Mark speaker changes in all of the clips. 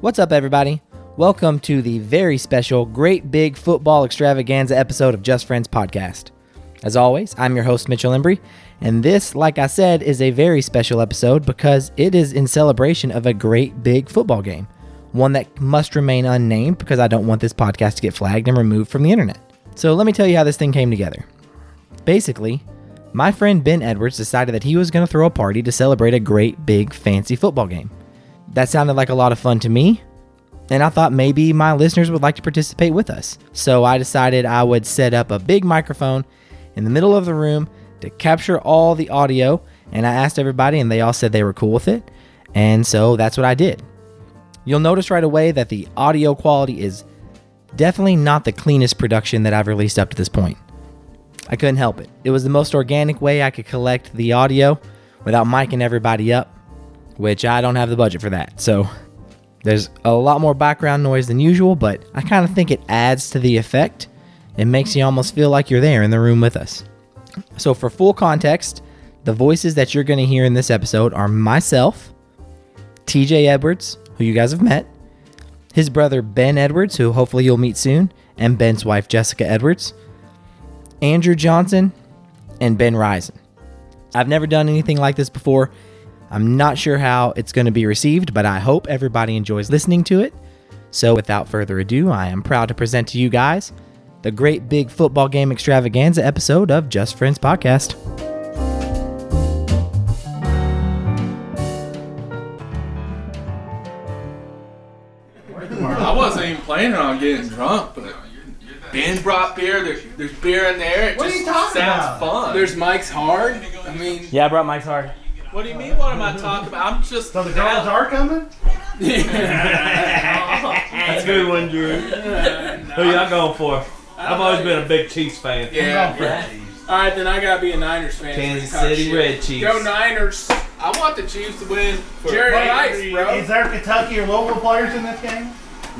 Speaker 1: What's up, everybody? Welcome to the very special Great Big Football Extravaganza episode of Just Friends Podcast. As always, I'm your host, Mitchell Embry, and this, like I said, is a very special episode because it is in celebration of a great big football game, one that must remain unnamed because I don't want this podcast to get flagged and removed from the internet. So let me tell you how this thing came together. Basically, my friend Ben Edwards decided that he was going to throw a party to celebrate a great big fancy football game. That sounded like a lot of fun to me, and I thought maybe my listeners would like to participate with us. So I decided I would set up a big microphone in the middle of the room to capture all the audio, and I asked everybody, and they all said they were cool with it. And so that's what I did. You'll notice right away that the audio quality is definitely not the cleanest production that I've released up to this point. I couldn't help it. It was the most organic way I could collect the audio without micing everybody up, which I don't have the budget for that. So there's a lot more background noise than usual, but I kind of think it adds to the effect. It makes you almost feel like you're there in the room with us. So, for full context, the voices that you're going to hear in this episode are myself, TJ Edwards, who you guys have met, his brother Ben Edwards, who hopefully you'll meet soon, and Ben's wife Jessica Edwards, Andrew Johnson, and Ben Risen. I've never done anything like this before. I'm not sure how it's going to be received, but I hope everybody enjoys listening to it. So, without further ado, I am proud to present to you guys the Great Big Football Game Extravaganza episode of Just Friends Podcast.
Speaker 2: I wasn't even planning on getting drunk, but Ben brought beer. There's, there's beer in there. It
Speaker 3: What are
Speaker 2: just
Speaker 3: you talking
Speaker 2: sounds
Speaker 3: about?
Speaker 2: fun.
Speaker 4: There's Mike's hard. I mean,
Speaker 1: Yeah, I brought Mike's hard.
Speaker 2: what do you mean? What am I talking about? I'm just.
Speaker 3: So the girls are coming?
Speaker 5: That's a good one, Drew. Who y'all going for? I've always been a big Chiefs fan.
Speaker 4: yeah. All right, then I gotta be a Niners fan.
Speaker 5: Kansas
Speaker 4: Talk
Speaker 5: City
Speaker 4: shit.
Speaker 5: Red Chiefs.
Speaker 4: Go Niners.
Speaker 2: I want the Chiefs to win. For
Speaker 4: Jerry
Speaker 2: Wait,
Speaker 4: Rice, bro.
Speaker 3: Is there Kentucky or Louisville players in this game?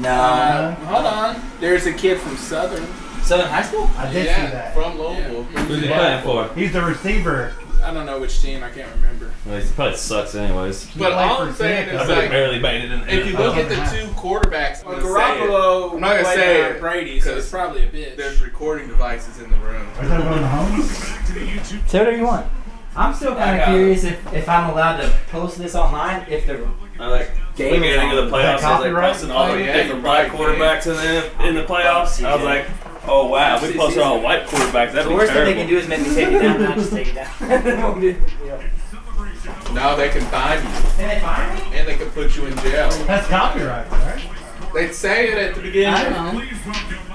Speaker 4: Uh, hold on. There's a kid from Southern.
Speaker 1: Southern High School?
Speaker 3: I did see
Speaker 2: Yeah,
Speaker 3: that.
Speaker 2: from Louisville.
Speaker 5: Who's he playing for?
Speaker 3: He's the receiver.
Speaker 4: I don't know which team. I can't remember.
Speaker 5: Well, he probably sucks anyways.
Speaker 2: But
Speaker 3: played
Speaker 2: all
Speaker 3: for
Speaker 2: I'm saying
Speaker 3: Santa.
Speaker 5: I
Speaker 2: is
Speaker 5: bet he
Speaker 2: like,
Speaker 5: barely made it in.
Speaker 2: if you
Speaker 3: I
Speaker 2: look
Speaker 3: don't
Speaker 2: at the
Speaker 3: know.
Speaker 2: two quarterbacks, I'm
Speaker 4: Well,
Speaker 2: gonna say it.
Speaker 4: Garoppolo.
Speaker 2: I'm not gonna
Speaker 4: played
Speaker 2: say
Speaker 4: behind
Speaker 2: it,
Speaker 4: Brady, so
Speaker 2: 'cause
Speaker 4: it's probably a
Speaker 2: There's
Speaker 4: bitch.
Speaker 2: recording devices in the room.
Speaker 3: Are they going home?
Speaker 1: Say whatever you want. I'm still kind of curious if, if I'm allowed to post this online, if the
Speaker 5: I like
Speaker 1: game is
Speaker 5: into the
Speaker 1: on.
Speaker 5: playoffs. I was like
Speaker 3: Copyright?
Speaker 5: posting all the
Speaker 2: Oh, yeah,
Speaker 5: different
Speaker 2: you're right,
Speaker 5: black quarterbacks in the in the playoffs. I was like, oh wow, we posted all white quarterbacks. That'd
Speaker 1: The
Speaker 5: be
Speaker 1: worst thing they can
Speaker 5: terrible.
Speaker 1: do is make me take it down, and I just take it down. Can
Speaker 2: Now they can find you,
Speaker 1: they fire me?
Speaker 2: and they can put you in jail.
Speaker 3: That's copyright, right?
Speaker 2: They'd say it at the beginning.
Speaker 1: I don't know.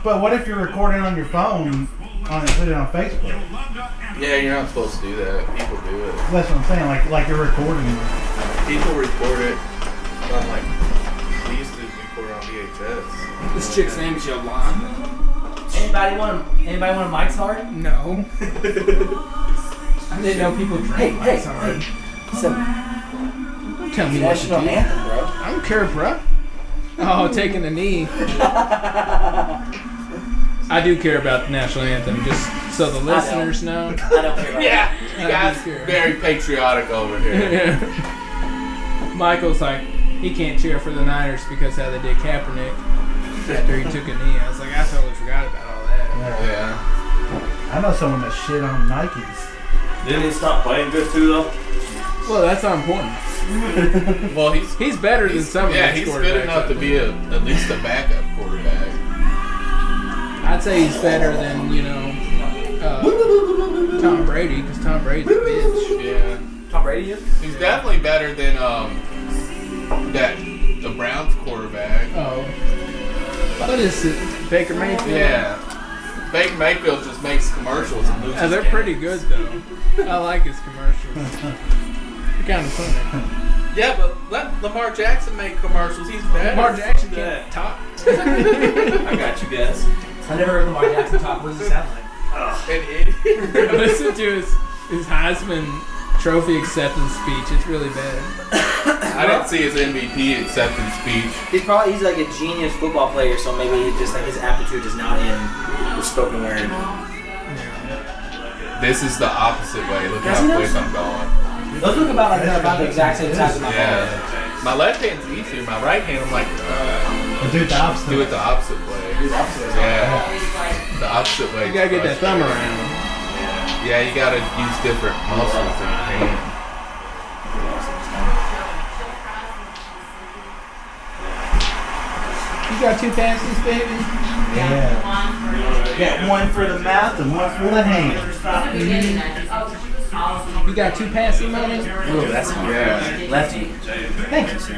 Speaker 3: But what if you're recording on your phone on and put it on Facebook?
Speaker 2: Yeah, you're not supposed to do that. People do it.
Speaker 3: That's what I'm saying. Like like you're recording.
Speaker 2: People record it. I'm like, we used to record on VHS.
Speaker 4: This chick's name is Yolanda.
Speaker 1: Anybody want anybody want a Mike's hard?
Speaker 4: No. I didn't know people drank
Speaker 1: Hey, hey.
Speaker 4: Mike's hard.
Speaker 1: It's a
Speaker 4: Tell me what to
Speaker 1: national
Speaker 4: do.
Speaker 1: anthem, bro.
Speaker 4: I don't care, bro. Oh, taking a knee. I do care about the national anthem, just so the listeners know.
Speaker 1: I don't care about that.
Speaker 2: Yeah, you
Speaker 4: That'd be
Speaker 2: guys
Speaker 4: scary.
Speaker 2: very patriotic over here.
Speaker 4: Michael's like, he can't cheer for the Niners because how they did Kaepernick after he took a knee. I was like, I totally forgot about all that.
Speaker 3: Yeah.
Speaker 2: yeah.
Speaker 3: I know someone that shit on Nikes.
Speaker 5: Didn't he stop playing good too though?
Speaker 4: Well, that's not important.
Speaker 2: Well, he's
Speaker 4: He's better than some of
Speaker 2: yeah,
Speaker 4: these
Speaker 2: he's
Speaker 4: quarterbacks.
Speaker 2: good enough to be a, at least a backup quarterback.
Speaker 4: I'd say he's better than you know uh, Tom Brady because Tom Brady's a bitch.
Speaker 2: Yeah,
Speaker 1: Tom Brady is?
Speaker 2: he's definitely better than um that the Browns quarterback.
Speaker 4: Oh, what is it, Baker Mayfield?
Speaker 2: Yeah, Baker Mayfield just makes commercials and loses.
Speaker 4: Oh, they're
Speaker 2: games.
Speaker 4: pretty good though. I like his commercials. They're kind of funny.
Speaker 2: Yeah, but let Lamar Jackson make commercials. He's better.
Speaker 4: Mark Jackson can't talk.
Speaker 5: I got you guys.
Speaker 1: I never heard Lamar Jackson talk. What does it sound like?
Speaker 2: An idiot.
Speaker 4: Listen to his his Heisman Trophy acceptance speech. It's really bad.
Speaker 2: I didn't see his MVP acceptance speech.
Speaker 1: He's probably he's like a genius football player, so maybe he just like his aptitude is not in the spoken word.
Speaker 2: This is the opposite way. Look
Speaker 1: Does
Speaker 2: how
Speaker 1: he
Speaker 2: quick
Speaker 1: know?
Speaker 2: I'm going.
Speaker 1: Those look about like they're about the exact same size as my
Speaker 2: Yeah. My left hand's easier. My right hand, I'm like, uh,
Speaker 3: But do it the opposite.
Speaker 2: do it the opposite way. Yeah, the opposite way.
Speaker 4: You gotta get that thumb around.
Speaker 2: Yeah, you gotta use different muscles in your hand.
Speaker 4: You got two passes, baby.
Speaker 3: Yeah. Got one for the mouth and one for the hand.
Speaker 4: You got two passing moments.
Speaker 6: Ooh, that's
Speaker 2: Yeah.
Speaker 6: lefty. Thank you, sir.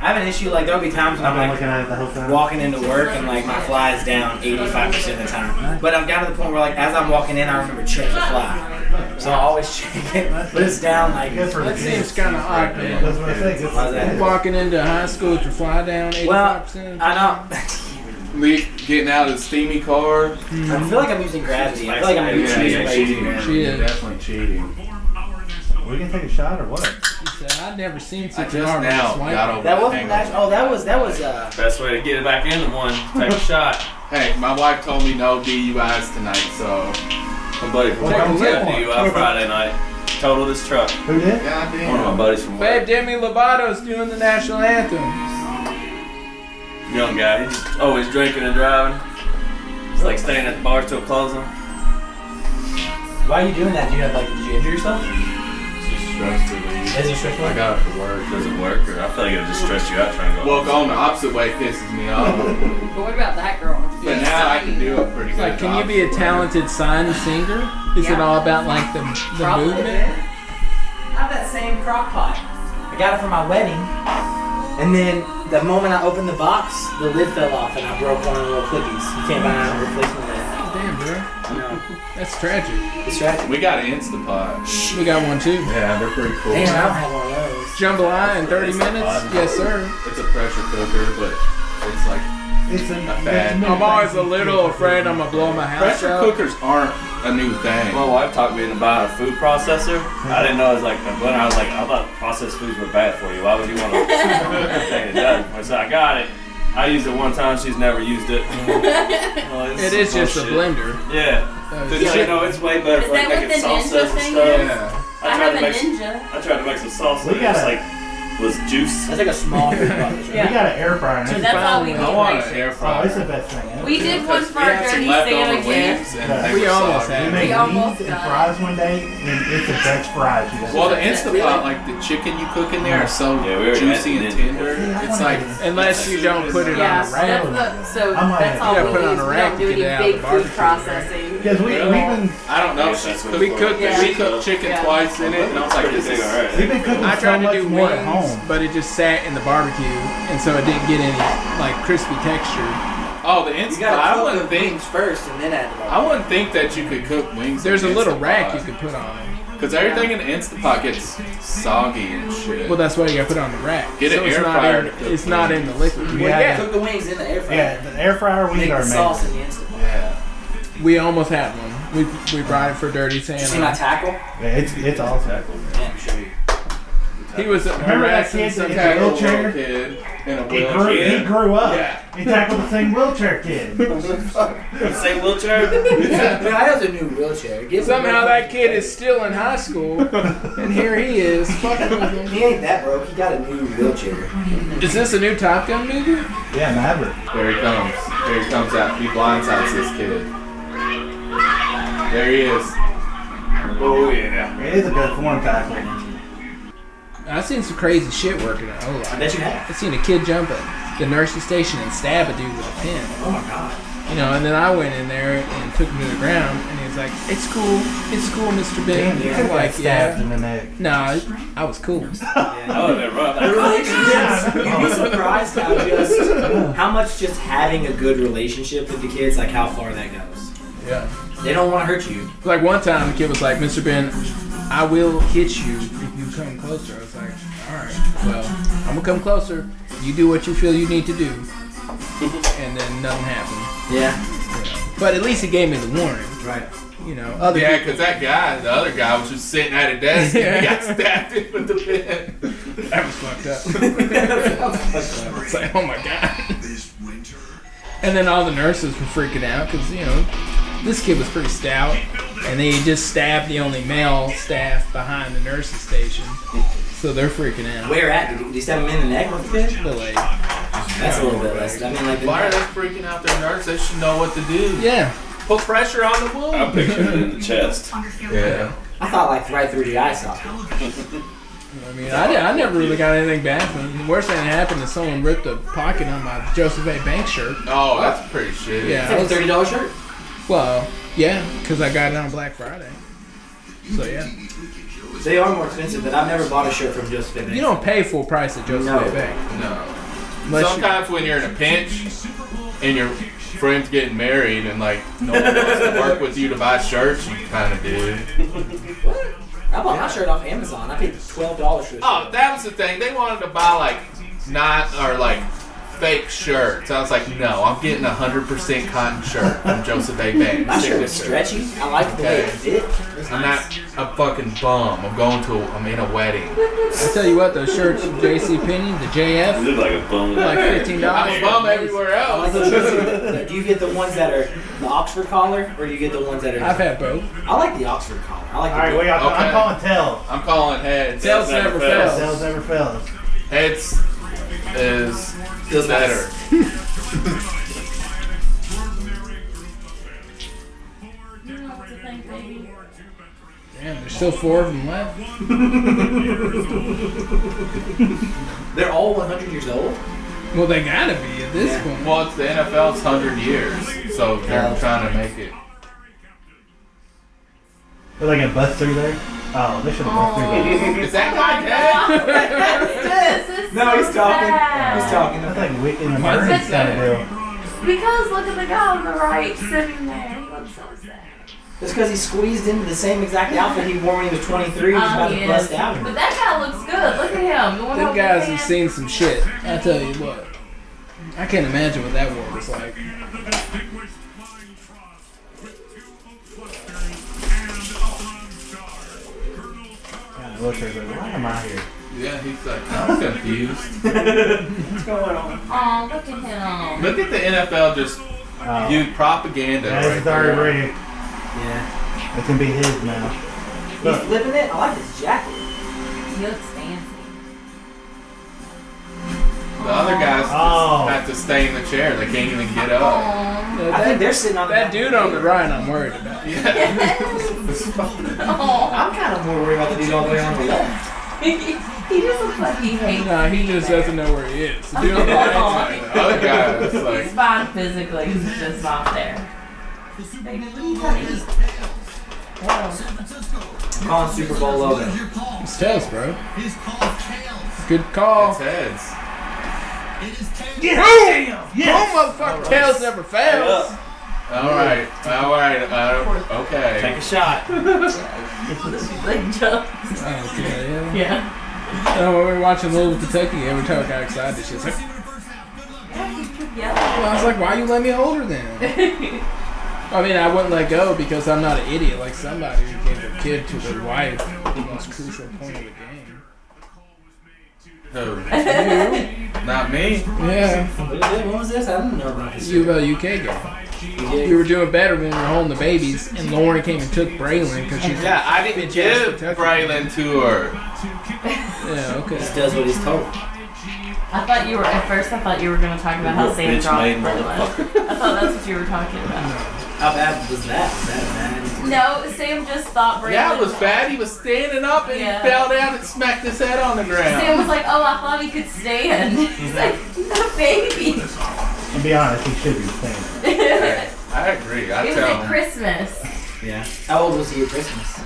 Speaker 6: I have an issue like there'll be times when
Speaker 3: I've been
Speaker 6: I'm
Speaker 3: looking
Speaker 6: like
Speaker 3: at it the whole time.
Speaker 6: walking into work and like my fly is down 85% of the time. But I've got to the point where like as I'm walking in, I remember check the fly. So I always check it, but it's down like.
Speaker 3: Good for
Speaker 4: That
Speaker 3: the kids.
Speaker 4: seems kind of odd, man.
Speaker 3: That's what I think. It's
Speaker 6: How's that?
Speaker 4: Walking into high school with your fly down
Speaker 6: Well,
Speaker 4: 85%.
Speaker 6: I know.
Speaker 2: Le- getting out of the steamy car.
Speaker 6: I feel like I'm using gravity. I feel like I'm
Speaker 2: Yeah,
Speaker 6: using
Speaker 2: you're cheating.
Speaker 6: gravity.
Speaker 2: man.
Speaker 4: Cheating.
Speaker 2: You're definitely cheating.
Speaker 3: We can take a shot or what?
Speaker 4: He said, I've never seen
Speaker 2: I
Speaker 4: such
Speaker 2: just
Speaker 4: an arm.
Speaker 2: now
Speaker 4: swipe."
Speaker 2: got over
Speaker 6: That
Speaker 2: the
Speaker 6: wasn't
Speaker 2: hangover.
Speaker 6: that. Oh, that was that was uh.
Speaker 5: Best way to get it back into one, take a shot.
Speaker 2: Hey, my wife told me no DUIs tonight, so
Speaker 5: My buddy from
Speaker 4: Take a
Speaker 5: work
Speaker 4: lip
Speaker 5: got
Speaker 4: on.
Speaker 5: DUI uh, Friday night. Totaled his truck.
Speaker 3: Who did?
Speaker 5: One of my
Speaker 2: goddamn.
Speaker 5: buddies from
Speaker 4: Babe,
Speaker 5: work.
Speaker 4: Demi Lovato's doing the national anthem.
Speaker 5: Young guy. He's just always drinking and driving. It's like staying at the bar till closing.
Speaker 6: Why are you doing that? Do you have like? Did you injure yourself?
Speaker 2: Just stress relief.
Speaker 6: Is it stress
Speaker 2: I got it for work.
Speaker 5: Doesn't work, or I feel like it'll just stress you out trying to go.
Speaker 2: Well, going the opposite way pisses me off,
Speaker 7: But what about that girl?
Speaker 2: but now I can do it pretty good.
Speaker 4: Like,
Speaker 2: the
Speaker 4: can you be a
Speaker 2: opposite way.
Speaker 4: talented sign singer? Is it
Speaker 7: Yeah.
Speaker 4: all about like the, the
Speaker 7: Probably.
Speaker 4: movement?
Speaker 6: have that same crock pot. I got it for my wedding. And then the moment I opened the box, the lid fell off and I broke one of the little clippies. You can't buy a replacement lid.
Speaker 4: Damn, bro.
Speaker 6: No.
Speaker 4: That's tragic.
Speaker 6: It's tragic.
Speaker 2: We got an Instapot.
Speaker 4: We got one too.
Speaker 2: Yeah, they're pretty cool.
Speaker 6: Damn, I don't have one of those.
Speaker 4: Jambalaya in 30 minutes? Yes, sir.
Speaker 2: It's a pressure cooker, but it's like
Speaker 3: It's a,
Speaker 2: Not bad.
Speaker 4: I'm always a little afraid I'm gonna blow my house
Speaker 2: pressure
Speaker 4: out.
Speaker 2: cookers aren't a new
Speaker 5: My
Speaker 2: thing.
Speaker 5: wife talked me into buying a food processor. I didn't know it was like when I was like, I thought processed foods were bad for you. Why would you want to thing it does? So I got it. I used it one time. She's never used it. Well, it's
Speaker 4: It
Speaker 5: some
Speaker 4: is
Speaker 3: Oh,
Speaker 4: just a
Speaker 5: bullshit.
Speaker 4: blender.
Speaker 5: Yeah.
Speaker 4: Uh,
Speaker 5: But you know, it's way better
Speaker 7: Is
Speaker 5: for like,
Speaker 7: that what
Speaker 5: making
Speaker 7: the ninja
Speaker 5: salsas and
Speaker 7: thing
Speaker 5: stuff.
Speaker 7: is?
Speaker 2: Yeah.
Speaker 7: I
Speaker 5: I tried
Speaker 7: have
Speaker 5: to
Speaker 7: a
Speaker 5: make some.
Speaker 7: ninja.
Speaker 5: I tried to make some salsa.
Speaker 3: We
Speaker 5: and It was
Speaker 3: gotta-
Speaker 5: like was juice.
Speaker 6: That's like a small food box.
Speaker 3: We got an air fryer.
Speaker 7: So
Speaker 3: and
Speaker 7: that's all we
Speaker 4: fine.
Speaker 7: need
Speaker 2: I want an
Speaker 7: right
Speaker 2: air
Speaker 3: Oh,
Speaker 2: fryer.
Speaker 3: it's the best thing. ever.
Speaker 7: We did one for
Speaker 2: We
Speaker 7: our
Speaker 2: had some
Speaker 7: dirty
Speaker 2: leftover
Speaker 7: sandwiches.
Speaker 2: wings and they
Speaker 3: We
Speaker 2: were
Speaker 4: almost
Speaker 2: soggy.
Speaker 3: We
Speaker 4: had
Speaker 3: made
Speaker 7: We almost
Speaker 3: wings and
Speaker 7: got it.
Speaker 3: fries one day, and it's a Dutch fries. You guys.
Speaker 2: Well, the
Speaker 7: Yeah.
Speaker 2: Instapot, like the chicken you cook in there, are so
Speaker 5: Yeah, we were
Speaker 2: juicy
Speaker 5: at
Speaker 2: and
Speaker 5: the-
Speaker 2: tender. It's like
Speaker 4: Unless you don't put it on
Speaker 7: Yeah,
Speaker 4: a rack.
Speaker 7: that's the, so
Speaker 3: I might
Speaker 7: that's
Speaker 3: have
Speaker 7: all
Speaker 3: to
Speaker 7: we
Speaker 3: do
Speaker 4: that. Yeah, put it on
Speaker 7: need.
Speaker 4: a
Speaker 7: We
Speaker 4: rack
Speaker 7: don't
Speaker 4: to
Speaker 7: do
Speaker 4: get
Speaker 7: any
Speaker 4: it out of
Speaker 7: big
Speaker 4: the
Speaker 7: food
Speaker 4: barbecue, right?
Speaker 7: processing.
Speaker 3: because we
Speaker 2: Really?
Speaker 3: we've been
Speaker 2: I don't know.
Speaker 5: Yes, that's what
Speaker 2: we
Speaker 5: it
Speaker 2: cooked
Speaker 7: was.
Speaker 2: we cooked chicken
Speaker 7: Yeah.
Speaker 2: twice in it, and I was like,
Speaker 5: Pretty
Speaker 2: this
Speaker 5: big,
Speaker 2: is
Speaker 5: alright.
Speaker 3: we've been cooking
Speaker 4: I
Speaker 3: so
Speaker 4: tried
Speaker 3: much
Speaker 4: to do
Speaker 3: more
Speaker 4: wings,
Speaker 3: at home.
Speaker 4: but it just sat in the barbecue, and so it didn't get any like crispy texture.
Speaker 2: Oh, the
Speaker 6: You
Speaker 2: Instapot.
Speaker 6: gotta
Speaker 2: I
Speaker 6: cook
Speaker 2: wouldn't
Speaker 6: the
Speaker 2: think.
Speaker 6: wings first and then add the
Speaker 2: I
Speaker 6: box.
Speaker 2: wouldn't think that you could cook wings.
Speaker 4: There's a
Speaker 2: in
Speaker 4: little
Speaker 2: Instapot.
Speaker 4: rack you could put on it.
Speaker 2: Because everything in the Instapot gets soggy and shit.
Speaker 4: Well, that's why you got to put it on the rack.
Speaker 2: Get
Speaker 4: so
Speaker 2: an
Speaker 4: it's
Speaker 2: air
Speaker 4: not
Speaker 2: fryer
Speaker 4: in,
Speaker 2: to cook
Speaker 4: It's not in the liquid. Well,
Speaker 3: Yeah,
Speaker 4: yeah,
Speaker 6: Cook the wings in the air fryer.
Speaker 3: Yeah, the air fryer wings
Speaker 6: Make
Speaker 3: are
Speaker 6: the sauce
Speaker 3: amazing.
Speaker 6: in the instant. pot.
Speaker 2: yeah.
Speaker 4: we almost had one. We we brought it for Dirty
Speaker 6: Did you see my
Speaker 4: Santa.
Speaker 6: tackle?
Speaker 3: Yeah, it's it's awesome.
Speaker 6: Yeah, I'm sure you.
Speaker 4: He was
Speaker 3: Remember that
Speaker 4: harassing
Speaker 3: kid that
Speaker 4: some
Speaker 3: had
Speaker 4: guy.
Speaker 3: a
Speaker 2: Little
Speaker 3: wheelchair?
Speaker 2: kid in a
Speaker 3: He grew, he
Speaker 2: wheelchair.
Speaker 3: grew up.
Speaker 2: Yeah.
Speaker 3: He tackled the same wheelchair kid.
Speaker 5: You say wheelchair?
Speaker 6: Man, I have a new wheelchair. Give him
Speaker 4: Somehow
Speaker 6: a-
Speaker 4: that kid is still in high school, and here he is fucking with him.
Speaker 6: He ain't that broke. He got a new wheelchair.
Speaker 4: Is this a new Top Gun movie?
Speaker 3: Yeah, Maverick.
Speaker 2: There he comes. There he comes out. He blindsides this kid. There he is.
Speaker 5: oh yeah.
Speaker 3: It is a good form tackle.
Speaker 4: I've seen some crazy shit working at Ola.
Speaker 6: I bet you have.
Speaker 4: I seen a kid jump at the nursery station and stab a dude with a pin.
Speaker 6: Oh my god.
Speaker 4: You know, and then I went in there and took him to the ground, and he was like, "It's cool, it's cool, Mr. Ben."
Speaker 3: Damn, you
Speaker 4: I'm
Speaker 3: could
Speaker 4: like,
Speaker 3: have stabbed
Speaker 4: yeah,
Speaker 3: him in the neck.
Speaker 4: nah, I was cool.
Speaker 5: That would have been rough. That's
Speaker 6: You'd be surprised how just how much just having a good relationship with the kids, like how far that goes.
Speaker 4: Yeah.
Speaker 6: They don't want to hurt you.
Speaker 4: Like one time, the kid was like, "Mr. Ben, I will hit you if you come closer." I was like, "All right, well, I'm gonna come closer. You do what you feel you need to do," and then nothing happened.
Speaker 6: Yeah.
Speaker 4: But at least he gave me the warning.
Speaker 6: Right.
Speaker 4: You know, other
Speaker 2: Yeah, because that guy, the other guy, was just sitting at a desk and he got stabbed in with the pin.
Speaker 4: That was fucked up. it's like, oh my god. And then all the nurses were freaking out because you know this kid was pretty stout, and they just stabbed the only male staff behind the nurses station. So they're freaking out.
Speaker 6: Where at? Did you stab him in the neck with the pin?
Speaker 4: The leg.
Speaker 6: That's a little bit less. I mean, like, the,
Speaker 2: Why are they freaking out their nerds? They should know what to do.
Speaker 4: Yeah.
Speaker 2: Put pressure on the
Speaker 5: I
Speaker 2: wound.
Speaker 5: pictured it in the chest.
Speaker 2: Yeah.
Speaker 6: I thought like right through the eye socket.
Speaker 4: I mean, I, did, I never really got anything bad from it. The worst thing that happened is someone ripped a pocket on my Joseph A. Bank shirt.
Speaker 2: Oh, that's pretty shitty.
Speaker 4: Yeah. I
Speaker 6: It's like a
Speaker 4: was-
Speaker 6: thirty dollar shirt.
Speaker 4: Well, yeah, because I got it on Black Friday. So yeah,
Speaker 6: They are more expensive, but I've never bought a shirt from Joseph Banks.
Speaker 4: you don't pay full price at Joseph
Speaker 6: No.
Speaker 4: A. Bank.
Speaker 2: No.
Speaker 4: Unless you-
Speaker 2: Sometimes when you're in a pinch and your friend's getting married and like no one wants to work with you to buy shirts, you kind of do.
Speaker 6: I bought my shirt off Amazon. I paid twelve dollars for this.
Speaker 2: Oh,
Speaker 6: shirt.
Speaker 2: that was the thing. They wanted to buy like not or like fake shirts. I was like, no, I'm getting a hundred percent cotton shirt from Joseph A. Bank.
Speaker 6: my shirt was stretchy. I liked the way it fit. It was
Speaker 2: I'm
Speaker 6: nice.
Speaker 2: not a fucking bum. I'm going to. A, I'm in a wedding.
Speaker 4: I tell you what, those shirts from J.C. Penney, the
Speaker 5: You
Speaker 4: JF,
Speaker 5: look like a bum.
Speaker 4: like fifteen
Speaker 2: I'm a
Speaker 4: dollars.
Speaker 2: bum everywhere
Speaker 6: I like
Speaker 2: else.
Speaker 6: those shirts. Do you get the ones that are the Oxford collar, or do you get the ones that are?
Speaker 4: I've had both.
Speaker 6: I like the Oxford collar. I like.
Speaker 3: All right,
Speaker 6: the
Speaker 3: we got.
Speaker 2: Okay.
Speaker 3: I'm calling tails.
Speaker 2: I'm calling heads.
Speaker 4: Tails never
Speaker 5: never
Speaker 4: fails.
Speaker 5: fails.
Speaker 3: Tails ever fails.
Speaker 2: Heads is
Speaker 6: Feels nice.
Speaker 2: better.
Speaker 4: Damn, there's still four of them left.
Speaker 6: They're all 100 years old.
Speaker 4: Well, they gotta be at this point.
Speaker 2: Well, it's the NFL's hundred years, so they're
Speaker 6: Yeah.
Speaker 2: trying to make it.
Speaker 3: They're like a bust through there. Oh, they should have bust through there.
Speaker 2: Is that my dad?
Speaker 7: This is
Speaker 6: No, he's
Speaker 7: so
Speaker 6: talking.
Speaker 7: sad.
Speaker 6: He's talking.
Speaker 3: That's
Speaker 6: about-
Speaker 3: like wit in the burning
Speaker 7: Mine's
Speaker 3: kind
Speaker 7: better.
Speaker 3: of deal.
Speaker 7: Because look at the guy on the right sitting there. He looks so sad.
Speaker 6: It's because he squeezed into the same exact outfit he wore when he was 23. He's
Speaker 7: Um,
Speaker 6: about to bust out.
Speaker 7: But that guy looks good. Look at him. The one
Speaker 4: Them
Speaker 7: over
Speaker 4: guys
Speaker 7: there.
Speaker 4: have seen some shit. I tell you what, I can't imagine what that war was like.
Speaker 3: Yeah, the military's like, why am I here?
Speaker 2: Yeah, he's like, I'm confused.
Speaker 6: What's going on?
Speaker 7: Aw, look at him.
Speaker 2: Look at the NFL just
Speaker 3: Oh,
Speaker 2: use propaganda.
Speaker 3: yeah, this
Speaker 2: right
Speaker 3: is already
Speaker 2: there.
Speaker 3: ready.
Speaker 6: Yeah.
Speaker 3: It's gonna be his now.
Speaker 6: He's flipping it. I like his jacket.
Speaker 7: He looks fancy.
Speaker 2: The other guys just
Speaker 3: Oh.
Speaker 2: have to stay in the chair. They can't even get up.
Speaker 7: Aw.
Speaker 4: Yeah,
Speaker 6: I think
Speaker 4: that,
Speaker 6: they're sitting on
Speaker 4: that dude on the right, I'm worried about.
Speaker 2: Yeah.
Speaker 7: Aw.
Speaker 6: I'm kind of more worried about the dude all the way on the left.
Speaker 7: he just looks like he hates
Speaker 4: Nah, he
Speaker 7: being
Speaker 4: just
Speaker 7: there.
Speaker 4: doesn't know where he is. The dude on the right's like,
Speaker 2: The other guy is
Speaker 7: He's
Speaker 2: like,
Speaker 7: fine physically. He's just not there. Like, what do you wanna eat? Oh.
Speaker 6: I'm calling Super Bowl over.
Speaker 4: "Oh, It's tails, bro. Good call.
Speaker 2: it's heads.
Speaker 4: Oh, motherfucker, tails never fails.
Speaker 2: All right, all right, uh,
Speaker 5: Take
Speaker 2: okay.
Speaker 5: a shot.
Speaker 7: Like jump.
Speaker 4: Okay, yeah.
Speaker 7: Yeah.
Speaker 4: Oh, when we were watching Little Kentucky, every time I got excited, she's like,
Speaker 7: Yeah, he kept yelling.
Speaker 4: well, I was like, why you let me hold her then? I mean, I wouldn't let go because I'm not an idiot like somebody who gave their kid to their wife at the most crucial point of the game.
Speaker 2: Who? Not me.
Speaker 4: Yeah,
Speaker 6: What is it? What was this? I don't know about this.
Speaker 4: you about UK girl. You
Speaker 6: You
Speaker 4: were doing better when we were holding the babies, and Lauren came and took Braylon because she's
Speaker 2: Yeah, I didn't give
Speaker 4: Kentucky.
Speaker 2: Braylon to her.
Speaker 4: yeah, okay.
Speaker 6: just does what he's told.
Speaker 7: I thought you were at first. I thought you were going to talk about how Sam
Speaker 5: Bitch
Speaker 7: dropped
Speaker 5: made
Speaker 7: her left. I thought that's what you were talking about.
Speaker 6: How bad was that? Was that
Speaker 7: No, Sam just thought Brandon.
Speaker 2: Yeah, it was bad. He was standing up and
Speaker 7: Yeah.
Speaker 2: he fell down and smacked his head on the
Speaker 7: Sam
Speaker 2: ground.
Speaker 7: was like, "Oh, I thought he could stand." He's like, "No, baby."
Speaker 3: And be honest, he should be saying that.
Speaker 7: it
Speaker 2: Okay, I agree. I
Speaker 7: was
Speaker 2: tell
Speaker 7: at
Speaker 2: him.
Speaker 7: Christmas.
Speaker 6: bad? Yeah. How old was he at Christmas?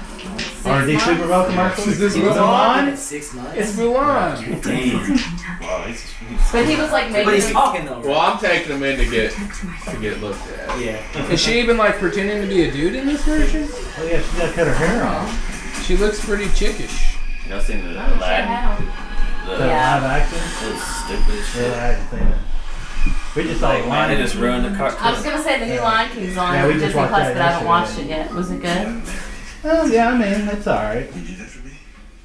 Speaker 7: Six
Speaker 3: Or the
Speaker 7: months.
Speaker 3: Super Bowl commercial?
Speaker 4: Is this
Speaker 3: He was
Speaker 4: Mulan?
Speaker 6: Six
Speaker 4: It's
Speaker 6: months.
Speaker 4: Mulan.
Speaker 6: Damn.
Speaker 5: Wow, he's,
Speaker 7: But he was like
Speaker 6: But
Speaker 7: making.
Speaker 6: he's talking though.
Speaker 2: Well,
Speaker 6: Right?
Speaker 2: I'm taking him in to get to get looked at.
Speaker 6: Yeah.
Speaker 4: Is she even like pretending to be a dude in this version?
Speaker 3: Oh yeah, she gotta cut her hair off.
Speaker 4: She looks pretty chickish.
Speaker 5: y'all seen the
Speaker 7: Oh,
Speaker 5: Aladdin?
Speaker 7: wow.
Speaker 5: The,
Speaker 3: The
Speaker 7: Yeah.
Speaker 3: live action?
Speaker 5: it was stupid as
Speaker 3: Yeah, I
Speaker 5: shit.
Speaker 3: hadn't seen it. We just
Speaker 5: Like,
Speaker 3: like
Speaker 5: man, they
Speaker 3: line
Speaker 5: just ruined the
Speaker 7: I was
Speaker 5: cartoon.
Speaker 7: gonna say the new Lion King's on
Speaker 3: Yeah, we just
Speaker 7: Disney
Speaker 3: watched
Speaker 7: Plus,
Speaker 3: that
Speaker 7: but I haven't
Speaker 3: yesterday.
Speaker 7: watched it yet. Was it good?
Speaker 3: Oh yeah, I mean, that's alright.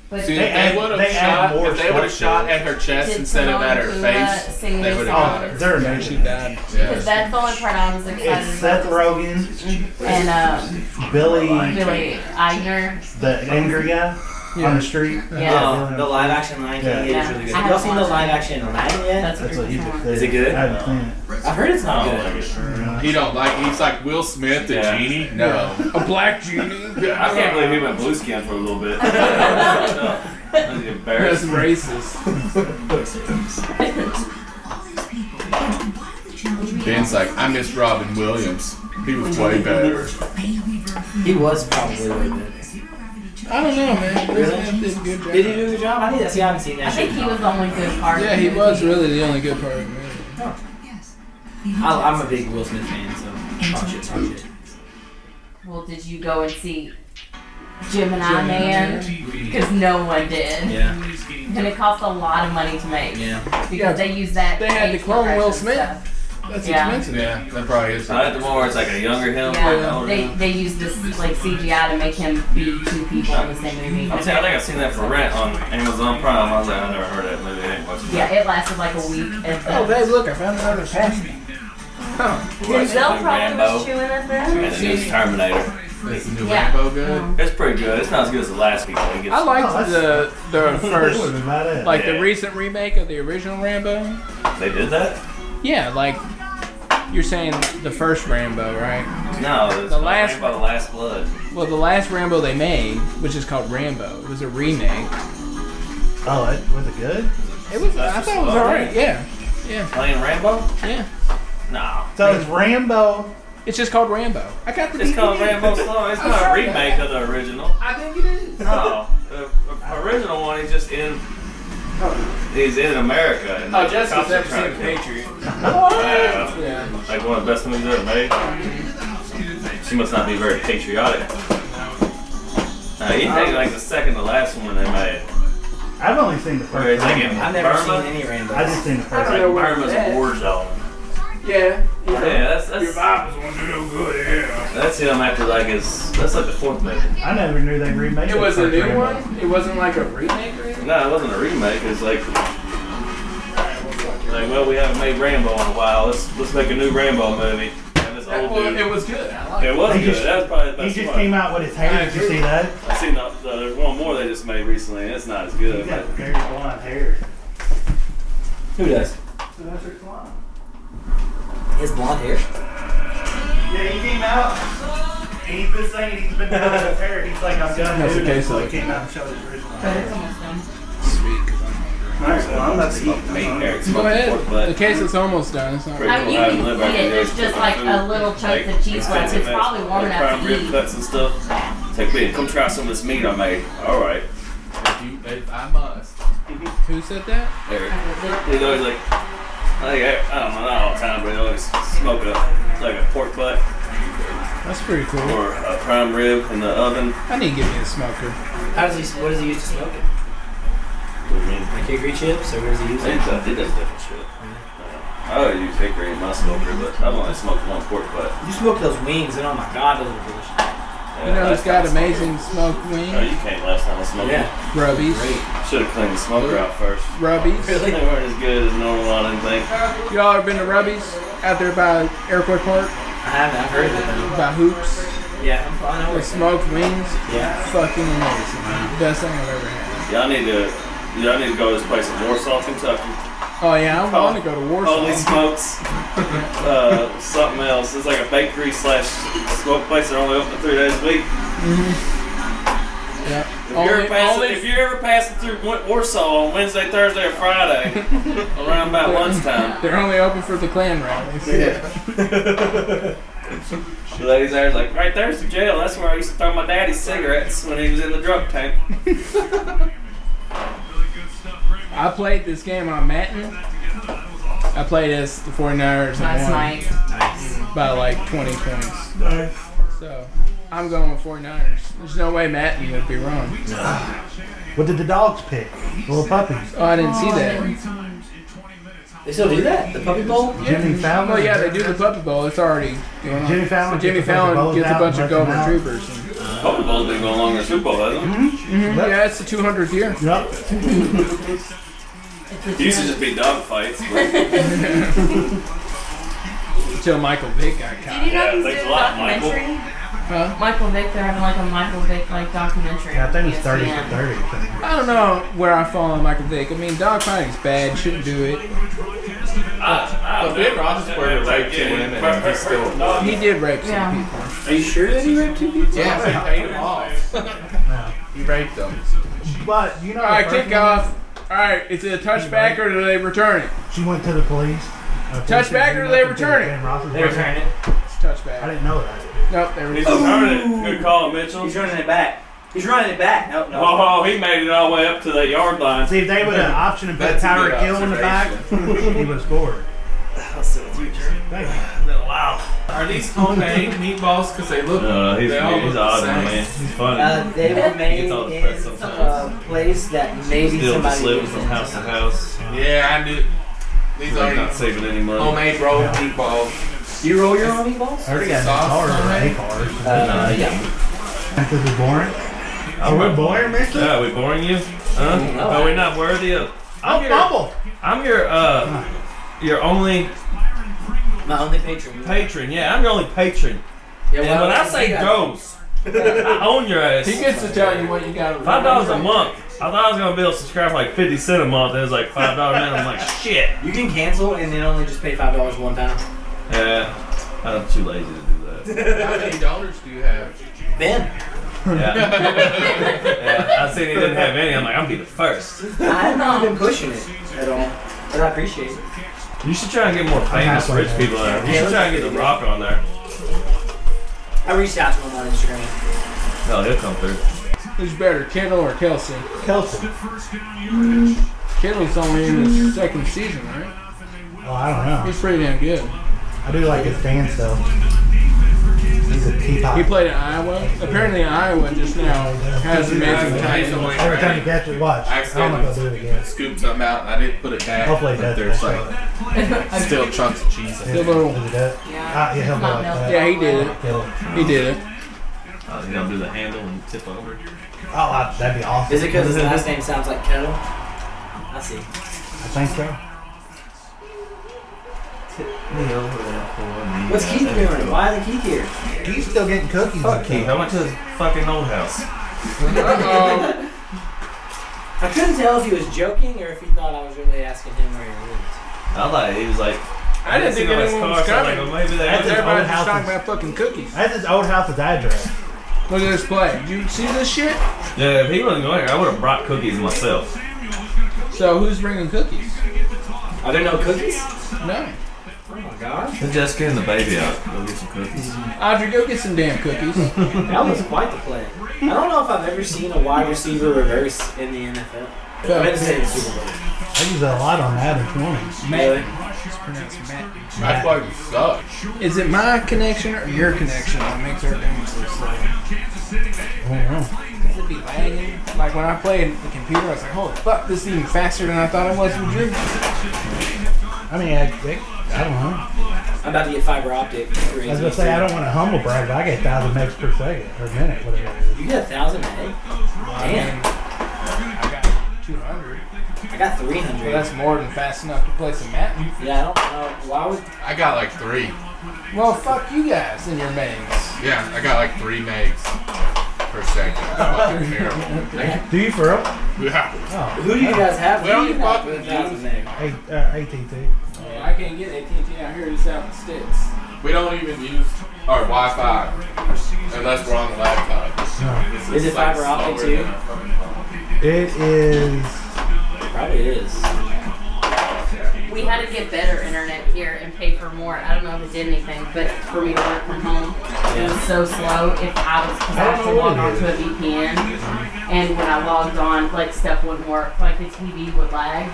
Speaker 7: But
Speaker 2: See,
Speaker 3: They
Speaker 2: if
Speaker 3: add-
Speaker 2: they would
Speaker 3: they
Speaker 2: have
Speaker 3: add
Speaker 2: shot,
Speaker 3: more
Speaker 2: if they would have
Speaker 3: stuff
Speaker 2: shot
Speaker 3: to
Speaker 2: at
Speaker 3: it.
Speaker 2: her chest
Speaker 7: Did uh,
Speaker 2: instead of at her
Speaker 7: Timon Pumbaa
Speaker 2: face,
Speaker 7: sing
Speaker 2: they
Speaker 7: his
Speaker 2: would
Speaker 7: song?
Speaker 2: have got
Speaker 3: Oh,
Speaker 2: her.
Speaker 3: they're
Speaker 4: She
Speaker 3: amazing.
Speaker 4: died.
Speaker 2: Yeah.
Speaker 7: Because that's the only part I was excited
Speaker 3: It's
Speaker 7: about.
Speaker 3: Seth Rogen,
Speaker 7: and uh,
Speaker 3: Billy,
Speaker 7: Billy Eichner.
Speaker 3: the angry guy. on the street.
Speaker 7: Yeah.
Speaker 3: Yeah.
Speaker 6: Oh, Um, the live action Lion King
Speaker 3: Yeah.
Speaker 6: is really good.
Speaker 7: I
Speaker 6: Y'all seen the
Speaker 7: haven't
Speaker 6: live action Aladdin yet?
Speaker 7: That's,
Speaker 3: That's
Speaker 7: what
Speaker 3: what you just
Speaker 7: one.
Speaker 3: said.
Speaker 5: Is it good?
Speaker 3: I haven't seen it.
Speaker 6: I heard it's
Speaker 5: Oh,
Speaker 6: not good.
Speaker 2: He don't like. He's like Will Smith, the
Speaker 5: Yeah.
Speaker 2: genie. No,
Speaker 4: A black genie.
Speaker 5: I can't believe he went blue skin for a little bit. That's
Speaker 4: That's
Speaker 5: embarrassing.
Speaker 4: racist.
Speaker 2: Ben's like, I miss Robin Williams. He was way better.
Speaker 6: He was probably way better.
Speaker 4: I don't know, man. Will Smith did a good job.
Speaker 6: Did he do a good job? I need to see. I haven't seen that.
Speaker 7: I think
Speaker 6: shit.
Speaker 7: he was the only good part.
Speaker 4: Yeah,
Speaker 7: of
Speaker 4: he
Speaker 7: the
Speaker 4: was
Speaker 7: movie.
Speaker 4: really the only good part. of the movie.
Speaker 6: I, I'm a big Will Smith fan, so talk shit, talk shit.
Speaker 7: Well, did you go and see Gemini Ah, Man? Because no one did.
Speaker 6: Yeah,
Speaker 7: And it cost a lot of money to make
Speaker 6: yeah.
Speaker 7: because
Speaker 4: Yeah.
Speaker 7: they used that.
Speaker 4: They had to
Speaker 7: face
Speaker 4: clone Will
Speaker 7: progression
Speaker 4: Smith.
Speaker 7: stuff.
Speaker 4: That's
Speaker 7: Yeah.
Speaker 4: expensive.
Speaker 2: Yeah, that probably is.
Speaker 5: I like the one where it's like a younger him. like an
Speaker 7: Yeah,
Speaker 5: older
Speaker 7: they
Speaker 5: him.
Speaker 7: they used this like CGI to make him be two people in the same movie.
Speaker 5: I'm saying, I think I've seen that for rent on Amazon Prime. I was like, I never heard of that movie. I didn't watch it.
Speaker 7: Yeah, it lasted like a week. And
Speaker 4: Oh,
Speaker 7: then
Speaker 4: babe, look, I found another pasty. Huh.
Speaker 7: Denzel probably
Speaker 5: Rambo.
Speaker 7: was chewing at them.
Speaker 5: And the new Terminator.
Speaker 2: Is the new
Speaker 7: Yeah.
Speaker 2: Rambo good?
Speaker 5: It's pretty good. It's not as good as the last people. It gets,
Speaker 4: I liked the the
Speaker 3: It would've
Speaker 4: first,
Speaker 3: been badass.
Speaker 4: like the
Speaker 5: Yeah.
Speaker 4: recent remake of the original Rambo.
Speaker 5: they did that?
Speaker 4: Yeah, like you're saying the first Rambo, right?
Speaker 5: No, it's
Speaker 4: The
Speaker 5: the
Speaker 4: last-
Speaker 5: last Rambo, Last Blood.
Speaker 4: Well, the last Rambo they made, which is called Rambo, was a remake.
Speaker 3: oh, it, was it good?
Speaker 4: It was.
Speaker 5: That's
Speaker 4: I
Speaker 5: just
Speaker 4: thought it was
Speaker 5: about
Speaker 4: alright.
Speaker 5: it.
Speaker 4: Yeah. Yeah.
Speaker 5: Playing Rambo?
Speaker 4: Yeah.
Speaker 5: No.
Speaker 3: So it's Rambo.
Speaker 4: It's just called Rambo. I got the.
Speaker 5: It's called
Speaker 4: DVD.
Speaker 5: Rambo Slow. It's not a remake of the original.
Speaker 4: I think it is.
Speaker 5: No, the original one is just in. He's in America. And
Speaker 4: Oh,
Speaker 5: the
Speaker 4: Jessica's
Speaker 5: cops are
Speaker 4: ever seen
Speaker 5: trying
Speaker 4: a
Speaker 5: to kill him.
Speaker 4: Patriot.
Speaker 5: Yeah.
Speaker 4: Yeah.
Speaker 5: Like one of the best movies ever made. She must not be very patriotic. Uh, you take like the second to last one they made.
Speaker 3: I've only seen the
Speaker 5: Where it's
Speaker 3: first.
Speaker 5: like
Speaker 3: Rambo.
Speaker 5: in
Speaker 6: I've never
Speaker 5: Burma.
Speaker 6: seen any Rambo.
Speaker 3: I just seen the
Speaker 5: It's
Speaker 3: first.
Speaker 5: like
Speaker 4: know where
Speaker 5: Burma's
Speaker 4: it's at.
Speaker 5: a war zone.
Speaker 4: Yeah.
Speaker 5: Yeah, that's that's. Your Bible's gonna do no good here. That's him after like his. That's like the fourth movie.
Speaker 3: I never knew they remade.
Speaker 4: It
Speaker 3: the
Speaker 4: was a
Speaker 3: first
Speaker 4: new
Speaker 3: Rambo.
Speaker 4: one. It wasn't like a remake. or anything?
Speaker 5: No, it wasn't a remake. It was like, like, well, we haven't made Rambo in a while. Let's let's make a new Rambo movie. And this old
Speaker 4: Well,
Speaker 5: dude.
Speaker 4: it was good. I liked
Speaker 5: It was
Speaker 3: He
Speaker 5: good.
Speaker 3: just-
Speaker 5: that was probably the
Speaker 3: He
Speaker 5: best
Speaker 3: just
Speaker 5: one.
Speaker 3: came out with his hair. Did you see that?
Speaker 5: I've seen the, the, there's one more they just made recently, and it's not as good.
Speaker 3: He got
Speaker 5: But
Speaker 3: very blonde hair.
Speaker 6: Who does? His blonde hair.
Speaker 3: Yeah, he came out. He's been saying he's been doing his hair. He's like, I'm done.
Speaker 4: That's
Speaker 3: doing
Speaker 4: the
Speaker 3: it.
Speaker 4: case,
Speaker 3: So he
Speaker 4: like-
Speaker 3: came out and showed his original.
Speaker 7: But it's almost done.
Speaker 3: Alright, well, I'm about to eat.
Speaker 5: main character.
Speaker 4: it. Go ahead. The
Speaker 5: But
Speaker 4: case is almost done. It's not.
Speaker 5: Pretty
Speaker 7: I mean, you
Speaker 5: Well, I
Speaker 7: can
Speaker 5: live
Speaker 7: eat
Speaker 5: out
Speaker 7: it.
Speaker 5: there.
Speaker 7: There's just like a little chunk of cheese left. It's probably warm enough to
Speaker 5: rib
Speaker 7: eat.
Speaker 5: cuts and stuff. It's like, man, come try some of this meat I made. All right,
Speaker 2: If you, if I must.
Speaker 4: Who said that?
Speaker 5: Eric. He's always like, I think I, I don't know, not all the time, but he always smoke a like a pork butt
Speaker 4: That's pretty cool.
Speaker 5: or a prime rib in the oven.
Speaker 4: I need to get me a smoker.
Speaker 6: How does he? What does he use to smoke it?
Speaker 5: I
Speaker 6: Like hickory chips, or what does he use?
Speaker 5: think
Speaker 6: It?
Speaker 5: that did that different shit. Uh, I would use hickory in my smoker, but I've only smoked one pork butt.
Speaker 6: You smoke those wings, and oh my god, those are delicious.
Speaker 4: You know who's got amazing smoked
Speaker 5: Oh,
Speaker 4: wings?
Speaker 5: you came last time I smoked.
Speaker 6: Yeah,
Speaker 4: Rubbies.
Speaker 6: great.
Speaker 5: Should have cleaned the smoker out first.
Speaker 4: Rubbies.
Speaker 5: They weren't as good as normal, I didn't think.
Speaker 4: Y'all ever been to Rubbies? Out there by Airport Park,
Speaker 6: I haven't. I've heard of
Speaker 4: by Hoops.
Speaker 6: them. Yeah, I'm fine. I
Speaker 4: The
Speaker 6: always
Speaker 4: smoked wings,
Speaker 6: Yeah.
Speaker 4: fucking amazing. Best thing I've ever had.
Speaker 5: Y'all need to, y'all need to go to this place in Warsaw, Kentucky.
Speaker 4: Oh yeah, I want to go to Warsaw.
Speaker 5: Holy smokes! uh, something else. It's like a bakery slash smoke place that only open three days a week.
Speaker 4: Yep.
Speaker 5: If you're,
Speaker 4: Only,
Speaker 5: ever passing,
Speaker 4: only-
Speaker 5: if you're ever passing through Wa- Warsaw on Wednesday, Thursday, or Friday, around about lunchtime,
Speaker 4: they're only open for the Klan rallies.
Speaker 5: the ladies there's like, right there's the jail. That's where I used to throw my daddy's cigarettes when he was in the drug tank.
Speaker 4: I played this game on Madden. I played as the 49ers
Speaker 7: Last
Speaker 4: and won
Speaker 7: night.
Speaker 4: by like 20 points. So I'm going with 49ers. There's no way Madden would be wrong.
Speaker 3: What did the dogs pick? Little puppies.
Speaker 4: Oh, I didn't see that.
Speaker 6: They still do that. The puppy bowl.
Speaker 3: Jimmy Fallon.
Speaker 4: Well, yeah, they do the Puppy Bowl. It's already going on.
Speaker 3: Jimmy Fallon
Speaker 4: So Jimmy
Speaker 3: gets a bunch of
Speaker 4: Fallon
Speaker 3: bowls
Speaker 4: gets a
Speaker 3: out
Speaker 4: bunch
Speaker 3: and lets
Speaker 4: of Golden
Speaker 3: them out.
Speaker 4: Retrievers. and-
Speaker 5: Poker Bowl's been going longer than Super Bowl, hasn't it?
Speaker 4: Yeah, it's the 200th year.
Speaker 3: Yep.
Speaker 5: It used to just be dog fights. But
Speaker 4: Until Michael Vick got
Speaker 7: Did
Speaker 4: caught.
Speaker 7: you know
Speaker 5: Yeah,
Speaker 7: he's
Speaker 5: thanks
Speaker 7: doing
Speaker 5: a lot,
Speaker 7: a documentary?
Speaker 4: Huh?
Speaker 7: Michael Vick, they're having like a Michael Vick like documentary.
Speaker 3: Yeah, I think
Speaker 7: on E
Speaker 3: it's 30 for
Speaker 7: ESPN.
Speaker 3: 30.
Speaker 4: I don't know where I fall on Michael Vick. I mean, dogfighting's bad. Shouldn't do it.
Speaker 5: I, I
Speaker 2: But Ben Roethlisberger raped two women and he's still.
Speaker 4: He did rape some
Speaker 7: Yeah.
Speaker 4: people.
Speaker 5: Are you sure that he raped two people?
Speaker 2: Yeah, he paid him off. He raped them.
Speaker 3: But, you know,
Speaker 4: All right,
Speaker 3: the first
Speaker 4: kick
Speaker 3: one-
Speaker 4: off. All right, is it a touchback or do they return it?
Speaker 3: She went to the police. Uh,
Speaker 4: Touchback
Speaker 3: they said
Speaker 4: or they
Speaker 3: nothing to
Speaker 4: return it?
Speaker 3: Ben Roethlisberger.
Speaker 6: They return it.
Speaker 4: It's
Speaker 3: I
Speaker 4: touchback.
Speaker 3: didn't know that.
Speaker 4: Nope, they
Speaker 5: He's
Speaker 4: return.
Speaker 5: returning it. Good call, Mitchell.
Speaker 6: He's running it back. He's running it back. No, no.
Speaker 5: Oh, he made it all the way up to the yard line.
Speaker 3: See, if they would have optioned and put
Speaker 2: That's a good
Speaker 3: Tyreek Hill in the back, he would have scored. Thank you.
Speaker 2: Are these homemade meatballs? Because they look.
Speaker 5: No, no, Uh, he's,
Speaker 2: they all
Speaker 5: he's
Speaker 2: look
Speaker 5: odd,
Speaker 2: the same.
Speaker 5: man. He's funny.
Speaker 6: Uh, they were made
Speaker 5: gets all
Speaker 6: in
Speaker 5: depressed sometimes.
Speaker 6: a place that maybe
Speaker 5: Still
Speaker 6: somebody
Speaker 5: just living
Speaker 6: lives
Speaker 5: from
Speaker 6: in.
Speaker 5: house to house.
Speaker 2: Yeah, I knew. These
Speaker 5: He's not
Speaker 2: are
Speaker 5: saving any money.
Speaker 2: homemade rolled meatballs.
Speaker 6: You roll your own meatballs?
Speaker 3: I already got a
Speaker 2: Sauce
Speaker 3: card
Speaker 2: on
Speaker 3: or
Speaker 2: it?
Speaker 3: a card.
Speaker 6: Uh, yeah.
Speaker 3: This is boring. Oh, we're boring, Mister?
Speaker 5: Yeah, are we boring you? Huh?
Speaker 6: Mm,
Speaker 5: Are we not worthy of? I'm
Speaker 3: Oh,
Speaker 5: your,
Speaker 3: bubble!
Speaker 5: I'm your uh, your only
Speaker 6: My only patron.
Speaker 5: patron. Yeah, I'm your only patron. and when I say ghost, I own your ass.
Speaker 4: He gets to tell you what you got.
Speaker 5: Five dollars a month. I thought I was gonna be able to subscribe for like fifty cent a month. It was like five dollars now. I'm like shit.
Speaker 6: You can cancel and then only just pay five dollars one time.
Speaker 5: Yeah, I'm too lazy to do that.
Speaker 2: How many donors do you have?
Speaker 6: Ben,
Speaker 5: Yeah, yeah. I seen he didn't have any. I'm like, I'm be the first.
Speaker 6: I've not been pushing it at all, but I appreciate it.
Speaker 5: You should try and get more famous
Speaker 3: halfway
Speaker 5: rich
Speaker 3: there.
Speaker 5: people there. You should try and get the Rock on there.
Speaker 6: I reached out to him on Instagram.
Speaker 5: Hell, Oh, he'll come through.
Speaker 4: Who's better, Kittle or Kelsey?
Speaker 3: Kelsey.
Speaker 4: Kittle's only in his second season, right?
Speaker 3: Oh, I don't know.
Speaker 4: He's pretty damn good.
Speaker 3: I do like his dance, though. He's a teapot.
Speaker 4: He played in Iowa. Apparently, Iowa just now has amazing
Speaker 2: Chinese
Speaker 4: talent.
Speaker 2: homemade
Speaker 3: Every time you
Speaker 2: bread.
Speaker 3: catch it, watch.
Speaker 2: I
Speaker 3: I'm not going to do it
Speaker 2: accidentally
Speaker 3: again.
Speaker 2: scooped something out and I didn't put it back.
Speaker 3: Hopefully he
Speaker 2: but
Speaker 3: does.
Speaker 2: there's
Speaker 3: that.
Speaker 2: like still chunks of cheese in it.
Speaker 3: Yeah,
Speaker 4: little-
Speaker 3: does he do it? Ah, yeah, he'll go like that.
Speaker 4: Yeah, he did it.
Speaker 3: Kill him.
Speaker 4: He did it.
Speaker 5: Uh, you know, do the handle and tip over.
Speaker 3: Oh, I- that'd be awesome.
Speaker 6: Is it because his last name sounds like kettle? I see.
Speaker 3: I think so.
Speaker 6: What's Keith doing? Why isn't Keith here?
Speaker 3: He's still getting cookies.
Speaker 5: Fuck Keith. How much is fucking old house?
Speaker 4: Uh-oh.
Speaker 6: I couldn't tell if he was joking or if he thought I was really asking him where he lived.
Speaker 5: I thought he was like.
Speaker 4: I didn't think
Speaker 5: see all his
Speaker 4: anyone was
Speaker 5: cars, so I'm like,
Speaker 4: coming.
Speaker 5: well, maybe they
Speaker 3: That's
Speaker 5: was-
Speaker 3: everybody
Speaker 4: Everybody's just
Speaker 3: houses.
Speaker 4: talking about fucking cookies.
Speaker 3: That's his old house's address.
Speaker 4: Look at this play. Did you see this shit?
Speaker 5: Yeah, if he wasn't going here, I would have brought cookies myself.
Speaker 4: So who's bringing cookies?
Speaker 6: Are there no cookies?
Speaker 4: No.
Speaker 6: Oh my gosh.
Speaker 5: They're just getting the baby out. Go get some cookies.
Speaker 4: Audrey, go get some damn cookies.
Speaker 6: That was quite the play. I don't know if I've ever seen a wide receiver reverse in the NFL. I meant to say the Super Bowl.
Speaker 3: I use that a lot on that in 20s.
Speaker 6: Really?
Speaker 2: I feel like you suck.
Speaker 4: Is it my connection or your connection that makes everything so slow? Does it be lagging? Like when I played the computer, I was like, holy fuck, this is even faster than I thought it was with you.
Speaker 3: I mean, I, think- I don't know.
Speaker 6: I'm about to get fiber optic. for
Speaker 3: I was going to say, I don't want to humble brag, but I get 1,000 megs per second or minute, whatever it is.
Speaker 6: You got a thousand a day? Damn.
Speaker 4: I got 200.
Speaker 6: I got 300.
Speaker 4: Well, that's more than fast enough to play some Madden.
Speaker 6: yeah, I don't know. Why would.
Speaker 2: I got like three.
Speaker 4: Well, fuck you guys and your mains.
Speaker 2: Yeah, I got like three megs per second. That's fucking terrible.
Speaker 3: Do you for real?
Speaker 2: Yeah.
Speaker 3: Oh,
Speaker 6: Who do you guys have?
Speaker 2: Well,
Speaker 6: Who do
Speaker 2: you
Speaker 6: have
Speaker 2: fucking
Speaker 6: with a thousand meg?
Speaker 3: hey, uh, AT&T.
Speaker 4: Yeah, I can't get AT&T out here. It's out in the sticks.
Speaker 2: We don't even use our Wi-Fi unless we're on the laptop.
Speaker 3: No.
Speaker 2: This
Speaker 6: Is it
Speaker 2: like,
Speaker 6: fiber optic
Speaker 2: slower
Speaker 6: too?
Speaker 2: than a-
Speaker 3: It is.
Speaker 6: Probably is.
Speaker 7: We had to get better internet here and pay for more. I don't know if it did anything, but for me to work from home, it was so slow. If I was, cause I had to log on to a VPN, and when I logged on, like stuff wouldn't work. Like the TV would lag.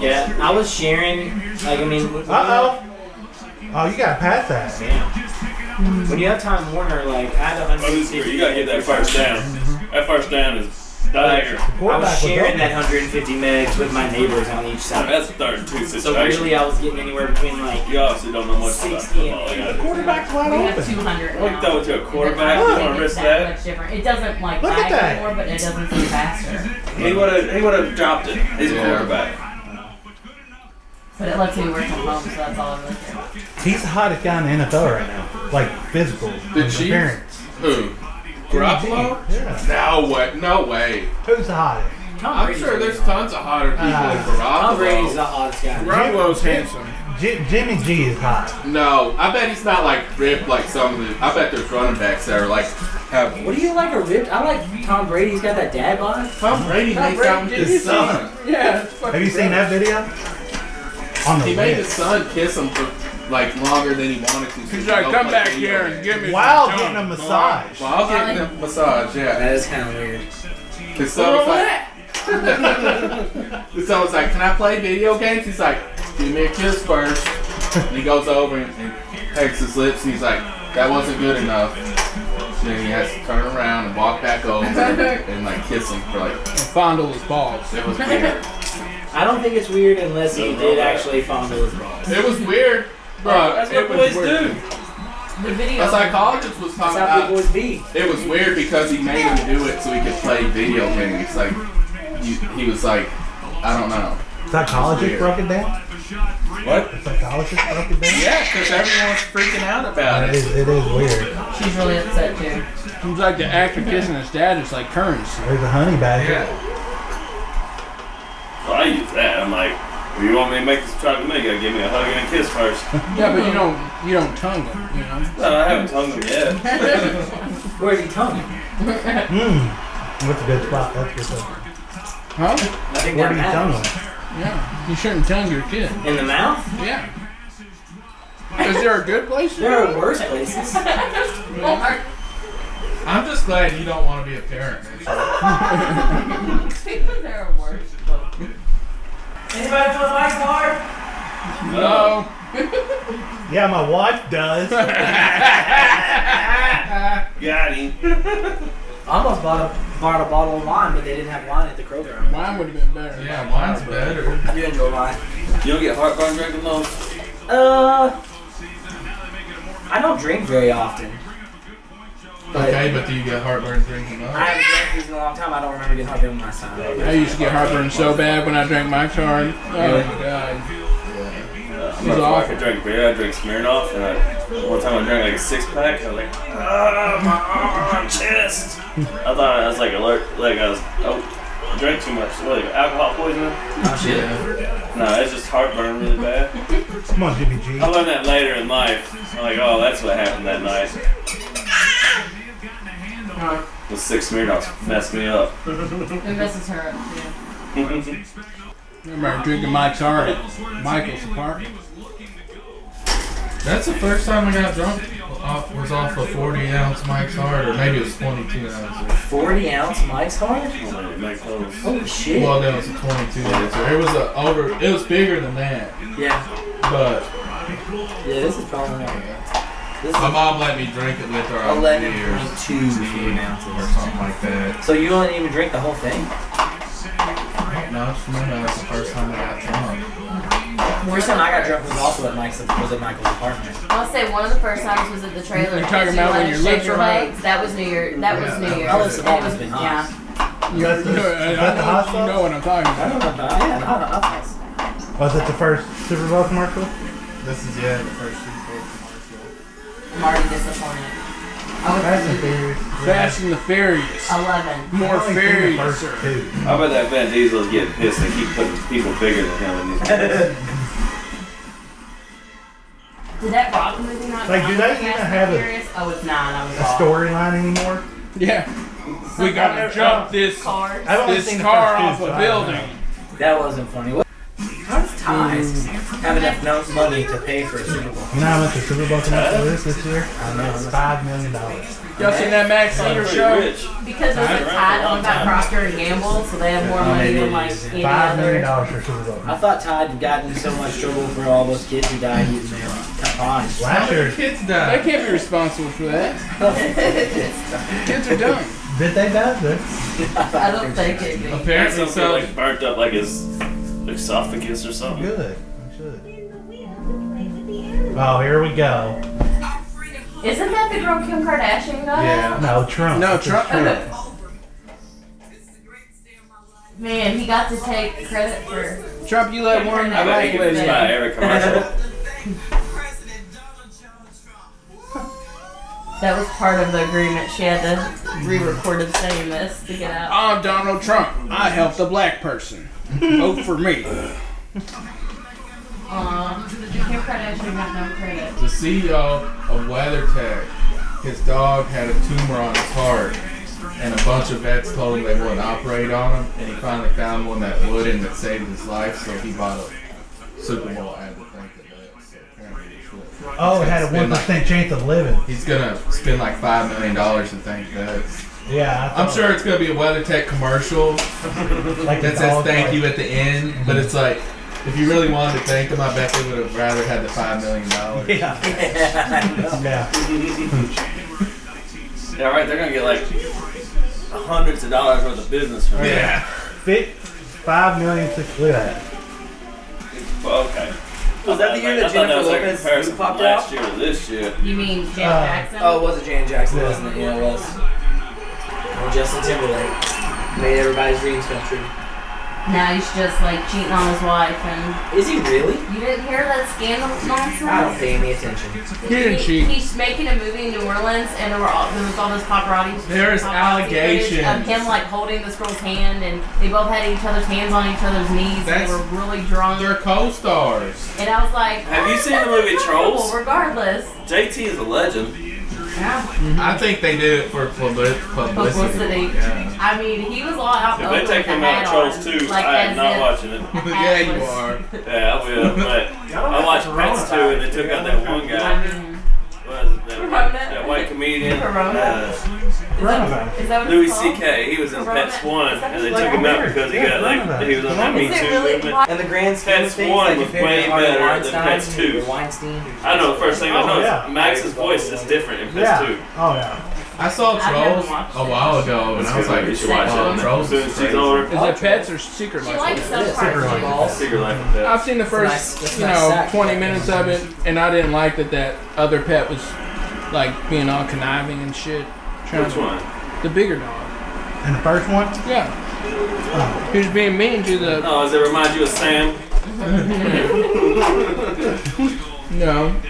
Speaker 6: Yeah, I was sharing. Like, I mean.
Speaker 3: Uh oh. Oh, you got to pass that.
Speaker 6: When you have Time Warner, like, I had 150.
Speaker 5: You gotta get that first down. That first down is dagger.
Speaker 6: I was
Speaker 3: Quarterback was
Speaker 6: sharing
Speaker 3: open.
Speaker 6: that 150 megs with my neighbors on each side.
Speaker 5: a third and two
Speaker 6: So really, I was getting anywhere between like
Speaker 5: You obviously don't know
Speaker 6: 60 and 80.
Speaker 3: Quarterback's wide
Speaker 7: We have
Speaker 3: open.
Speaker 7: 200.
Speaker 5: What
Speaker 7: now.
Speaker 5: throw it to a quarterback? You want to risk that?
Speaker 7: Much different. It doesn't like
Speaker 3: Look at
Speaker 7: lag
Speaker 3: that.
Speaker 7: anymore, but it doesn't seem faster.
Speaker 5: He would have. He would have dropped it. He's a
Speaker 2: Yeah.
Speaker 5: quarterback.
Speaker 7: But it lets me work from home, so that's all I really care. about.
Speaker 3: He's the hottest guy in the NFL right now. Like physical.
Speaker 2: The
Speaker 3: and
Speaker 2: Chiefs?
Speaker 3: appearance.
Speaker 2: Who? Garoppolo?
Speaker 3: Yeah.
Speaker 2: No way. No way.
Speaker 3: Who's the hottest?
Speaker 7: Tom
Speaker 2: I'm
Speaker 7: Brady's
Speaker 2: sure
Speaker 7: really
Speaker 2: there's
Speaker 7: hot.
Speaker 2: tons of hotter people than
Speaker 6: Ah, Tom Brady's the
Speaker 2: Garoppolo.
Speaker 6: hottest guy.
Speaker 2: Garoppolo's handsome.
Speaker 3: J- Jimmy G is hot.
Speaker 2: No, I bet he's not like ripped like some of the. I bet there's running backs that are like have.
Speaker 6: What do you like a ripped? I like Tom Brady. He's got that dad bod.
Speaker 2: Tom Brady
Speaker 6: Tom
Speaker 2: makes
Speaker 6: Brady,
Speaker 2: out with
Speaker 6: did
Speaker 2: his son.
Speaker 6: Yeah.
Speaker 3: Have you seen that video? On the
Speaker 2: He made his
Speaker 3: list.
Speaker 6: Oh,
Speaker 2: son kiss him for like longer than he wanted to.
Speaker 4: He's like, come back here and give me
Speaker 3: While
Speaker 4: some
Speaker 3: getting a
Speaker 4: junk, boy."
Speaker 3: massage.
Speaker 2: Well, I'll get him a massage. Yeah.
Speaker 6: That is kind of weird.
Speaker 2: His son was like, his son was like, can I play video games? He's like, give me a kiss first. And he goes over and, and pecks his lips. And he's like, that wasn't good enough. Then he has to turn around and walk back over and like kiss him for like
Speaker 4: And fondle his balls.
Speaker 2: it was weird.
Speaker 6: I don't think it's weird unless he did actually fondle his balls.
Speaker 2: It was weird. Bro,
Speaker 5: That's
Speaker 2: it
Speaker 5: what
Speaker 2: was
Speaker 5: boys
Speaker 2: weird.
Speaker 5: do.
Speaker 7: The video.
Speaker 2: A psychologist was
Speaker 6: That's
Speaker 2: talking
Speaker 6: how big
Speaker 2: about
Speaker 6: boys be.
Speaker 2: It was weird because he made him do it so he could play video games. Like, you, he was like, I don't know.
Speaker 3: Psychologist broke it down?
Speaker 2: What?
Speaker 3: Psychologist broke it down?
Speaker 2: Yeah, because everyone's freaking out about
Speaker 3: It
Speaker 2: it.
Speaker 3: is, it is weird.
Speaker 7: She's really upset too.
Speaker 4: He's like the actor kissing his dad is like currency.
Speaker 3: There's a honey badger.
Speaker 5: Well, I use that. I'm like, if you want me to make this chocolate milk, you gotta give me a hug and a kiss first.
Speaker 4: Yeah, but you don't you don't tongue him, you know.
Speaker 5: No, I haven't tongued him yet.
Speaker 6: Where's he tongue?
Speaker 3: Mmm. That's a good spot. That's a good spot.
Speaker 4: Huh?
Speaker 6: I think
Speaker 3: Where
Speaker 6: that
Speaker 3: do you tongue
Speaker 6: matters.
Speaker 3: him?
Speaker 4: Yeah. You shouldn't tongue your kid.
Speaker 6: In the mouth?
Speaker 4: Yeah. Is there a good place?
Speaker 6: There are worse places.
Speaker 2: I'm just glad you don't want to be a parent.
Speaker 7: People there are worse.
Speaker 6: Anybody feel my card?
Speaker 4: No.
Speaker 3: Yeah, my wife does.
Speaker 5: Got him.
Speaker 6: I almost bought a, bought a bottle of wine, but they didn't have wine at the Kroger. I'm like,
Speaker 4: Mine would have been better.
Speaker 2: Yeah, mine's better.
Speaker 6: You didn't go wine.
Speaker 5: You don't get heartburn drinking those?
Speaker 6: Uh, I don't drink very often. But
Speaker 2: Okay, but do you get heartburn drinking
Speaker 6: I
Speaker 2: milk?
Speaker 6: haven't drank these in a long time. I don't remember getting heartburn last time.
Speaker 4: I used to get heartburn so bad when I drank my card. Oh my god.
Speaker 5: Uh, I'm not sure I could drink beer. I drink Smirnoff, and I, one time I drank like a six pack. I was like, ah, my arm, chest. I thought I was like alert, like I was, oh, I drank too much. What, like alcohol poisoning?
Speaker 6: Oh,
Speaker 2: Yeah.
Speaker 5: No, it's just heartburn really bad.
Speaker 3: Come on, Jimmy G.
Speaker 5: I learned that later in life. I'm like, oh, that's what happened that night. The six Smirnoffs messed me up.
Speaker 7: It messes her up too.
Speaker 4: Remember drinking my card at Michael's apartment.
Speaker 2: That's the first time I got drunk. Off, was off a 40 ounce Mike's Hard, or maybe it was 22 ounces.
Speaker 6: 40 ounce Mike's hard?
Speaker 5: Make those.
Speaker 6: Holy shit.
Speaker 2: Well, that was a 22 ouncer. It was a over. It was bigger than that,
Speaker 6: yeah.
Speaker 2: but
Speaker 6: Yeah, this is probably not This
Speaker 2: My
Speaker 6: is
Speaker 2: mom let me drink it with her on years
Speaker 6: 11.2 fluid
Speaker 2: or
Speaker 6: ounces.
Speaker 2: something like that.
Speaker 6: So you don't even drink the whole thing?
Speaker 2: No, it's from that was the first time I got drunk.
Speaker 6: First time I got drunk was also at Mike's, was at Michael's apartment.
Speaker 7: I'll say one of the first times was at the trailer.
Speaker 4: You're talking
Speaker 7: You
Speaker 4: about
Speaker 7: let
Speaker 4: when
Speaker 7: it
Speaker 4: your
Speaker 7: shake
Speaker 4: legs
Speaker 7: your
Speaker 4: are hot?
Speaker 7: legs. That was New Year. That was New Year.
Speaker 6: Ellis has
Speaker 7: It
Speaker 6: always
Speaker 7: was-
Speaker 6: been
Speaker 7: Yeah.
Speaker 6: hot.
Speaker 3: That's the,
Speaker 4: You know,
Speaker 3: is that the
Speaker 4: I-
Speaker 3: hot
Speaker 4: I- you know
Speaker 3: sauce?
Speaker 4: what I'm talking about.
Speaker 6: Yeah, not at us.
Speaker 3: Was it the first Super Bowl commercial?
Speaker 2: This is yeah the first Super Bowl
Speaker 7: I'm already disappointed.
Speaker 3: Fast and Furious.
Speaker 4: Fast and the Furious.
Speaker 7: Eleven.
Speaker 4: More
Speaker 3: I've only seen the
Speaker 4: furious.
Speaker 3: first
Speaker 4: sir.
Speaker 3: two.
Speaker 5: I bet that Van Diesel's getting pissed and keep putting people bigger than him in these movies.
Speaker 7: Did that rock movie not
Speaker 3: Like, do
Speaker 7: count
Speaker 3: they
Speaker 7: as
Speaker 3: even
Speaker 7: Fast and
Speaker 3: have a-
Speaker 7: Furious? Oh, it's not. I was
Speaker 3: A
Speaker 7: wrong.
Speaker 3: storyline anymore?
Speaker 4: Yeah. We gotta jump this
Speaker 7: Cars.
Speaker 3: I've only
Speaker 4: this
Speaker 3: seen the
Speaker 4: car
Speaker 3: first
Speaker 4: off
Speaker 3: two,
Speaker 4: a
Speaker 3: so I don't
Speaker 4: building.
Speaker 6: That wasn't funny. What? How does Ties have enough no- money to pay for a Super Bowl?
Speaker 3: You know how much the Super Bowl commercial is this year? I know. It's $5 million.
Speaker 4: Y'all seen that Max Singer
Speaker 5: Pretty
Speaker 4: show?
Speaker 5: rich.
Speaker 7: Because there's a tie on about Procter and Gamble, so they have more money than like any
Speaker 3: $5
Speaker 7: other.
Speaker 3: million for Super Bowl.
Speaker 6: I thought Todd had gotten in so much trouble for all those kids who died uh, using their ties.
Speaker 3: Last year,
Speaker 2: Kids
Speaker 4: They
Speaker 2: die.
Speaker 4: can't be responsible for that. Kids are dumb.
Speaker 3: did they die? Did-
Speaker 7: I don't think it'd be.
Speaker 2: Apparently
Speaker 5: Something
Speaker 2: so.
Speaker 5: like burnt up like his esophagus or something.
Speaker 3: Good. I should. Oh, here we go.
Speaker 7: Isn't that the girl Kim Kardashian got?
Speaker 2: Yeah.
Speaker 3: No, Trump.
Speaker 4: No, Trump.
Speaker 7: Man, he got to take credit for.
Speaker 4: drop you that one.
Speaker 5: I bet he
Speaker 4: like
Speaker 5: can
Speaker 4: lady.
Speaker 5: just buy every commercial.
Speaker 7: That was part of the agreement. She had to re-record it saying this to get out.
Speaker 4: I'm Donald Trump. I helped a black person. Vote for me.
Speaker 7: Aw, your credit, you got no credit.
Speaker 2: The CEO of WeatherTech, his dog had a tumor on his heart, and a bunch of vets told him they wouldn't operate on him, and he finally found one that would and that saved his life, so he bought a Super Bowl ad to thank the vets. So apparently it's what-
Speaker 3: Oh, it had a
Speaker 2: It's been
Speaker 3: one percent chance of living.
Speaker 2: He's gonna spend like five million dollars to thank vets.
Speaker 3: Yeah, I
Speaker 2: I'm
Speaker 3: thought-
Speaker 2: sure it's gonna be a WeatherTech commercial
Speaker 3: Like the
Speaker 2: that says
Speaker 3: dog,
Speaker 2: thank
Speaker 3: like-
Speaker 2: you at the end, but it's like. If you really wanted to thank them, I bet they would have rather had the five million dollars.
Speaker 6: Yeah.
Speaker 3: Yeah.
Speaker 5: Yeah, right. They're gonna get like hundreds of dollars worth of business from it.
Speaker 3: Fit five million six. Look at that.
Speaker 5: Well, okay.
Speaker 6: Was that the year
Speaker 5: I
Speaker 6: that
Speaker 5: thought
Speaker 6: Jennifer
Speaker 5: was like a
Speaker 6: Lopez
Speaker 5: comparison
Speaker 6: popped
Speaker 5: from
Speaker 6: out?
Speaker 5: last year to this year.
Speaker 7: You mean Janet
Speaker 3: Uh,
Speaker 7: Jackson?
Speaker 6: Oh, it was a Janet Jackson,
Speaker 3: Yeah.
Speaker 6: wasn't it? Yeah, it was. Or Justin Timberlake. Made everybody's dreams come true.
Speaker 7: Now he's just like cheating on his wife, and
Speaker 6: Is he really?
Speaker 7: you didn't hear that scandal nonsense.
Speaker 6: I don't pay any attention.
Speaker 2: He didn't
Speaker 7: He-
Speaker 2: cheat.
Speaker 7: He's making a movie in New Orleans, and there were all, there was all this paparazzi.
Speaker 2: There's
Speaker 7: paparazzi footage
Speaker 2: allegations.
Speaker 7: of him like holding this girl's hand, and they both had each other's hands on each other's knees. and
Speaker 2: That's-
Speaker 7: they were really drunk,
Speaker 2: They're co-stars.
Speaker 7: and I was like,
Speaker 5: Have you
Speaker 7: "Oh,
Speaker 5: seen the
Speaker 7: that's
Speaker 5: movie
Speaker 7: incredible,
Speaker 5: Trolls?"
Speaker 7: Regardless,
Speaker 5: JT is a legend.
Speaker 7: yeah.
Speaker 2: I think they did it for publi- publicity.
Speaker 7: publicity.
Speaker 2: Yeah.
Speaker 7: I mean, he was all out.
Speaker 5: If
Speaker 7: open
Speaker 5: they
Speaker 7: with
Speaker 5: take
Speaker 7: the
Speaker 5: him out
Speaker 7: hat
Speaker 5: of Trolls
Speaker 7: on,
Speaker 5: 2,
Speaker 7: like,
Speaker 5: I am
Speaker 7: as
Speaker 5: not
Speaker 7: if
Speaker 5: watching it.
Speaker 7: the
Speaker 2: yeah,
Speaker 7: hat
Speaker 2: you
Speaker 7: was-
Speaker 2: are.
Speaker 5: Yeah, I will. But I watched Pets 2 and they took out that one
Speaker 7: I
Speaker 5: guy.
Speaker 7: mean,
Speaker 5: What is it, that, white,
Speaker 7: Corona.
Speaker 5: that white comedian.
Speaker 7: Corona.
Speaker 5: Uh,
Speaker 3: Coronavirus.
Speaker 7: is that what
Speaker 5: Louis
Speaker 7: it's called?
Speaker 5: C.K. He was in
Speaker 7: Corona.
Speaker 5: Pets 1 and they
Speaker 7: Is that
Speaker 5: took him
Speaker 3: like-
Speaker 5: out because he got like, he was on that Me
Speaker 7: Is it
Speaker 5: Too
Speaker 7: really?
Speaker 5: movement.
Speaker 6: And the grand scheme of
Speaker 5: Pets
Speaker 6: things,
Speaker 5: one
Speaker 6: like
Speaker 5: was
Speaker 6: compared
Speaker 5: way
Speaker 6: to Harvey
Speaker 5: better than
Speaker 6: Weinstein
Speaker 5: Pets two.
Speaker 6: or Weinstein. or-
Speaker 5: I know the first thing I
Speaker 3: Oh,
Speaker 5: know
Speaker 3: yeah.
Speaker 5: is Max's voice is different in Pets
Speaker 3: Yeah.
Speaker 5: 2.
Speaker 3: Oh yeah.
Speaker 2: I saw
Speaker 7: I haven't
Speaker 2: Trolls
Speaker 7: watched
Speaker 2: a while ago, and I was like,
Speaker 5: you should watch
Speaker 2: "Oh,
Speaker 5: it.
Speaker 2: Trolls
Speaker 5: Soon
Speaker 2: is
Speaker 5: as she's
Speaker 2: crazy."
Speaker 5: older.
Speaker 4: Is it pets or secret
Speaker 7: She
Speaker 4: life?
Speaker 7: likes some parts.
Speaker 3: Superman.
Speaker 7: too.
Speaker 6: Balls.
Speaker 5: Secret Life of Pets.
Speaker 4: I've seen the
Speaker 6: a
Speaker 4: first,
Speaker 6: nice- that's a
Speaker 4: you
Speaker 6: nice
Speaker 4: know,
Speaker 6: sack.
Speaker 4: 20 minutes of it, and I didn't like that that other pet was like being all conniving and shit. Trying
Speaker 5: Which
Speaker 4: to-
Speaker 5: one?
Speaker 4: The bigger dog.
Speaker 3: And the first one.
Speaker 4: Yeah. He was being mean to the.
Speaker 5: Oh, does it remind you of Sam?
Speaker 4: No.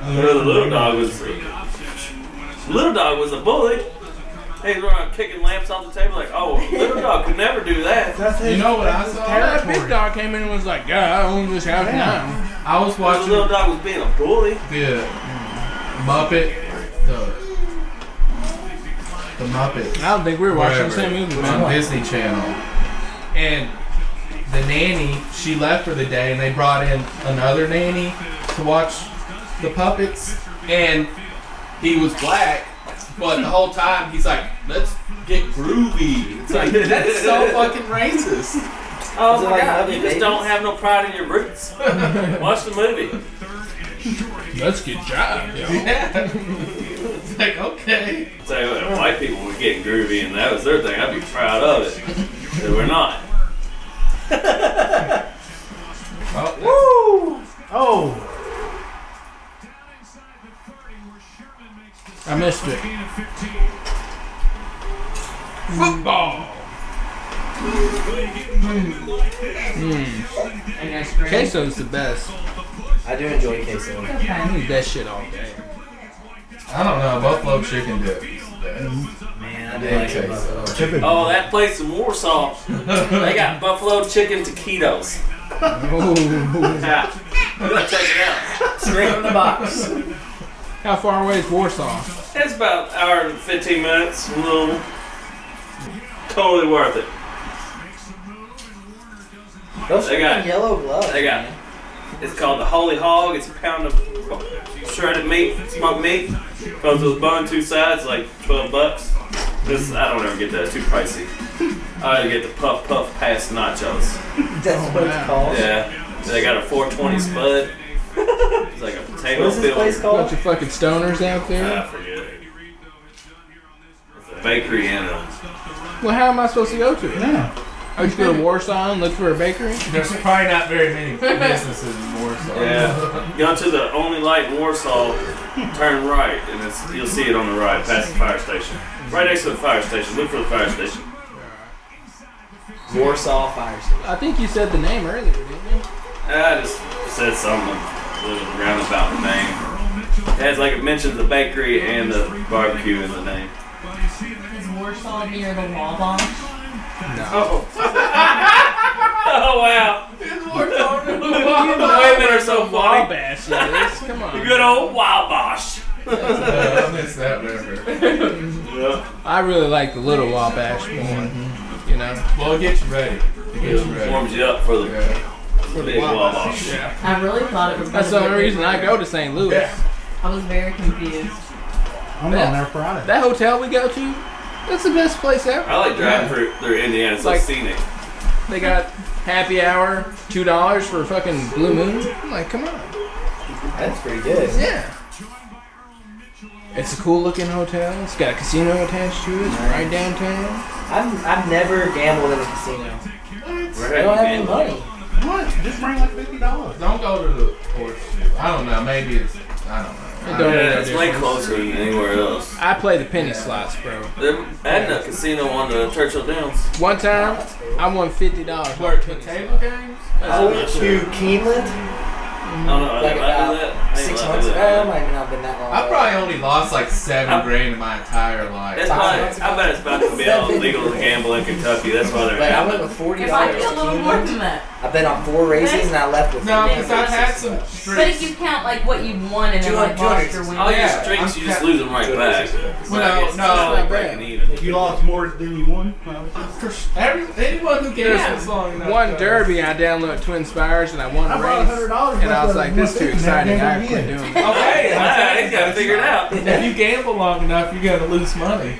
Speaker 5: Well, the little dog was. Little dog was a bully. He was around kicking lamps off the table like, oh, little dog could never do that.
Speaker 3: That's his,
Speaker 2: You know what I
Speaker 3: that's his
Speaker 2: saw?
Speaker 4: That big
Speaker 3: territory.
Speaker 4: dog came in and was like, "Yeah, I own this house now."
Speaker 2: I was
Speaker 5: The
Speaker 2: watching
Speaker 5: little dog was being a bully.
Speaker 2: the Muppet, the the Muppet
Speaker 4: I don't think we were watching the
Speaker 2: whatever,
Speaker 4: same movie,
Speaker 2: on
Speaker 4: man.
Speaker 2: Disney Channel, and the nanny she left for the day, and they brought in another nanny to watch the puppets, and he was black, but the whole time he's like, "Let's get groovy." It's like that's so fucking racist.
Speaker 5: Oh
Speaker 6: Is it
Speaker 5: my
Speaker 6: like
Speaker 5: god,
Speaker 6: Muppet
Speaker 5: you just don't
Speaker 6: Babies?
Speaker 5: have no pride in your roots. Watch the movie.
Speaker 4: Let's get job. yo.
Speaker 2: Yeah. It's like, okay.
Speaker 5: Tell you what, if uh, white people would get groovy and that was their thing, I'd be proud of it. But we're not.
Speaker 2: Oh,
Speaker 3: Oh,
Speaker 4: I missed it. Football. Queso's the best.
Speaker 6: I do enjoy queso.
Speaker 4: I need that shit all day.
Speaker 2: I don't know. Buffalo chicken dip. is the best.
Speaker 6: Man, I do
Speaker 2: It
Speaker 6: like it.
Speaker 2: tastes
Speaker 6: buffalo.
Speaker 2: so good.
Speaker 3: chicken.
Speaker 5: Oh, that place in Warsaw, they got buffalo chicken taquitos.
Speaker 4: Oh.
Speaker 5: Yeah. I'm gonna check it out.
Speaker 6: Straight from the box.
Speaker 4: How far away is Warsaw?
Speaker 5: It's about an hour and 15 minutes. A little. Totally worth it.
Speaker 6: Those
Speaker 5: They
Speaker 6: freaking
Speaker 5: got-
Speaker 6: yellow gloves.
Speaker 5: they got-
Speaker 6: man.
Speaker 5: It's called the Holy Hog. It's a pound of shredded meat, smoked meat. Comes with a bun, two sides, like 12 bucks. This I don't ever get that. It's too pricey. I gotta get the puff puff pass nachos.
Speaker 6: That's what it's called.
Speaker 5: Yeah, they got a 420 spud. it's like a potato
Speaker 6: What is this
Speaker 5: filter.
Speaker 6: place
Speaker 4: Bunch
Speaker 6: called?
Speaker 4: of fucking stoners out
Speaker 5: I
Speaker 4: there.
Speaker 5: forget. It's a bakery and a.
Speaker 4: Well, how am I supposed to go to it?
Speaker 3: Yeah.
Speaker 4: I just go to Warsaw and look for a bakery.
Speaker 2: There's probably not very many businesses in Warsaw.
Speaker 5: Yeah. Go to the only light in Warsaw, turn right, and it's you'll see it on the right, past the fire station. Right next to the fire station. Look for the fire station.
Speaker 1: Warsaw Fire Station.
Speaker 4: I think you said the name earlier, didn't you?
Speaker 5: I Ah, just said something the roundabout name. It has like it mentions the bakery and the barbecue in the name.
Speaker 7: Is Warsaw near the Wawa?
Speaker 5: Oh wow! Women are so funny.
Speaker 4: Wabash it is. Come on.
Speaker 5: Good old Wabash.
Speaker 2: I miss that river.
Speaker 5: Yeah.
Speaker 4: I really like the little Wabash one. You know,
Speaker 2: Well, it gets you ready. It gets you ready.
Speaker 5: Warms you up for the
Speaker 2: Yeah.
Speaker 5: big Wabash.
Speaker 2: Yeah.
Speaker 7: I really thought it was.
Speaker 4: that's the
Speaker 7: gonna
Speaker 4: only
Speaker 7: be-
Speaker 4: reason I go to St. Louis.
Speaker 2: Yeah.
Speaker 7: I was very confused.
Speaker 4: I'm on there Friday. That hotel we go to, that's the best place ever.
Speaker 5: I like driving through, through Indiana. It's so
Speaker 4: Like-
Speaker 5: scenic.
Speaker 4: They got happy hour, two dollars for fucking Blue Moon. I'm like, come on.
Speaker 1: That's pretty good.
Speaker 4: Yeah. It's a cool looking hotel. It's got a casino attached to it. It's right downtown.
Speaker 1: I've, I've never gambled in a casino.
Speaker 5: Where
Speaker 1: I don't have any
Speaker 5: been?
Speaker 1: money.
Speaker 2: What? Just bring like fifty dollars. Don't go to the horse. I don't know. Maybe it's. I don't know.
Speaker 4: It
Speaker 2: I-
Speaker 4: don't make no
Speaker 5: Yeah, it's way
Speaker 4: difference.
Speaker 5: closer than anywhere else.
Speaker 4: I play the penny slots, bro.
Speaker 5: They're adding a casino on the Churchill Downs.
Speaker 4: One time, I won fifty dollars.
Speaker 2: Where the table games?
Speaker 1: I went to Keeneland
Speaker 5: I don't know.
Speaker 1: like
Speaker 5: Like I do that. I
Speaker 1: about
Speaker 5: ain't
Speaker 1: six
Speaker 5: allowed to
Speaker 1: months Um,
Speaker 5: do
Speaker 1: ago.
Speaker 5: that.
Speaker 1: It might not have been that long.
Speaker 2: I
Speaker 1: ago.
Speaker 2: probably only lost like seven
Speaker 5: I-
Speaker 2: grand in my entire
Speaker 5: That's
Speaker 2: life.
Speaker 5: why I bet it's about to be all legal to gamble in Kentucky. That's why they're
Speaker 1: Like I
Speaker 5: having
Speaker 1: went
Speaker 5: it.
Speaker 1: with forty
Speaker 7: It might
Speaker 1: dollars
Speaker 7: be
Speaker 1: to
Speaker 7: a little more
Speaker 1: Keeneland.
Speaker 7: than that.
Speaker 1: I bet on four races and I left with
Speaker 2: No,
Speaker 1: fifty
Speaker 2: because I've had
Speaker 1: bucks.
Speaker 2: some
Speaker 7: But if
Speaker 2: streets.
Speaker 7: you count like what you won and then like
Speaker 1: 200,
Speaker 7: lost or
Speaker 1: 200.
Speaker 7: win,
Speaker 4: Oh,
Speaker 5: All your
Speaker 2: Yeah,
Speaker 5: streaks,
Speaker 2: I'm
Speaker 5: you just
Speaker 2: ca-
Speaker 5: lose them right back.
Speaker 2: Well,
Speaker 5: Like,
Speaker 2: no,
Speaker 5: it's- it's
Speaker 2: no,
Speaker 5: like
Speaker 2: not
Speaker 5: breaking
Speaker 2: bad.
Speaker 5: even.
Speaker 3: You lost more than you won.
Speaker 2: Every, anyone who cares
Speaker 7: Yeah.
Speaker 2: this long enough.
Speaker 4: One
Speaker 2: does.
Speaker 4: derby, I downloaded Twin Spires and I won a
Speaker 3: I brought
Speaker 4: race.
Speaker 3: $100
Speaker 4: And I was
Speaker 3: worth
Speaker 4: like,
Speaker 3: of
Speaker 4: this is too
Speaker 3: 150,
Speaker 4: exciting.
Speaker 3: man,
Speaker 4: I
Speaker 3: they
Speaker 4: quit
Speaker 3: win.
Speaker 4: doing it.
Speaker 2: Okay,
Speaker 5: I ain't got to figure it out.
Speaker 2: If you gamble long enough, you're gonna lose money.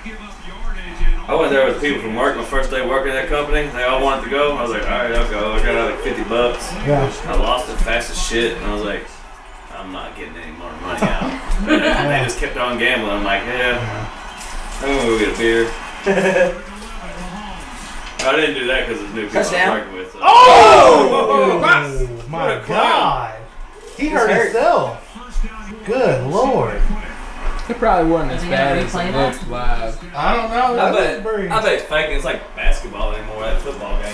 Speaker 5: I went there with people from work my first day working at that company. They all wanted to go. I was like, all right, I'll go. I got out like 50 bucks.
Speaker 3: Yeah.
Speaker 5: I lost it fast as shit, and I was like, I'm not getting any more money out. and they just kept on gambling. I'm like, yeah, I'm gonna go get a beer. I didn't do that because it's new people I
Speaker 1: Touchdown.
Speaker 5: was working with. So. Oh!
Speaker 3: Oh my god. He hurt
Speaker 1: hurt.
Speaker 3: himself. Good lord.
Speaker 4: It probably wasn't as
Speaker 7: Are we
Speaker 4: bad
Speaker 7: gonna
Speaker 4: as
Speaker 7: replay
Speaker 4: it
Speaker 7: that?
Speaker 4: looked live.
Speaker 2: I don't know.
Speaker 5: I
Speaker 3: That's
Speaker 5: bet,
Speaker 3: very-
Speaker 5: I bet it's fake. It's like basketball anymore. That football game.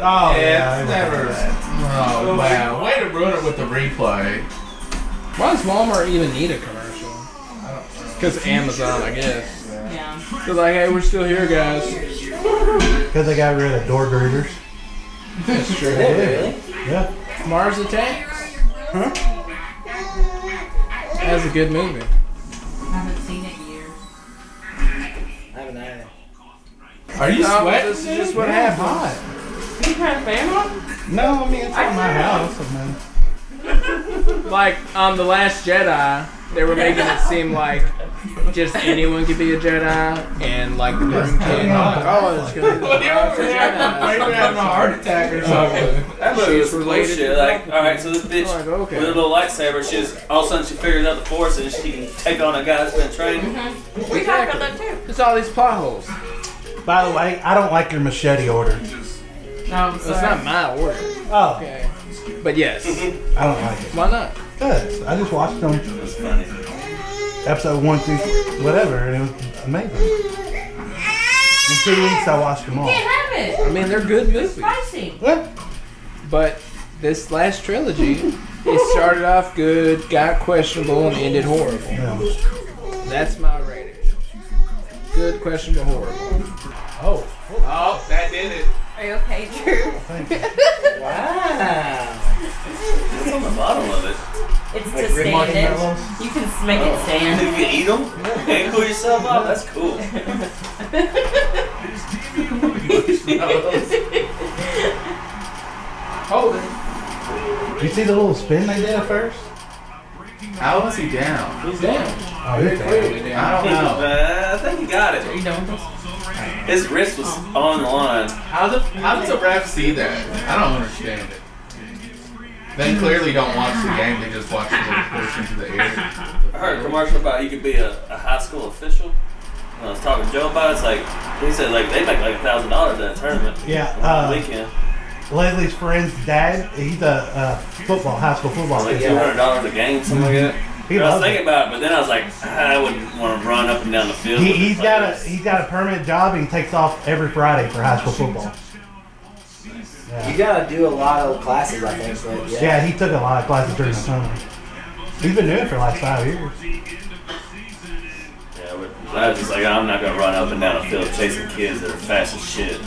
Speaker 3: Oh,
Speaker 2: yeah, it's
Speaker 3: it was
Speaker 2: never.
Speaker 3: bad.
Speaker 2: Oh wow! Way to ruin it with the replay.
Speaker 4: Why does Walmart even need a commercial? Because Amazon, I guess.
Speaker 7: yeah.
Speaker 4: They're like, hey, we're still here, guys.
Speaker 3: Because they got rid of door girders.
Speaker 4: Sure
Speaker 1: Yeah,
Speaker 4: did.
Speaker 1: really?
Speaker 3: Yeah.
Speaker 4: Mars Attacks. That's a good movie.
Speaker 7: I haven't seen it in years.
Speaker 1: I haven't either.
Speaker 2: Are you
Speaker 4: No,
Speaker 2: sweating?
Speaker 4: Uh, this is just what
Speaker 2: Yeah,
Speaker 4: happened.
Speaker 2: hot.
Speaker 7: You kind of fan one?
Speaker 3: No, I mean, it's on my house. so man.
Speaker 4: Like on the Last Jedi, they were making it seem like just anyone could be a Jedi, and like the groom kid, oh, it's gonna be the
Speaker 2: What are you
Speaker 4: Mars
Speaker 2: over there? Are you
Speaker 4: Attacks.
Speaker 2: having a heart attack
Speaker 3: Oh.
Speaker 2: or something?
Speaker 5: That movie was bullshit. Like, all right, so this bitch
Speaker 4: Like, okay.
Speaker 5: with a little lightsaber, she's all of a sudden she figures out the force and she can take on a guy that's been trained.
Speaker 7: We talked about that too.
Speaker 4: It's all these plot holes.
Speaker 3: By the way, I don't like your machete order.
Speaker 7: No, I'm
Speaker 4: It's not
Speaker 7: sorry.
Speaker 4: my order.
Speaker 3: Oh,
Speaker 4: Okay. But yes,
Speaker 3: I don't like it.
Speaker 4: why not?
Speaker 3: Good. I just watched them
Speaker 5: It's funny.
Speaker 3: episode one through whatever, and it was amazing. In two weeks, I watched them all.
Speaker 7: You can't have
Speaker 4: I
Speaker 7: it.
Speaker 4: mean, they're good movies,
Speaker 7: Spicy.
Speaker 3: What?
Speaker 4: but this last trilogy, it started off good, got questionable, and ended horrible.
Speaker 3: Yeah.
Speaker 4: That's my rating. Good, questionable, horrible.
Speaker 3: Oh,
Speaker 2: Oh, that did it.
Speaker 7: Are you okay, Drew?
Speaker 3: thank you.
Speaker 1: Wow.
Speaker 5: What's on the bottom of it?
Speaker 7: It's
Speaker 1: Like
Speaker 7: to
Speaker 1: Rick Martin
Speaker 7: stand it.
Speaker 1: Melrose?
Speaker 7: You can make
Speaker 4: Oh.
Speaker 7: it
Speaker 5: You
Speaker 7: stand.
Speaker 5: can eat them and cool yourself up. That's cool.
Speaker 2: Hold it.
Speaker 3: You see the little spin they did at first?
Speaker 2: How was he down?
Speaker 4: He's down.
Speaker 3: Oh, you're crazy.
Speaker 2: I don't know.
Speaker 5: Uh, I think he got it.
Speaker 7: You done with this?
Speaker 5: His wrist was on the line.
Speaker 2: How, the, how does a ref see that? I don't understand it. They clearly don't watch the game. They just watch the little push into the air.
Speaker 5: I heard a commercial about you could be a, a high school official. And I was talking to Joe about it. It's like, he said, like, they make like a thousand dollars in a tournament.
Speaker 3: Yeah,
Speaker 5: On the
Speaker 3: uh,
Speaker 5: weekend.
Speaker 3: Leslie's friend's dad, he's a uh, football, high school football
Speaker 5: Like
Speaker 3: kid.
Speaker 5: $200 a game, something like that.
Speaker 3: He
Speaker 5: I was
Speaker 3: loves
Speaker 5: thinking
Speaker 3: it.
Speaker 5: about it, but then I was like, I wouldn't want to run up and down the field.
Speaker 3: He,
Speaker 5: with
Speaker 3: he's
Speaker 5: it.
Speaker 3: got a
Speaker 5: Like,
Speaker 3: he's got a permanent job and he takes off every Friday for high school football. Yeah.
Speaker 6: You gotta do a lot of classes, I think. But yeah.
Speaker 3: Yeah, he took a lot of classes during the summer. He's been doing it for like five years.
Speaker 5: Yeah, we're- I was just like, I'm not gonna run up and down a field chasing kids that are fast as shit.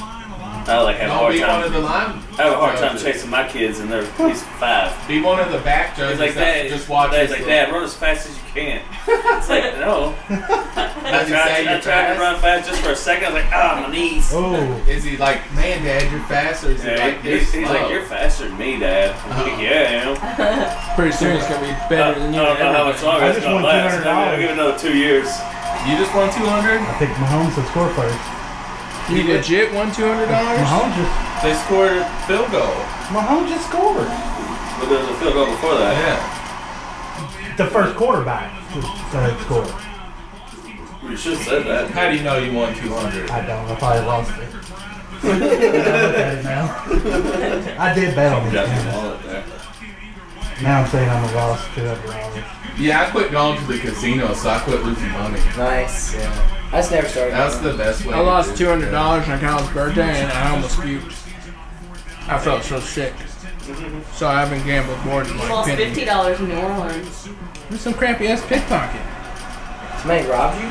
Speaker 5: I like have a
Speaker 2: Don't
Speaker 5: hard
Speaker 2: be one of
Speaker 5: time.
Speaker 2: the line.
Speaker 5: I have a hard time chasing my kids, and they're he's five.
Speaker 2: Be one of the back
Speaker 5: He's
Speaker 2: judges.
Speaker 5: like,
Speaker 2: that
Speaker 5: Dad,
Speaker 2: just watch.
Speaker 5: Dad's
Speaker 2: us look."
Speaker 5: like, Dad, run as fast as you can. It's like, no. I
Speaker 2: Does he say
Speaker 5: tried, I
Speaker 2: you're
Speaker 5: tried
Speaker 2: fast?
Speaker 5: to run fast just for a second. I was like, ah, my knees.
Speaker 3: Oh,
Speaker 2: Is he like, man, Dad, you're fast, or is
Speaker 5: Yeah,
Speaker 2: he like,
Speaker 5: he's,
Speaker 2: this
Speaker 5: he's like,
Speaker 2: slow?"
Speaker 5: you're faster than me, Dad. I'm like, yeah, I am.
Speaker 4: Pretty soon it's gonna be
Speaker 5: I
Speaker 4: better
Speaker 5: don't
Speaker 4: than you.
Speaker 8: Uh,
Speaker 5: know how much longer
Speaker 3: I
Speaker 5: it's
Speaker 3: just won
Speaker 5: gonna last.
Speaker 3: $200.
Speaker 5: I'll give it another two years.
Speaker 2: You just won 200.
Speaker 3: I think Mahomes will score first.
Speaker 4: You legit won two hundred dollars.
Speaker 3: Mahomes just
Speaker 2: They scored a field goal.
Speaker 3: Mahomes just scored.
Speaker 5: But there was a field goal before that.
Speaker 2: Yeah.
Speaker 3: The first quarterback to to score.
Speaker 5: We should have said that.
Speaker 2: How do you know you won 200?
Speaker 3: I don't. I probably lost it. I look at it now. I did bet on this.
Speaker 5: Justin
Speaker 3: game.
Speaker 5: Wallet there.
Speaker 3: Now I'm saying I'm a loss two hundred dollars.
Speaker 2: Yeah, I quit going to the casino, so I quit losing money.
Speaker 6: Nice. Yeah. I just never started.
Speaker 2: That's the best way.
Speaker 4: I
Speaker 2: to
Speaker 4: lost
Speaker 2: do
Speaker 4: two
Speaker 2: it.
Speaker 4: hundred dollars on Kyle's birthday, and I almost puked. I felt so sick. So I haven't gambled more than
Speaker 7: You
Speaker 4: like
Speaker 7: lost
Speaker 4: penny.
Speaker 7: fifty dollars in New Orleans.
Speaker 4: There's some crappy ass pickpocket.
Speaker 6: Somebody robbed you?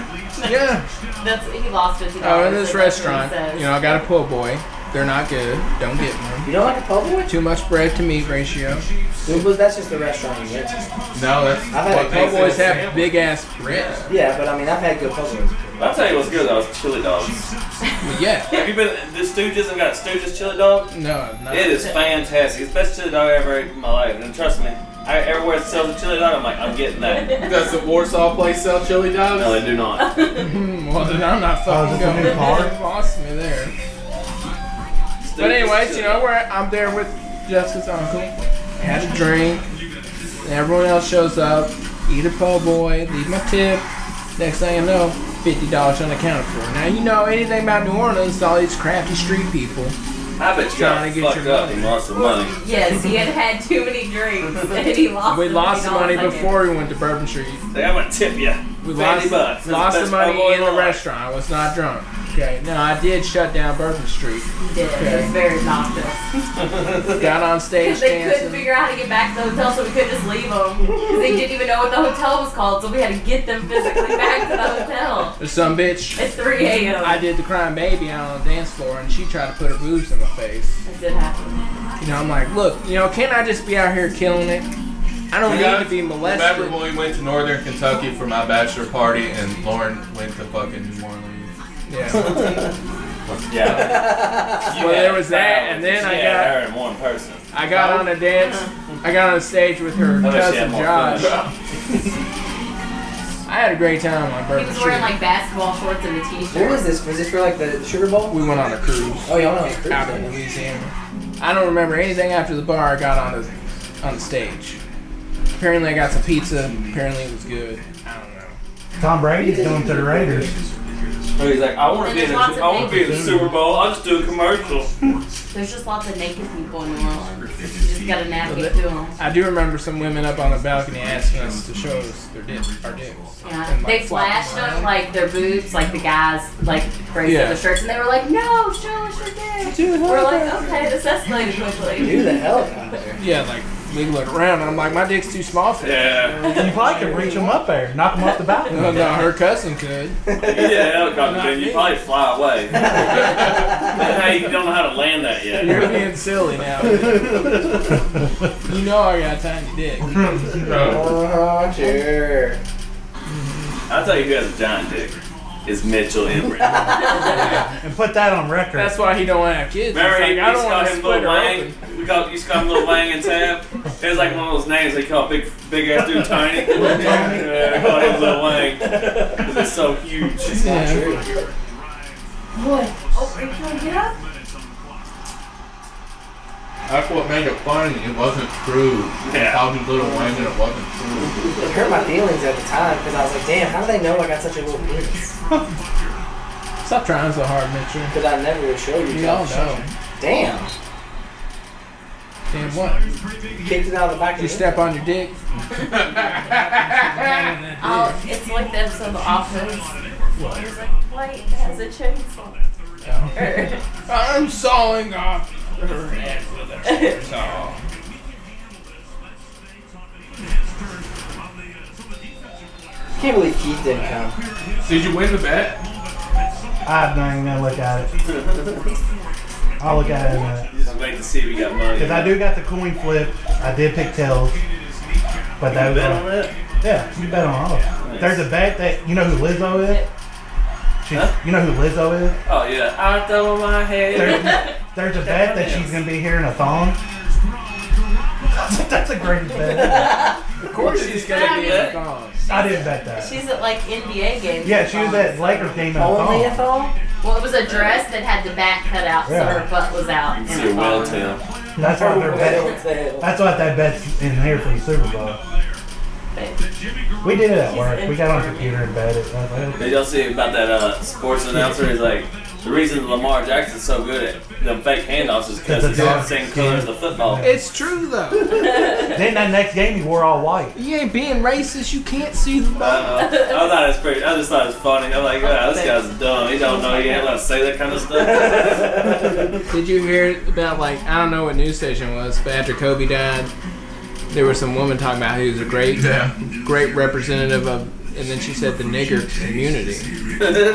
Speaker 4: Yeah.
Speaker 7: That's he lost fifty
Speaker 4: Oh,
Speaker 7: dollars.
Speaker 4: in this restaurant, you know, I got a po' boy. They're not good. Don't get one.
Speaker 6: You don't like a po' boy?
Speaker 4: Too much bread to meat ratio.
Speaker 6: Dude, but that's just the restaurant you went to.
Speaker 2: No, that's
Speaker 6: I've had a
Speaker 2: what
Speaker 4: Po'
Speaker 2: makes it
Speaker 4: boys
Speaker 2: a
Speaker 4: have
Speaker 2: sandwich.
Speaker 4: big ass bread.
Speaker 6: Yeah, but I mean, I've had good po' boys.
Speaker 5: I'll tell you what's good though, it's chili dogs.
Speaker 4: Well, yeah.
Speaker 5: Have you been the Stooges and got a Stooges chili dog?
Speaker 4: No, I'm not.
Speaker 5: It is fantastic. It's the best chili dog I ever ate in my life. And trust me, I, everywhere it sells a chili dog, I'm like, I'm getting that.
Speaker 2: Does the Warsaw place sell chili dogs?
Speaker 5: No, they do not.
Speaker 4: Well, then I'm not
Speaker 3: Oh,
Speaker 4: fucking
Speaker 3: is this a
Speaker 4: going.
Speaker 3: new car?
Speaker 4: You lost me there. But anyways, you know, we're I'm there with Jessica's uncle. Had a drink. And everyone else shows up. Eat a po' boy. Leave my tip. Next thing I know, fifty dollars unaccounted for. Now you know anything about New Orleans? All these crafty street people.
Speaker 5: I bet you got
Speaker 4: Trying to get
Speaker 5: fucked
Speaker 4: your
Speaker 5: up
Speaker 4: money.
Speaker 5: and lost some money.
Speaker 7: Yes, he had had too many drinks and he lost.
Speaker 4: We lost the money
Speaker 7: $50 on it.
Speaker 4: before we went to Bourbon Street.
Speaker 5: Like, I'm gonna tip you. 50
Speaker 4: We lost,
Speaker 5: bucks. That's
Speaker 4: lost the
Speaker 5: best
Speaker 4: money
Speaker 5: Playboy
Speaker 4: in the
Speaker 5: life.
Speaker 4: restaurant. I was not drunk. Okay, now I did shut down Bourbon Street.
Speaker 7: He did. It was very obnoxious.
Speaker 4: Got on stage
Speaker 7: Because they couldn't
Speaker 4: dancing.
Speaker 7: figure out how to get back to the hotel, so we couldn't just leave them. Because they didn't even know what the hotel was called, so we had to get them physically back to the hotel.
Speaker 4: Some bitch.
Speaker 7: It's 3 a.m.
Speaker 4: I did the crying baby out on the dance floor, and she tried to put her boobs in my face.
Speaker 7: It did happen.
Speaker 4: You know, I'm like, look, you know, can't I just be out here killing it? I don't
Speaker 2: You
Speaker 4: need
Speaker 2: guys
Speaker 4: to be molested.
Speaker 2: Remember when we went to Northern Kentucky for my bachelor party and Lauren went to fucking New Orleans?
Speaker 4: Yeah.
Speaker 5: Yeah. You
Speaker 4: Well,
Speaker 5: had
Speaker 4: there was
Speaker 5: a crowd
Speaker 4: that,
Speaker 5: with
Speaker 4: and
Speaker 5: you.
Speaker 4: then I
Speaker 5: She
Speaker 4: got-
Speaker 5: had her in one person.
Speaker 4: I got on a dance. I got on a stage with her
Speaker 5: bet she had
Speaker 4: cousin
Speaker 5: more
Speaker 4: Josh.
Speaker 5: fun.
Speaker 4: I had a great time on
Speaker 7: He
Speaker 4: Bourbon
Speaker 7: was wearing
Speaker 4: Street.
Speaker 7: like basketball shorts and a
Speaker 6: What was
Speaker 7: t-shirt.
Speaker 6: this? Was this for like the Sugar Bowl?
Speaker 4: We went on a cruise.
Speaker 6: Oh, y'all know it's
Speaker 4: out of
Speaker 6: crazy.
Speaker 4: Louisiana. I don't remember anything after the bar I got on the on the stage. Apparently I got some pizza. Apparently it was good. I don't know.
Speaker 3: Tom Brady's going to the Raiders.
Speaker 5: So he's like, I want to
Speaker 7: And
Speaker 5: be in the,
Speaker 7: there's lots of
Speaker 5: I want to be in the
Speaker 7: things.
Speaker 5: Super Bowl. I'll just do a commercial.
Speaker 7: There's just lots of naked people in New Orleans. You just gotta navigate through them.
Speaker 4: I do remember some women up on the balcony asking us to show us their dicks, our dicks.
Speaker 7: Yeah.
Speaker 4: And, like,
Speaker 7: They
Speaker 4: flopping
Speaker 7: flashed them
Speaker 4: around.
Speaker 7: like their boobs, like the guys like braced
Speaker 4: Yeah.
Speaker 7: the shirts, and they were like, "No, show us your dick." We're like, "Okay, this escalated quickly."
Speaker 6: Dude, the helicopter.
Speaker 4: Yeah, like we look around and I'm like, my dick's too small for that.
Speaker 5: Yeah.
Speaker 3: You probably could reach him up there, knock him off the
Speaker 4: No,
Speaker 3: balcony.
Speaker 4: no, her cousin could.
Speaker 5: Yeah, helicopter. dude, You probably fly away. hey, you don't know how to land that yet.
Speaker 4: You're being silly now. you know I got a tiny dick.
Speaker 6: Oh, sure.
Speaker 5: I'll tell you who has a giant dick. Is Mitchell Embry.
Speaker 3: And put that on record.
Speaker 4: That's why he don't want to have kids. It's
Speaker 5: Mary,
Speaker 4: like, I don't want
Speaker 5: call
Speaker 4: to
Speaker 5: him
Speaker 4: split
Speaker 5: Lil
Speaker 4: her
Speaker 5: Wang.
Speaker 4: open.
Speaker 5: We call, used to call him Lil Wang and Tab. It was like one of those names they call big, big ass dude Tiny. yeah, we call him Lil Wang. 'Cause It's so huge.
Speaker 4: Yeah.
Speaker 7: What? Oh, are you trying to get up?
Speaker 2: That's what made it funny. It wasn't true.
Speaker 5: Yeah.
Speaker 2: Yeah. Called me Little Wayne and it wasn't true.
Speaker 6: It hurt my feelings at the time because I was like, damn, how do they know I got such a little penis?
Speaker 4: Stop trying so hard, Mitchell.
Speaker 6: Because I never would show you.
Speaker 4: We all know.
Speaker 6: Damn.
Speaker 4: Damn what?
Speaker 6: You kicked it out of the back of
Speaker 4: You
Speaker 6: the
Speaker 4: step on your dick.
Speaker 7: Oh, it's like the episode of The Office. He was like, Dwight has a chainsaw.
Speaker 4: I'm sawing off
Speaker 5: No.
Speaker 6: Can't believe Keith didn't come.
Speaker 2: Did you win the bet?
Speaker 3: I'm not even gonna look at it. I'll look at it in a minute.
Speaker 5: Just wait to see if we got money.
Speaker 3: Because I do got the coin flip. I did pick tails. But that
Speaker 5: You
Speaker 3: was
Speaker 5: bet on that?
Speaker 3: Yeah, you bet on all of them.
Speaker 5: Nice.
Speaker 3: There's a bet that you know who Lizzo is? She's, You know who Lizzo is?
Speaker 5: Oh yeah. I throw my head.
Speaker 3: There's, there's a bet that she's gonna be here in a thong. That's a great bet.
Speaker 4: Of course she's
Speaker 7: gonna
Speaker 4: gonna
Speaker 7: be
Speaker 4: be
Speaker 7: a
Speaker 4: gone.
Speaker 3: I didn't bet that.
Speaker 7: She's at like NBA games.
Speaker 3: Yeah, she was at Lakers game in a
Speaker 6: Oh.
Speaker 3: thong.
Speaker 6: thong?
Speaker 7: Well, it was a dress that had the back cut out, so
Speaker 3: Yeah.
Speaker 7: her butt was out.
Speaker 5: You
Speaker 7: and um,
Speaker 5: can see a whale tail.
Speaker 3: That's why they're bet. That's why that bet's in here for the Super Bowl. We did it at work. We got on the computer and bet it. I was like,
Speaker 5: Did y'all see about that uh, sports announcer? He's like, the reason Lamar Jackson's so good at them fake handoffs is because he's all the same color as the football.
Speaker 4: It's true though.
Speaker 3: Then that next game, he wore all white.
Speaker 4: you ain't being racist. You can't see the ball.
Speaker 5: Uh, I thought it was pretty. I just thought it was funny. I'm like, wow, this guy's dumb. He don't know. He ain't allowed to say that kind of stuff.
Speaker 4: Did you hear about like I don't know what news station it was, but after Kobe died, there was some woman talking about he was a great, great representative of, and then she said the nigger community,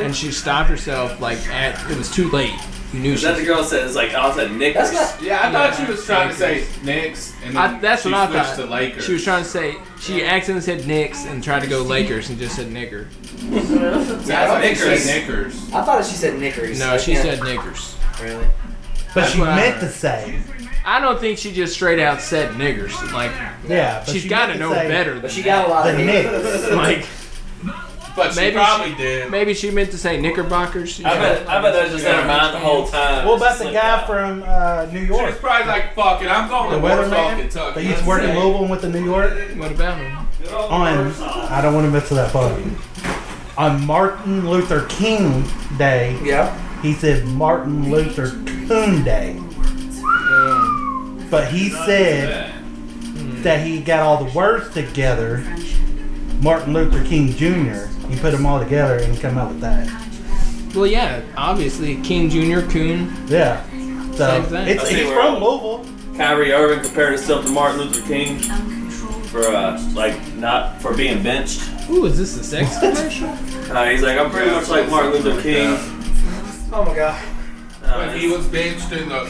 Speaker 4: and she stopped herself like at it was too late. You knew
Speaker 5: Is
Speaker 4: she.
Speaker 5: that the girl said it's like, oh, it's a knickers.
Speaker 2: Yeah, I thought she was trying to say
Speaker 4: Lakers.
Speaker 2: Knicks, and then
Speaker 4: I, that's
Speaker 2: she
Speaker 4: what I
Speaker 2: switched
Speaker 4: thought.
Speaker 2: to Lakers.
Speaker 4: She was trying to say she accidentally said Knicks and tried to go Lakers and just said nigger.
Speaker 2: I thought she
Speaker 5: Knickers.
Speaker 2: said Knickers.
Speaker 6: I thought she said knickers.
Speaker 4: No, she
Speaker 6: Yeah.
Speaker 4: said niggers.
Speaker 6: Really?
Speaker 3: But she
Speaker 4: That's what I
Speaker 3: meant
Speaker 4: heard.
Speaker 3: to say.
Speaker 4: I don't think she just straight out said niggers. Like
Speaker 3: Yeah. But
Speaker 4: she's
Speaker 3: she
Speaker 4: got
Speaker 3: meant
Speaker 4: to
Speaker 3: to
Speaker 4: know
Speaker 3: say
Speaker 4: better.
Speaker 6: But
Speaker 4: Than
Speaker 6: she got a lot
Speaker 3: The
Speaker 6: of hate.
Speaker 3: Knicks.
Speaker 4: like
Speaker 2: But she
Speaker 4: Maybe
Speaker 2: probably
Speaker 4: she-
Speaker 2: did.
Speaker 4: maybe she meant to say knickerbockers. you
Speaker 5: I
Speaker 4: know?
Speaker 5: bet. I bet that was just in her mind the whole time.
Speaker 3: What about the
Speaker 5: Just
Speaker 3: guy
Speaker 5: like,
Speaker 3: from uh, New
Speaker 2: She was
Speaker 3: York?
Speaker 2: probably like, fuck it, I'm going
Speaker 3: The
Speaker 2: to Warsaw,
Speaker 3: weatherman
Speaker 2: Kentucky.
Speaker 3: that used to work in
Speaker 2: Let's
Speaker 3: Louisville with the New York
Speaker 4: What about him?
Speaker 3: on. I don't want to mess with that fuck. On Martin Luther King Day,
Speaker 6: Yeah.
Speaker 3: he said Martin Luther Coon Day,
Speaker 4: Um,
Speaker 3: but he said Hmm. that he got all the words together. Martin Luther King Jr. He put them all together and come up with that.
Speaker 4: Well, yeah, obviously King Jr. Coon.
Speaker 3: Yeah. So
Speaker 4: Same thing.
Speaker 3: it's,
Speaker 5: I see
Speaker 3: he's
Speaker 5: where-
Speaker 3: from Louisville.
Speaker 5: Kyrie Irving compared himself to Martin Luther King for uh, like not for being benched.
Speaker 4: Ooh, is this the sex commercial?
Speaker 5: Uh, he's like, I'm pretty much like Martin Luther King.
Speaker 6: Oh my god.
Speaker 5: Uh,
Speaker 2: When he was benched in the.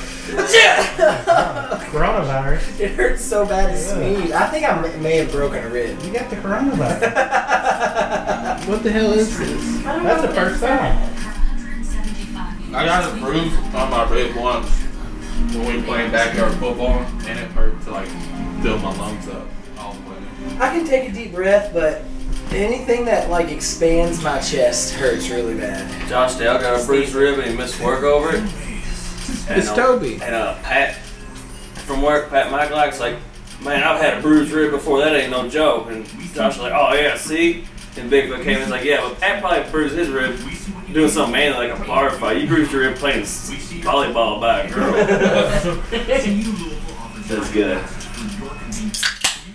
Speaker 3: Coronavirus.
Speaker 6: It hurts so bad to sneeze. I think I m- may have broken a rib.
Speaker 3: You got the coronavirus.
Speaker 4: What the hell is this?
Speaker 3: That's the first time.
Speaker 2: I got a bruise on my rib once when we played backyard football, and it hurt to like fill my lungs up all the way.
Speaker 6: I can take a deep breath, but anything that like expands my chest hurts really bad.
Speaker 5: Josh Dale got a bruised rib and he missed work over it. And,
Speaker 4: It's Toby.
Speaker 5: And uh, Pat from work, Pat Michaelak's like, man, I've had a bruised rib before. That ain't no joke. And Josh was like, oh yeah, see. And Bigfoot came in and was like, yeah, but Pat probably bruised his rib doing something manly like a bar fight. You bruised your rib playing s- volleyball by a girl. That's good.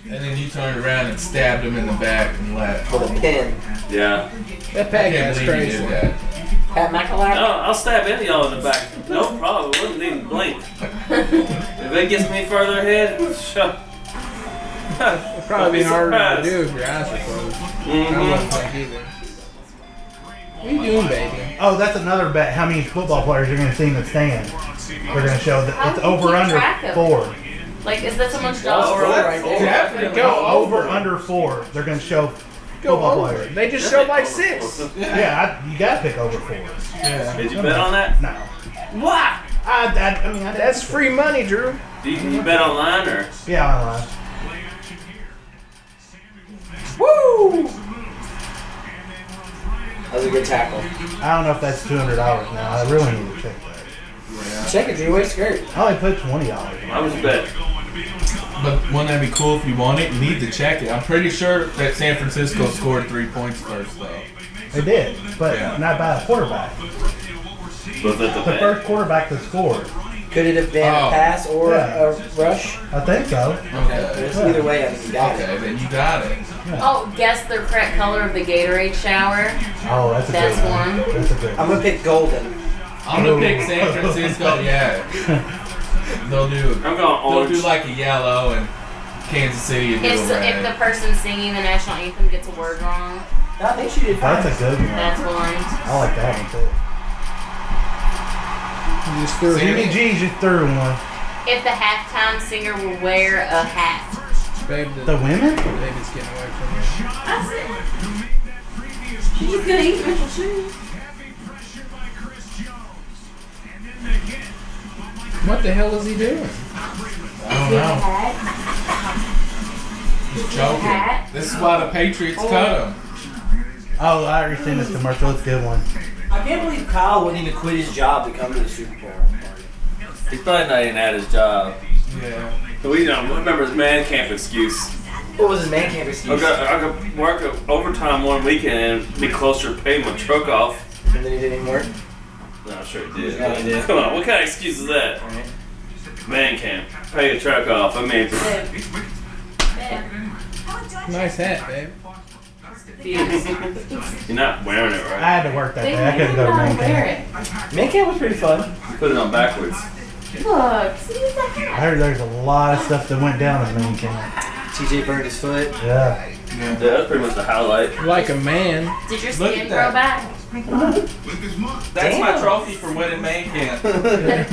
Speaker 2: And then you turned around and stabbed him in the back and left.
Speaker 6: With a pin.
Speaker 5: Yeah.
Speaker 4: That
Speaker 2: I
Speaker 4: pack
Speaker 2: can't
Speaker 4: is
Speaker 2: believe you
Speaker 4: crazy.
Speaker 2: did that.
Speaker 6: Pat
Speaker 5: No,
Speaker 6: McAlock.
Speaker 5: I'll stab any of y'all in the back. No problem. Wouldn't even blink. if it gets me further ahead, sure.
Speaker 4: It'd probably be harder to
Speaker 5: surprised.
Speaker 4: do if your eyes were closed.
Speaker 3: Mm-hmm.
Speaker 4: I
Speaker 5: Mhm.
Speaker 4: wouldn't like either. What are you doing, baby?
Speaker 3: Oh, that's another bet. How many football players you're going to see in the stand? We're going to show
Speaker 7: How
Speaker 3: that it's
Speaker 7: do you
Speaker 3: over
Speaker 7: keep
Speaker 3: under
Speaker 7: track of
Speaker 3: four.
Speaker 7: Like, is that someone's
Speaker 5: Oh,
Speaker 7: job?
Speaker 5: right.
Speaker 6: right
Speaker 5: Oh,
Speaker 6: there.
Speaker 5: definitely
Speaker 4: Go
Speaker 5: go.
Speaker 3: Over under four. They're going to show football players.
Speaker 4: They just showed like six.
Speaker 3: Yeah, I, you got to pick over four.
Speaker 4: Yeah.
Speaker 5: Did you bet on that?
Speaker 3: No,
Speaker 5: Why?
Speaker 3: I, I, I mean I
Speaker 4: That's free money, Drew.
Speaker 5: Do you, can you bet online or?
Speaker 3: Yeah, online.
Speaker 6: Woo! That was a good tackle.
Speaker 3: I don't know if that's two hundred dollars now. I really need to check that.
Speaker 6: Check it, Drew. It's great.
Speaker 3: I only put twenty dollars.
Speaker 5: I was bet.
Speaker 2: But wouldn't that be cool if you want it? You need to check it. I'm pretty sure that San Francisco scored three points first, though.
Speaker 3: They did, but
Speaker 2: Yeah.
Speaker 3: not by a quarterback.
Speaker 5: Was it the
Speaker 3: The
Speaker 5: bet?
Speaker 3: first quarterback that scored.
Speaker 6: Could it have been
Speaker 2: Oh.
Speaker 6: a pass or
Speaker 3: Yeah.
Speaker 6: a rush?
Speaker 3: I think so.
Speaker 2: Okay.
Speaker 6: It's Either way, I mean, you got
Speaker 2: Okay, then you got it.
Speaker 7: Oh, guess the correct color of the Gatorade shower.
Speaker 3: Oh, that's a
Speaker 7: That's
Speaker 3: good
Speaker 7: one.
Speaker 3: That's a good
Speaker 6: it. I'm gonna pick golden.
Speaker 2: I'm gonna pick San Francisco. Yeah. they'll do
Speaker 5: I'm going
Speaker 2: they'll do
Speaker 5: orange.
Speaker 2: like a yellow and Kansas City and do
Speaker 7: If,
Speaker 2: a
Speaker 7: the, if
Speaker 2: red.
Speaker 7: the person singing the national anthem gets a word wrong,
Speaker 6: No, I think she did fine.
Speaker 3: That's a good one.
Speaker 7: that's one.
Speaker 3: I like that one too.
Speaker 4: You just threw
Speaker 3: Jimmy
Speaker 4: it.
Speaker 3: G just threw one.
Speaker 7: If the halftime singer will wear a hat.
Speaker 4: Babe, the,
Speaker 3: The women?
Speaker 4: baby's getting away from you.
Speaker 7: He's gonna eat Mitchell shoes.
Speaker 4: What the hell is he doing?
Speaker 2: I don't know.
Speaker 7: Hat.
Speaker 2: He's joking. This is why the Patriots cut him.
Speaker 3: Oh, I already seen this commercial. It's a good one.
Speaker 6: I can't believe Kyle wouldn't even quit his job to come to the Super Bowl.
Speaker 5: He's probably not even at his job.
Speaker 2: Yeah.
Speaker 5: But we don't um, remember his man camp excuse.
Speaker 6: What was his man camp
Speaker 5: I
Speaker 6: excuse?
Speaker 5: could, I could work overtime one weekend and be closer to pay my truck off.
Speaker 6: And then he didn't work.
Speaker 5: No, sure it did.
Speaker 6: Yeah, it did.
Speaker 5: Come on, what kind of excuse is that?
Speaker 6: Alright.
Speaker 5: Man camp, pay your truck off. I mean,
Speaker 4: Nice hat, babe.
Speaker 5: you're not wearing it
Speaker 3: I
Speaker 5: right.
Speaker 3: had to work that
Speaker 7: They
Speaker 3: day. I couldn't
Speaker 7: might
Speaker 3: go to
Speaker 7: not
Speaker 3: main
Speaker 7: wear
Speaker 3: camp.
Speaker 7: it.
Speaker 6: Man camp was pretty fun.
Speaker 5: You put it on backwards.
Speaker 7: Look, see the
Speaker 3: I
Speaker 7: hat.
Speaker 3: heard there's a lot of stuff that went down at main camp.
Speaker 6: TJ burned his foot.
Speaker 3: Yeah.
Speaker 5: Yeah, that's pretty much the highlight.
Speaker 4: Like a man.
Speaker 7: Did your
Speaker 2: Look at
Speaker 7: skin grow
Speaker 2: that.
Speaker 7: back?
Speaker 2: That's my
Speaker 6: Damn.
Speaker 2: trophy from winning man camp.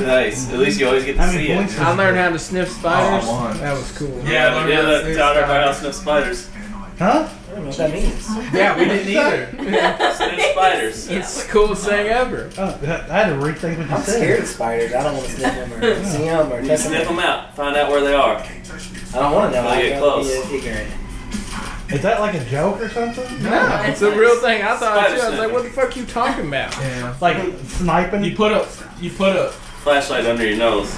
Speaker 5: Nice. At least you always get to
Speaker 3: I mean,
Speaker 5: see it.
Speaker 3: points
Speaker 4: I learned how to sniff spiders.
Speaker 2: Oh, I won.
Speaker 4: that was cool.
Speaker 5: Yeah, I yeah, that
Speaker 2: Six
Speaker 5: taught everybody
Speaker 2: spiders.
Speaker 5: else sniff spiders.
Speaker 3: Huh?
Speaker 6: I don't know what that means.
Speaker 4: Yeah, we didn't either.
Speaker 5: Sniff spiders.
Speaker 4: it's the coolest thing ever.
Speaker 3: Oh, I had to rethink what you
Speaker 6: I'm
Speaker 3: said.
Speaker 6: scared of spiders. I don't want to sniff them or see them or
Speaker 5: You
Speaker 6: touch
Speaker 5: sniff
Speaker 6: them.
Speaker 5: them out. Find out where they are.
Speaker 6: I don't want to know.
Speaker 5: Really
Speaker 6: I
Speaker 5: get
Speaker 6: don't
Speaker 5: close.
Speaker 6: be ignorant.
Speaker 3: Is that like a joke or something?
Speaker 4: No, it's a real thing. I thought too. I was
Speaker 5: Spider-Sense.
Speaker 4: like, what the fuck you talking about?
Speaker 2: Yeah.
Speaker 3: Like sniping?
Speaker 2: You put a you put a
Speaker 5: Flashlight under your nose.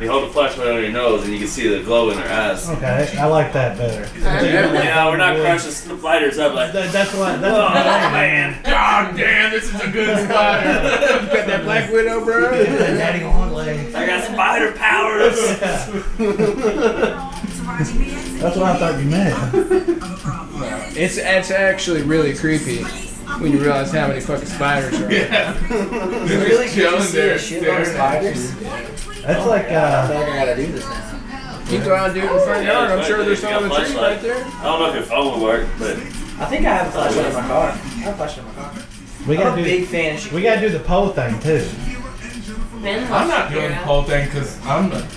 Speaker 5: You hold the flashlight under your nose and you can see the glow in their eyes.
Speaker 3: Okay, I like that better.
Speaker 5: Yeah, we're not crushing the lighters up like
Speaker 3: That, that's what. That's
Speaker 5: Oh
Speaker 3: what I'm saying.
Speaker 5: man.
Speaker 2: God damn, this is a good spider.
Speaker 4: You got that Black Widow, bro?
Speaker 3: Daddy long leg.
Speaker 5: I got spider powers.
Speaker 3: That's what I thought you meant.
Speaker 4: It's, it's actually really creepy when you realize how many fucking spiders are. Yeah.
Speaker 6: Really? Could you
Speaker 2: Chilling
Speaker 6: see a
Speaker 2: there,
Speaker 6: shitload of
Speaker 2: staring at
Speaker 6: spiders?
Speaker 3: That's like
Speaker 6: I
Speaker 3: uh,
Speaker 6: feel like I gotta do this now.
Speaker 4: You go out and do it in the front yard. I'm sure there's some on the tree right there.
Speaker 5: I don't know if your phone will work, but
Speaker 6: I think I have a flashlight in my car. I have a flashlight in my car.
Speaker 3: we
Speaker 6: I'm
Speaker 3: gotta
Speaker 6: a big
Speaker 3: do.
Speaker 6: fan. She
Speaker 3: We gotta do the poll thing too.
Speaker 7: Ben
Speaker 2: I'm
Speaker 7: loves
Speaker 2: not
Speaker 7: your
Speaker 2: doing the
Speaker 7: hat.
Speaker 2: whole thing because I'm gonna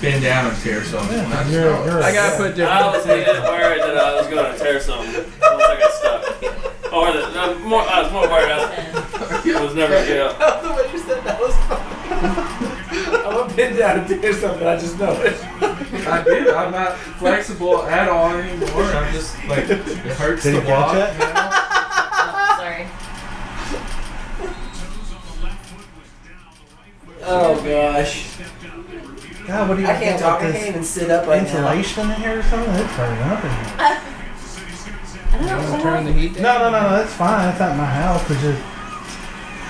Speaker 2: bend down and tear something.
Speaker 3: Yeah,
Speaker 2: I
Speaker 3: you're,
Speaker 2: just-
Speaker 3: you're a-
Speaker 4: I gotta
Speaker 5: I
Speaker 4: put different.
Speaker 5: was leaving worried that I was going to tear something once I got stuck. Or that I'm more, I was more worried I was, I was never gonna get up.
Speaker 6: the way you said that was funny. I'm a pin down and do something. I just know it.
Speaker 2: I did. I'm not flexible at all anymore. I'm just like it hurts
Speaker 3: Did
Speaker 2: to
Speaker 3: he catch
Speaker 2: walk.
Speaker 3: it?
Speaker 2: you know?
Speaker 7: Oh, sorry.
Speaker 6: Oh gosh.
Speaker 3: God, what do you
Speaker 6: I can't
Speaker 3: think
Speaker 6: talk.
Speaker 3: about
Speaker 6: I
Speaker 3: this
Speaker 6: can't even sit up right now.
Speaker 3: insulation in here or something? It's burning up in here.
Speaker 7: I don't know.
Speaker 4: Turn the heat down.
Speaker 3: No, no, no, no. That's fine. That's not my house. It's just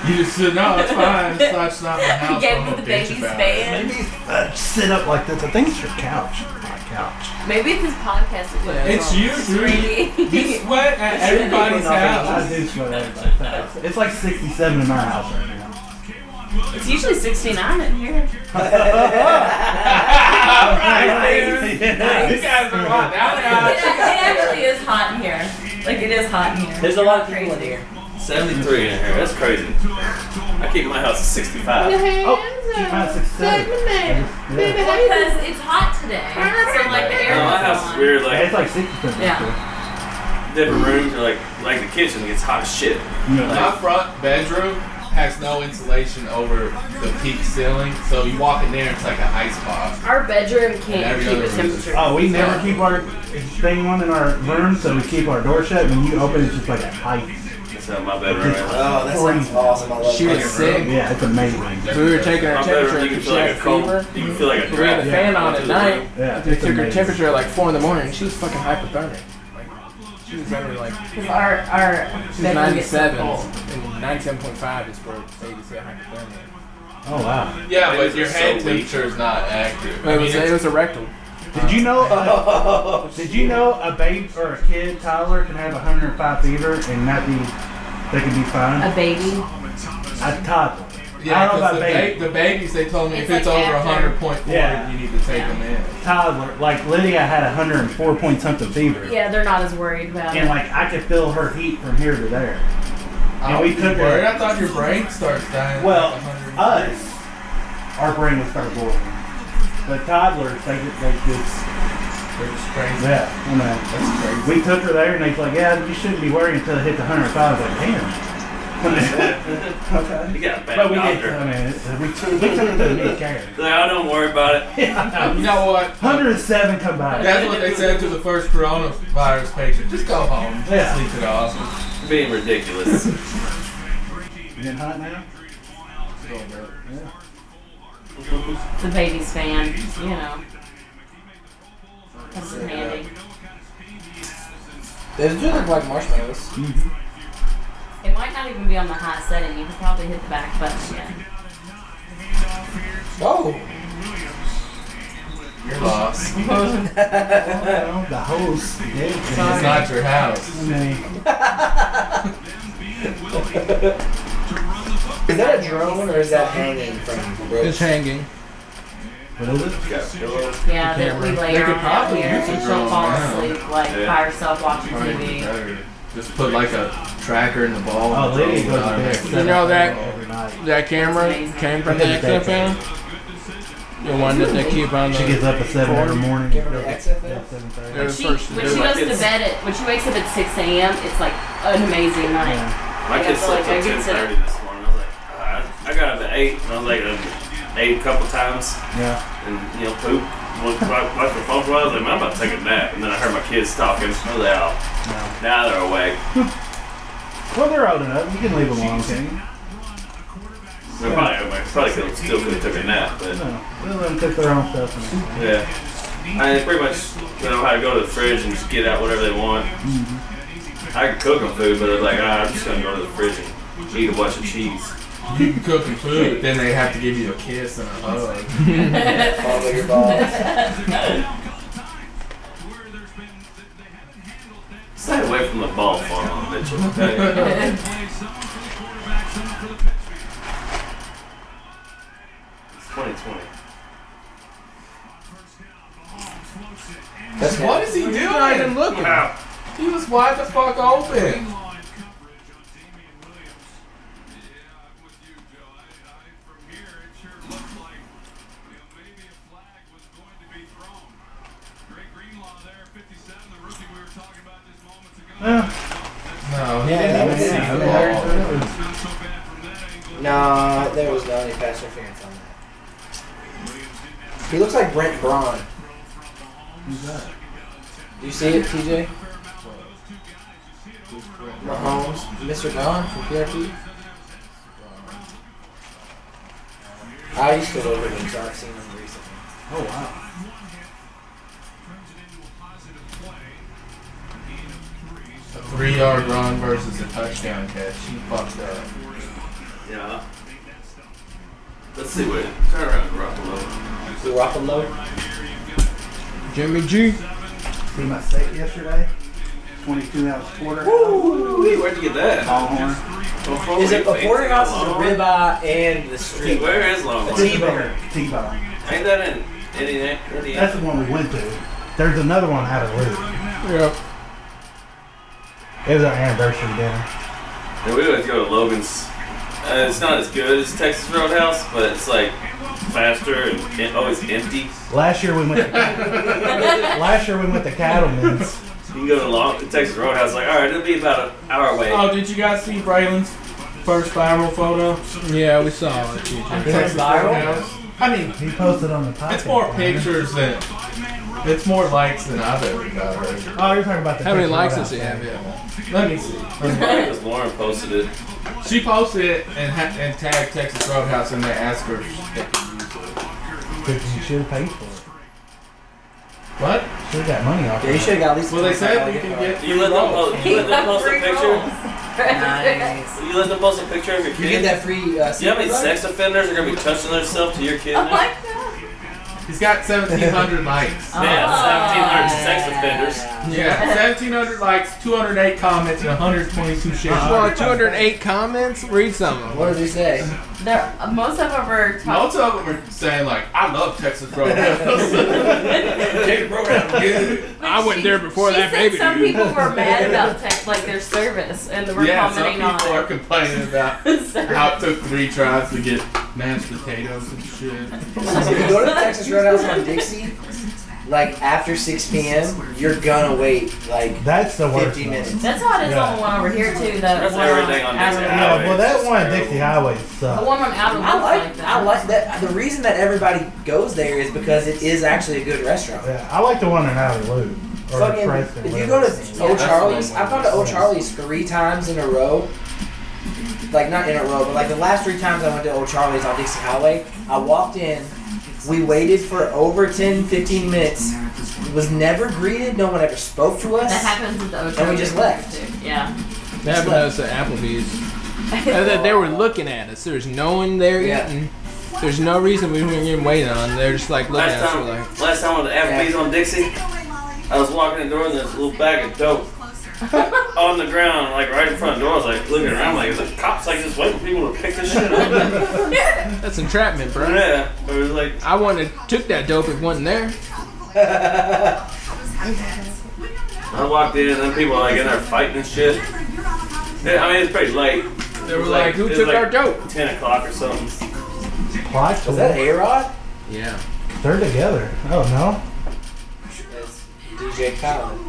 Speaker 2: You just said no. It's fine. It's not, it's not my house.
Speaker 7: Gave
Speaker 2: I'm
Speaker 7: me
Speaker 2: gonna
Speaker 7: the
Speaker 2: bitch
Speaker 7: baby's
Speaker 2: about
Speaker 7: fan.
Speaker 3: maybe uh, sit up like this. I think it's your couch. My couch.
Speaker 7: Maybe it's his podcast. is what
Speaker 2: it. It's
Speaker 7: wrong.
Speaker 2: you, dude. You sweat at everybody's house.
Speaker 3: do smell like that. It's like 67 in my house right now.
Speaker 7: It's usually 69 in here.
Speaker 2: All right, dude. You guys are hot. Now,
Speaker 7: It, actually is hot in here. Like, it is hot in here.
Speaker 6: There's a lot of people in here.
Speaker 5: 73 in here. That's crazy. I keep my house at 65.
Speaker 3: Oh, keep mine at 67. Yeah.
Speaker 7: Because it's hot today. So, like, the
Speaker 5: No,
Speaker 7: air
Speaker 5: my house is weird.
Speaker 3: Yeah,
Speaker 5: Like
Speaker 3: It's like 67.
Speaker 7: Yeah.
Speaker 5: different rooms, or like like the kitchen gets hot as shit.
Speaker 2: My front bedroom has no insulation over the peak ceiling, so you walk in there, it's like an ice box.
Speaker 7: Our bedroom can't
Speaker 2: Every
Speaker 7: keep
Speaker 2: other
Speaker 7: a
Speaker 2: room.
Speaker 7: temperature.
Speaker 3: Oh, we never keep our thing on in our room, so we keep our door shut. When you open, it's just like a pipe.
Speaker 5: That's how my bedroom is.
Speaker 6: Oh, that sounds awesome. I love
Speaker 4: She
Speaker 6: it.
Speaker 4: was sick.
Speaker 3: Yeah, it's amazing.
Speaker 4: So we were taking her
Speaker 5: My bedroom,
Speaker 4: temperature
Speaker 5: you can
Speaker 4: because
Speaker 5: feel
Speaker 4: she
Speaker 5: like
Speaker 4: had
Speaker 5: a cold.
Speaker 4: fever.
Speaker 5: You can feel like a
Speaker 4: We had
Speaker 5: draft.
Speaker 4: the fan on at night.
Speaker 3: Yeah,
Speaker 4: They
Speaker 3: it's
Speaker 4: took her
Speaker 3: amazing.
Speaker 4: temperature at like 4 in the morning. She was fucking hypothermic. Like, She was literally like,
Speaker 7: Because our, our
Speaker 4: she's
Speaker 7: bedroom gets so
Speaker 4: 97.
Speaker 7: cold.
Speaker 4: And 97.5 is where babies get hypothermia.
Speaker 3: Oh wow!
Speaker 2: Yeah,
Speaker 5: Things
Speaker 2: but your
Speaker 5: are so
Speaker 2: hand
Speaker 5: weak.
Speaker 2: temperature is not accurate.
Speaker 4: It was,
Speaker 2: it's-
Speaker 4: it was a rectal.
Speaker 3: Did you know? Uh, did you know a baby or a kid, toddler, can have 105 fever and not be? They can be fine.
Speaker 7: A baby.
Speaker 3: A toddler. I
Speaker 2: Yeah, 'cause
Speaker 3: don't know about
Speaker 2: the,
Speaker 3: baby.
Speaker 2: ba- the babies, they told me
Speaker 7: It's
Speaker 2: if it's
Speaker 7: like
Speaker 2: over
Speaker 7: after.
Speaker 2: 100.4,
Speaker 3: Yeah.
Speaker 2: you need to take them in.
Speaker 3: Tyler, like Lydia had 104 point something fever.
Speaker 7: Yeah, they're not as worried about
Speaker 3: And
Speaker 7: it.
Speaker 3: like I could feel her heat from here to there.
Speaker 2: I
Speaker 3: we
Speaker 2: was
Speaker 3: took
Speaker 2: worried.
Speaker 3: her-
Speaker 2: I thought your brain starts dying. at
Speaker 3: Well,
Speaker 2: 100.
Speaker 3: us, our brain would start boiling. But toddlers, they get they just uh,
Speaker 2: They're just crazy.
Speaker 3: yeah, I know.
Speaker 2: That's crazy.
Speaker 3: We took her there and they's like, yeah, you shouldn't be worried until it hit the 105. I was like, damn. okay.
Speaker 5: You got a bad
Speaker 3: But we did.
Speaker 5: doctor.
Speaker 3: I mean, it- we took we took her to the care.
Speaker 5: Like, I don't worry about it.
Speaker 2: You know what?
Speaker 3: 107 combined.
Speaker 2: That's what they said to the first coronavirus patient. Just go home.
Speaker 3: Yeah.
Speaker 2: Sleep it off.
Speaker 5: Being ridiculous.
Speaker 3: You been hot now?
Speaker 7: The baby's fan, you know. That's handy.
Speaker 4: They do look like marshmallows.
Speaker 3: Mm-hmm.
Speaker 7: It might not even be on the hot setting. You could probably hit the back button yet.
Speaker 4: Oh,
Speaker 2: You're lost. It's
Speaker 3: Well, the host. Yeah,
Speaker 2: not your house.
Speaker 3: I mean,
Speaker 6: Is that a drone or is that hanging from
Speaker 4: it's
Speaker 6: ropes?
Speaker 4: hanging.
Speaker 3: what is it?
Speaker 9: got pillows.
Speaker 7: Yeah, that we lay
Speaker 2: They
Speaker 7: her
Speaker 2: could
Speaker 7: on out
Speaker 2: probably
Speaker 7: here
Speaker 2: use a
Speaker 7: and she'll
Speaker 2: drone
Speaker 7: fall
Speaker 2: now.
Speaker 7: asleep like
Speaker 5: Yeah.
Speaker 7: by herself watching
Speaker 2: Probably be
Speaker 7: TV.
Speaker 2: better. Just put like a tracker in the ball.
Speaker 3: Oh,
Speaker 2: and
Speaker 3: Lydia
Speaker 2: throw
Speaker 3: goes
Speaker 2: it out
Speaker 3: to bed.
Speaker 2: there.
Speaker 4: You know that
Speaker 3: Overnight.
Speaker 4: that camera came from the XFL. The one that they keep on the.
Speaker 3: She gets up at seven every morning.
Speaker 6: Give her the XFL?
Speaker 3: Yeah, seven thirty.
Speaker 4: They're the
Speaker 7: She,
Speaker 4: first to
Speaker 7: when
Speaker 4: do
Speaker 7: she
Speaker 4: it.
Speaker 7: goes to bed at when she wakes up at 6 a.m., it's like an amazing night.
Speaker 5: My
Speaker 7: Yeah,
Speaker 5: kid
Speaker 7: so, like,
Speaker 5: slept till
Speaker 7: I get
Speaker 5: ten
Speaker 7: to-
Speaker 5: thirty this morning. I was like, "Ah, I got up at eight, and I was like, uh, ate a couple times,
Speaker 3: Yeah.
Speaker 5: and you know, poop. Went right, right the phone call. I was like, man, I'm about to take a nap. And then I heard my kids talking. I was like, oh,
Speaker 3: No.
Speaker 5: now they're awake.
Speaker 3: Well, they're old enough. You can leave them alone, can you?
Speaker 5: They're probably awake. Probably could still could have took a nap, but
Speaker 3: No. We'll let them cook their own stuff. and everything.
Speaker 5: yeah. I pretty much you know how to go to the fridge and just get out whatever they want. I can cook them food, but it's like, ah, I'm just gonna go to the fridge and eat a bunch of cheese.
Speaker 2: You can cook them food, but then they have to give you a kiss and a hug.
Speaker 6: Follow your balls.
Speaker 5: Stay away from the ball farm, Mitchell. Okay? it's 2020.
Speaker 6: That's
Speaker 2: What is he
Speaker 4: not even
Speaker 2: doing?
Speaker 4: looking.
Speaker 2: He was wide the fuck open.
Speaker 3: Well,
Speaker 2: No,
Speaker 6: Yeah, that was-
Speaker 2: yeah,
Speaker 6: No, there was not any pass interference on that. He looks like Brent Braun. Do you see it, TJ? Mahomes, Mr. Don from PRP. I used to live with him, so I've seen him recently.
Speaker 3: Oh wow.
Speaker 2: A three yard run versus a touchdown catch. He fucked up.
Speaker 5: Yeah. Let's see what turn around and rock a little.
Speaker 6: The Ruffalo.
Speaker 4: Jimmy G.
Speaker 3: See my steak yesterday. Twenty-two ounce quarter.
Speaker 5: Ooh, where'd you get that?
Speaker 3: Longhorn.
Speaker 5: Before
Speaker 6: Is it
Speaker 5: we
Speaker 6: the quarter
Speaker 5: fix
Speaker 6: ounce is
Speaker 5: Longhorn?
Speaker 6: a ribeye and the
Speaker 5: Dude,
Speaker 6: street?
Speaker 5: Where is Longhorn?
Speaker 6: T-
Speaker 5: Ain't
Speaker 3: T-bone. T-bone.
Speaker 5: that in Indiana? Indiana?
Speaker 3: That's the one we went to. There's another one out of Lou.
Speaker 4: Yeah.
Speaker 3: It was our anniversary dinner.
Speaker 5: Yeah, we always go to Logan's. Uh, it's not as good as Texas Roadhouse, but it's like faster and and always empty.
Speaker 3: Last year we went. To, last year we went to Cattleman's.
Speaker 5: You can go to Long- Texas Roadhouse, like, alright, it'll be about an hour away.
Speaker 2: Oh, did you guys see Braylon's first viral photo?
Speaker 4: Yeah, we saw it. TJ.
Speaker 2: Texas
Speaker 6: viral?
Speaker 2: Roadhouse? I mean,
Speaker 3: He posted on the podcast.
Speaker 2: it's more
Speaker 3: man.
Speaker 2: pictures than it's more likes than I've ever got.
Speaker 3: Oh, you're talking about the.
Speaker 4: How many
Speaker 3: picture
Speaker 4: likes
Speaker 3: right
Speaker 4: does he
Speaker 3: outside.
Speaker 4: have? Yeah.
Speaker 2: Let me see.
Speaker 5: Because Lauren posted it.
Speaker 2: She posted it and ha- and tagged Texas Roadhouse and they asked her if they could use it.
Speaker 3: Because you should have paid for it.
Speaker 2: What?
Speaker 3: Should have got money off.
Speaker 6: Yeah, you should have got at least.
Speaker 2: Well, they said
Speaker 6: $25
Speaker 2: you can
Speaker 6: gift
Speaker 2: get
Speaker 5: You let them post, you let them post a picture.
Speaker 6: card. Nice.
Speaker 5: You let them post a picture of your
Speaker 6: You get
Speaker 5: kid.
Speaker 6: that free. Uh,
Speaker 5: You know how many
Speaker 6: seafood, right?
Speaker 5: sex offenders are gonna be touching themselves to your kid
Speaker 7: Oh
Speaker 5: now?
Speaker 7: my god.
Speaker 2: He's got 1,700 likes.
Speaker 5: Yeah, 1,700
Speaker 7: Oh.
Speaker 5: sex offenders.
Speaker 2: Yeah, 1,700 likes, 208 comments, and 122 shares.
Speaker 4: Well, 208 comments. Read some of them.
Speaker 6: What does he say?
Speaker 7: They're- uh, most of them are top.
Speaker 2: Most of them are saying like, "I love Texas programs." Texas programs are good.
Speaker 4: I went there before
Speaker 7: she
Speaker 4: that
Speaker 7: said
Speaker 4: baby.
Speaker 7: Some people were mad about tech, like their service, and they were
Speaker 2: Yeah, some
Speaker 7: commenting
Speaker 2: people
Speaker 7: on
Speaker 2: are
Speaker 7: it.
Speaker 2: complaining about
Speaker 7: So-
Speaker 2: how it took three tries to get mashed potatoes and shit.
Speaker 6: So if you go to the Texas Roadhouse on Dixie, like after 6 p.m., you're gonna wait like
Speaker 3: That's the worst.
Speaker 6: 50
Speaker 3: one.
Speaker 6: minutes.
Speaker 7: That's how it is
Speaker 3: Yeah.
Speaker 7: on the one over here too. The
Speaker 5: That's
Speaker 7: one
Speaker 5: everything on Dixie
Speaker 7: Adams.
Speaker 5: Highway.
Speaker 3: Yeah, well, that
Speaker 5: It's
Speaker 3: one at
Speaker 5: terrible.
Speaker 3: Dixie Highway
Speaker 7: The
Speaker 3: sucks.
Speaker 7: one on Adam
Speaker 6: I like
Speaker 7: that.
Speaker 6: I like that. The reason that everybody goes there is because it is actually a good restaurant.
Speaker 3: Yeah, I like the one in Waterloo or
Speaker 6: Fucking,
Speaker 3: Preston.
Speaker 6: if you
Speaker 3: whatever
Speaker 6: go
Speaker 3: it's
Speaker 6: to
Speaker 3: named.
Speaker 6: Old
Speaker 2: that's
Speaker 6: Charlie's,
Speaker 2: the one
Speaker 6: I've gone to Old
Speaker 3: yeah.
Speaker 6: Charlie's three times in a row. Like not in a row, but like the last three times I went to Old Charlie's on Dixie Highway, I walked in. We waited for over 10, 15 minutes. Was never greeted. No one ever spoke to us.
Speaker 7: That happens with the Ocho.
Speaker 6: And we just left.
Speaker 7: Too. Yeah.
Speaker 4: That happened to us at Applebee's. And that they were looking at us. There's no one there
Speaker 6: Yeah.
Speaker 4: eating. There's no reason we were getting waited on. They're just like looking
Speaker 5: Last
Speaker 4: at us. We're
Speaker 5: time,
Speaker 4: like,
Speaker 5: last time with the Applebee's on Dixie, I was walking in the door and there's a little bag of dope on the ground, like right in front of the door. I was like looking around, like, is the cops like just waiting for people to pick this shit up?
Speaker 4: that's entrapment, bro.
Speaker 5: yeah, but it was like,
Speaker 4: I wouldn't have took that dope if it wasn't there.
Speaker 5: I walked in and then people were like in there fighting and shit. Yeah, I mean, it's pretty late.
Speaker 4: They were like, who
Speaker 5: it was
Speaker 4: took
Speaker 5: like
Speaker 4: our dope?
Speaker 5: 10 o'clock or something.
Speaker 3: Watch
Speaker 6: Was that
Speaker 3: them.
Speaker 6: A Rod?
Speaker 4: Yeah.
Speaker 3: They're together. Oh no.
Speaker 6: That's DJ Khaled.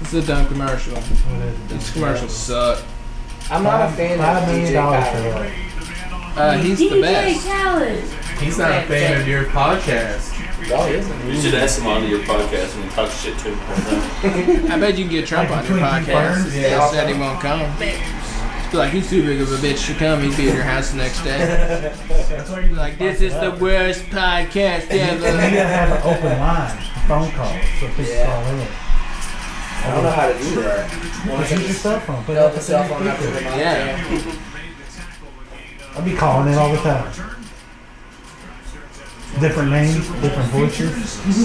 Speaker 4: It's a dumb commercial.
Speaker 3: What is it?
Speaker 4: These commercials suck.
Speaker 6: I'm not a fan
Speaker 3: Five
Speaker 6: of
Speaker 3: million
Speaker 6: DJ
Speaker 3: dollars for
Speaker 6: Khaled.
Speaker 3: that.
Speaker 4: Uh, he's the best.
Speaker 2: He's not a fan of your podcast.
Speaker 6: Oh, he is.
Speaker 5: You should ask him onto your podcast and talk shit to him.
Speaker 4: I bet you can get Trump
Speaker 3: Like
Speaker 4: on your
Speaker 3: between two
Speaker 4: podcast.
Speaker 3: burns?
Speaker 4: He
Speaker 6: Yeah.
Speaker 4: said he won't come. Just be like, he's too big of a bitch to come. He'd be at your house the next day.
Speaker 3: That's where you
Speaker 4: Like, this is the worst podcast
Speaker 3: You
Speaker 4: ever.
Speaker 3: gotta have an open line, a phone call, so people
Speaker 6: Yeah.
Speaker 3: call in.
Speaker 6: I don't know how to do that.
Speaker 3: Just use your cell phone. Put it
Speaker 6: Fill
Speaker 3: up
Speaker 6: the
Speaker 3: to
Speaker 6: cell phone up to the
Speaker 3: people.
Speaker 6: mic.
Speaker 4: Yeah.
Speaker 3: I'll be calling in all the time. Different names, different voices.
Speaker 5: this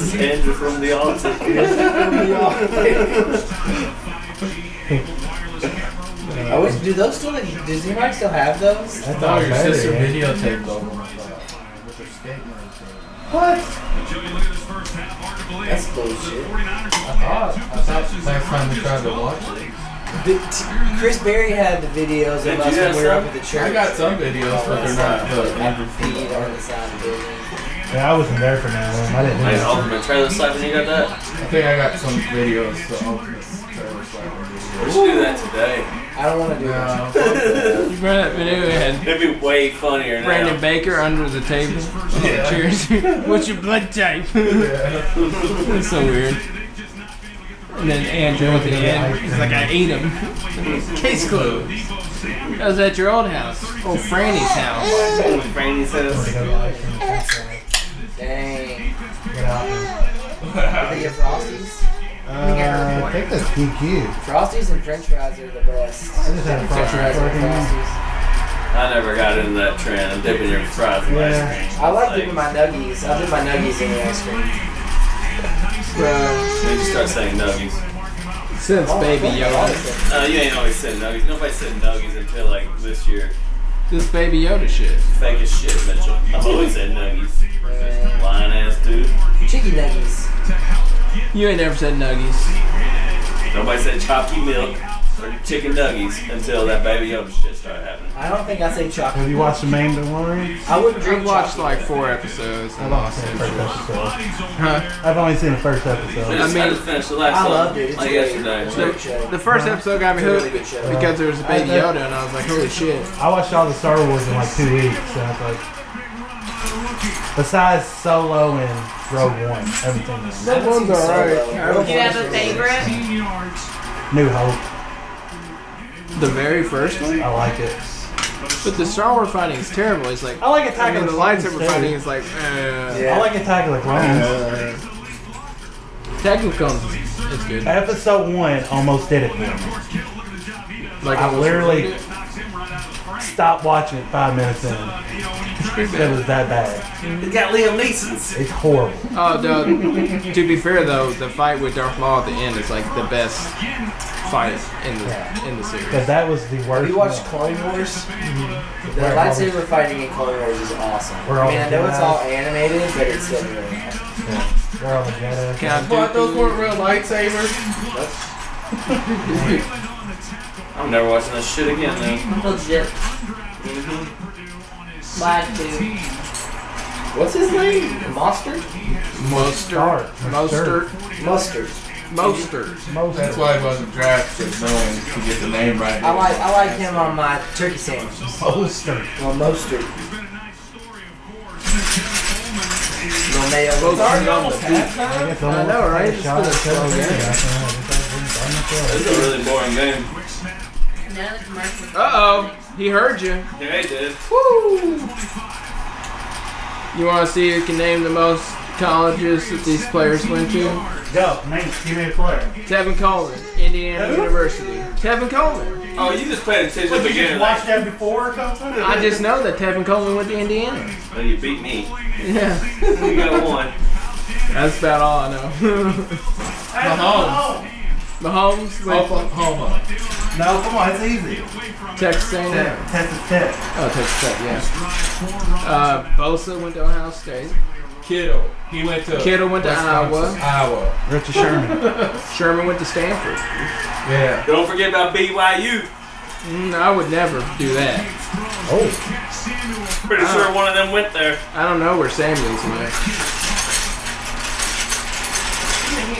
Speaker 5: is Andrew from the Altar.
Speaker 6: I wish, do those still, does anybody still have those?
Speaker 3: That's
Speaker 2: Oh,
Speaker 3: all
Speaker 2: your
Speaker 3: bad,
Speaker 2: sister
Speaker 3: eh?
Speaker 2: videotaped over my phone with her skate.
Speaker 3: What?
Speaker 6: That's bullshit.
Speaker 2: I thought, I thought last time we tried to watch it.
Speaker 6: The t- Chris Berry had the videos of
Speaker 5: Did you
Speaker 6: us when
Speaker 5: have
Speaker 6: we were up
Speaker 5: some?
Speaker 6: at the church.
Speaker 2: I got some videos, but they're not.
Speaker 6: At
Speaker 2: Look,
Speaker 6: the feed on the side of the building.
Speaker 3: Yeah, I wasn't there for that one. I didn't do
Speaker 5: Like,
Speaker 3: that.
Speaker 5: Ultimate Trailer Slap, and you got that?
Speaker 2: I think I got some videos. So I'll just try to find
Speaker 5: We should do that today.
Speaker 6: I don't want to do it.
Speaker 2: them. No.
Speaker 4: You brought up video and
Speaker 5: It'd be way funnier now.
Speaker 4: Brandon Baker under the table. Oh,
Speaker 2: Yeah.
Speaker 4: Cheers. What's your blood type? That's so weird. And then Andrew at the end, he's like, I ate him. Case closed. I was at your old house, old Franny's house.
Speaker 5: Brandon says,
Speaker 3: Uh,
Speaker 6: Dang.
Speaker 3: Get out there.
Speaker 6: Are they your Frosties?
Speaker 3: Uh, I think that's DQ.
Speaker 6: Frosties and French fries are the
Speaker 3: I
Speaker 6: best.
Speaker 3: just had a
Speaker 6: French
Speaker 3: project
Speaker 6: fries and
Speaker 3: working on.
Speaker 6: Frosties.
Speaker 5: I never got into that trend. I'm dipping your fries in
Speaker 3: Yeah.
Speaker 5: ice cream.
Speaker 6: I like dipping my nuggies. I dip my nuggies in the ice cream.
Speaker 5: Bro. They just start saying nuggies.
Speaker 4: Since Baby Yoda.
Speaker 5: Uh, you ain't always said nuggies. Nobody said nuggies until like this year.
Speaker 4: This Baby Yoda shit.
Speaker 5: Fake as shit, Mitchell. I've always said nuggies. Lying ass dude.
Speaker 6: Chicken nuggies.
Speaker 4: You ain't never said nuggies.
Speaker 5: Nobody said chalky milk or chicken nuggies until that baby Yoda shit started happening.
Speaker 6: I don't think I say chocolate.
Speaker 3: Have you watched the Mandalorian?
Speaker 6: I wouldn't
Speaker 4: I
Speaker 6: drink
Speaker 4: watched
Speaker 6: chocolate.
Speaker 4: like four episodes. I
Speaker 3: I've only
Speaker 4: lost
Speaker 3: seen the
Speaker 4: it.
Speaker 3: first episode.
Speaker 4: Huh?
Speaker 3: I've only seen the first
Speaker 5: I
Speaker 3: episode.
Speaker 5: just had to finish the last
Speaker 6: I
Speaker 5: one
Speaker 6: loved it. It's
Speaker 5: like
Speaker 6: great.
Speaker 5: yesterday.
Speaker 6: Great
Speaker 4: The,
Speaker 6: show.
Speaker 4: the first episode got me
Speaker 6: It's a really
Speaker 4: hooked
Speaker 6: good show.
Speaker 4: because there was a Baby Yoda, and I was like, holy shit.
Speaker 3: I watched all the Star Wars in like two weeks, and I was like, besides Solo and Rogue One, everything else.
Speaker 6: That one's alright.
Speaker 7: Do you have a favorite?
Speaker 3: New Hope,
Speaker 4: The very first one?
Speaker 3: I like it.
Speaker 4: But the Star Wars fighting is terrible. It's like,
Speaker 3: I like Attack
Speaker 4: I mean,
Speaker 3: of
Speaker 4: the
Speaker 3: the
Speaker 4: lightsaber fighting
Speaker 3: Clones.
Speaker 4: is like, uh,
Speaker 3: too. I like Attack of the Clones.
Speaker 4: Tactical Clones is is good.
Speaker 3: Episode one almost did it for me.
Speaker 4: Like
Speaker 3: I
Speaker 4: almost
Speaker 3: literally
Speaker 4: ruined it.
Speaker 3: stopped watching it five minutes in. It was that bad.
Speaker 10: It's got Liam Neeson's.
Speaker 3: It's horrible.
Speaker 4: Oh, no. to be fair though, the fight with Darth Maul at the end is like the best fight in the in the
Speaker 3: Because
Speaker 4: series.
Speaker 3: that was the worst.
Speaker 6: Have you watched
Speaker 3: one.
Speaker 6: Clone Wars? The
Speaker 3: Where all
Speaker 6: lightsaber fighting in Clone Wars is awesome.
Speaker 3: Where
Speaker 6: I
Speaker 3: all
Speaker 6: mean, I
Speaker 3: the
Speaker 6: know it's all
Speaker 3: Jedis-
Speaker 6: animated, but it's still really awesome.
Speaker 3: Where all the Jedi-
Speaker 4: Count
Speaker 2: But those
Speaker 4: Dooku.
Speaker 2: weren't real lightsabers.
Speaker 5: I'm never watching this shit again, man.
Speaker 7: Legit. Lied to.
Speaker 6: What's his name? Monster?
Speaker 4: Mustard. Mustard.
Speaker 6: Mustard.
Speaker 4: Mustard.
Speaker 2: That's why he wasn't drafted, no one could get the name right.
Speaker 6: I like I like him on my turkey sandwiches.
Speaker 3: Poster.
Speaker 6: Well, Mustard. Little mayo.
Speaker 3: I guess
Speaker 4: I know, right? It's
Speaker 3: Shot
Speaker 4: been a slow
Speaker 3: at
Speaker 4: game.
Speaker 5: This is a really boring game.
Speaker 7: None of the commercials.
Speaker 4: Uh oh, he heard you.
Speaker 5: Yeah, he did.
Speaker 4: You want to see who can name the most colleges that these players went to?
Speaker 3: Go, mate. Give me a player.
Speaker 4: Tevin Coleman, Indiana University. Tevin Coleman.
Speaker 5: Oh, you just played attention at the beginning.
Speaker 3: Watched that before or something?
Speaker 4: I just know that Tevin Coleman went to Indiana.
Speaker 5: Well, you beat me.
Speaker 4: Yeah,
Speaker 5: You got one.
Speaker 4: that's about all I know.
Speaker 2: Mahomes.
Speaker 4: Mahomes went
Speaker 2: Oklahoma.
Speaker 3: No, come on. It's easy.
Speaker 4: to Texas A&M.
Speaker 3: Tech. Texas Tech.
Speaker 4: Oh, Texas Tech, yeah. Uh, Bosa went to Ohio State.
Speaker 2: Kittle. He went to
Speaker 4: Kittle went to
Speaker 2: Wisconsin.
Speaker 4: Iowa.
Speaker 2: Iowa.
Speaker 3: Richard Sherman.
Speaker 4: Sherman went to Stanford.
Speaker 2: Yeah.
Speaker 5: Don't forget about BYU.
Speaker 4: Mm, I would never do that.
Speaker 3: oh.
Speaker 5: Pretty
Speaker 6: Ah.
Speaker 5: sure one of them went there.
Speaker 4: I don't know where Samuels went.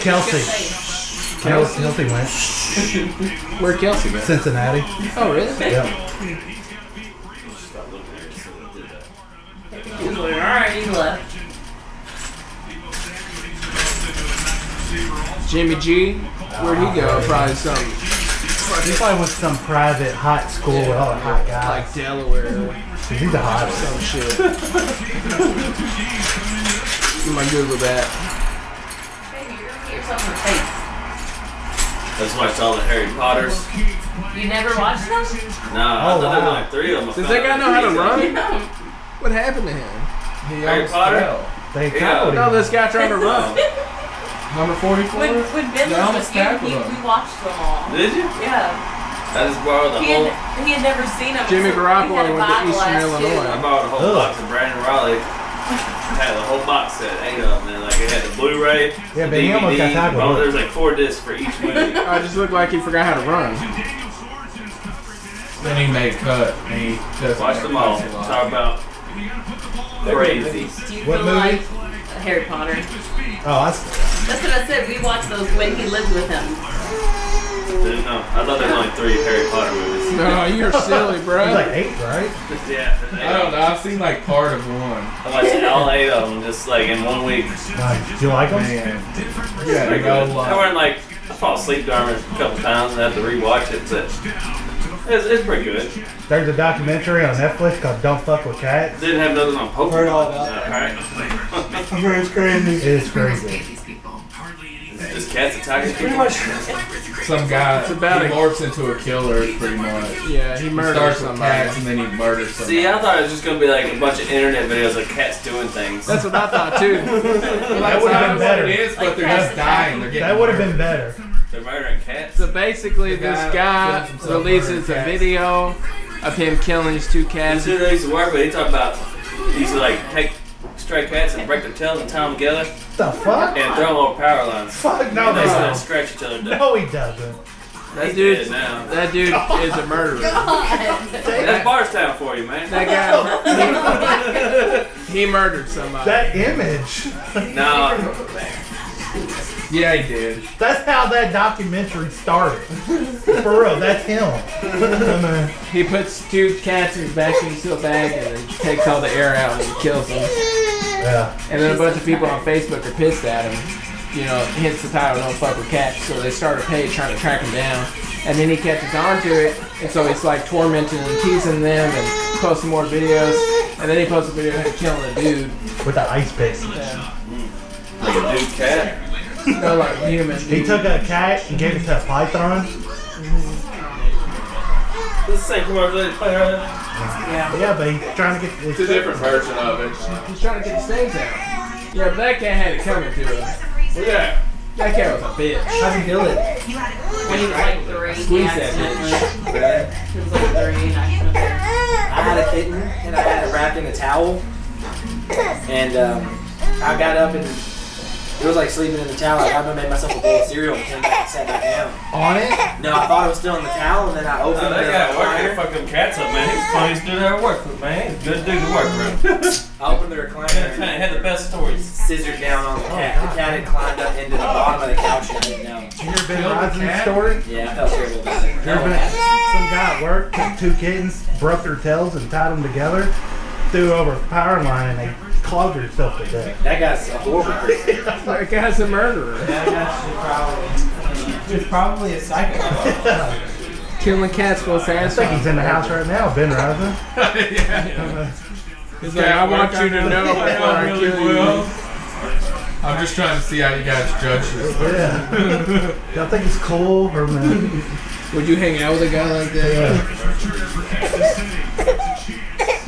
Speaker 3: Kelsey. Kelsey. Kelsey went.
Speaker 4: Where Kelsey went.
Speaker 3: Cincinnati.
Speaker 4: Oh, really?
Speaker 3: Yep.
Speaker 7: He's like, alright, he left.
Speaker 4: Jimmy G. Where'd he go? Probably some
Speaker 3: He probably went to some private hot school with all the hot guys.
Speaker 4: like Delaware.
Speaker 3: He's the hottest.
Speaker 4: Some shit. You might Google that.
Speaker 7: Baby, you're gonna get yourself in the
Speaker 5: That's why I saw the Harry Potters.
Speaker 7: face. You never watched them?
Speaker 5: Nah,
Speaker 3: Oh,
Speaker 5: I thought there
Speaker 3: wow.
Speaker 5: were like three of them.
Speaker 4: Does that guy know how to run?
Speaker 7: No.
Speaker 4: What happened to him?
Speaker 2: He
Speaker 5: Harry
Speaker 2: almost
Speaker 5: Potter?
Speaker 2: fell.
Speaker 3: They
Speaker 5: Yeah.
Speaker 3: tackled
Speaker 4: No,
Speaker 3: him.
Speaker 4: this guy trying to run.
Speaker 2: Number 44?
Speaker 7: When, when Ben
Speaker 2: They
Speaker 7: was
Speaker 2: almost
Speaker 7: with you,
Speaker 2: tackled
Speaker 7: we,
Speaker 2: him.
Speaker 7: we watched them all.
Speaker 5: Did you?
Speaker 7: Yeah.
Speaker 5: I just borrowed the
Speaker 7: He
Speaker 5: whole.
Speaker 7: had, he had never seen them.
Speaker 4: Jimmy Garoppolo went to Eastern
Speaker 5: I
Speaker 4: Illinois.
Speaker 5: borrowed a whole
Speaker 3: Ugh.
Speaker 5: box of Brandon Riley. Had the whole box set, eight of them, and like it had the Blu-ray,
Speaker 3: Yeah,
Speaker 5: the
Speaker 3: but he almost got
Speaker 5: DVD.
Speaker 3: tackled.
Speaker 5: well, there's like four discs for each movie.
Speaker 4: I just looked like he forgot how to run.
Speaker 2: Then he made cut. And he just
Speaker 5: Watch them all. Talk about crazy.
Speaker 7: Do you
Speaker 3: What
Speaker 7: feel
Speaker 3: movie?
Speaker 7: like Harry Potter?
Speaker 3: Oh, I s-
Speaker 7: That's what I said. We watched those when he lived with him.
Speaker 5: Didn't know. I thought there were only three Harry Potter movies.
Speaker 4: No, you're silly,
Speaker 3: it was like
Speaker 4: bro.
Speaker 3: eight, right?
Speaker 5: yeah, there's eight
Speaker 2: I don't
Speaker 5: of them.
Speaker 2: know. I've seen like part of one.
Speaker 5: I watched all eight of them just like in one week.
Speaker 3: Nice. Do you like them?
Speaker 2: Man. Yeah,
Speaker 5: Pretty
Speaker 2: they
Speaker 5: good.
Speaker 2: go
Speaker 5: I
Speaker 2: like.
Speaker 5: went like I fall asleep during it a couple times and had to rewatch it, but it's, it's pretty good.
Speaker 3: There's a documentary on Netflix called Don't Fuck with Cats.
Speaker 5: Didn't have nothing on Pokemon.
Speaker 6: Heard all about
Speaker 5: All right.
Speaker 3: It is crazy.
Speaker 5: Just cats attacking
Speaker 6: Pretty
Speaker 5: people.
Speaker 6: much.
Speaker 2: Some guy it's
Speaker 4: about
Speaker 2: he
Speaker 4: it.
Speaker 2: morphs into a killer pretty much. He
Speaker 4: Yeah, he murdered
Speaker 2: starts with cats
Speaker 4: somebody.
Speaker 2: and then he murders somebody.
Speaker 5: See, I thought it was just gonna be like a bunch of internet videos of cats doing things.
Speaker 4: That's what I thought too.
Speaker 2: That's
Speaker 3: would've
Speaker 2: not
Speaker 3: been
Speaker 2: what
Speaker 3: better.
Speaker 2: It is, but
Speaker 7: Like
Speaker 2: they're
Speaker 7: cats
Speaker 2: just dying. They're getting
Speaker 3: That would have been
Speaker 2: murdered.
Speaker 3: better.
Speaker 5: They're murdering cats.
Speaker 4: So basically,
Speaker 2: The
Speaker 4: this
Speaker 2: guy
Speaker 4: guy
Speaker 2: kills himself
Speaker 4: releases
Speaker 2: murdering
Speaker 4: a
Speaker 2: cats.
Speaker 4: video of him killing his two
Speaker 5: This
Speaker 4: cats.
Speaker 5: dude I used to work with, he talked about he used to like take stray cats and break their tails and tie them together
Speaker 3: What the fuck?
Speaker 5: and throw them over power lines.
Speaker 3: Fuck no,
Speaker 5: And they used to
Speaker 3: no.
Speaker 5: scratch each other. down.
Speaker 3: No, he doesn't.
Speaker 4: That
Speaker 5: Dude,
Speaker 4: dude,
Speaker 5: now
Speaker 4: that dude is a murderer.
Speaker 5: that's Barstown for you, man.
Speaker 4: That guy, he murdered somebody.
Speaker 3: That image.
Speaker 5: No,
Speaker 2: Yeah, he did.
Speaker 3: That's how that documentary started. For real, that's him. I mean,
Speaker 4: He puts two cats in his vacuum seal bag and then takes all the air out and kills them.
Speaker 3: yeah.
Speaker 4: And then a bunch of people on Facebook are pissed at him. You know, hits the title "Don't Fuck with Cats," so they start a page trying to track him down. And then he catches on to it, and so he's like tormenting and teasing them and posting more videos. And then he posts a video of him killing a dude,
Speaker 3: With the ice pick.
Speaker 5: like a dude cat.
Speaker 4: no like human.
Speaker 3: He
Speaker 4: Dude.
Speaker 3: took a cat and gave it to a python.
Speaker 8: This thing come over there play right
Speaker 7: Yeah.
Speaker 3: Yeah, but he's trying to get
Speaker 2: It's a different version of it.
Speaker 4: He's trying to get the stains out. Yeah, but that cat had it coming to us.
Speaker 2: Look at
Speaker 4: That cat was a bitch.
Speaker 6: How'd you do it?
Speaker 7: When he was like three, he
Speaker 4: Squeeze that
Speaker 7: accidentally.
Speaker 2: that.
Speaker 7: He was like three and accidentally.
Speaker 6: I had a kitten and I had it wrapped in a towel. And um, I got up and it was like sleeping in the towel. Like, I made myself a bowl of cereal and came back and sat back down.
Speaker 3: on it.
Speaker 6: No, I thought it was still in the towel and then I opened
Speaker 8: now.
Speaker 6: it.
Speaker 8: That guy
Speaker 6: the
Speaker 8: working
Speaker 6: recliner.
Speaker 8: fuck them cats up, man. He's the funniest dude I ever worked with, man. He's a good dude to work with.
Speaker 6: I opened the recliner
Speaker 8: He
Speaker 6: and
Speaker 8: had the best stories.
Speaker 6: scissored down on the cat. The cat had climbed up into the bottom of the couch and didn't know.
Speaker 3: You ever been
Speaker 4: Killed the
Speaker 3: Rising
Speaker 4: cat?
Speaker 3: story?
Speaker 6: Yeah, I felt terrible about it.
Speaker 3: There been some guy at work took two kittens, broke their tails, and tied them together, threw over a power line, and they clogged herself to death.
Speaker 6: That guy's a horrible person.
Speaker 4: That guy's a murderer.
Speaker 6: that guy should probably. He's probably a psycho.
Speaker 4: Killing cats was
Speaker 3: I think
Speaker 4: ass.
Speaker 3: he's in the house right now, Ben Rising.
Speaker 4: He's like, I want you to know before I
Speaker 2: I
Speaker 4: kill
Speaker 2: really
Speaker 4: you.
Speaker 2: will. I'm just trying to see how you guys judge this.
Speaker 3: Yeah. Y'all think it's cool or man?
Speaker 4: Would you hang out with a guy like that?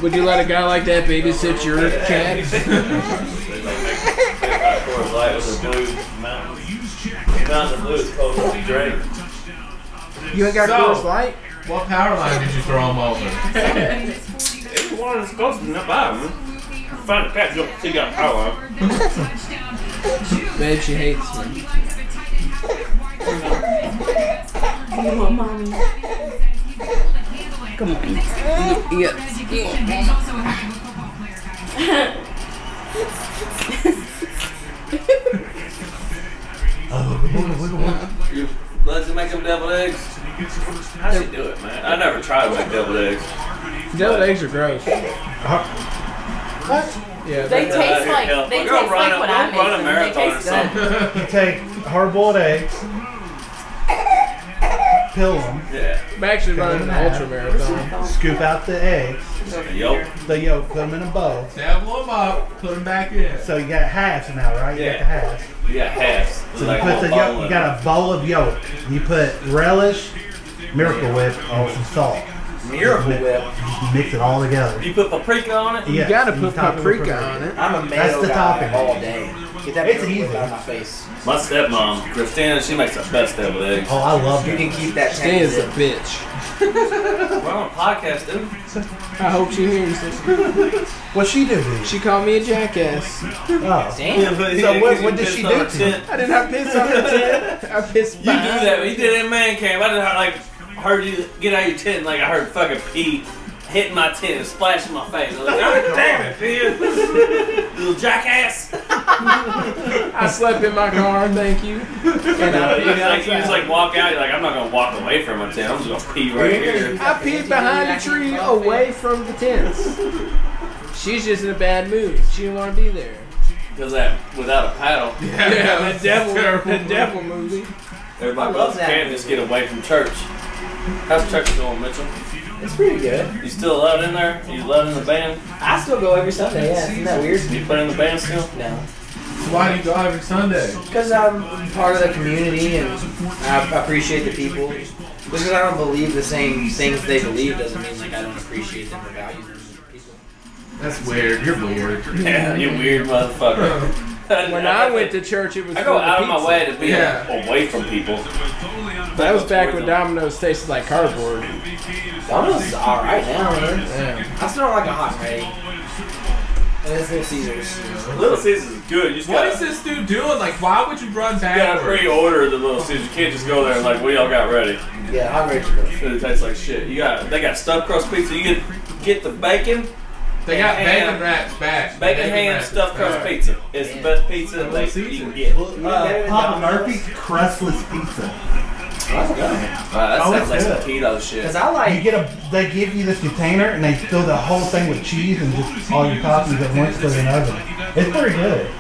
Speaker 4: Would you let a guy like that babysit your cat?
Speaker 8: Coors Light was a blue mountain. Mountain of blue is cold as a drink.
Speaker 4: You ain't got
Speaker 2: So-
Speaker 4: Coors Light?
Speaker 2: What power line did you throw him over?
Speaker 8: If you wanted to go to the bottom, find a cat, you'll take out power line.
Speaker 4: Babe, she hates me.
Speaker 7: Come on, mommy. Come on. Yeah.
Speaker 8: Let's make them deviled eggs. How'd you do it, man? I never tried to make deviled eggs.
Speaker 4: Deviled eggs are gross. Yeah,
Speaker 7: They
Speaker 8: Yeah,
Speaker 7: taste
Speaker 8: yeah,
Speaker 7: like
Speaker 8: yeah.
Speaker 7: they
Speaker 8: We're
Speaker 7: taste
Speaker 8: gonna run
Speaker 7: like
Speaker 8: a-
Speaker 7: what
Speaker 8: we'll
Speaker 7: I make.
Speaker 8: run a
Speaker 7: them.
Speaker 8: marathon
Speaker 7: they
Speaker 8: or
Speaker 7: taste
Speaker 8: something.
Speaker 7: good.
Speaker 3: You take hard-boiled eggs, peel them,
Speaker 8: Yeah.
Speaker 4: I'm actually running an ultra marathon.
Speaker 3: scoop out the eggs,
Speaker 8: Yup.
Speaker 3: the yolk, put them in a bowl.
Speaker 2: Dabble him up, put him back in.
Speaker 3: So you got halves now, right? You got the
Speaker 8: Yeah.
Speaker 3: halves.
Speaker 8: You got halves. It's
Speaker 3: So
Speaker 8: like
Speaker 3: you put the
Speaker 8: a
Speaker 3: yolk,
Speaker 8: bottle
Speaker 3: you
Speaker 8: of-
Speaker 3: got a bowl of yolk. You put relish, Miracle Whip, on some salt.
Speaker 6: Miracle Whip.
Speaker 3: Just mix it all together.
Speaker 8: You put paprika on it?
Speaker 3: Yeah,
Speaker 4: You gotta
Speaker 3: you
Speaker 4: put
Speaker 3: top it with
Speaker 4: paprika on it.
Speaker 6: I'm a mayo
Speaker 3: That's the
Speaker 6: guy
Speaker 3: topping.
Speaker 6: all day. Get Oh, that
Speaker 3: It's
Speaker 6: Miracle Whip
Speaker 3: easy.
Speaker 6: out of my face.
Speaker 8: My stepmom, Christina, she makes the best deviled eggs.
Speaker 3: Oh, I love
Speaker 6: You
Speaker 3: it.
Speaker 6: can keep that
Speaker 4: She is a
Speaker 6: tangy.
Speaker 4: bitch.
Speaker 8: We're on a podcast, dude.
Speaker 4: I hope she hears this.
Speaker 3: What she do? to you?
Speaker 4: She called me a jackass.
Speaker 3: Oh,
Speaker 6: Damn.
Speaker 3: So what- what did she do to you? Oh,
Speaker 4: I did not piss on her tent. I pissed
Speaker 8: You do that. You did it in man cave. I did not like heard you get out of your tent and, like I heard fucking pee hitting my tent and splashing my face. I was like, oh, damn it, pee. Little jackass.
Speaker 4: I slept in my car, thank you. And I
Speaker 8: You
Speaker 4: peed
Speaker 8: like, you just
Speaker 4: outside.
Speaker 8: like walk out. You're like, I'm not gonna walk away from my tent. I'm just gonna pee right here.
Speaker 4: I peed behind the tree away from the tents. She's just in a bad mood. She didn't want to be there.
Speaker 8: Cause that without a paddle,
Speaker 4: Yeah, the devil,
Speaker 2: terrible.
Speaker 4: the devil movie.
Speaker 8: everybody
Speaker 6: I love
Speaker 8: goes,
Speaker 6: that
Speaker 8: can't
Speaker 6: movie.
Speaker 8: just get away from church. How's church going, Mitchell?
Speaker 6: It's pretty good.
Speaker 8: You still allowed in there? You allowed in the band?
Speaker 6: I still go every Sunday. Yeah, isn't that weird?
Speaker 8: You play in the band still?
Speaker 6: No,
Speaker 2: Why do you go every Sunday?
Speaker 6: because I'm part of the community and I appreciate the people. Just because I don't believe the same things they believe doesn't mean like I don't appreciate them or value them as people.
Speaker 2: That's weird. You're weird.
Speaker 8: Yeah, you weird motherfucker.
Speaker 4: When I went to church, it was
Speaker 8: I
Speaker 4: for
Speaker 8: go
Speaker 4: the
Speaker 8: out of my
Speaker 4: pizza.
Speaker 8: way to be
Speaker 2: Yeah.
Speaker 8: away from people.
Speaker 4: That was back when
Speaker 8: Towards them.
Speaker 4: Domino's tasted like cardboard.
Speaker 6: Domino's is all right now, man.
Speaker 4: Yeah.
Speaker 6: I still don't like a hot patty. And it's Little Caesars.
Speaker 8: Little Caesars is good. You just
Speaker 2: What is
Speaker 8: gotta,
Speaker 2: this dude doing? Like, why would you run
Speaker 8: you gotta
Speaker 2: backwards?
Speaker 8: pre-order the Little Caesars. You can't just go there and like we all got ready.
Speaker 6: Yeah, I'm ready to go.
Speaker 8: It tastes like shit. You got they got stuffed crust pizza. You get get the bacon,
Speaker 2: They got
Speaker 8: Ham.
Speaker 2: bacon wraps back.
Speaker 8: bacon ham
Speaker 2: wraps
Speaker 8: stuffed
Speaker 2: is
Speaker 8: crust
Speaker 2: back.
Speaker 8: pizza. It's the best pizza that
Speaker 2: Little
Speaker 8: they- you can
Speaker 2: Caesars.
Speaker 8: get. Wow,
Speaker 3: uh, Papa Murphy's crustless pizza.
Speaker 8: that
Speaker 3: Oh,
Speaker 8: sounds
Speaker 3: it's
Speaker 8: like some
Speaker 3: good.
Speaker 8: keto shit.
Speaker 6: Cause I
Speaker 3: You
Speaker 6: like.
Speaker 3: get a, they give you this container and they fill the whole thing with cheese and just all your toppings at once for an oven. It's pretty good,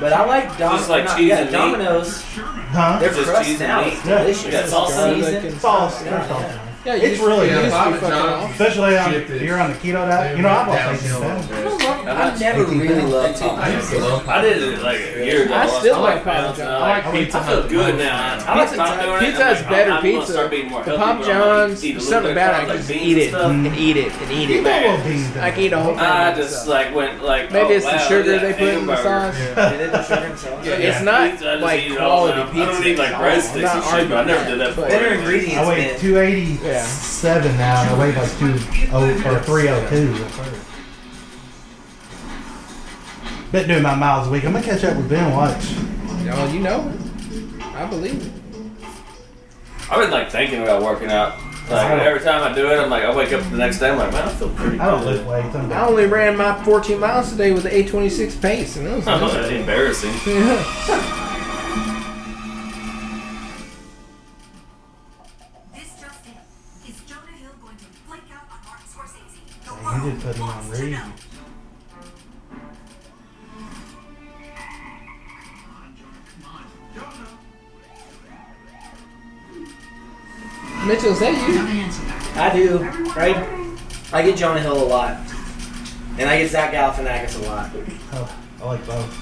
Speaker 6: But I like Dom-
Speaker 8: Just like
Speaker 6: not-
Speaker 8: cheese
Speaker 6: yeah,
Speaker 8: and meat.
Speaker 6: Domino's.
Speaker 3: huh?
Speaker 6: Their
Speaker 8: Just
Speaker 6: crust
Speaker 8: cheese and
Speaker 6: now
Speaker 8: meat.
Speaker 6: is
Speaker 3: Yeah.
Speaker 6: delicious.
Speaker 8: Yeah,
Speaker 6: It's
Speaker 8: salsa.
Speaker 6: seasoned.
Speaker 3: Sauce, there's sauce. on it.
Speaker 4: Yeah, you
Speaker 3: It's
Speaker 4: just-
Speaker 3: really
Speaker 4: yeah,
Speaker 3: easy.
Speaker 4: Papa
Speaker 2: Papa
Speaker 4: John's.
Speaker 2: John's.
Speaker 3: Especially on,
Speaker 2: Shit is-
Speaker 3: you're on the keto diet. You know, I've always
Speaker 2: Downhill.
Speaker 3: taken that.
Speaker 6: I don't love.
Speaker 5: How
Speaker 6: I've
Speaker 5: much?
Speaker 6: never really loved
Speaker 2: I
Speaker 6: Papa
Speaker 2: used to love
Speaker 5: I did it like a year ago.
Speaker 4: I
Speaker 5: lost
Speaker 4: still
Speaker 5: 20
Speaker 4: like Papa
Speaker 5: pounds, and
Speaker 4: John's.
Speaker 5: I, like,
Speaker 2: I like
Speaker 5: I feel
Speaker 2: pizza.
Speaker 5: good now. I, I
Speaker 4: Pizza-
Speaker 5: like doing it.
Speaker 4: pizza
Speaker 5: I'm
Speaker 4: is
Speaker 5: like,
Speaker 4: better
Speaker 5: I'm gonna
Speaker 4: pizza.
Speaker 5: start being more
Speaker 4: The
Speaker 5: healthy,
Speaker 4: Papa
Speaker 5: but I'm gonna
Speaker 4: John's,
Speaker 5: eat a little
Speaker 4: something
Speaker 5: bit
Speaker 4: bad,
Speaker 5: of
Speaker 4: I
Speaker 5: like
Speaker 4: just
Speaker 5: beans
Speaker 1: Eat
Speaker 5: and
Speaker 1: it
Speaker 5: stuff.
Speaker 1: and eat it and eat it.
Speaker 3: People will beans.
Speaker 4: I can eat a whole thing.
Speaker 5: I
Speaker 4: by
Speaker 5: just
Speaker 4: myself.
Speaker 5: like went like
Speaker 4: Mm. Maybe
Speaker 5: oh,
Speaker 4: it's the
Speaker 5: wow,
Speaker 4: sugar
Speaker 5: yeah,
Speaker 4: they put in the
Speaker 5: hamburger.
Speaker 4: sauce.
Speaker 6: John's.
Speaker 4: It's
Speaker 3: Yeah.
Speaker 4: not
Speaker 5: Pizza, I just
Speaker 4: like
Speaker 5: eat it all the
Speaker 4: quality
Speaker 5: time.
Speaker 4: pizza.
Speaker 5: I don't eat like breadsticks
Speaker 4: Not
Speaker 5: and shit, but I
Speaker 4: arguing
Speaker 5: never
Speaker 4: that,
Speaker 5: did that before.
Speaker 4: but-
Speaker 6: Better
Speaker 3: I
Speaker 6: ingredients,
Speaker 3: weigh
Speaker 6: man.
Speaker 3: 287 now, and I weigh like 2 or 302. at first. Been doing my miles a week. I'm gonna catch up with Ben Watch.
Speaker 4: Oh, you know it. I believe it.
Speaker 5: I've been like thinking about working out. Like every time I do it, I'm like I wake up the next day, I'm like man, I feel pretty.
Speaker 3: I don't
Speaker 5: good.
Speaker 3: lift weights. I'm
Speaker 4: I
Speaker 3: bad.
Speaker 4: only ran my 14 miles today with an 826 pace, and it was
Speaker 5: Oh,
Speaker 4: good.
Speaker 5: that's embarrassing.
Speaker 4: Yeah.
Speaker 10: This just in. Is Jonah Hill going to flake out on Martin Scorsese? The
Speaker 3: Man,
Speaker 10: world
Speaker 3: You did put him
Speaker 10: wants
Speaker 3: on
Speaker 10: to
Speaker 3: read.
Speaker 10: know.
Speaker 4: Mitchell, is that you?
Speaker 6: I do, right? I get Jonah Hill a lot, and I get Zach Galifianakis a lot.
Speaker 3: Oh, I like both.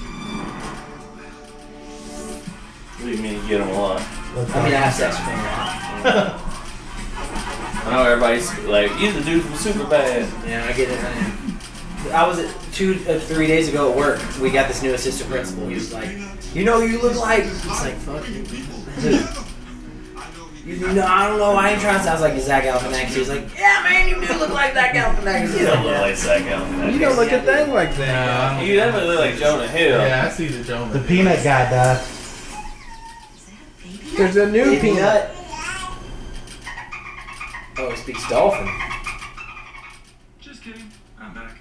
Speaker 5: What do you mean you get them a lot?
Speaker 3: Let's
Speaker 6: I mean, I
Speaker 3: go.
Speaker 6: have sex with him a lot.
Speaker 5: I know everybody's like, he's the dude from Superbad.
Speaker 6: Yeah, I get it. I, I was at two, uh, three days ago at work. We got this new assistant principal. He's like, you know, who you look like. He's like, fuck you. Dude. You know, I don't know. I ain't trying to sound like Zach Galifianakis. He's like, yeah, man, you do look like that Galifianakis.
Speaker 5: You
Speaker 6: He's
Speaker 5: don't
Speaker 6: like,
Speaker 5: look
Speaker 6: yeah.
Speaker 5: like Zach Galifianakis.
Speaker 4: You don't look a thing like that.
Speaker 2: Yeah.
Speaker 5: You definitely look like Jonah Hill.
Speaker 2: Yeah, I see the Jonah.
Speaker 3: The peanut guy died.
Speaker 4: There's a new
Speaker 6: If you
Speaker 4: peanut.
Speaker 6: nut- Oh, he speaks dolphin.
Speaker 8: Just kidding. I'm back.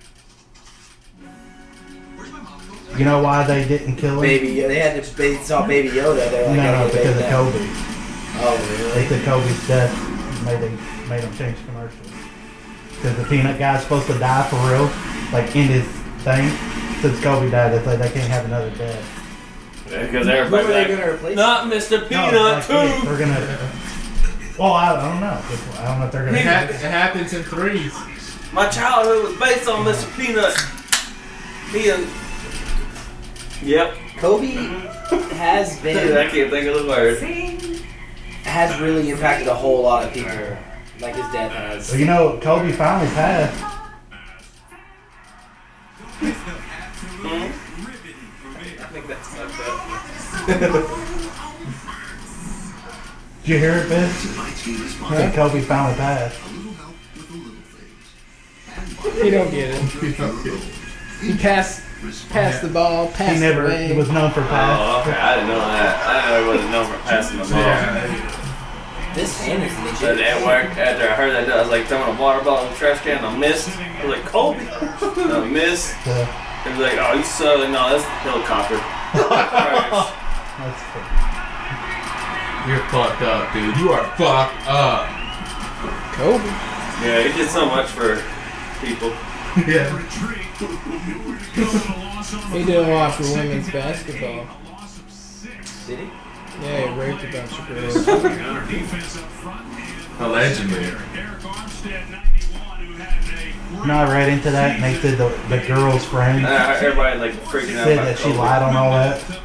Speaker 8: Where's my mom?
Speaker 3: You know why they didn't kill him?
Speaker 6: Baby, Yo- they had to. They saw Baby Yoda.
Speaker 3: No,
Speaker 6: They're
Speaker 3: no,
Speaker 6: like, "Gotta get
Speaker 3: because
Speaker 6: Baby
Speaker 3: of
Speaker 6: Yoda."
Speaker 3: Kobe.
Speaker 6: Oh,
Speaker 3: They
Speaker 6: really?
Speaker 3: took Kobe's death and made them made them change commercials. Because the peanut guy's supposed to die for real, like in his thing. Since Kobe died, it's like they can't have another death.
Speaker 5: Because
Speaker 6: Who are they
Speaker 5: everybody's like,
Speaker 6: gonna replace?
Speaker 5: not Mr. Peanut
Speaker 3: No, like,
Speaker 5: too.
Speaker 3: They're gonna. Well, I, I don't know. I don't know if they're
Speaker 2: It, hap-
Speaker 3: gonna.
Speaker 2: it happens in threes.
Speaker 5: My childhood was based on Mr. Peanut. He a- Yep.
Speaker 6: Kobe has been
Speaker 5: I can't think of the word.
Speaker 6: has really impacted a whole lot of people. Like his death has.
Speaker 3: Well, you know, Kobe finally passed.
Speaker 5: I think that's fucked up.
Speaker 3: Did you hear it, Ben? That Kobe finally passed.
Speaker 4: You don't get it. You pass, pass the ball, pass
Speaker 3: He never.
Speaker 4: the way.
Speaker 3: He was known for pass.
Speaker 5: Oh, okay. I didn't know that. I know it wasn't known for passing the ball.
Speaker 6: This fan is
Speaker 5: But
Speaker 6: legit.
Speaker 5: at work, after I heard that, I was like throwing a water bottle in the trash can. I missed. I was like, Kobe. And I missed.
Speaker 3: So,
Speaker 5: It was like, oh, you suck. No, that's the helicopter. Trash.
Speaker 3: that's cool.
Speaker 2: You're fucked up, dude. You are fucked up.
Speaker 4: Kobe.
Speaker 5: yeah, he did so much for people.
Speaker 2: Yeah.
Speaker 4: He did a lot for women's basketball.
Speaker 6: Did he?
Speaker 4: Yeah, he raped a bunch of girls.
Speaker 2: A legendary.
Speaker 3: No, I read into that, and they said the, the girl's friend
Speaker 5: And I heard uh, everybody like freaking out
Speaker 3: said
Speaker 5: about
Speaker 3: that she
Speaker 5: Kobe.
Speaker 3: lied on all that.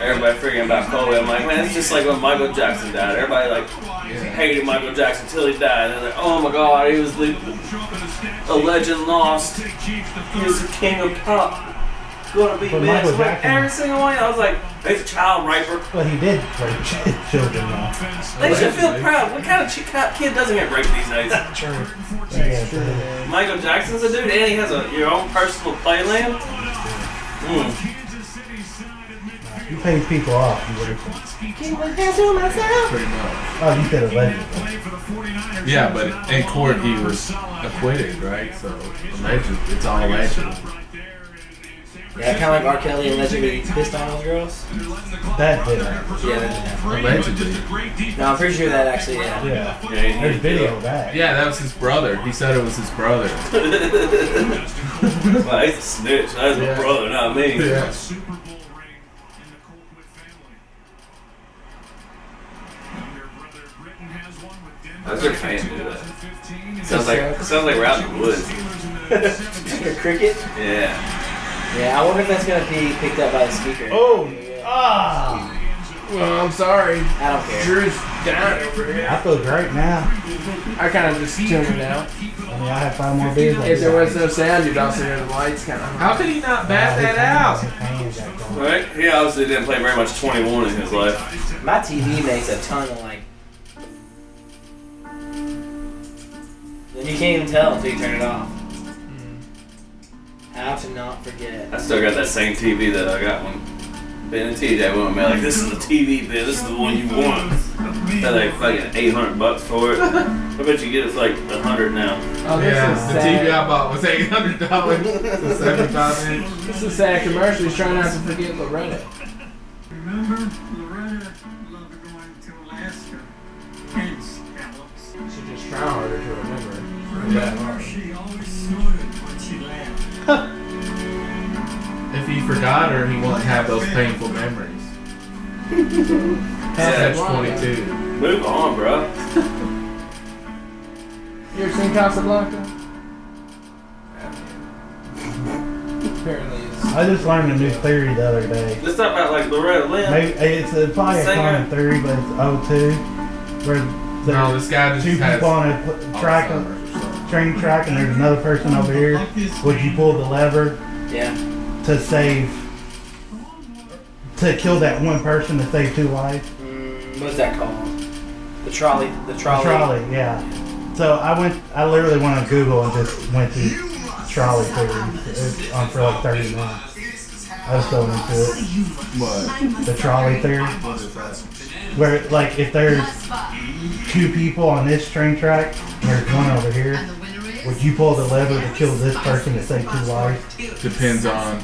Speaker 5: Everybody freaking about Kobe. I'm like, man, it's just like when Michael Jackson died. Everybody like hated Michael Jackson till he died. They're like, oh my god, he was the, a legend lost. He was the king of pop. Gonna be
Speaker 3: But
Speaker 5: next.
Speaker 3: Michael
Speaker 5: Like,
Speaker 3: Jackson-
Speaker 5: every single one. I was like, he's a child raper.
Speaker 3: But he did rape ch- children, though.
Speaker 5: They should feel proud. What kind of chi- ki- kid doesn't get raped these days?
Speaker 3: Yeah, so-
Speaker 5: Michael Jackson's a dude, and he has a, your own personal playland. Mm.
Speaker 3: You paid people off. You would've-
Speaker 2: Pretty much.
Speaker 3: oh, you said allegedly.
Speaker 2: Yeah, but in court he was acquitted, right? So a legend. It's all a legend.
Speaker 6: Yeah, kind of like R. Kelly allegedly pissed on those girls.
Speaker 3: That did. it.
Speaker 6: Yeah, that did happen.
Speaker 2: Allegedly.
Speaker 6: No, I'm pretty sure that actually happened.
Speaker 3: Yeah.
Speaker 5: Yeah, he-
Speaker 3: There's video of that.
Speaker 2: Yeah, that was his brother. He said it was his brother.
Speaker 5: Well, he's a snitch. That's my
Speaker 2: Yeah.
Speaker 5: brother, not me.
Speaker 8: Super Bowl ring in the Colquitt family. And their brother Britton has one with Denver.
Speaker 5: Those are sounds like we're out in the woods.
Speaker 6: Your cricket?
Speaker 5: Yeah.
Speaker 6: Yeah, I wonder if that's gonna be picked up by the speaker.
Speaker 3: Oh,
Speaker 6: Yeah.
Speaker 3: ah!
Speaker 4: Well, I'm sorry.
Speaker 6: I don't care.
Speaker 4: Drew's down over here.
Speaker 3: I feel great now.
Speaker 4: I kind of just tuned out.
Speaker 3: I mean, I had five more beers.
Speaker 4: If there was no sound, you'd also hear the lights kind of.
Speaker 2: How could he not bat that out?
Speaker 3: out.
Speaker 5: Right? He obviously didn't play very much 21 in his life.
Speaker 6: My TV makes a ton of like. Then you can't even tell until you turn it off. How to not forget.
Speaker 5: I still got that same TV that I got when Ben and TJ went, man. Like, this is the TV, Ben. This is the one you want. I paid like fucking 800 bucks for it. I bet you get it for like 100 now.
Speaker 4: Oh, this
Speaker 2: Yeah,
Speaker 4: is
Speaker 2: the TV
Speaker 4: sad.
Speaker 2: I bought was eight hundred dollars. Seventy-five inch.
Speaker 4: This is sad commercial. He's trying not to forget Loretta.
Speaker 8: Remember, Loretta loved going to Alaska. Hence, Alex.
Speaker 4: She just try harder to remember.
Speaker 8: Remember, she always snorted when she laughed.
Speaker 2: If he forgot her, he won't have those painful memories. Catch twenty-two.
Speaker 5: Move on, bro.
Speaker 4: You ever seen Casablanca? Apparently, it's
Speaker 3: I just learned a new theory the other day.
Speaker 5: Let's talk about like Loretta Lynn.
Speaker 3: Maybe it's, it's probably a
Speaker 5: Singer.
Speaker 3: common theory, but it's O2, where
Speaker 2: No,
Speaker 3: there's
Speaker 2: this guy just
Speaker 3: two
Speaker 2: has
Speaker 3: people on a pl- track, a train track, and there's another person over here. Would you pull the lever
Speaker 6: Yeah.
Speaker 3: to save, to kill that one person to save two lives?
Speaker 6: Mm, what's that called? The trolley. The
Speaker 3: A
Speaker 6: trolley.
Speaker 3: trolley, yeah. So I went, I literally went on Google and just went to trolley theories It's on for like 30 minutes. I was so into it. The trolley theory, where like if there's two people on this train track, and there's one over here. Would you pull the lever to kill this person to save two lives?
Speaker 2: Depends on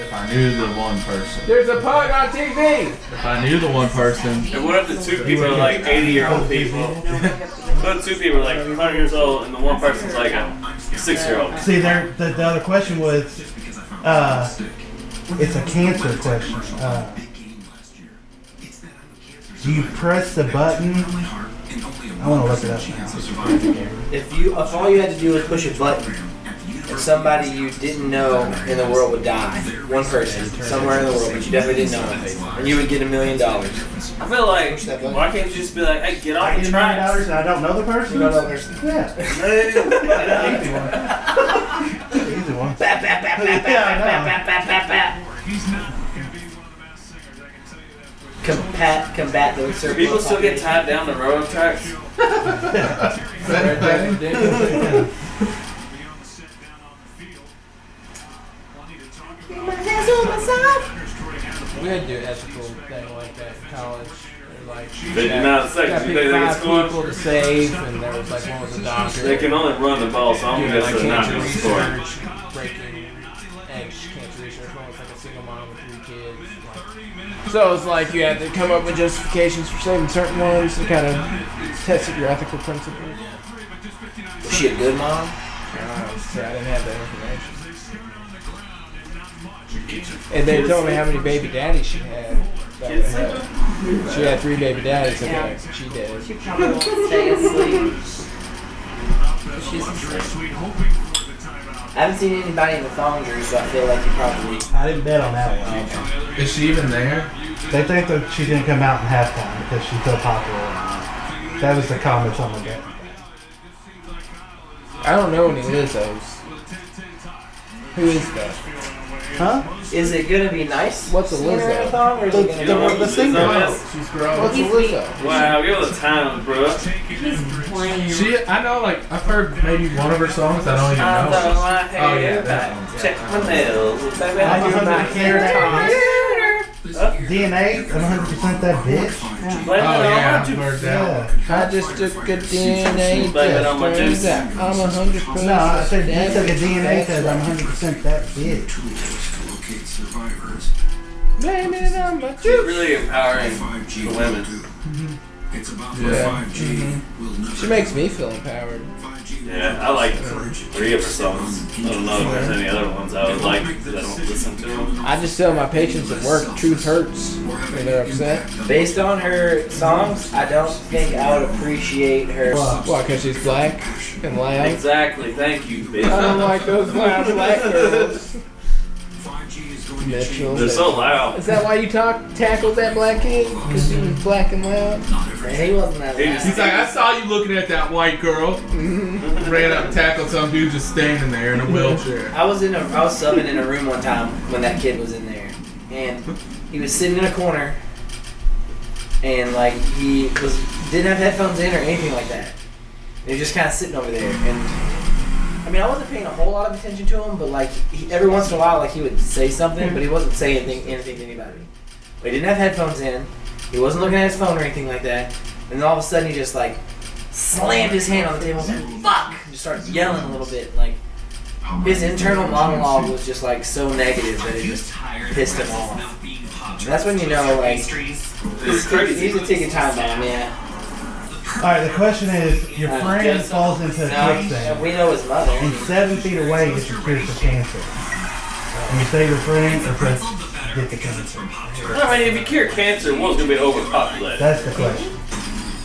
Speaker 2: if I knew the one person.
Speaker 4: there's a pug on TV.
Speaker 2: If I knew the one person,
Speaker 5: And what if the two people are like 80 year old people? What if two people are like 100 years old and the one person's like a 6 year old?
Speaker 3: See, there. The, the other question was, uh, it's a cancer question. Uh, do you press the button? I want to look it up. now.
Speaker 6: If you, if all you had to do was push a button, and somebody you didn't know in the world would die. One person, somewhere in the world, but you definitely didn't know, it. and you would get a million dollars.
Speaker 5: I feel like, why can't you just be like, hey, get
Speaker 3: I
Speaker 5: off
Speaker 3: get
Speaker 5: the
Speaker 3: a million dollars
Speaker 5: tracks?
Speaker 3: and I don't know the person.
Speaker 6: You don't know the person.
Speaker 3: Yeah,
Speaker 5: Hey,
Speaker 3: easy one. easy one.
Speaker 6: Bap, bap, bap, bap, bap,
Speaker 3: Yeah, I know.
Speaker 6: bap, bap, bap, bap, bap.
Speaker 8: He's not gonna be one of the best singers, I can tell you that. for
Speaker 6: Combat, combat the
Speaker 5: Do
Speaker 6: circle.
Speaker 5: people
Speaker 6: of
Speaker 5: still get
Speaker 6: population.
Speaker 5: tied down the railroad tracks?
Speaker 8: sure. Be on the set down on the field. Uh, I need to talk about underscoring how the
Speaker 4: We had to do an ethical thing like that in college. They're Like,
Speaker 5: They did not say,
Speaker 4: got
Speaker 5: you think they
Speaker 4: five
Speaker 5: can
Speaker 4: people
Speaker 5: score?
Speaker 4: to save, and there was like one was a doctor.
Speaker 5: They can only run the ball, so I'm
Speaker 4: doing
Speaker 5: going
Speaker 4: like
Speaker 5: to not
Speaker 4: cancer
Speaker 5: going to score.
Speaker 4: research, breaking edge cancer research. One was like a single mom with three kids. Like. So it's like you had to come up with justifications for saving certain ones. It kind of tested your ethical principles.
Speaker 6: Was she a good mom?
Speaker 4: Um, see, I didn't have that information. And they told me how many baby daddies she had. That would help. She had three baby daddies. and
Speaker 7: Yeah.
Speaker 4: she did.
Speaker 7: She probably won't stay asleep. She's
Speaker 8: sweet hoping for the timeout.
Speaker 6: I haven't seen anybody in the thong drew, so I feel like you probably.
Speaker 3: I didn't bet on that one.
Speaker 2: is she even there?
Speaker 3: They think that she didn't come out in halftime because she's so popular. now. That was the comments on the bet.
Speaker 4: I don't know any Lizzo's. Who is that?
Speaker 3: Huh?
Speaker 6: Is it gonna be nice?
Speaker 4: What's a
Speaker 6: Singer in a
Speaker 4: Lizzo?
Speaker 6: thong, or is
Speaker 3: The,
Speaker 6: it
Speaker 3: the,
Speaker 5: know
Speaker 6: gonna
Speaker 3: the,
Speaker 5: what this
Speaker 3: singer.
Speaker 5: is?
Speaker 2: She's grown.
Speaker 4: What's a Lizzo?
Speaker 5: Wow, give it time, bro.
Speaker 7: he's playing.
Speaker 2: She, I know, like I've heard maybe one of her songs. I don't even know. Oh yeah, that song.
Speaker 5: Check my nails. Baby,
Speaker 3: I'm
Speaker 5: I do my
Speaker 3: 100%
Speaker 5: hair.
Speaker 3: DNA. I'm 100% that bitch.
Speaker 5: Blame it
Speaker 2: Oh yeah, I've
Speaker 5: on my
Speaker 2: heard that.
Speaker 3: Yeah.
Speaker 4: I just took a DNA
Speaker 5: Blame it on my
Speaker 4: test.
Speaker 5: juice.
Speaker 4: turns out I'm a hundred percent.
Speaker 3: No, I said you took a DNA
Speaker 4: That's
Speaker 3: test. I'm 100%
Speaker 4: right.
Speaker 3: that bitch.
Speaker 4: Blame it on my
Speaker 5: She's
Speaker 4: juice.
Speaker 5: really empowering the women.
Speaker 2: Yeah.
Speaker 4: She makes me feel empowered.
Speaker 5: Yeah, I like three of her songs. I don't know if there's any other ones I would like because I don't listen to them.
Speaker 4: I just tell my patients at work, truth hurts, and they're upset.
Speaker 6: be? Based on her songs, I don't think I would appreciate her.
Speaker 4: Why? Because she's black. fucking loud.
Speaker 5: Exactly. Thank you,
Speaker 4: I
Speaker 5: bitch.
Speaker 4: don't like those loud black girls. Mitchell.
Speaker 5: They're so loud.
Speaker 4: Is that why you talk, tackled that black kid? Because he was black and loud?
Speaker 6: Man, he wasn't that
Speaker 5: He
Speaker 6: loud.
Speaker 5: just-
Speaker 2: He's like, I saw you looking at that white girl.
Speaker 5: Mm-hmm.
Speaker 2: Ran up and tackled some dude just standing there in a wheelchair.
Speaker 6: I was in a I was subbing in a room one time when that kid was in there, and he was sitting in a corner, and like he was didn't have headphones in or anything like that. He was just kind of sitting over there, and I mean I wasn't paying a whole lot of attention to him, but like he, every once in a while like he would say something, but he wasn't saying anything, anything to anybody. But he didn't have headphones in. He wasn't looking at his phone or anything like that. And then all of a sudden he just like slammed his hand on the table and was like, fuck! And just started yelling a little bit. Like his internal monologue was just like so negative that it just pissed him off. And that's when you know like
Speaker 5: It's
Speaker 6: he's,
Speaker 5: crazy.
Speaker 6: he's a ticking time bomb, yeah.
Speaker 3: Alright, the question is your
Speaker 6: Uh,
Speaker 3: friend
Speaker 6: yes.
Speaker 3: falls into a
Speaker 6: No,
Speaker 3: quicksand.
Speaker 6: we know his
Speaker 3: and
Speaker 6: mother.
Speaker 3: seven feet away gets cured for cancer. And you save your friend or just get the cancer?
Speaker 5: I mean, if you cure cancer, one's gonna be overpopulated.
Speaker 3: That's the question.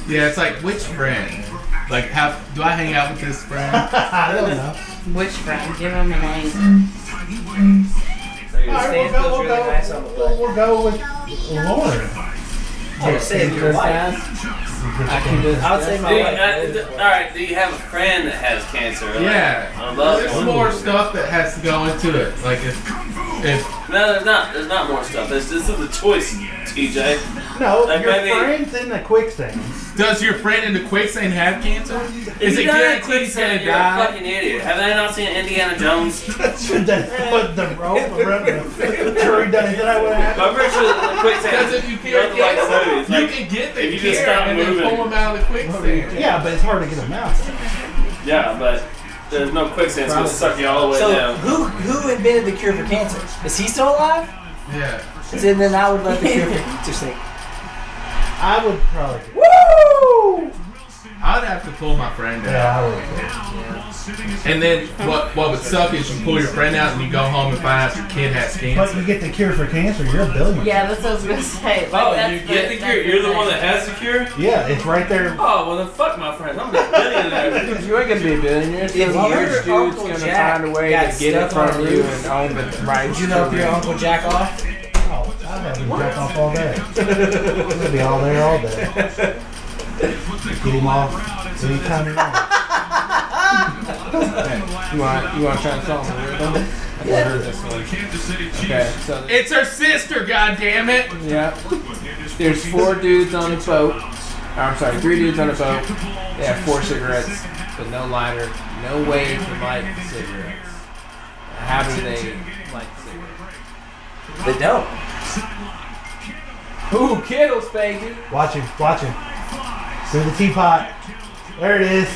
Speaker 2: Yeah, it's like, which friend? Like, how, do I hang out with this friend?
Speaker 3: I don't know.
Speaker 7: Which friend? Give him a name.
Speaker 3: Alright, we'll go, we'll go, we'll, we'll go with Lauren.
Speaker 6: I would say your wife.
Speaker 3: I can do
Speaker 6: I would say
Speaker 5: Do
Speaker 6: my
Speaker 5: you, uh,
Speaker 6: wife.
Speaker 5: d- all right, do you have a friend that has cancer? Like,
Speaker 2: Yeah.
Speaker 5: I love
Speaker 2: There's
Speaker 5: one.
Speaker 2: more stuff that has to go into it. Like, if, if
Speaker 5: No, there's not. There's not more stuff. This, this is a choice, TJ.
Speaker 3: No,
Speaker 5: Like
Speaker 3: your
Speaker 5: maybe-
Speaker 3: friend's in the quicksand.
Speaker 2: does your friend in the quicksand have cancer? Is it
Speaker 5: You're not a
Speaker 2: guaranteed he's
Speaker 5: quicksand,
Speaker 2: gonna
Speaker 5: You're a
Speaker 2: die?
Speaker 5: fucking idiot. Have I not seen Indiana Jones?
Speaker 3: That's what they put the rope around the jury done. Is that what happened?
Speaker 5: By virtue of the quicksand.
Speaker 2: Because if you cure
Speaker 5: nothing like the
Speaker 2: cancer,
Speaker 5: movies.
Speaker 2: you
Speaker 5: Like,
Speaker 2: can get
Speaker 5: if
Speaker 2: the
Speaker 5: you just
Speaker 2: cure
Speaker 5: stop
Speaker 2: and then
Speaker 5: moving.
Speaker 2: pull them out of the quicksand.
Speaker 3: Yeah, but it's hard to get them out.
Speaker 5: yeah, but there's no quicksand. It's gonna suck you all the way
Speaker 6: So
Speaker 5: down.
Speaker 6: who who invented the cure for cancer? Is he still alive?
Speaker 2: Yeah.
Speaker 6: Then then I would let the cure for cancer sing.
Speaker 3: I would probably.
Speaker 6: Woo!
Speaker 2: I'd have to pull my friend out.
Speaker 3: Yeah, I would.
Speaker 2: And then what what would suck is you pull your friend out and you go home and find out your kid has
Speaker 3: But you
Speaker 2: cancer.
Speaker 3: get the cure for cancer, you're a billionaire.
Speaker 7: Yeah, that's what I was gonna say. Like,
Speaker 5: Oh,
Speaker 7: that's
Speaker 5: you get the cure.
Speaker 7: that's
Speaker 5: You're the
Speaker 7: thing.
Speaker 5: one that has the cure.
Speaker 3: Yeah, it's right there.
Speaker 5: Oh well, then fuck my friends. I'm the billionaire.
Speaker 4: You ain't gonna be a billionaire. Some
Speaker 6: If your
Speaker 4: rich dude's
Speaker 6: Uncle
Speaker 4: gonna
Speaker 6: Jack
Speaker 4: find a way
Speaker 6: got
Speaker 4: to get it
Speaker 6: stuck on
Speaker 4: from
Speaker 6: a
Speaker 4: you
Speaker 6: roof,
Speaker 4: and own the rights.
Speaker 6: Would you know if
Speaker 4: to
Speaker 6: your
Speaker 4: it.
Speaker 6: uncle Jack off?
Speaker 3: Oh, I'd have to jack off all day. I'd be all there all day. Get him off anytime you want.
Speaker 4: You want, you want to try and solve it? Okay, so
Speaker 2: It's her sister, god damn it!
Speaker 4: Yeah. There's four dudes on a boat. or, I'm sorry, three dudes on a boat. They have four cigarettes, but no lighter, no way to light the cigarettes. How do they light the cigarettes?
Speaker 6: They don't.
Speaker 4: Ooh, Kittles, baby!
Speaker 3: Watch him, watch him. Through the teapot. There it is.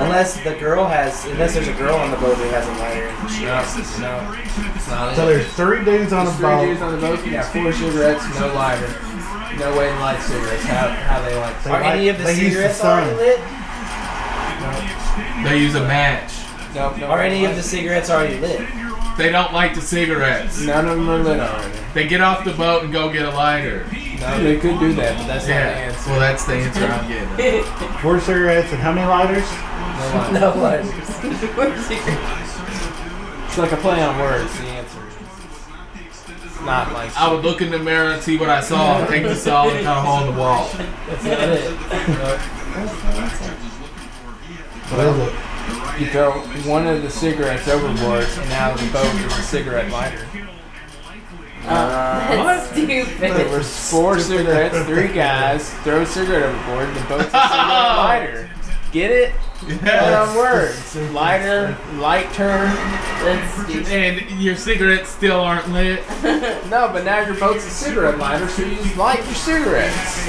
Speaker 6: Unless the girl has, unless there's a girl on the boat who has a lighter.
Speaker 4: No, no. It's not
Speaker 3: So
Speaker 4: it.
Speaker 3: there's three dudes on
Speaker 4: There's
Speaker 3: a
Speaker 4: three dudes
Speaker 3: boat.
Speaker 4: on the boat. You got four cigarettes, no lighter. No way to light cigarettes. How, how they light
Speaker 3: They
Speaker 6: Are
Speaker 3: light-
Speaker 6: any of the
Speaker 3: they use
Speaker 6: cigarettes already
Speaker 3: sun.
Speaker 6: lit?
Speaker 4: cigarettes?
Speaker 2: They use a match.
Speaker 4: Nope, nope.
Speaker 6: Are any of the cigarettes already lit?
Speaker 2: They don't light the cigarettes.
Speaker 4: None of them are lit already.
Speaker 2: They get off the boat and go get a lighter.
Speaker 4: No, they could do that, but that's not the
Speaker 2: Yeah.
Speaker 4: answer.
Speaker 2: Well, that's the answer I'm getting.
Speaker 3: Four cigarettes and how many lighters?
Speaker 4: No lighter.
Speaker 6: No lighters.
Speaker 4: It's like a play on words, the answer. Not like
Speaker 2: I would look in the mirror and see what I saw, take the saw and cut a hole in the wall.
Speaker 4: that's not it.
Speaker 3: What is it?
Speaker 4: You throw one of the cigarettes overboard, and now the boat is a cigarette lighter.
Speaker 7: That's
Speaker 4: There
Speaker 7: stupid.
Speaker 4: was four cigarettes, three guys, throw a cigarette overboard, the boat's a cigarette lighter. Get it? Play
Speaker 2: Yeah.
Speaker 4: on words. Lighter, lighter.
Speaker 7: That's stupid.
Speaker 2: And your cigarettes still aren't lit.
Speaker 4: No, but now your boat's a cigarette lighter, so you just light your cigarettes.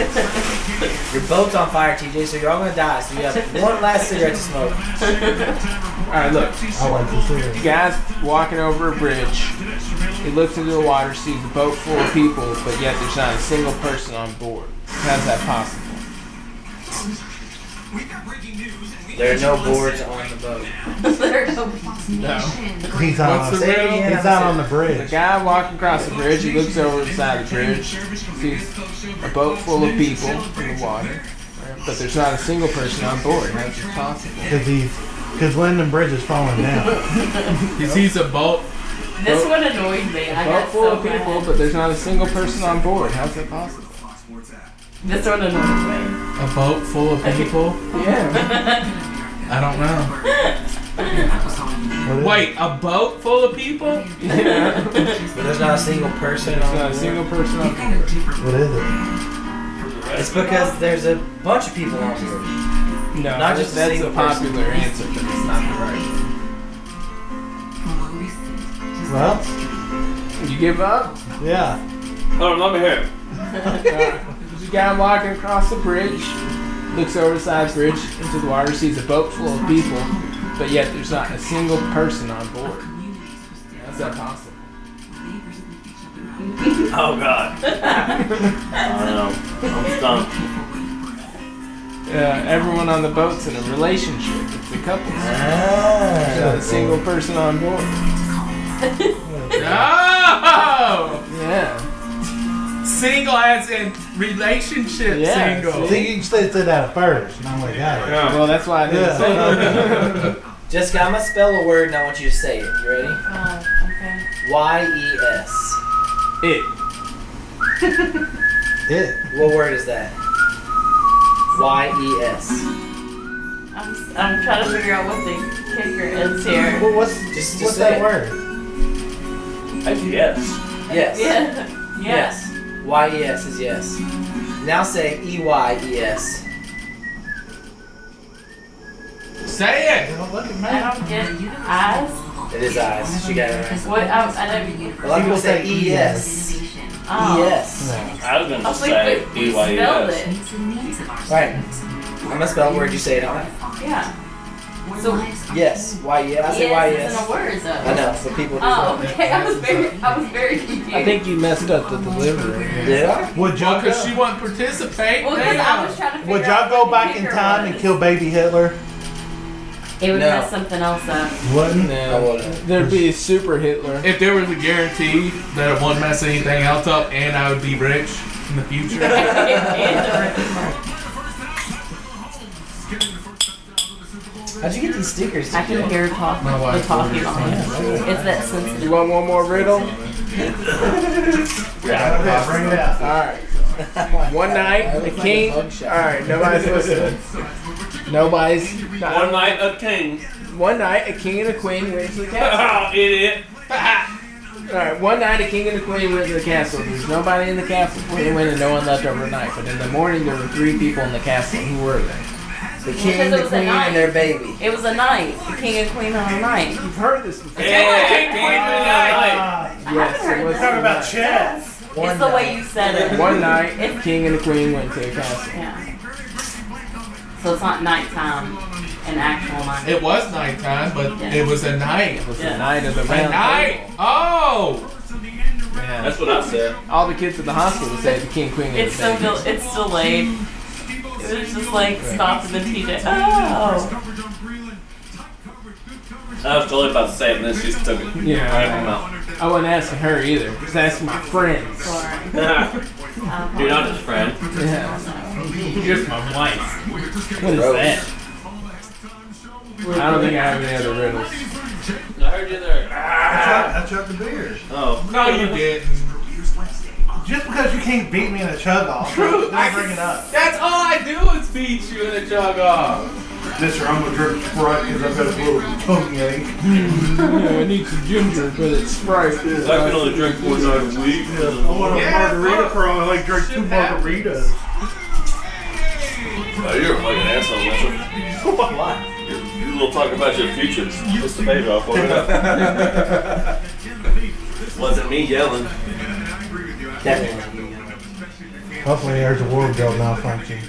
Speaker 6: Your boat's on fire, TJ, so you're all gonna die. So you have one last cigarette to smoke.
Speaker 4: Alright, look.
Speaker 3: I like the cigarettes.
Speaker 4: Guy's walking over a bridge. He looks into the water, sees a boat full of people, but yet there's not a single person on board. How's that possible?
Speaker 6: There are no boards on the boat.
Speaker 7: There go.
Speaker 3: He's not,
Speaker 2: What's
Speaker 3: on,
Speaker 2: the real-
Speaker 3: he's not on the
Speaker 4: The
Speaker 3: bridge.
Speaker 4: guy walking across the bridge, he looks over the side of the bridge, sees a boat full of people in the water. They're but there's not a single person on board. How's it possible?
Speaker 3: Because he's because Lyndon Bridge is falling down.
Speaker 2: He sees a boat.
Speaker 7: This one annoyed me. I
Speaker 4: Boat
Speaker 7: got
Speaker 4: full
Speaker 7: so
Speaker 4: of people,
Speaker 7: mad.
Speaker 4: but there's not a single person on board. How's that possible?
Speaker 7: This one annoyed me.
Speaker 2: A boat full of people.
Speaker 4: Yeah.
Speaker 2: I don't know.
Speaker 3: What is
Speaker 2: Wait, a boat full of people?
Speaker 4: yeah.
Speaker 6: But there's not a single person
Speaker 4: Not
Speaker 6: on
Speaker 4: a
Speaker 6: board.
Speaker 4: uh, single person on board.
Speaker 3: it? What is it?
Speaker 6: It's because there's a bunch of people on board.
Speaker 4: No,
Speaker 6: Not just a
Speaker 4: that's a
Speaker 6: single person.
Speaker 4: popular answer, but it's not the right.
Speaker 3: Well,
Speaker 4: one. You give up?
Speaker 3: yeah.
Speaker 5: Hold on, let me hear it.
Speaker 4: There's a guy walking across the bridge, looks over the side bridge into the water, sees a boat full of people, but yet there's not a single person on board. How's that possible?
Speaker 5: Oh God. I know. I'm stumped.
Speaker 4: Uh, everyone on the boat's in a relationship. It's a couple. There's
Speaker 6: Ah.
Speaker 4: not a single person on board.
Speaker 2: No!
Speaker 4: Yeah.
Speaker 2: Single as in relationship
Speaker 4: Yeah,
Speaker 2: single.
Speaker 3: See, you said that out first, and I'm like, yeah.
Speaker 4: Well, that's why I didn't
Speaker 3: Yeah.
Speaker 4: say that.
Speaker 6: Jessica, I'm gonna spell a word and I want you to say it. You ready?
Speaker 7: Oh, okay.
Speaker 6: Y E S.
Speaker 4: It.
Speaker 3: It.
Speaker 6: What word is that? Y E S.
Speaker 7: I'm, s- I'm trying to figure out what the kicker is here.
Speaker 3: Well, what's
Speaker 6: Just- just
Speaker 3: what's
Speaker 6: say
Speaker 3: that
Speaker 6: it.
Speaker 3: word?
Speaker 5: Yes.
Speaker 6: Yes.
Speaker 7: Yeah. Yes.
Speaker 6: Yes. Y E S is yes. Now say E Y E S.
Speaker 2: Say it!
Speaker 3: Well, look at me.
Speaker 7: I don't get eyes.
Speaker 6: It is eyes. She got it right.
Speaker 7: What? um, I, I don't get
Speaker 6: A lot of people say E S.
Speaker 10: Innovation
Speaker 7: Oh.
Speaker 6: Yes.
Speaker 5: I was gonna
Speaker 7: I was like,
Speaker 5: say
Speaker 7: Oh.
Speaker 5: E
Speaker 7: but we spelled
Speaker 5: DYS.
Speaker 7: it.
Speaker 10: meets the needs of our
Speaker 6: Right.
Speaker 10: students.
Speaker 6: I'm gonna spell a word. You say it on it.
Speaker 7: Yeah.
Speaker 10: Where
Speaker 7: So-
Speaker 10: lives are
Speaker 6: Yes. Y E S. I say Y E
Speaker 7: yes isn't
Speaker 6: S.
Speaker 7: a word though.
Speaker 6: I know, but people do.
Speaker 7: Oh,
Speaker 6: that.
Speaker 7: okay. I was very, I was very confused.
Speaker 4: I think you messed up the delivery.
Speaker 6: Did I?
Speaker 3: Would
Speaker 2: Well,
Speaker 3: y'all
Speaker 2: because
Speaker 3: go,
Speaker 2: she wouldn't participate.
Speaker 7: Well, because I was trying to figure
Speaker 3: would y'all
Speaker 7: out
Speaker 3: go
Speaker 7: what the
Speaker 3: back in
Speaker 7: kicker
Speaker 3: time and
Speaker 7: was.
Speaker 3: kill baby Hitler?
Speaker 7: It would
Speaker 6: No.
Speaker 7: mess something else up.
Speaker 3: You Wouldn't?
Speaker 6: I
Speaker 4: No.
Speaker 6: wouldn't.
Speaker 4: There'd be a super Hitler.
Speaker 2: If there was a guarantee that it wouldn't mess anything else up and I would be rich in the future,
Speaker 6: How'd you get these stickers?
Speaker 7: I can hear talk,
Speaker 2: My wife
Speaker 7: the talking
Speaker 2: orders
Speaker 7: on it. It's that
Speaker 4: You
Speaker 7: sensitive.
Speaker 4: want one more riddle?
Speaker 3: Yeah, bring it out.
Speaker 4: Alright. One night, the king. Alright, nobody's listening. Nobody's.
Speaker 5: One night a king.
Speaker 4: One night, a king and a queen went to the castle.
Speaker 5: Oh, idiot.
Speaker 4: Alright, one night, a king and a queen went to the castle. There's nobody in the castle when they went, and no one left overnight. But in the morning, there were three people in the castle. Who were they?
Speaker 6: The king, the queen, and their baby.
Speaker 7: It was a night, the king and queen on a night.
Speaker 4: You've heard this before.
Speaker 5: Yeah, king, queen, and
Speaker 4: Yes, it was.
Speaker 7: Talk
Speaker 4: about
Speaker 7: Yes. It's the way you said it.
Speaker 4: One night, a king and a queen went to the castle.
Speaker 7: Yeah. So it's not nighttime, an actual night.
Speaker 2: it was nighttime, but it was a night.
Speaker 4: It was
Speaker 7: Yeah.
Speaker 4: the night of the
Speaker 2: A
Speaker 4: round
Speaker 2: night!
Speaker 4: table.
Speaker 2: Oh!
Speaker 4: Yeah.
Speaker 5: That's what I said.
Speaker 4: All the kids at the hospital say the king, queen, and
Speaker 7: It's
Speaker 4: the
Speaker 7: so
Speaker 4: baby.
Speaker 7: del- it's delayed. It was just like stopped and then TJ. Oh,
Speaker 5: I was totally about to say it, and then she just took it.
Speaker 4: Yeah.
Speaker 5: Right in my mouth.
Speaker 4: I wasn't asking her either. I was asking my friends.
Speaker 7: sorry.
Speaker 5: You're not his friend.
Speaker 4: Yeah.
Speaker 2: Just my wife.
Speaker 4: What is that? I don't think I have any other riddles.
Speaker 5: I heard you there. Ah.
Speaker 3: I chugged the beer.
Speaker 5: Oh.
Speaker 2: No, you didn't.
Speaker 3: Just because you can't beat me in a chug off,
Speaker 2: True,
Speaker 3: don't
Speaker 2: I
Speaker 3: bring it up.
Speaker 2: That's all I do is beat you in a jug off.
Speaker 9: This or I'm gonna drink Sprite because I've got a little tummy ache.
Speaker 4: I need some ginger, but it's Sprite.
Speaker 5: I can only drink one night a week.
Speaker 9: I want a
Speaker 2: Yeah,
Speaker 9: margarita
Speaker 2: fuck.
Speaker 9: crawl. I like drink two
Speaker 2: Shit happens.
Speaker 9: margaritas.
Speaker 5: Oh, you're a fucking asshole, Mitchell.
Speaker 6: Why?
Speaker 5: You little talk about your future. Just the baby off over there. Wasn't me yelling.
Speaker 6: Definitely.
Speaker 3: Hopefully, there's a wardrobe malfunction.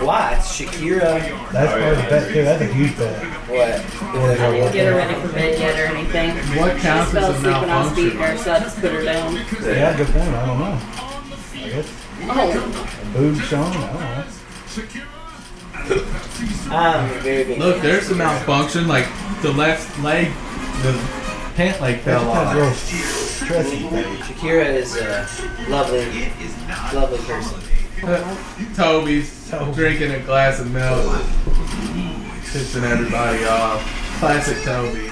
Speaker 6: Why? It's Shakira.
Speaker 3: That's
Speaker 9: Oh,
Speaker 3: probably the bet too. That's a huge bet.
Speaker 6: What?
Speaker 7: I
Speaker 3: Wardrobe
Speaker 7: didn't get
Speaker 3: malfunction.
Speaker 7: her ready for bed yet or anything.
Speaker 2: What
Speaker 7: She just
Speaker 2: counts as a
Speaker 7: fell asleep when I was beating
Speaker 2: malfunction?
Speaker 7: her, so I just put her down.
Speaker 3: Yeah, good point. I don't know. I guess
Speaker 7: Oh,
Speaker 3: a boob showing. I don't know.
Speaker 6: I'm a very big.
Speaker 2: Look, there's a malfunction. Like the left leg, the pant leg
Speaker 3: That's
Speaker 2: fell
Speaker 3: kind
Speaker 9: uh,
Speaker 2: off.
Speaker 3: of gross. Chrissy thing.
Speaker 6: Shakira is a lovely, lovely person.
Speaker 2: Toby's drinking a glass of milk, pissing everybody off. Classic Toby.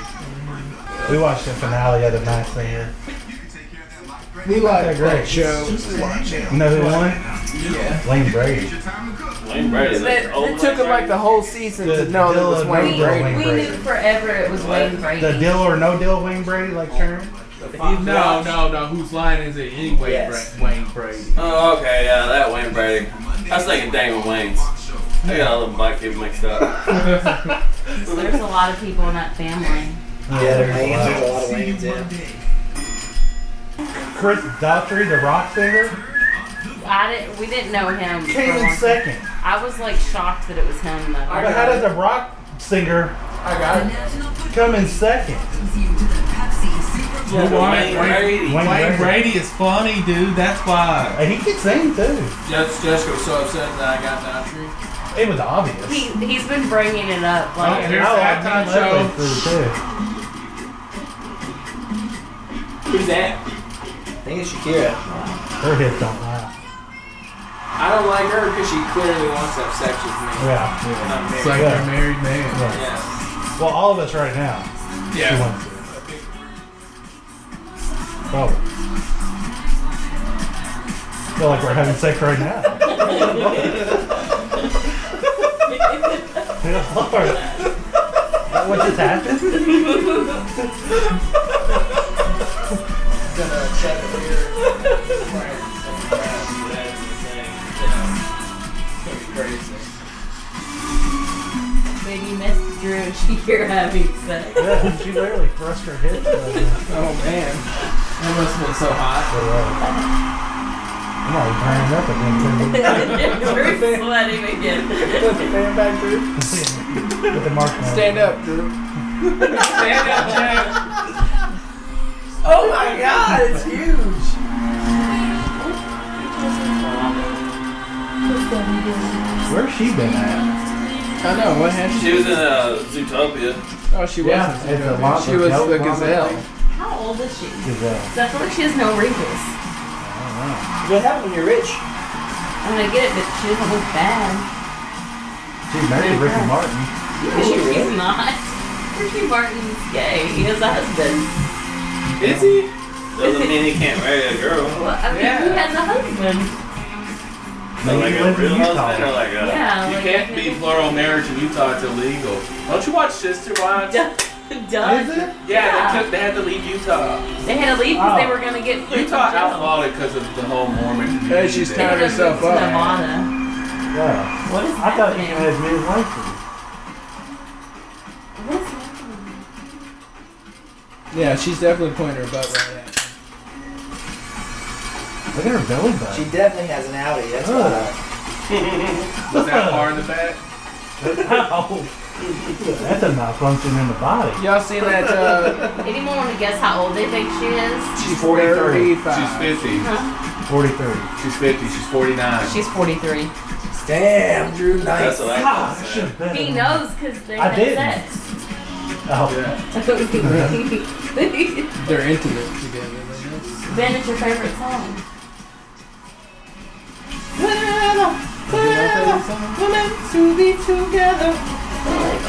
Speaker 3: We watched the finale of the night singer.
Speaker 4: We like that
Speaker 3: great.
Speaker 4: show.
Speaker 3: You know who won?
Speaker 4: Yeah.
Speaker 3: Wayne Brady.
Speaker 5: Wayne Brady.
Speaker 4: It,
Speaker 5: like, oh my
Speaker 4: it took him like
Speaker 5: God.
Speaker 4: the whole season
Speaker 3: The
Speaker 4: to know that it was
Speaker 3: Dylan
Speaker 4: Wayne
Speaker 7: We,
Speaker 3: Brady.
Speaker 7: we knew forever it was Wayne Brady.
Speaker 3: The deal or no deal Wayne Brady like term.
Speaker 2: No, no, no. Whose line is it anyway?
Speaker 6: Yes.
Speaker 2: Bra- Wayne Brady.
Speaker 5: Oh, okay, yeah, that Wayne Brady. I was thinking Damon Wayne's. I got all the black people mixed up.
Speaker 7: There's a lot of people in that family.
Speaker 6: Yeah, there's a lot of Wayne's in.
Speaker 3: Chris Daughtry, the rock singer,
Speaker 7: I didn't. We didn't know him. for
Speaker 3: came
Speaker 7: a
Speaker 3: in
Speaker 7: long-
Speaker 3: second.
Speaker 7: I was like shocked that it was him though.
Speaker 3: But how does a rock singer
Speaker 4: I got it.
Speaker 3: come in second?
Speaker 2: Wayne,
Speaker 5: Wayne
Speaker 2: Brady.
Speaker 5: Brady.
Speaker 3: Wayne Brady.
Speaker 2: is funny, dude. That's why.
Speaker 3: And he could sing too.
Speaker 4: Jess, Jessica was so upset that I got that tree.
Speaker 3: It was obvious.
Speaker 7: He he's been bringing it up. Like,
Speaker 2: here's
Speaker 3: Oh,
Speaker 2: that
Speaker 3: I
Speaker 2: time
Speaker 3: mean, Leslie's
Speaker 2: show.
Speaker 3: through, too.
Speaker 5: Who's that?
Speaker 6: I think it's Shakira.
Speaker 3: Her hips don't lie.
Speaker 4: I don't like her because she clearly wants to have sex with me.
Speaker 3: Yeah.
Speaker 4: And I'm
Speaker 2: It's
Speaker 4: married.
Speaker 2: like
Speaker 3: Yeah.
Speaker 2: a married man.
Speaker 3: yeah.
Speaker 4: Yeah.
Speaker 3: Well, all of us right now. She
Speaker 2: Yeah.
Speaker 3: wants to. Oh. Feel like we're having sex right now. Good Lord. Is that what just happened?
Speaker 7: But you missed Drew and Shakira having sex.
Speaker 3: Yeah, she literally thrust her hips. out.
Speaker 4: Oh man, that must have been so hot.
Speaker 3: Good Lord. I'm already burning up again. Put
Speaker 7: Drew's sweating again.
Speaker 4: Put the fan back, Drew.
Speaker 3: the- Put the mark on it.
Speaker 4: Stand up, Drew. Stand up, Jack.
Speaker 6: Oh my God, it's huge.
Speaker 3: Where's she been at?
Speaker 4: I know. What happened?
Speaker 5: She was in uh, Zootopia.
Speaker 4: Oh, she was.
Speaker 3: Yeah, it's a lot
Speaker 4: she
Speaker 3: of
Speaker 4: was
Speaker 3: help on
Speaker 4: the
Speaker 3: it.
Speaker 4: gazelle.
Speaker 7: How old is she?
Speaker 3: She's, uh,
Speaker 7: 'Cause I feel like she has no wrinkles.
Speaker 6: What happened when you're rich?
Speaker 7: I'm gonna get it, but she doesn't look bad.
Speaker 3: she's married to Ricky Martin.
Speaker 7: Is she really? not. Ricky Martin's gay. He has a husband.
Speaker 5: Is he? Doesn't mean he can't marry a girl.
Speaker 7: Well, I mean, he has a husband.
Speaker 5: So like a real husband or like a.
Speaker 7: Yeah.
Speaker 2: You
Speaker 7: like,
Speaker 2: can't be plural marriage in Utah. It's illegal. Don't you watch Sister Wives? Yeah,
Speaker 7: Duh.
Speaker 2: They, took, they had to leave Utah.
Speaker 7: They had to leave because they were gonna get put in
Speaker 2: Utah
Speaker 7: jail.
Speaker 2: outlawed it because of the whole Mormon.
Speaker 4: Hey,
Speaker 2: community
Speaker 4: she's
Speaker 2: there.
Speaker 7: They had to move
Speaker 4: Herself
Speaker 7: to
Speaker 4: up.
Speaker 7: Nevada.
Speaker 3: Yeah.
Speaker 7: What is
Speaker 3: I thought you
Speaker 7: happening?
Speaker 3: had mid life.
Speaker 7: What's happening?
Speaker 4: Yeah, she's definitely pointing her butt right at. me.
Speaker 3: Look at her belly button.
Speaker 6: She definitely has an Audi. That's why.
Speaker 2: Was that far in the back?
Speaker 3: Oh. That's a malfunction in the body.
Speaker 4: Y'all seen that? Uh,
Speaker 7: Anyone want to guess how old they think she is?
Speaker 4: she's
Speaker 3: 43.
Speaker 4: She's
Speaker 2: She's 50.
Speaker 7: Huh?
Speaker 3: 43.
Speaker 2: She's 50. She's 49.
Speaker 7: She's 43.
Speaker 6: Damn, Drew.
Speaker 5: That's
Speaker 6: Nice.
Speaker 5: what I
Speaker 3: Ah,
Speaker 5: was
Speaker 3: I
Speaker 5: saying.
Speaker 3: should have
Speaker 7: He knows because they
Speaker 3: I
Speaker 7: had
Speaker 3: didn't.
Speaker 7: sex.
Speaker 3: Oh,
Speaker 2: Yeah.
Speaker 4: They're intimate together. they know.
Speaker 7: ben, it's your favorite song.
Speaker 4: You know that little song?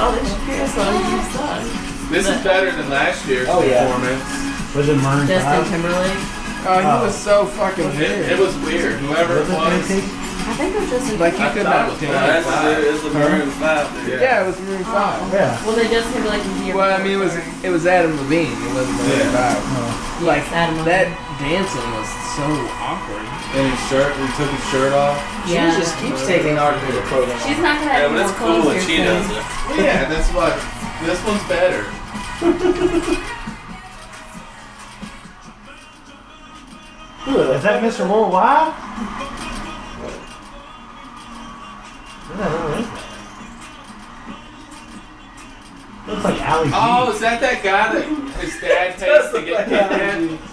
Speaker 7: Oh, this Shakira song you sung.
Speaker 2: This is better than last year's
Speaker 6: Oh, yeah.
Speaker 2: performance.
Speaker 3: was it Maroon
Speaker 7: Justin
Speaker 3: 5?
Speaker 7: Timberlake.
Speaker 4: Oh, he was so fucking
Speaker 2: It, it
Speaker 4: weird.
Speaker 2: was weird. Whoever it
Speaker 3: Was it
Speaker 2: was.
Speaker 3: 13?
Speaker 7: I think it was Justin
Speaker 4: Like he
Speaker 2: I
Speaker 4: could
Speaker 2: thought it was
Speaker 4: not.
Speaker 5: No, that's
Speaker 2: Maroon
Speaker 5: it's the Maroon Five. dude.
Speaker 2: Yeah.
Speaker 4: Yeah, it was Maroon Five.
Speaker 3: Yeah.
Speaker 7: Well, then Justin Timberlake was here.
Speaker 4: Well, I mean, it was it was Adam Levine. It wasn't Maroon
Speaker 2: Yeah.
Speaker 4: Five.
Speaker 3: Oh,
Speaker 7: Yes,
Speaker 4: Like
Speaker 7: Adam Levine.
Speaker 4: that dancing was so awkward.
Speaker 2: And his shirt. He took his shirt off.
Speaker 6: She
Speaker 7: Yeah.
Speaker 6: just keeps taking our to the program.
Speaker 7: She's not gonna
Speaker 5: Yeah,
Speaker 7: have
Speaker 5: but
Speaker 7: no
Speaker 5: it's cool when
Speaker 7: clothes
Speaker 5: she
Speaker 7: here soon.
Speaker 5: does it.
Speaker 4: Oh,
Speaker 2: Yeah, that's what. This one's better.
Speaker 3: Is that Mr. Worldwide? Who the hell is that? Looks like Ali G.
Speaker 2: Oh, is that that guy that his dad takes to get kidnapped?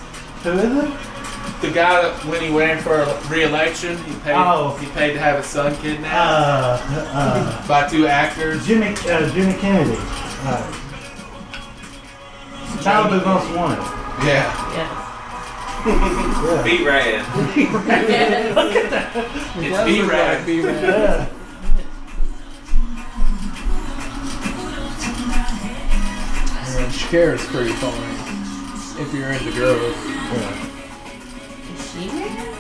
Speaker 3: Who is it?
Speaker 2: The guy that when he ran for re-election, he paid.
Speaker 3: Oh.
Speaker 2: He paid to have his son kidnapped
Speaker 3: Uh, uh,
Speaker 2: by two actors.
Speaker 3: Jimmy, uh, Jimmy Kennedy. Uh, Malibu Most Wanted.
Speaker 2: Yeah.
Speaker 7: Yes.
Speaker 5: Be rad. It's be rad.
Speaker 4: Be rad.
Speaker 3: Yeah.
Speaker 4: Yeah, Shakira is pretty fun if you're into girls.
Speaker 7: Is she there?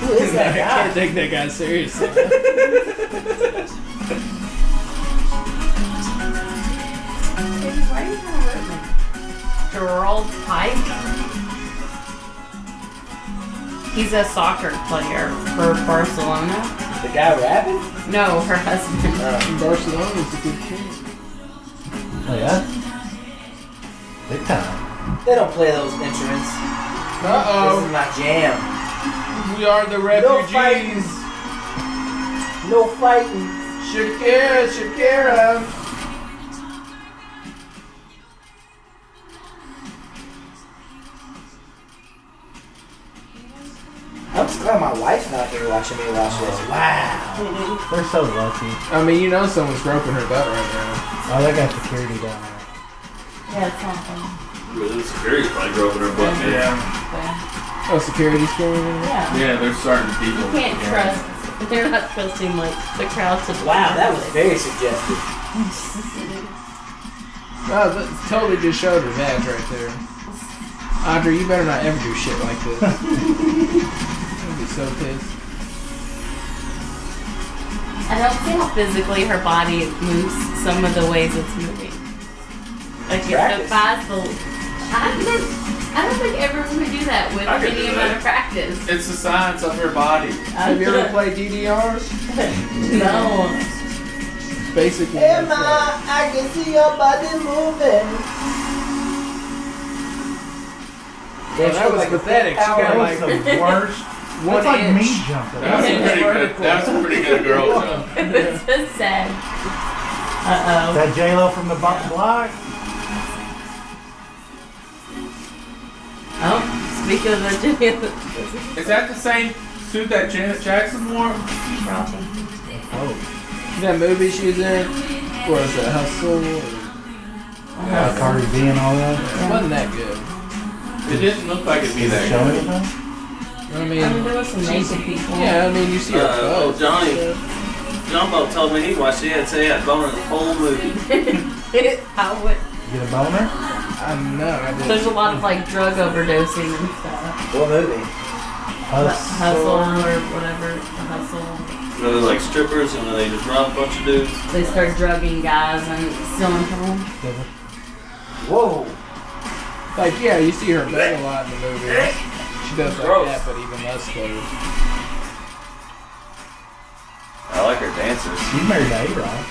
Speaker 6: Who is
Speaker 4: I
Speaker 6: that guy?
Speaker 4: can't take that guy seriously.
Speaker 7: Baby, why are you trying to hurt me? Gerald Pike. He's a soccer player for Barcelona.
Speaker 6: The guy rapping?
Speaker 7: No, her husband.
Speaker 4: Barcelona's a good team.
Speaker 3: Oh, yeah? Big time.
Speaker 6: They don't play those instruments. This is
Speaker 4: Uh
Speaker 6: my jam.
Speaker 4: oh, we are the
Speaker 6: fighting.
Speaker 4: refugees.
Speaker 6: No fighting.
Speaker 4: Shakira, Shakira.
Speaker 6: I'm just glad my wife's not here watching me watch this. Wow.
Speaker 3: They're so lucky.
Speaker 4: I mean, you know someone's groping her butt right now.
Speaker 3: Oh, they got security down there.
Speaker 7: Yeah, it's not fun.
Speaker 5: Really, security probably grew up in her butt. man.
Speaker 2: Yeah,
Speaker 7: but-
Speaker 4: Oh, security's going in.
Speaker 7: Yeah.
Speaker 2: yeah, they're starting to people.
Speaker 7: You can't trust. They're not trusting like the crowd to.
Speaker 6: Wow, that was very suggestive.
Speaker 4: Oh, that totally just showed her badge right there. Audrey, you better not ever do shit like this. I'd be so pissed.
Speaker 7: I don't think physically her body moves some of the ways it's moving. Like it
Speaker 6: Practice.
Speaker 7: defies the. I don't, I don't think everyone would do that with
Speaker 2: I could
Speaker 7: any
Speaker 2: do
Speaker 7: amount
Speaker 2: that.
Speaker 7: of practice.
Speaker 2: It's the science of your body.
Speaker 4: Have you ever played DDRs?
Speaker 7: No.
Speaker 4: Basic one.
Speaker 6: Emma, I can see your body moving.
Speaker 4: Well, that was pathetic. She got
Speaker 3: That
Speaker 4: like
Speaker 3: was the worst.
Speaker 4: one
Speaker 3: That's like
Speaker 4: inch.
Speaker 3: me jumping.
Speaker 2: That was a pretty good. That was a pretty good girl jump.
Speaker 7: it's just sad. Uh
Speaker 3: That J Lo from the bo- block.
Speaker 7: oh. Oh, speaking of the Jimmy,
Speaker 2: Is that the same suit that Janet Jackson wore?
Speaker 3: Oh,
Speaker 4: That movie she was in was a hustle. It
Speaker 3: yeah, Cardi B and all that.
Speaker 4: wasn't that good.
Speaker 2: It didn't look like it'd be that
Speaker 3: Show
Speaker 2: good.
Speaker 3: me them.
Speaker 4: I
Speaker 7: I mean,
Speaker 4: mean,
Speaker 7: there was some naked people.
Speaker 4: yeah, I mean, you see her
Speaker 5: Uh,
Speaker 4: clothes.
Speaker 5: Johnny. Jumbo told me he watched it and said he had boner the whole movie.
Speaker 7: I would.
Speaker 3: Get a boner.
Speaker 4: I know. I
Speaker 7: There's
Speaker 4: didn't.
Speaker 7: a lot of like drug overdosing and stuff.
Speaker 6: What movie?
Speaker 7: Hustle
Speaker 3: Hustle.
Speaker 7: or whatever. Hustle.
Speaker 5: Were they like strippers and were they just rob a bunch of dudes?
Speaker 7: They start drugging guys and stealing from them.
Speaker 6: Whoa.
Speaker 4: Like, yeah, you see her butt a lot in the movie. She does like that, but even less clothes.
Speaker 5: I like her dancers.
Speaker 3: You married to A-Rod.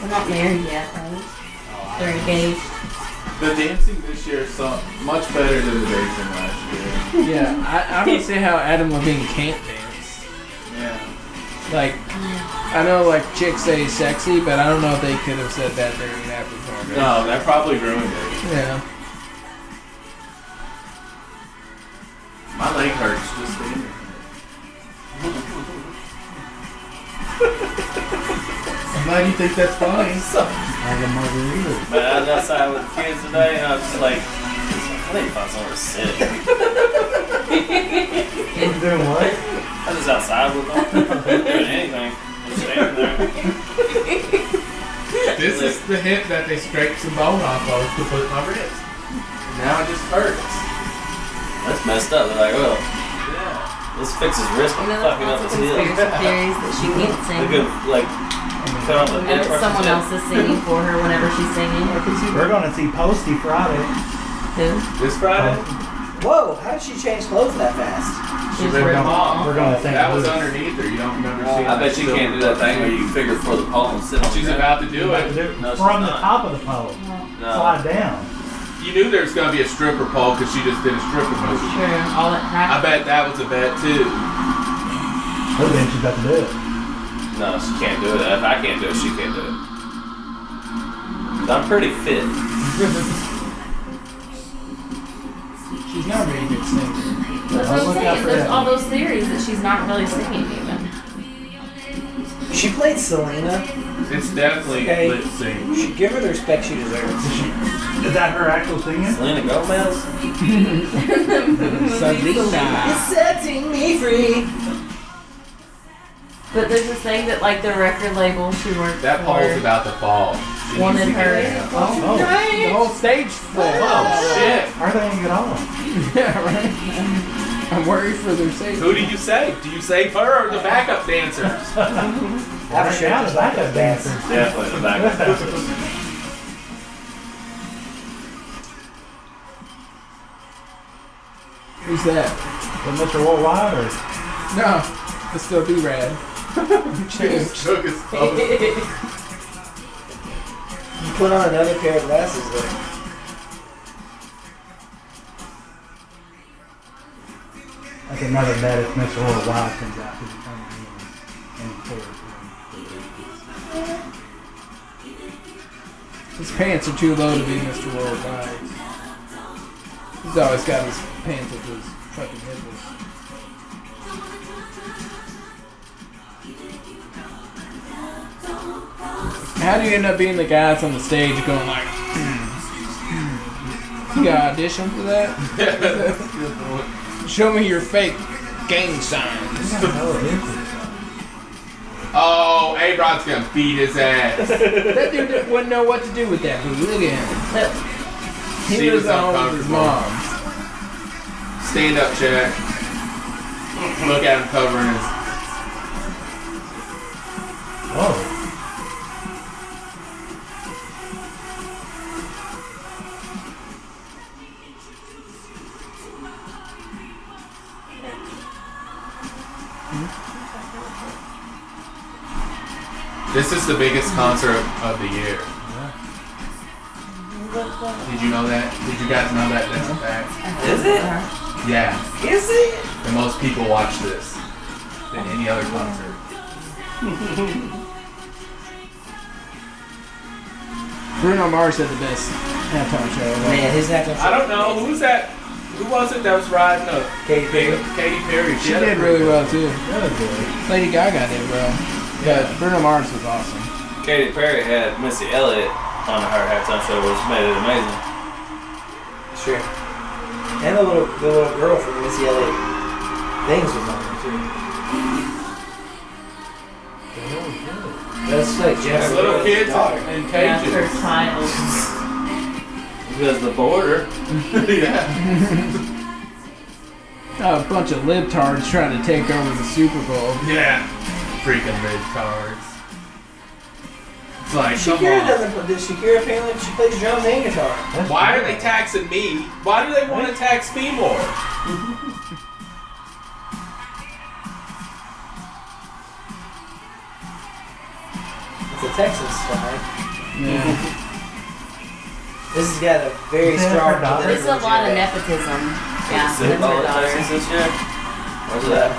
Speaker 7: We're not married yet, right? They're engaged.
Speaker 2: The dancing this year is so much better than the dancing last year.
Speaker 4: Yeah, I, I don't see how Adam Levine can't dance.
Speaker 2: Yeah.
Speaker 4: Like, I know like chicks say he's sexy, but I don't know if they could have said that during that performance.
Speaker 2: No, that probably ruined it.
Speaker 4: Yeah.
Speaker 2: My leg hurts just standing. I'm glad you think that's funny.
Speaker 3: Like a margarita.
Speaker 5: But I was outside with the kids today and I was just like, I need to find somewhere to sit.
Speaker 3: You doing what?
Speaker 5: I was outside with them. doing anything. Just standing there.
Speaker 2: This is the hip that they scraped some bone off of to put in my wrist. And Now it just hurts.
Speaker 5: That's messed up. They're like, well, let's fix his wrist.
Speaker 7: You
Speaker 5: I'm
Speaker 7: know, there's
Speaker 5: fucking up
Speaker 7: lots of
Speaker 5: his heel.
Speaker 7: conspiracy theories that she can't
Speaker 5: They
Speaker 7: sing.
Speaker 5: could, like, cut off the
Speaker 7: And
Speaker 5: hip
Speaker 7: it's
Speaker 5: or
Speaker 7: someone
Speaker 5: something.
Speaker 7: else is singing for her whenever she's singing.
Speaker 3: We're gonna see Posty Friday.
Speaker 7: Who?
Speaker 2: This Friday?
Speaker 6: Whoa, how did she change clothes that fast?
Speaker 2: She
Speaker 7: She's
Speaker 2: ripped
Speaker 7: Red
Speaker 2: them off.
Speaker 3: We're gonna think
Speaker 2: That was
Speaker 3: Louis.
Speaker 2: underneath her. You don't remember seeing
Speaker 5: I bet
Speaker 2: that
Speaker 5: you
Speaker 2: silver
Speaker 5: can't do that thing
Speaker 2: footprint.
Speaker 5: where you figure for the pole and sit on
Speaker 2: She's
Speaker 5: the ground.
Speaker 2: about to do it.
Speaker 3: Dude,
Speaker 5: No, she's
Speaker 3: From the
Speaker 5: not.
Speaker 3: top of the pole. Slide
Speaker 5: No.
Speaker 3: down.
Speaker 2: You knew there was going to be a stripper pole because she just did a stripper move.
Speaker 7: Sure, all that
Speaker 2: I
Speaker 7: crap.
Speaker 2: bet that was a bet too.
Speaker 3: Oh, then she's about to do it.
Speaker 5: No, she can't do it. If I can't do it, she can't do it. I'm pretty fit.
Speaker 4: She's not a very good singer.
Speaker 7: That's what
Speaker 3: I'll
Speaker 7: I'm
Speaker 3: look out
Speaker 7: saying.
Speaker 3: for
Speaker 7: There's
Speaker 3: that.
Speaker 7: all those theories that she's not really singing even.
Speaker 6: She played Selena.
Speaker 2: It's definitely
Speaker 6: Okay.
Speaker 2: lip sync.
Speaker 6: She give her the respect she deserves.
Speaker 3: Is that her actual singing?
Speaker 5: Selena Gomez?
Speaker 7: Selena.
Speaker 6: It's setting me free.
Speaker 7: But there's this thing that like the record label she worked
Speaker 2: That
Speaker 7: for
Speaker 2: pole's about to fall. She
Speaker 7: wanted
Speaker 2: needs to
Speaker 7: her.
Speaker 2: get down.
Speaker 4: Oh, the whole stage full.
Speaker 2: Oh shit!
Speaker 3: Are they at all?
Speaker 4: yeah, right. I'm worried for their safety.
Speaker 2: Who do you save? Do you save her or the backup dancers?
Speaker 6: Have a
Speaker 3: Right now, the
Speaker 6: shirt.
Speaker 3: backup dancer.
Speaker 5: Definitely the back.
Speaker 4: Who's that?
Speaker 3: With Mr. Worldwide or
Speaker 4: No, it's still do rad.
Speaker 2: Took his phone.
Speaker 6: You put on another pair of glasses there.
Speaker 3: that's another bet if Mr. Worldwide comes out he's coming in and clears.
Speaker 4: His pants are too low to be Mr. Worldwide. He's always got his pants up to his fucking nipples. How do you end up being the guy that's on the stage going like, hmm, hmm. you got audition for that? Show me your fake gang signs.
Speaker 2: Oh, A Rod's gonna beat his ass.
Speaker 4: That dude didn't- wouldn't know what to do with that dude. Look at him. He
Speaker 2: She
Speaker 4: was
Speaker 2: was
Speaker 4: on with his
Speaker 2: uncomfortable.
Speaker 4: mom.
Speaker 2: Stand up, Jack. Look at him covering his.
Speaker 3: Oh,
Speaker 2: This is the biggest concert of, of the year. Did you know that? Did you guys know that? That's a fact.
Speaker 6: Is it?
Speaker 2: Yeah.
Speaker 6: Is it?
Speaker 2: The most people watch this than any other concert.
Speaker 4: Bruno Mars had the best halftime show. ever.
Speaker 6: Man, his acting.
Speaker 2: I don't know who's that. Who was it that was riding up?
Speaker 6: Katy
Speaker 2: Big
Speaker 6: Perry.
Speaker 2: Katy Perry.
Speaker 4: She did really well too.
Speaker 3: that was good.
Speaker 4: Lady Gaga did well. Yeah, Bruno Mars was awesome.
Speaker 5: Katy Perry had Missy Elliott on her halftime show, which made it amazing.
Speaker 6: Sure. And the little, the little girl from Missy Elliott. Things was on there too. That's like Jennifer.
Speaker 2: Little
Speaker 6: Lopez's
Speaker 2: kids
Speaker 6: daughter.
Speaker 2: in
Speaker 7: After
Speaker 2: cages.
Speaker 7: child.
Speaker 5: Because the border.
Speaker 2: yeah.
Speaker 4: A bunch of libtards trying to take over the Super Bowl.
Speaker 2: Yeah. Freaking red cards. It's like, come
Speaker 6: Shakira
Speaker 2: on.
Speaker 6: doesn't. Does Shakira apparently she plays drums and guitar?
Speaker 3: That's
Speaker 2: Why are
Speaker 3: good.
Speaker 2: they taxing me? Why do they want to tax me more?
Speaker 6: It's a Texas song.
Speaker 4: Yeah.
Speaker 6: This has got a very
Speaker 3: Is that
Speaker 6: strong.
Speaker 3: her daughter?
Speaker 7: There's a lot of nepotism. Yeah, that's
Speaker 5: Is it
Speaker 2: Oh,
Speaker 7: her
Speaker 5: all
Speaker 7: daughter.
Speaker 5: Texas this year? Where's that?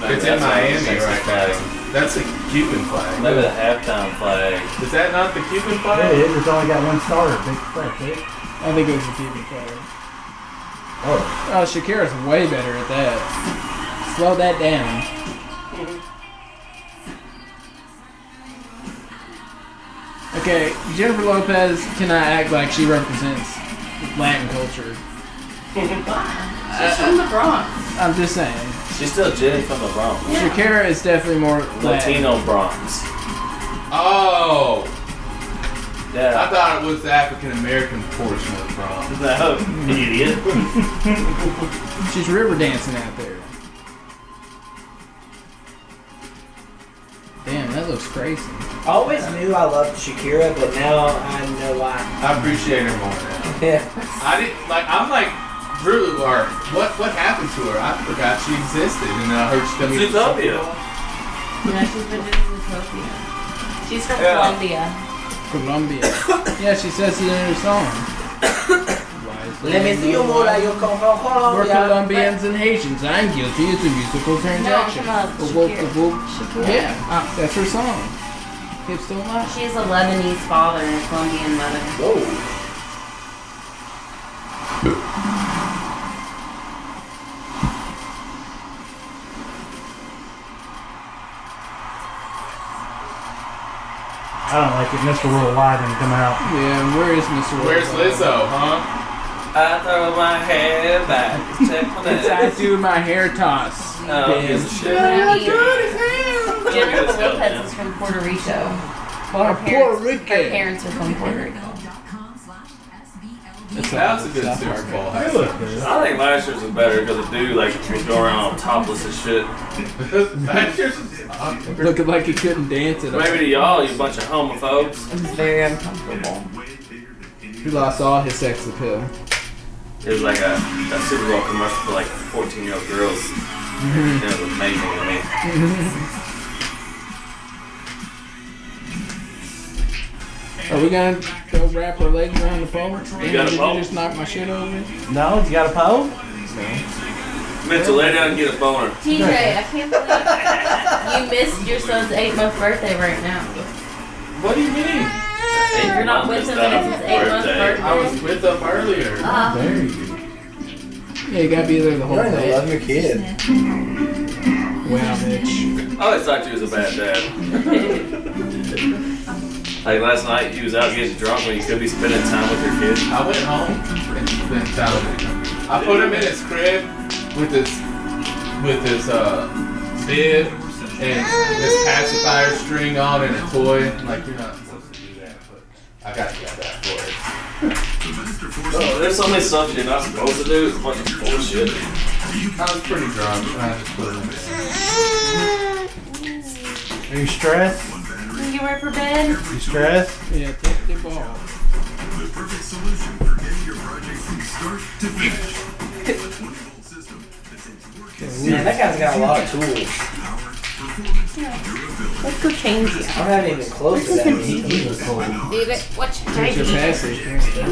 Speaker 2: It's in
Speaker 5: That's not the
Speaker 2: Miami
Speaker 5: Texas
Speaker 2: right
Speaker 5: flag.
Speaker 2: now. That's a Cuban flag.
Speaker 5: Maybe the halftime flag.
Speaker 2: Is that not the Cuban
Speaker 3: Yeah,
Speaker 2: flag?
Speaker 3: it is. It's only got one star. Big flex. eh?
Speaker 4: I think it was a TV player.
Speaker 3: Oh,
Speaker 4: Oh, Shakira's way better at that. Slow that down. Okay, Jennifer Lopez cannot act like she represents Latin culture.
Speaker 7: She's from the Bronx.
Speaker 4: I'm just saying.
Speaker 5: She's still Jenny from the Bronx.
Speaker 4: Shakira is definitely more Latin.
Speaker 5: Latino Bronx.
Speaker 2: Oh, I
Speaker 5: Yeah.
Speaker 2: thought it was the African American portion of the Bronx.
Speaker 5: No, idiot.
Speaker 4: She's river dancing out there. Damn, that looks crazy.
Speaker 6: I always knew I loved Shakira, but now I know why.
Speaker 2: I appreciate her more now.
Speaker 6: Yeah.
Speaker 2: I didn't like. I'm like, really, or what? What happened to her? I forgot she existed, and then I heard she coming.
Speaker 5: Zootopia.
Speaker 7: Yeah, she's been doing Zootopia. She's from
Speaker 5: Yeah.
Speaker 7: Colombia.
Speaker 4: Colombia. yeah, she says it in her song. Why is
Speaker 6: Let me see you
Speaker 4: no
Speaker 6: more
Speaker 4: one-
Speaker 6: like you come from
Speaker 4: We're
Speaker 6: Colombia.
Speaker 4: Colombians and Haitians. I'm guilty. It's a musical transaction.
Speaker 7: No, I'm talking about
Speaker 4: Whoop,
Speaker 7: Shakira.
Speaker 4: whoop.
Speaker 7: Shakira.
Speaker 4: Yeah,
Speaker 7: Oh.
Speaker 4: that's her song. Hips don't lie.
Speaker 7: She has a Lebanese father and a Colombian mother.
Speaker 6: Whoa.
Speaker 3: I don't like it. Mr. Worldwide didn't come out.
Speaker 4: Yeah, where is Mr. Worldwide?
Speaker 2: Where's Lizzo, huh?
Speaker 5: I throw my hair back. Check my
Speaker 4: I do my hair toss.
Speaker 5: Oh,
Speaker 4: Damn.
Speaker 5: he's-
Speaker 7: Jennifer
Speaker 5: Let's go,
Speaker 7: Lopez
Speaker 5: Jim.
Speaker 7: is from Puerto Rico. Well, her
Speaker 4: Puerto
Speaker 7: parents,
Speaker 4: Rican.
Speaker 7: her parents are from Puerto Rico.
Speaker 2: That was a good Super Bowl.
Speaker 3: They look good.
Speaker 5: I think last year's was better because the dude like was going around topless and shit.
Speaker 2: That shit was awkward.
Speaker 4: Looking like he couldn't dance at all.
Speaker 5: Maybe to y'all, you bunch of homophobes.
Speaker 7: It's very uncomfortable.
Speaker 4: He lost all his sex appeal.
Speaker 5: It was like a, a Super Bowl commercial for like 14 year old girls. It was amazing to me.
Speaker 4: Are we gonna go wrap our legs around the pole?
Speaker 5: You got a
Speaker 4: Did
Speaker 5: pole?
Speaker 4: just knock my shit over?
Speaker 6: No, you got a pole?
Speaker 5: Mitchell, lay down and get a boner.
Speaker 7: TJ, I can't believe you missed your son's eight month birthday right now.
Speaker 2: What do you mean?
Speaker 7: You're not with him and it's his eight month birthday.
Speaker 2: I was with them earlier.
Speaker 7: Uh,
Speaker 4: Yeah, you gotta be there the whole
Speaker 6: You're gonna
Speaker 4: day.
Speaker 6: love your kid.
Speaker 4: Wow, bitch.
Speaker 5: I always thought you was a bad dad. like last night, you was out getting drunk when you could be spending time with your kids.
Speaker 2: I went home and spent time with him. I put him in his crib with his with his uh bib and his pacifier string on and a toy. Like you're not supposed to do that, but I got you got that for
Speaker 5: Oh, there's so many stuff you're not supposed to do. It's a bunch of bullshit.
Speaker 2: it. I was pretty drunk and I just put him in there.
Speaker 3: Are you stressed?
Speaker 7: you get ready for bed?
Speaker 3: You stressed?
Speaker 4: Yeah, take the ball.
Speaker 6: Man, that guy's got a lot of tools.
Speaker 7: Let's go change you.
Speaker 6: I'm not even close to that. He, he was cool.
Speaker 7: What's your
Speaker 4: Get your passage. yeah.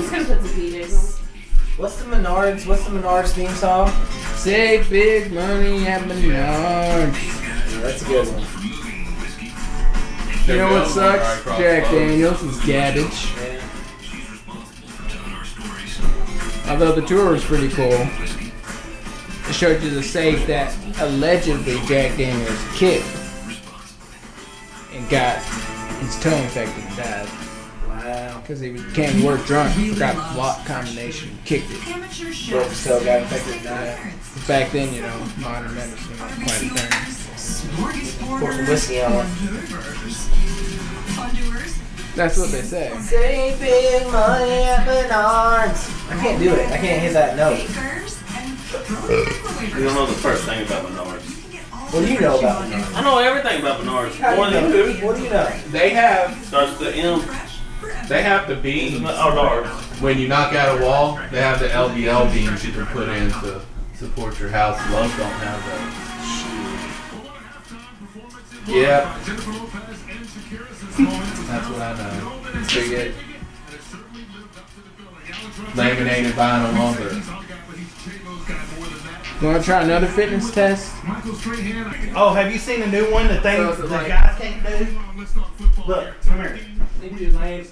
Speaker 6: What's the Menards? What's the Menards theme song?
Speaker 4: Say big money at Menards.
Speaker 6: That's a good one.
Speaker 4: You know what
Speaker 2: Alright,
Speaker 4: sucks?
Speaker 2: cross
Speaker 4: Jack
Speaker 2: bones.
Speaker 4: Daniels is garbage. Although the tour was pretty cool. It showed you the save that allegedly Jack Daniels kicked and got his toe infected and died.
Speaker 6: Wow.
Speaker 4: Because he was- came to work drunk, got a block combination, kicked it.
Speaker 8: Amateur
Speaker 6: Brooke
Speaker 8: chefs.
Speaker 6: still got infected tonight.
Speaker 4: Back then, you know, modern medicine was quite a thing.
Speaker 6: Pour some
Speaker 8: Smorgasborders.
Speaker 6: whiskey on him.
Speaker 8: Fondeurs.
Speaker 4: That's what they say.
Speaker 6: Say big money at Menards. I can't do it. I can't hit that note.
Speaker 8: Bakers. And
Speaker 5: You don't know the first thing about Menards.
Speaker 6: What do you know about Menards?
Speaker 5: I know everything about Menards. More than
Speaker 6: What do
Speaker 5: two.
Speaker 6: you- What do you know?
Speaker 2: They have
Speaker 5: Starts with the M. oh,
Speaker 2: they have the
Speaker 5: It's
Speaker 2: beams.
Speaker 5: Menards.
Speaker 2: When you knock out a wall, they have the LVL beams you can put in to support your house. Love don't have those. Yeah, that's what I know. It's pretty good. Laminated vinyl lumber.
Speaker 4: You want to try another fitness test?
Speaker 3: Oh, have you seen the new one? The thing
Speaker 4: So is it
Speaker 3: the
Speaker 4: like-
Speaker 3: guys can't do? Look, come here.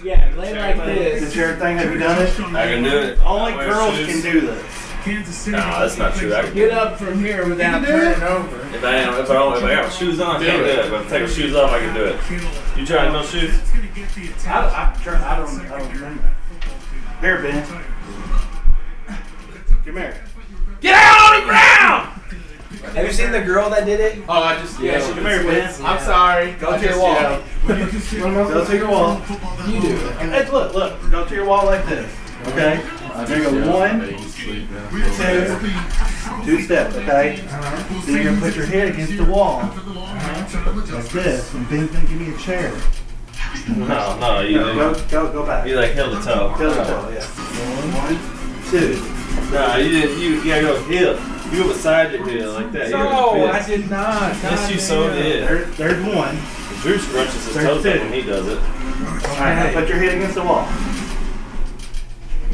Speaker 4: Yeah, lay like
Speaker 3: Is your thing, have you done it?
Speaker 5: I can do it.
Speaker 3: Only
Speaker 5: I wear
Speaker 3: girls
Speaker 5: shoes.
Speaker 3: can do this.
Speaker 5: No, that's not true. I can do
Speaker 4: Get up from here without turning over.
Speaker 5: If I am, if I don't, if I got my shoes on, I can't do it. But if I take my shoes off, I can do it. You trying no shoes?
Speaker 3: I, I, try- I don't, I don't remember. Here, Ben. Come here.
Speaker 5: Get out on the ground!
Speaker 6: Have you seen the girl that did it?
Speaker 2: Oh, I just
Speaker 3: Yeah,
Speaker 2: yeah.
Speaker 3: come here, Ben.
Speaker 2: I'm sorry.
Speaker 6: Go
Speaker 2: I
Speaker 6: to your
Speaker 2: just
Speaker 6: wall.
Speaker 2: yelled.
Speaker 3: Go to your wall.
Speaker 4: You do it.
Speaker 3: And hey, look, look. Go to your wall like this. Okay? There you go. One, two, two steps, okay? Then you're gonna put your head against the wall. Like this. And Ben's gonna give me a chair.
Speaker 5: No, no, you
Speaker 3: Go,
Speaker 5: didn't.
Speaker 3: go, go back.
Speaker 5: You like heel to toe.
Speaker 3: Go, go, go, yeah. One, two.
Speaker 5: Nah, you didn't. You, you gotta go heel. You go beside your heel like that.
Speaker 4: No,
Speaker 5: you
Speaker 4: I did not.
Speaker 5: Yes, you so did.
Speaker 3: There, there's one.
Speaker 5: Drew scrunches his
Speaker 3: There's
Speaker 5: toes
Speaker 3: two.
Speaker 5: up when he does
Speaker 3: All
Speaker 5: it.
Speaker 3: right, now put your head against the wall.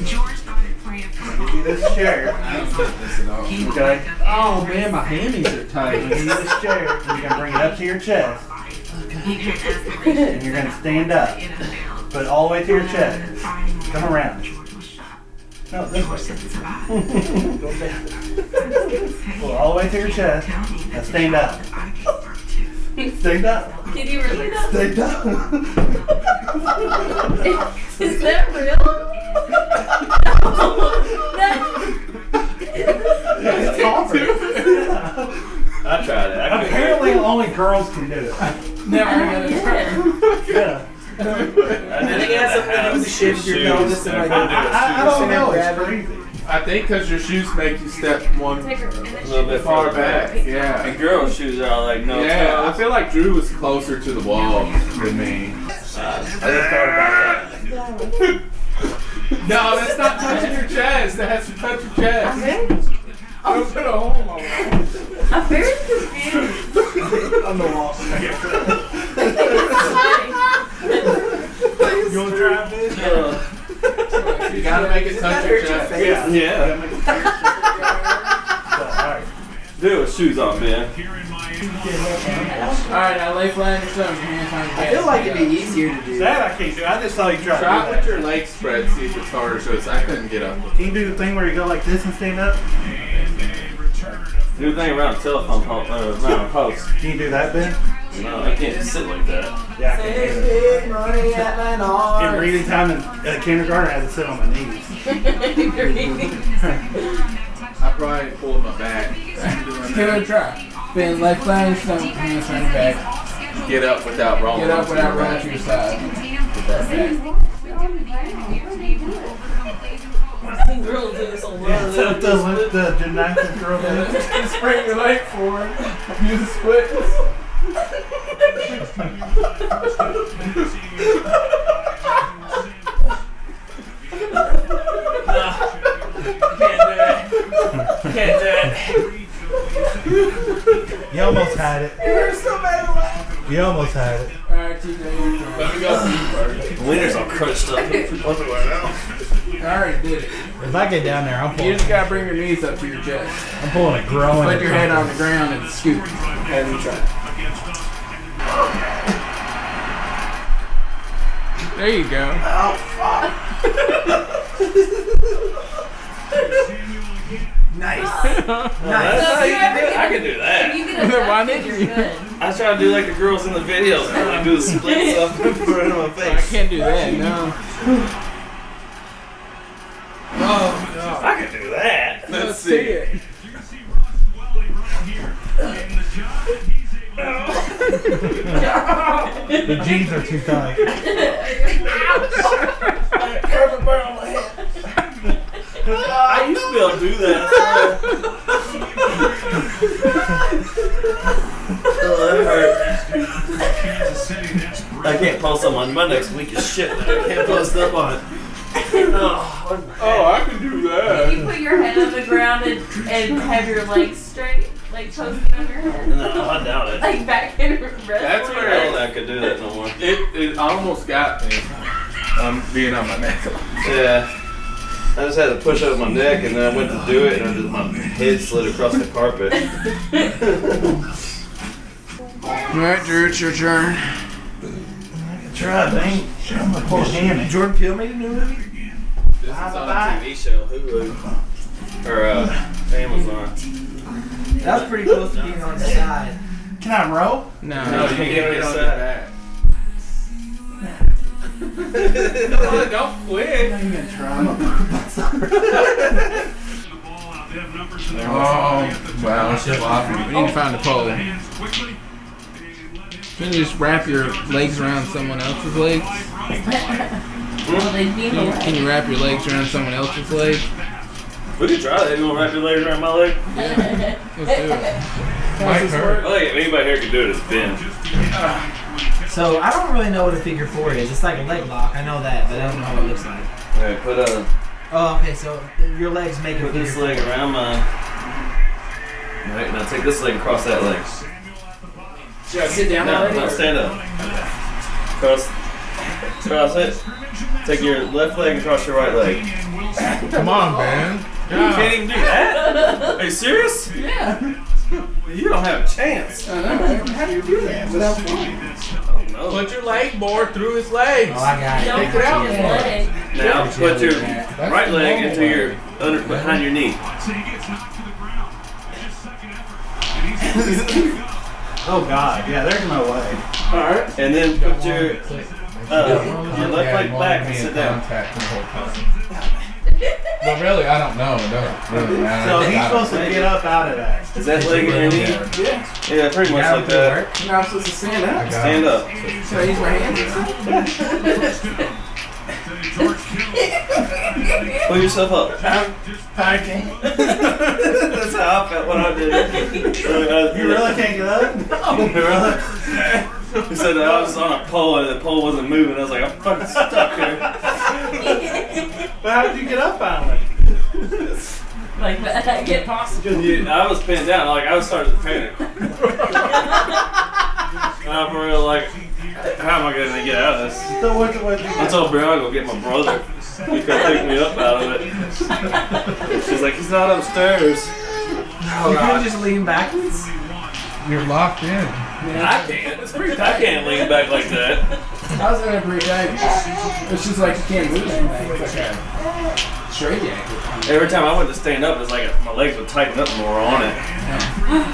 Speaker 8: George started playing football.
Speaker 3: Do this chair, okay?
Speaker 4: Oh man, my hammies are
Speaker 3: You do
Speaker 4: tight.
Speaker 3: this chair, and you're gonna bring it up to your chest,
Speaker 8: He did aspirations
Speaker 3: and you're gonna stand up.
Speaker 8: in a field.
Speaker 3: Put it all the way to your chest.
Speaker 8: Fighting
Speaker 3: Come around.
Speaker 8: George was shot.
Speaker 3: No, this way.
Speaker 8: Since survived.
Speaker 3: Go back. Pull it all the way to your chest.
Speaker 8: Tell me
Speaker 3: Now
Speaker 8: that
Speaker 3: stand up.
Speaker 8: I gave birth to.
Speaker 2: Stand up.
Speaker 7: Did he really not?
Speaker 2: Stand up.
Speaker 7: Is that real? No.
Speaker 2: It's awkward.
Speaker 5: I tried it. I couldn't do
Speaker 3: Apparently, only girls can do it.
Speaker 4: Never
Speaker 7: I
Speaker 4: gonna
Speaker 7: don't get it.
Speaker 3: Yeah.
Speaker 5: it. I did it
Speaker 6: think it
Speaker 5: in
Speaker 6: has
Speaker 5: the
Speaker 6: something to do
Speaker 5: house,
Speaker 6: with the shape of your
Speaker 5: shoes,
Speaker 6: pelvis and
Speaker 5: I
Speaker 6: like-
Speaker 5: couldn't do it with
Speaker 3: I, I
Speaker 5: shoes.
Speaker 3: don't know. It's
Speaker 6: Gravity.
Speaker 3: crazy.
Speaker 2: I think because your shoes make you step one
Speaker 7: Take her.
Speaker 5: A
Speaker 7: and then
Speaker 5: little
Speaker 7: she-
Speaker 5: bit
Speaker 2: far back.
Speaker 5: And
Speaker 2: Yeah.
Speaker 5: girls' shoes are all like no
Speaker 2: Yeah, I
Speaker 5: toes.
Speaker 2: feel like Drew was closer to the wall than me.
Speaker 5: Uh, I just thought about that.
Speaker 2: No, that's not touching your chest. That has to touch your
Speaker 7: I'm
Speaker 2: chest.
Speaker 7: very,
Speaker 2: Don't put a hole in my wall.
Speaker 7: I'm very confused.
Speaker 3: On the wall. You want to drive this?
Speaker 2: You gotta make it touch your chest.
Speaker 5: Yeah. Yeah.
Speaker 3: Alright.
Speaker 5: Dude, with shoes on, man.
Speaker 4: Alright, now lay flat on your stomach. Your hands on your
Speaker 6: I feel
Speaker 4: chest.
Speaker 6: like it'd be easier to do.
Speaker 3: That I can't do. I just saw you try.
Speaker 2: Try
Speaker 3: to
Speaker 2: with
Speaker 3: do that.
Speaker 2: your legs spread, see if it's harder. So it's, I couldn't get up.
Speaker 3: Can you do the thing where you go like this and stand up?
Speaker 5: Do the thing around a telephone pole, uh, around a post.
Speaker 3: Can you do that then?
Speaker 5: No, I can't sit like that.
Speaker 3: Yeah, I can do that.
Speaker 6: Big money at my
Speaker 3: In
Speaker 6: arm.
Speaker 3: reading time in uh, kindergarten, I had to sit on my knees.
Speaker 2: I probably pulled my back.
Speaker 4: Give it a try. Bend lay flat on your stomach. Hands on your back.
Speaker 2: Get up without rolling.
Speaker 4: Get up
Speaker 2: to
Speaker 4: without
Speaker 2: your
Speaker 4: rolling
Speaker 2: back.
Speaker 4: to your side.
Speaker 7: Girls do this a lot.
Speaker 3: Except the, lift the gymnastics girl did.
Speaker 4: Bring your leg forward. Use the splits.
Speaker 5: Can't do it. Can't do it.
Speaker 3: You almost had it.
Speaker 6: You're so bad at laughing.
Speaker 3: You almost had it.
Speaker 4: Alright, TJ, you're done.
Speaker 2: Let me go see first.
Speaker 5: Wieners all crunched up.
Speaker 4: I already did it.
Speaker 3: If I get down there, I'm
Speaker 4: You
Speaker 3: pulling,
Speaker 4: just gotta bring your knees up to your chest.
Speaker 3: I'm pulling a groin.
Speaker 4: Put your head on the ground and scoop.
Speaker 2: Let me try.
Speaker 4: There you go.
Speaker 5: That's how you can do it. I can do that.
Speaker 7: You get a
Speaker 4: Why did you-
Speaker 7: you're good.
Speaker 5: I try to do like the girls in the videos. I like do the splits up and put it in my
Speaker 4: I
Speaker 5: face.
Speaker 4: can't do that, no.
Speaker 5: I can do that.
Speaker 2: Let's see.
Speaker 4: it.
Speaker 3: The jeans are too tight.
Speaker 5: I used to be able to do that. oh, that hurt. I can't post up on my next week is shit. that I can't post up on. Oh,
Speaker 2: Oh, I can do that.
Speaker 7: You put your head on the ground and, and have your legs straight, like posting on your head,
Speaker 5: no, I doubt it.
Speaker 7: like back in wrestling.
Speaker 2: That's
Speaker 5: I
Speaker 2: where-
Speaker 5: don't think I could do that no more.
Speaker 2: It, it almost got me. I'm being on my neck.
Speaker 5: Yeah. I just had to push up my neck and then I went to do it and I just, my head slid across the carpet.
Speaker 4: Alright, Drew, it's your turn.
Speaker 3: Try, dang. I'm gonna pull a hammy.
Speaker 6: Jordan Peele made a new movie.
Speaker 2: This is on a TV.
Speaker 5: TV show, Hulu. Or uh, Amazon.
Speaker 6: That was pretty close to being on the side.
Speaker 3: Can I roll?
Speaker 4: No.
Speaker 5: No, Oh,
Speaker 2: Get
Speaker 5: you can't
Speaker 2: it
Speaker 5: get
Speaker 2: on your
Speaker 5: that.
Speaker 2: back. No, Don't quit.
Speaker 3: I'm gonna try.
Speaker 2: Oh, wow. It's floppy. We need to find a pole. Can
Speaker 8: Hands quickly and let him
Speaker 4: you just wrap your legs around someone else's legs?
Speaker 7: Well, they
Speaker 4: Can
Speaker 7: feel
Speaker 4: you,
Speaker 7: like
Speaker 4: can you wrap your legs around someone else's legs?
Speaker 5: We can try that. You want to wrap your legs around my leg?
Speaker 4: Let's do it.
Speaker 2: Might hurt.
Speaker 5: I think if anybody here can do it, it's Ben.
Speaker 6: So I don't really know what a figure four is. It's like a leg lock. I know that, but I don't know what it looks like.
Speaker 5: Alright, put, uh,
Speaker 6: Oh, okay. So your legs make a
Speaker 5: put
Speaker 6: figure
Speaker 5: this
Speaker 6: four.
Speaker 5: leg around my. Alright, now take this leg and cross that leg.
Speaker 4: Should I sit down
Speaker 5: No, no, stand up. Cross. Cross it. Take your left leg and cross your right leg.
Speaker 2: Come on, man.
Speaker 5: You can't even do that? Are you serious? Yeah. You don't have a chance. No.
Speaker 2: Put your leg more through his legs.
Speaker 6: Oh, I got it.
Speaker 7: don't put your leg.
Speaker 5: Now put your right leg into your under behind your knee.
Speaker 8: say he gets knocked to the ground. His second effort. And he's
Speaker 3: Oh God, yeah, there's no way.
Speaker 5: All right, and then put your uh, your left leg back and sit down.
Speaker 2: Contact the whole time. But really, I don't know. It doesn't really matter.
Speaker 3: So
Speaker 2: I
Speaker 3: he's
Speaker 2: don't-
Speaker 3: supposed to get up out of that.
Speaker 5: Is that leg in your knee?
Speaker 4: Yeah.
Speaker 5: Yeah, pretty much like that.
Speaker 4: And I'm supposed to stand
Speaker 2: I got
Speaker 4: up.
Speaker 5: Stand
Speaker 2: it.
Speaker 5: up.
Speaker 4: So I use my hands.
Speaker 5: Pull yourself up.
Speaker 4: I'm panicking.
Speaker 5: That's how I felt when I did it.
Speaker 3: You really can't get up?
Speaker 5: really? He said that I was on a pole and the pole wasn't moving. I was like, I'm fucking stuck here.
Speaker 3: But how did you get up out of it?
Speaker 7: Like that, I get possible.
Speaker 5: Dude, I was pinned down. Like I was starting to panic. and I'm real like, how am I gonna get out of this?
Speaker 3: So what? What? You
Speaker 5: I told Brianna go get my brother. He could pick me up out of it. She's like, he's not upstairs.
Speaker 4: you can just lean backwards.
Speaker 2: You're locked in.
Speaker 5: I can't. It's pretty. I can't lean back like that.
Speaker 4: I was in a break dive. It's just like you can't move anything. It's like a straight jacket.
Speaker 5: Every time I went to stand up, it's like my legs would tighten up more on it.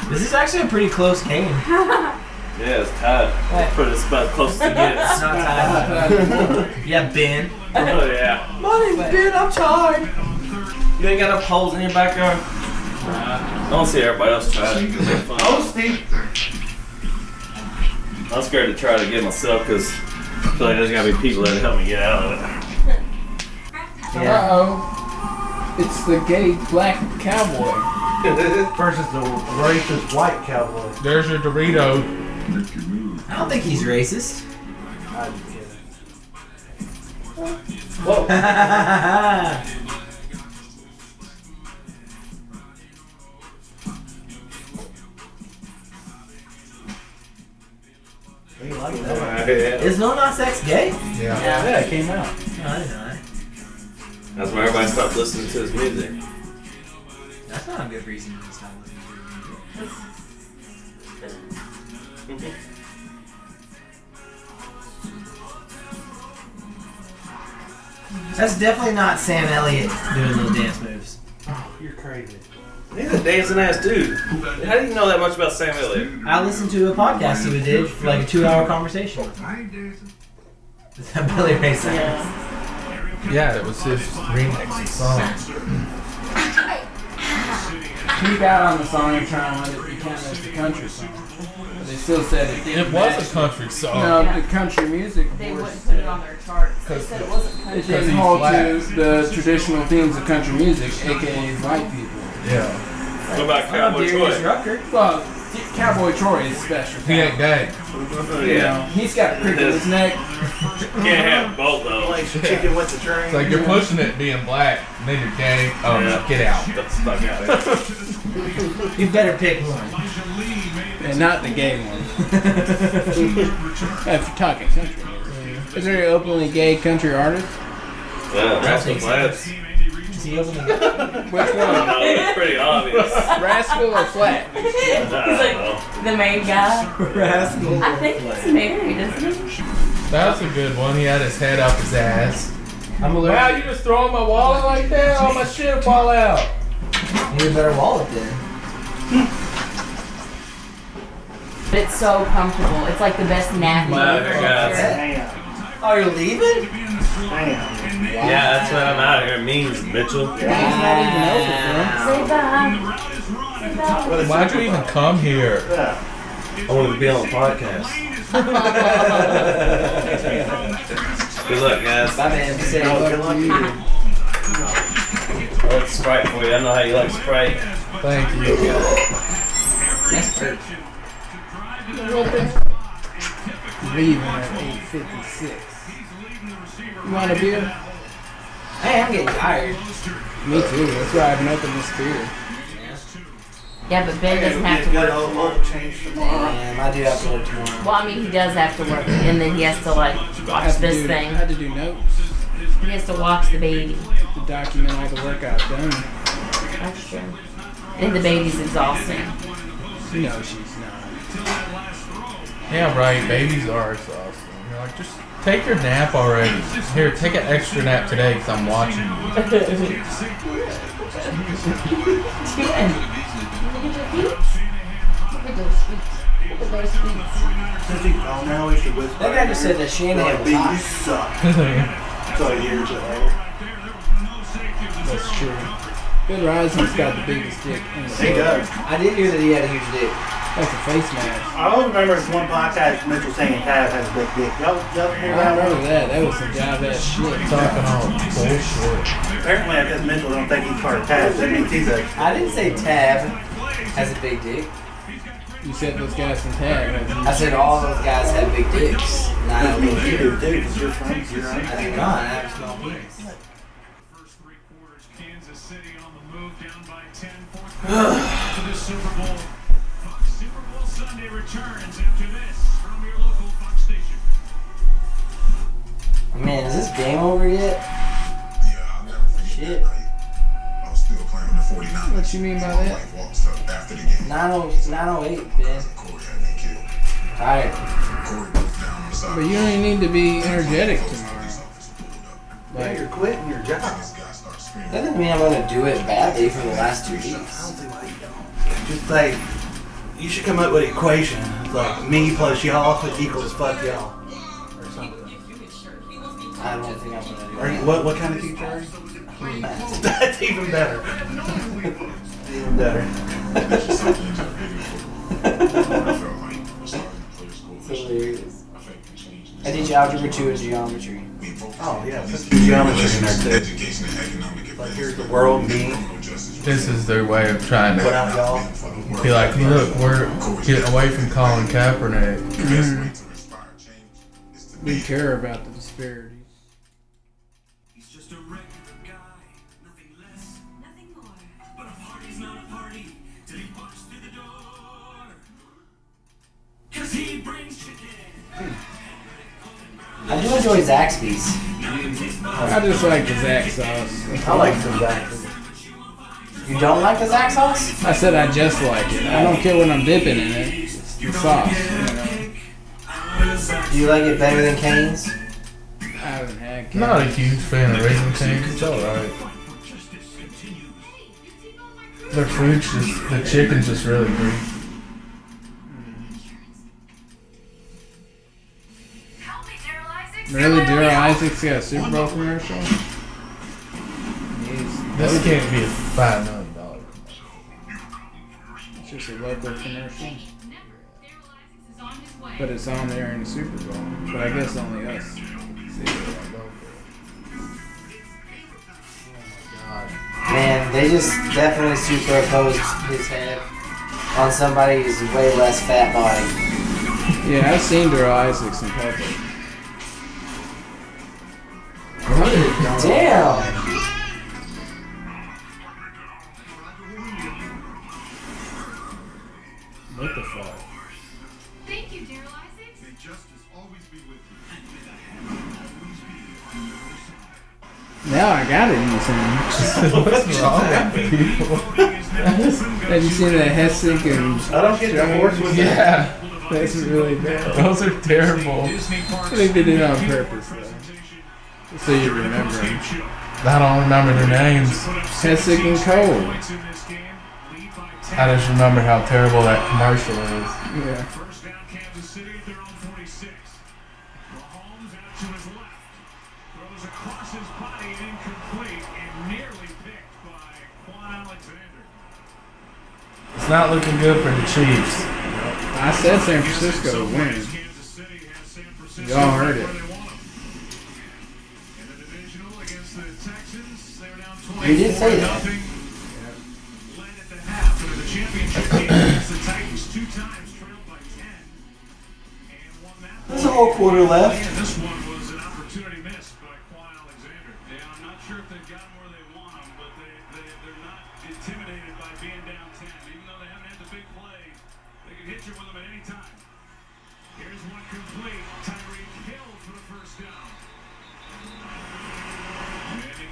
Speaker 6: This is actually a pretty close game.
Speaker 5: Yeah, it's tight. That's pretty it's about closest it gets.
Speaker 6: Not tied. yeah, Ben.
Speaker 5: Oh yeah.
Speaker 6: My name's Ben. I'm tired.
Speaker 5: You ain't got no poles in your backyard. I don't see everybody else try it. They're fun.
Speaker 3: Oh, Steve.
Speaker 5: I'm scared to try it again myself because I feel like there's gotta be people that help me get out of it.
Speaker 6: Yeah.
Speaker 4: Uh-oh. It's the gay black cowboy.
Speaker 3: Versus the racist white cowboy.
Speaker 2: There's your Dorito.
Speaker 6: I don't think he's racist.
Speaker 3: I'm kidding.
Speaker 6: Whoa.
Speaker 3: We like that.
Speaker 6: is no not sex gay? No,
Speaker 2: Yeah.
Speaker 3: Yeah, it came out.
Speaker 6: I didn't know that.
Speaker 5: That's why everybody stopped listening to his music.
Speaker 6: That's not a good reason to stop listening to your music. That's definitely not Sam Elliott doing little dance moves.
Speaker 3: You're crazy.
Speaker 5: He's a dancing ass dude. How do you know that much about Sam Elliott?
Speaker 6: I listened to a podcast that we did for like a two hour conversation. Is that Billy Ray Cyrus?
Speaker 7: Yeah.
Speaker 2: Yeah, it was his remix song.
Speaker 4: Peek out on the song and trying to let it be counted as the country song. But they still said it didn't
Speaker 2: It was
Speaker 4: match-
Speaker 2: a country song.
Speaker 4: No, the country music
Speaker 7: They
Speaker 4: board
Speaker 7: wouldn't put it
Speaker 4: said-
Speaker 7: on their charts. They said it wasn't
Speaker 4: It
Speaker 7: country.
Speaker 4: didn't
Speaker 2: he's
Speaker 4: hold to
Speaker 2: black.
Speaker 4: the traditional themes of country music, aka white people.
Speaker 2: Yeah.
Speaker 5: What about
Speaker 6: Oh,
Speaker 5: Cowboy
Speaker 6: Darius
Speaker 5: Troy?
Speaker 6: Rucker.
Speaker 4: Well, Cowboy Troy is special.
Speaker 2: He ain't gay.
Speaker 4: You
Speaker 5: Yeah.
Speaker 4: know, he's got a crick in his neck.
Speaker 5: Can't have both though.
Speaker 3: Like chicken with the
Speaker 2: It's
Speaker 3: train.
Speaker 2: like you're pushing it being black, and then you're gay. Oh,
Speaker 5: Yeah.
Speaker 2: get out.
Speaker 5: Get the fuck out of here.
Speaker 6: You better pick one.
Speaker 4: And not the gay one. if you're talking country music. Is there an openly gay country artist?
Speaker 5: Yeah, Rascal
Speaker 6: think so.
Speaker 5: Flatts.
Speaker 6: Is he opening the
Speaker 4: Which
Speaker 5: I
Speaker 4: one?
Speaker 5: know, it's pretty obvious.
Speaker 4: Rascal or Flat?
Speaker 7: He's like the main guy.
Speaker 6: rascal?
Speaker 7: I think he's married, isn't he?
Speaker 2: That's a good one. He had his head up his ass.
Speaker 6: I'm
Speaker 4: Wow,
Speaker 6: allergic.
Speaker 4: you just throwing my wallet like that? All my shit will fall out.
Speaker 6: Need a better wallet then.
Speaker 7: But it's so comfortable. It's like the best nappy.
Speaker 5: Wow,
Speaker 7: you've
Speaker 5: there
Speaker 7: ever
Speaker 5: goes.
Speaker 7: had.
Speaker 3: Damn.
Speaker 6: Oh, you're leaving?
Speaker 3: Damn.
Speaker 5: Yeah, that's what I'm out here means, Mitchell.
Speaker 6: Ah.
Speaker 7: Say bye. Say bye.
Speaker 3: What a
Speaker 2: Why'd you
Speaker 3: chicken
Speaker 2: even
Speaker 3: bone.
Speaker 2: come here?
Speaker 3: Yeah.
Speaker 5: I wanted to be on the podcast. Good luck, guys.
Speaker 6: My man said,
Speaker 3: Oh, good luck to you.
Speaker 5: I like Sprite for you. I know how you like Sprite.
Speaker 2: Thank you.
Speaker 6: that's great.
Speaker 4: Leaving at 856. You want a beer?
Speaker 6: Hey, I'm getting tired.
Speaker 4: Me too. That's why I've nothing this beer.
Speaker 7: Yeah, but Ben doesn't have to
Speaker 3: Good
Speaker 7: work.
Speaker 3: old luck change tomorrow.
Speaker 6: Damn, I do have to work tomorrow.
Speaker 7: Well, I mean, he does have to work, and then he has to like
Speaker 4: I
Speaker 7: watch
Speaker 4: have to
Speaker 7: this
Speaker 4: do, I
Speaker 7: thing.
Speaker 4: had to do notes
Speaker 7: He has to watch the baby.
Speaker 4: to document all the work I've done.
Speaker 7: That's true. And the baby's exhausting.
Speaker 4: No, she's not.
Speaker 2: Yeah, right. Babies are exhausting. You're like, just take your nap already. Here, take an extra nap today because I'm watching you.
Speaker 7: Look at your feet. Look at those feet.
Speaker 11: the base beats.
Speaker 3: Since he oh, now he should whisper.
Speaker 6: That guy just said that
Speaker 3: They're
Speaker 6: Shanahan
Speaker 3: like,
Speaker 6: was
Speaker 3: B, you
Speaker 6: hot.
Speaker 3: suck. so he hears it later.
Speaker 4: That's true. Ben Rising's got the biggest dick in the
Speaker 3: He
Speaker 4: world.
Speaker 3: does.
Speaker 6: I did hear that he had a huge dick.
Speaker 4: That's a face mask.
Speaker 3: I only remember this one podcast Mitchell saying Taz has a big dick. Y'all, y'all hear
Speaker 4: I
Speaker 3: that one?
Speaker 4: remember that. That was some jive ass shit.
Speaker 12: Talking all bullshit.
Speaker 3: Apparently, I guess Mitchell don't think he's part of Taz. That means he's a.
Speaker 6: I didn't say Tab has a big dick.
Speaker 4: You said those guys from Tag.
Speaker 6: I said all those guys have big dicks. Not
Speaker 3: I mean,
Speaker 6: only
Speaker 3: you
Speaker 6: you.
Speaker 3: do too, because you're friends. You're
Speaker 6: I
Speaker 3: on.
Speaker 6: think not. I have a small penis. Man, is this game over yet?
Speaker 8: Yeah, I'll never forget
Speaker 6: Shit.
Speaker 8: that night. I was still playing with the 49ers.
Speaker 4: What you mean by
Speaker 8: My
Speaker 4: that?
Speaker 8: wife walks up after the game.
Speaker 6: 90- 908, man.
Speaker 8: Cousin Corey had been killed.
Speaker 6: Alright.
Speaker 8: Corey was down on the side.
Speaker 4: But you don't need to be energetic tomorrow.
Speaker 3: Yeah,
Speaker 4: Like,
Speaker 3: you're quitting your job. I
Speaker 8: This guy started screaming.
Speaker 6: That doesn't mean I'm gonna do it badly for the last two weeks.
Speaker 3: don't see why you don't. Just like, you should come up with an equation. It's like me plus y'all equals fuck y'all. Or something.
Speaker 6: I don't think I'm gonna do
Speaker 3: Are you,
Speaker 6: it.
Speaker 3: what, what kind of teacher are you? That's even better. even better.
Speaker 8: She saw me in her video for I felt like we're starting to play the school
Speaker 6: It's hilarious.
Speaker 8: I think we changed
Speaker 6: I
Speaker 8: this.
Speaker 6: teach algebra 2 and geometry.
Speaker 8: We focused
Speaker 3: Oh,
Speaker 8: on
Speaker 3: yeah.
Speaker 8: police
Speaker 3: Put the geometry in
Speaker 8: relations,
Speaker 3: there, too.
Speaker 8: education, and economic
Speaker 3: Like,
Speaker 8: advancement.
Speaker 3: here's the world, me,
Speaker 8: Criminal justice
Speaker 2: This is their way of trying
Speaker 3: what
Speaker 2: to
Speaker 3: up, y'all?
Speaker 8: for the world.
Speaker 2: be like, look, we're getting away from Colin Kaepernick.
Speaker 8: The best way to inspire change is to
Speaker 4: we care about the disparities.
Speaker 3: He's just a regular guy, nothing less.
Speaker 7: Nothing more.
Speaker 3: But a party's not a party till he walks through the door. Cause he brings chicken.
Speaker 6: I do enjoy Zaxby's.
Speaker 4: I just like the Zach sauce.
Speaker 3: I like some guys.
Speaker 6: You don't like the Zax sauce?
Speaker 4: I said I just like it. I don't care what I'm dipping in it. It's the sauce. You know?
Speaker 6: Do you like it better than Cane's?
Speaker 4: I haven't had.
Speaker 2: Not a
Speaker 4: Cane's.
Speaker 2: huge fan of raisin canes. It's alright. Their food's just, the chicken's just really good.
Speaker 7: Help me, Daryl Isaacs.
Speaker 4: Really,
Speaker 7: Somebody
Speaker 4: Daryl
Speaker 7: help me.
Speaker 4: Isaac's got a Super Bowl commercial? Jeez,
Speaker 2: This can't be a five million dollar.
Speaker 4: It's just a local commercial,
Speaker 7: Remember, Daryl Isaacs is on his way.
Speaker 4: but it's on there in the Super Bowl. But I guess only us. See what I go for.
Speaker 6: Man, they just definitely superimposed his head on somebody's way less fat body.
Speaker 4: Yeah, I've seen Daryl Isaac's in public.
Speaker 6: Damn!
Speaker 4: What the fuck?
Speaker 7: Thank you, Daryl Isaacs.
Speaker 4: Now I got it in the same.
Speaker 2: What's wrong with people?
Speaker 4: Have you seen that Hessick and
Speaker 3: I don't get divorced with yeah.
Speaker 4: Yeah, that's really bad.
Speaker 2: Those are terrible.
Speaker 4: I think they did it on purpose though, so you remember. Him.
Speaker 2: I don't remember their names.
Speaker 4: Hessick and Cole.
Speaker 2: I just remember how terrible that commercial is.
Speaker 4: Yeah.
Speaker 2: It's not looking good for the Chiefs.
Speaker 4: I said San Francisco would win. Y'all heard it.
Speaker 6: You did say that. There's a whole quarter left.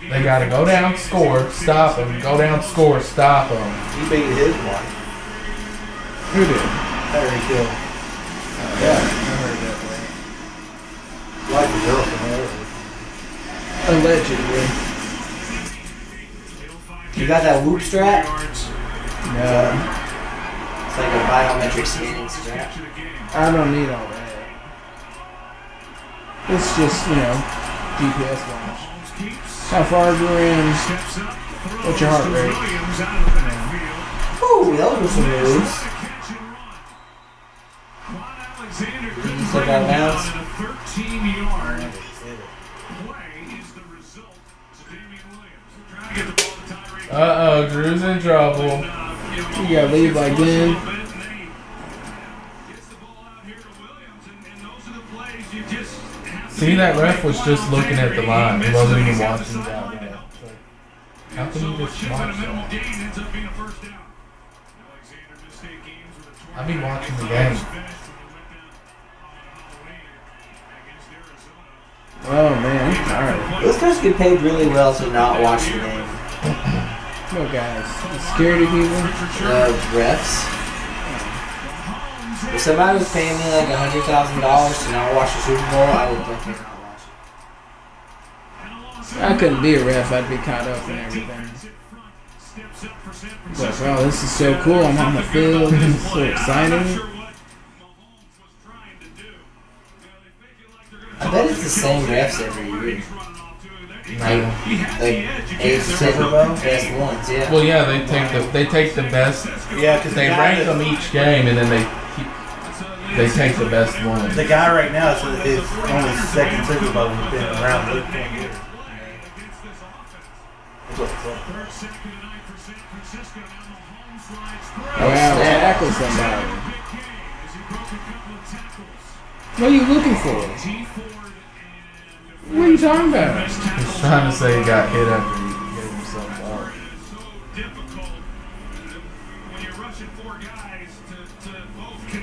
Speaker 2: They gotta go down, score, stop them. Go down, score, stop them.
Speaker 3: He beat his wife.
Speaker 4: Who did?
Speaker 3: Harry Hill.
Speaker 4: I heard that
Speaker 3: Like a girl from Harry.
Speaker 4: way. Allegedly.
Speaker 6: You got that whoop strap?
Speaker 4: No.
Speaker 6: It's like a biometric scanning strap.
Speaker 4: I don't need all that. It's just, you know, GPS watch. How far you're in, what's your heart rate?
Speaker 6: Ooh, those were some moves. Did you say that bounce?
Speaker 2: Uh oh, Drew's in trouble.
Speaker 4: You gotta leave again.
Speaker 2: See, that ref was just looking at the line. He wasn't even watching that way. How can you just watch that? I'll be watching the game.
Speaker 4: Oh man,
Speaker 6: Those guys get paid really well to not watch the game.
Speaker 4: alright. Look guys, you scared of people?
Speaker 6: The refs. If somebody was paying me like hundred thousand dollars to not watch the Super Bowl, I would definitely not watch it.
Speaker 4: I couldn't be a ref, I'd be caught up in everything. Like, wow, this is so cool, I'm on the field, this is so exciting.
Speaker 6: I bet it's the same refs every year.
Speaker 2: No.
Speaker 6: Like eight Super Bowl, best ones, yeah.
Speaker 2: Well, yeah, they take the they take the best.
Speaker 3: Yeah, because
Speaker 2: They rank them each game, and then they keep, they take the best one.
Speaker 3: The guy right now is his only second Super Bowl he's been around Luke ten years. That's what's up.
Speaker 4: Wow, tackle somebody. What are you looking for? What are you talking about?
Speaker 2: He's trying to say he got hit after he gave himself up. Oh, he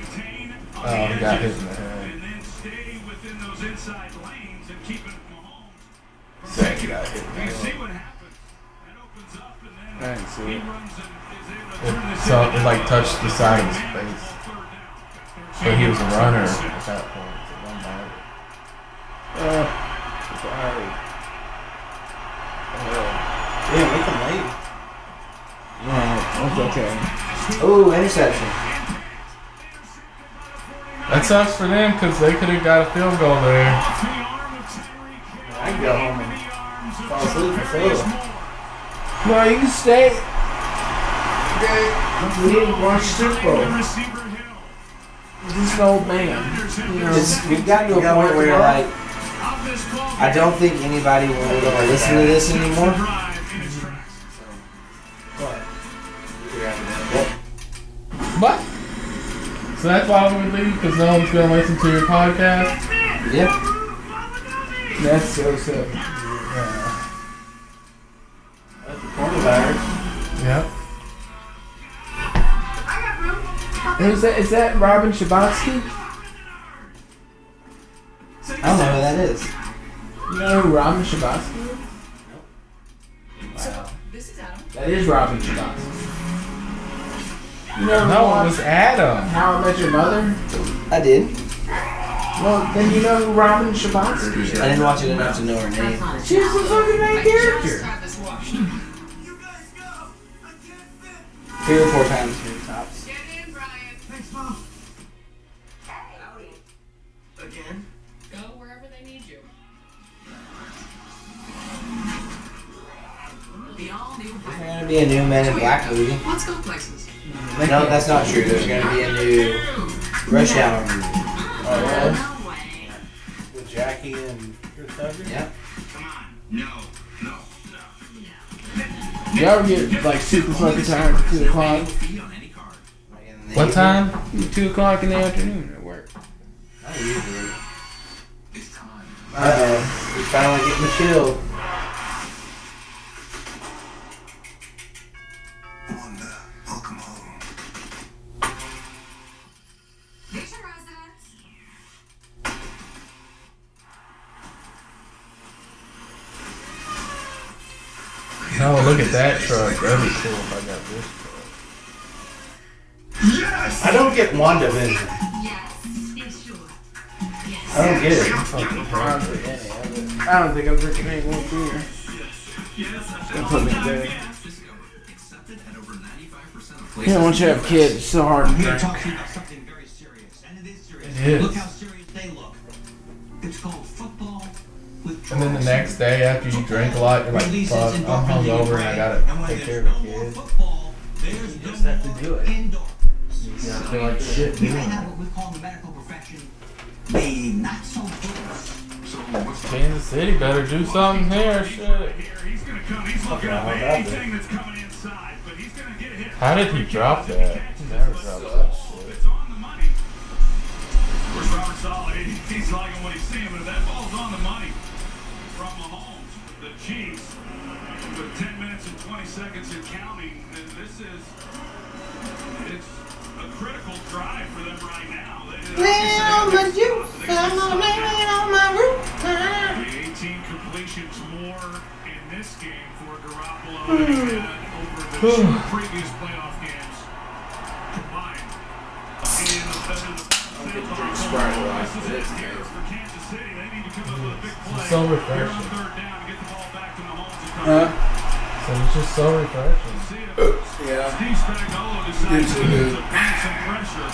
Speaker 2: got hit in the head. Said he got hit in the head.
Speaker 4: I didn't see it.
Speaker 2: It, so it like touched the side of his face. But he was a runner at that point. so it don't matter.
Speaker 4: Uh, sorry.
Speaker 6: Damn, we can leave.
Speaker 4: No, that's okay.
Speaker 6: Ooh, interception.
Speaker 2: That sucks for them because they could have got a field goal there.
Speaker 6: I can go home and fall asleep and feel.
Speaker 4: No, you can stay. Okay. We need to watch Super Bowl. This is an old man. You know,
Speaker 6: It's, we've gotten to a point where you're like, I don't think anybody will want to listen to this anymore.
Speaker 2: But so that's why we would leave because no one's gonna listen to your podcast.
Speaker 6: Yeah.
Speaker 4: that's so so.
Speaker 6: Coronavirus.
Speaker 2: Yep.
Speaker 4: Is that is that Robin Shabatsky?
Speaker 6: I don't know who that is.
Speaker 4: You know who Robin Shabatsky? is?
Speaker 8: This is Adam.
Speaker 4: That is Robin Shabatsky. You know
Speaker 2: No, it was Adam.
Speaker 4: How I Met Your Mother?
Speaker 6: I did.
Speaker 4: Well, then you know who Robin Shabatsky is.
Speaker 6: I didn't watch it enough to know her name.
Speaker 4: She's the fucking main character.
Speaker 6: Three or four times here tops.
Speaker 8: Get in, Brian.
Speaker 6: Again?
Speaker 8: Go wherever they need you. The all new
Speaker 6: There's gonna be a new Men in Black movie.
Speaker 8: Let's go places.
Speaker 6: No, that's not true. There's gonna be a new Rush Hour movie.
Speaker 8: No way.
Speaker 3: With Jackie and Chris Tucker?
Speaker 6: Yeah.
Speaker 4: Y'all ever get like super fucking tired at two o'clock?
Speaker 6: In the
Speaker 2: What
Speaker 6: evening.
Speaker 2: time?
Speaker 4: Two o'clock in the afternoon
Speaker 2: Oh,
Speaker 4: at work.
Speaker 6: Not usually. Uh-oh. We finally get Michelle.
Speaker 10: Here's your residence.
Speaker 2: No, look at that truck. That'd be cool if I got this.
Speaker 3: I don't get WandaVision.
Speaker 10: Yes, it's yours.
Speaker 3: I don't get it.
Speaker 4: I don't think I'm drinking any more beer. Don't put me there. You know, once you have kids, it's so hard to
Speaker 13: I'm here to
Speaker 4: drink.
Speaker 13: talk to you about something very serious, and it is serious.
Speaker 3: It is.
Speaker 13: Look how serious they look. It's called football with
Speaker 2: And then the next day after you drink a lot, you're like,
Speaker 13: Releases
Speaker 2: fuck, I'm
Speaker 13: endorphins in your
Speaker 2: hungover and I
Speaker 13: brain, and
Speaker 2: gotta
Speaker 13: when
Speaker 2: take
Speaker 13: there's
Speaker 2: care of
Speaker 13: no
Speaker 2: the
Speaker 13: more
Speaker 2: kids.
Speaker 13: football, there's
Speaker 3: just
Speaker 13: no
Speaker 3: have to
Speaker 13: more
Speaker 3: do it.
Speaker 13: endorphins.
Speaker 3: Yeah, I
Speaker 13: So
Speaker 3: feel like shit
Speaker 13: You
Speaker 3: doing
Speaker 13: have
Speaker 3: it.
Speaker 13: what we call in the medical profession the not so good. So what's the
Speaker 2: Kansas City better do something here. Shit.
Speaker 8: He's gonna come. He's looking
Speaker 2: How
Speaker 8: up at
Speaker 2: about
Speaker 8: anything that's coming inside, but he's gonna get hit.
Speaker 2: How did he drop that? He never drops that shit.
Speaker 8: It's on the money. Where's Robert Sala? He- He's liking what he's seeing, but if that ball's on the money from Mahomes, the Chiefs, with 10 minutes and 20 seconds and counting, then this is it's a critical drive for them right now. They- uh, they can stop it. The 18 completions more in this game for Garoppolo
Speaker 2: Hmm.
Speaker 8: than he had over the two previous playoff games combined.
Speaker 2: I'm getting drunk Sprite while I sit this game.
Speaker 8: It's
Speaker 2: It's so refreshing.
Speaker 4: Huh?
Speaker 2: So it's just so refreshing.
Speaker 4: Yeah.
Speaker 8: Steve Spagnuolo decides
Speaker 4: It's
Speaker 8: to
Speaker 4: a good-
Speaker 8: apply some pressure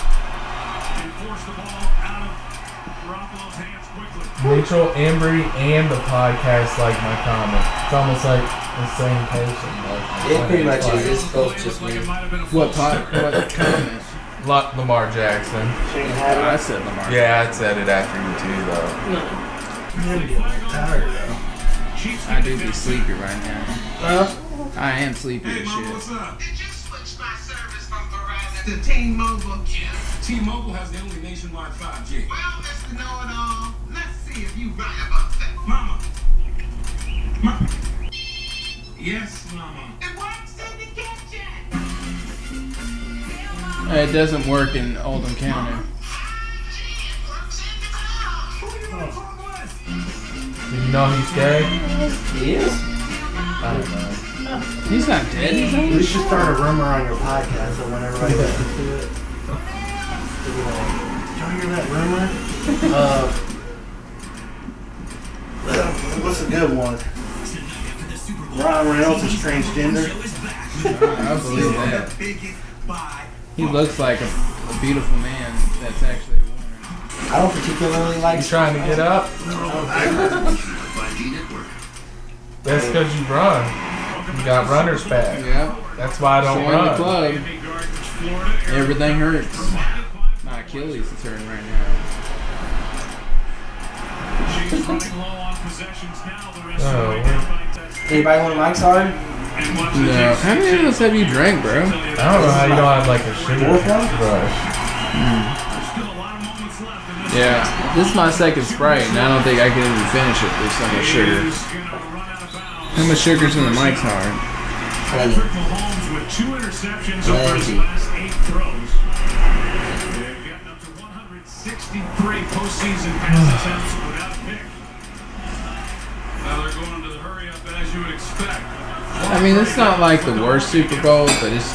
Speaker 8: and force the ball out of Garoppolo's hands quickly.
Speaker 2: Neutral, Embry, and the podcast like my comment. It's almost like the same person. Like,
Speaker 6: It pretty much
Speaker 2: like,
Speaker 6: is. It's both just me.
Speaker 8: It might have been a
Speaker 4: What pot? What comment?
Speaker 2: Like Lamar Jackson.
Speaker 4: I said Lamar.
Speaker 2: Yeah, I said it after you too, though.
Speaker 7: No.
Speaker 8: Chiefs
Speaker 4: I do be sleepy right now.
Speaker 3: Huh?
Speaker 4: I am sleepy as
Speaker 8: Mama,
Speaker 4: shit.
Speaker 8: what's up?
Speaker 13: just switched my service from Verizon to T-Mobile.
Speaker 8: T-Mobile has the only nationwide 5G.
Speaker 13: Well, Mr. Know-it-all, let's see if you right about that.
Speaker 8: Mama. Mama. Yes, Mama.
Speaker 13: It works in the kitchen.
Speaker 4: It doesn't work in Oldham County.
Speaker 8: Who do you want to talk with?
Speaker 2: Did you know he's gay?
Speaker 6: He is?
Speaker 2: I don't know.
Speaker 4: He's not dead. He's not.
Speaker 3: You should start a rumor on your podcast that when everybody listens to it, they'll be like, "Did y'all hear that rumor? Uh, what's a good one? Ryan Reynolds is transgender.
Speaker 4: I believe that. He looks like a, a beautiful man that's actually a woman.
Speaker 6: I don't particularly like
Speaker 2: You trying to get up? That's because you run. You got runner's back.
Speaker 4: Yeah.
Speaker 2: That's why I don't
Speaker 4: Join the
Speaker 2: run.
Speaker 4: club.
Speaker 8: Andy Gardner, Florida.
Speaker 4: Everything hurts. My Achilles is hurting right now.
Speaker 8: Chiefs running low on possessions now. The rest
Speaker 2: Oh,
Speaker 8: of the way
Speaker 2: what?
Speaker 8: down by touchdown.
Speaker 6: Anybody want a mic's hard?
Speaker 8: And watch the
Speaker 4: No.
Speaker 8: Chiefs
Speaker 4: How many of those have you drank, bro?
Speaker 2: I don't know how you don't have like a sugar
Speaker 6: Fourth one?
Speaker 2: rush.
Speaker 8: still a lot of moments left in this.
Speaker 4: Hmm. Yeah. This is my second Sprite, and I don't think I can even finish it. There's so much sugar.
Speaker 8: He's gonna run out of bounds.
Speaker 4: How much sugar's in the mic's hard?
Speaker 8: Patrick Mahomes with two interceptions over his
Speaker 6: Plenty.
Speaker 8: last eight throws. They've gotten up to 163 postseason pass attempts without a pick. Now they're going to the hurry up as you would expect.
Speaker 4: I mean, it's not like the worst Super Bowl, but it's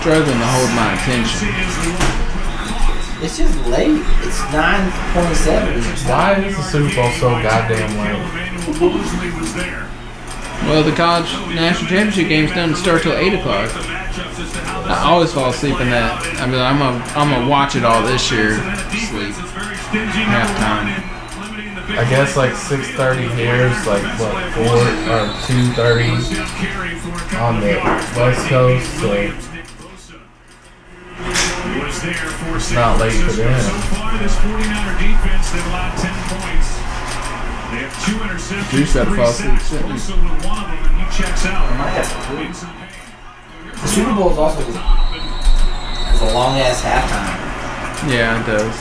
Speaker 4: struggling to hold my attention.
Speaker 6: It's just late. It's 9.27.
Speaker 2: Why is the Super Bowl so goddamn late?
Speaker 8: late? was there.
Speaker 4: Well, the college national championship game's doesn't start till eight o'clock.
Speaker 8: The matchups as to how this
Speaker 4: I always fall asleep in that. I mean, I'm a I'm gonna watch it all this year. Sleep.
Speaker 8: defense is very stingy.
Speaker 4: Halftime.
Speaker 8: Halftime.
Speaker 2: I guess like 6:30 here is like what four or 2:30 on the West Coast, so
Speaker 8: it's
Speaker 2: not late for them.
Speaker 8: So far, this 49er defense, they've allowed 10 points. They have two interceptions,
Speaker 4: Juice that
Speaker 8: three
Speaker 4: falls asleep,
Speaker 8: sacks.
Speaker 4: shouldn't he?
Speaker 8: Bosa with one of them, and he checks out. In some pain.
Speaker 6: The Super Bowl is also just, it's a long ass halftime.
Speaker 4: Yeah, it does.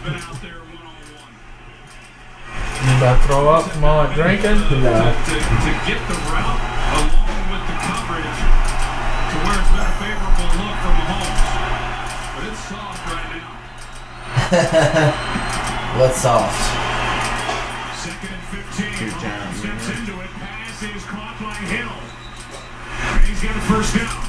Speaker 8: Been out there one-on-one.
Speaker 2: You about to throw up from all that drinking? No.
Speaker 8: to, to get the route along with the coverage to where it's been a favorable look for Mahomes. But it's soft right now.
Speaker 6: What's soft?
Speaker 8: Second and 15.
Speaker 4: Good job,
Speaker 8: Mahomes steps
Speaker 4: man.
Speaker 8: into it. Pass is caught by Hill. And he's got a first down.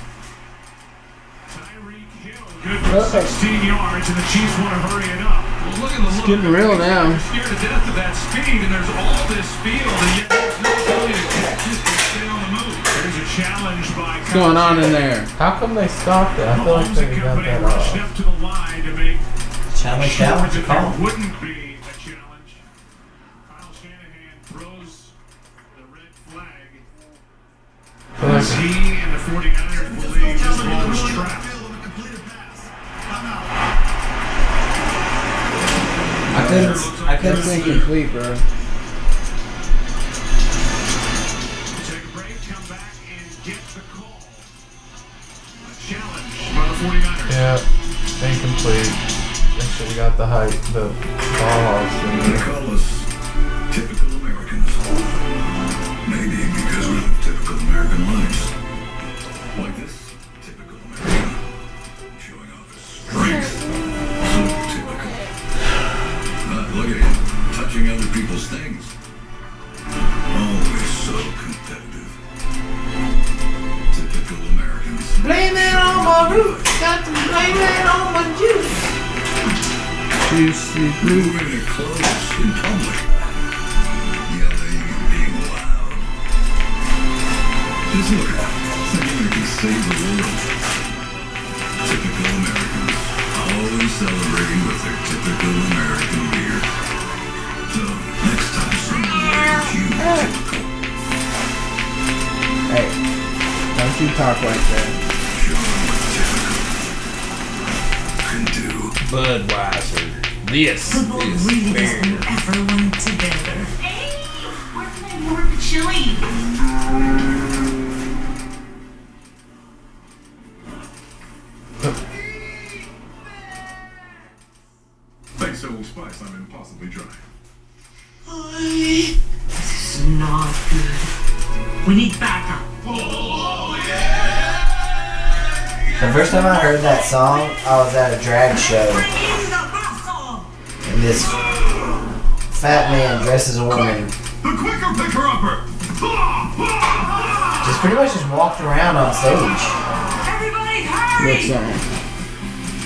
Speaker 8: Tyreek Hill, good for 16 yards, and the Chiefs want to hurry it up. Well, look at the look.
Speaker 4: Getting real now.
Speaker 8: scared to death of that speed, and there's all this field, and yet there's no ability to catch this and stay on the move. There's your challenged by
Speaker 4: What's going on in there?
Speaker 2: How come they stopped it? I feel like
Speaker 8: Mahomes
Speaker 2: they
Speaker 8: and
Speaker 2: got
Speaker 8: company
Speaker 2: that
Speaker 4: uh,
Speaker 6: uh,
Speaker 8: rushed
Speaker 2: off.
Speaker 8: up to the line to make
Speaker 6: Challenge
Speaker 8: sure
Speaker 6: challenge
Speaker 8: that
Speaker 6: to call.
Speaker 8: there wouldn't be a challenge. Kyle Shanahan throws the red flag as he and the 49ers believe this ball was trapped.
Speaker 4: I couldn't. I couldn't think complete, bro.
Speaker 8: Take a break, come back, and get the call. A challenge by the 49ers.
Speaker 2: Yeah, incomplete. They should have got the height, the ball
Speaker 13: call us typical Americans. Maybe because we live typical American lives. Like this typical American. Showing off his strength. So typical. Uh, look at him. Touching other people's things. Always so competitive. Typical Americans.
Speaker 6: Blame it on my roots. Got to blame it on my juice.
Speaker 4: Juicy.
Speaker 13: Moving their clothes in public. Yelling and being loud. Just look at them. Thinking they can save the world. Typical Americans. Always celebrating with their typical American beer. So, next time someone labels you typical,
Speaker 4: Hey, don't you talk like that.
Speaker 13: show them what typical can do.
Speaker 2: Budweiser. This is fair.
Speaker 10: Everyone together. Hey, we're playing more of a chili.
Speaker 13: Thanks to Old Spice, I'm impossibly dry.
Speaker 10: This is not good. We need backup.
Speaker 13: Oh,
Speaker 6: The first time I heard that song, I was at a drag show,
Speaker 10: In the muscle.
Speaker 6: and this fat man dresses a woman.
Speaker 13: The quicker picker upper!
Speaker 6: Just pretty much just walked around on stage.
Speaker 10: Everybody hurry.
Speaker 4: song?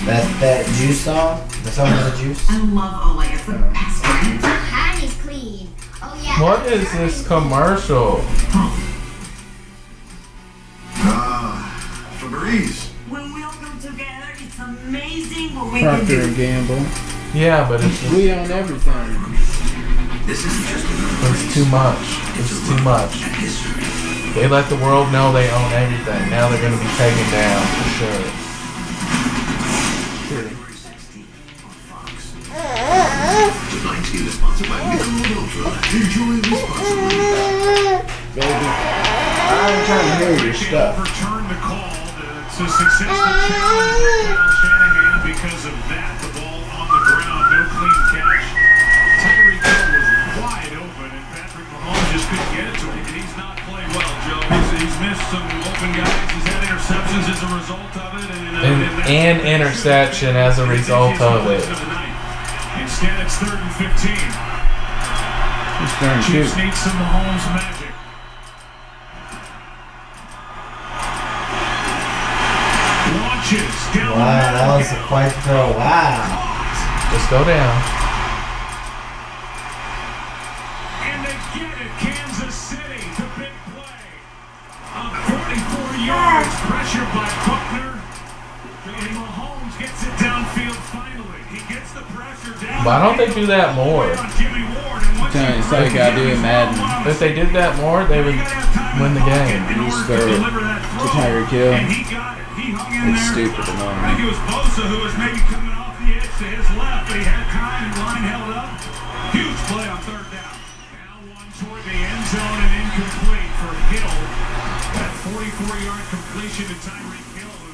Speaker 6: That that juice song, the song with the juice.
Speaker 10: I love Olay. It's the best one.
Speaker 14: Honey's clean. Oh yeah.
Speaker 2: What is this commercial?
Speaker 13: Ah, Febreze.
Speaker 10: When we all come together, it's amazing what we can
Speaker 4: Procter
Speaker 10: do.
Speaker 4: and Gamble.
Speaker 2: Yeah, but it's just,
Speaker 4: We own everything.
Speaker 13: This isn't just another
Speaker 2: it's too much. It's too much.
Speaker 13: history.
Speaker 2: They let the world know they own everything. Now they're gonna be taken down for sure.
Speaker 13: February 16th on Fox. Tonight, it is sponsored by Michelob Ultra. Enjoy responsibly.
Speaker 4: I'm trying to hear your
Speaker 8: They
Speaker 4: stuff.
Speaker 8: overturned the call to- to successful challenge by Kyle Shanahan. Because of that, the ball on the ground, no clean catch. Tyreek Hill was wide open, and Patrick Mahomes just couldn't get it to him. And he's not playing well, Joe. He's, he's missed some open guys. He's had interceptions as a result of it. And, uh,
Speaker 2: An,
Speaker 8: and that's-
Speaker 2: an interception as a result of it.
Speaker 8: Instead, it's third and 15.
Speaker 4: It's darn
Speaker 8: Chiefs
Speaker 4: cute.
Speaker 8: need some Mahomes magic. Launches down
Speaker 6: Wow, that
Speaker 8: the
Speaker 6: was quite the throw. Wow.
Speaker 2: Just go down.
Speaker 8: and they get it. Kansas City, the big play. Up 44 yards, pressure by Buckner. And Mahomes gets it downfield finally. He gets the pressure down.
Speaker 2: Why don't they do that more?
Speaker 8: On Jimmy Ward, and once
Speaker 4: Tell you,
Speaker 8: he
Speaker 4: it's like I do in Madden.
Speaker 2: If they did that more, they would win the game.
Speaker 8: In order
Speaker 4: throw it
Speaker 8: to deliver that
Speaker 4: to
Speaker 8: throw.
Speaker 4: Tyreek Hill.
Speaker 8: And he got it. He hung in
Speaker 4: It's
Speaker 8: there.
Speaker 4: stupid and all,
Speaker 8: I think it was Bosa who was maybe coming off the edge to his left, but he had time and line held up. Huge play on third down. Now one toward the end zone and incomplete for Hill. That 44-yard completion to Tyreek Hill, who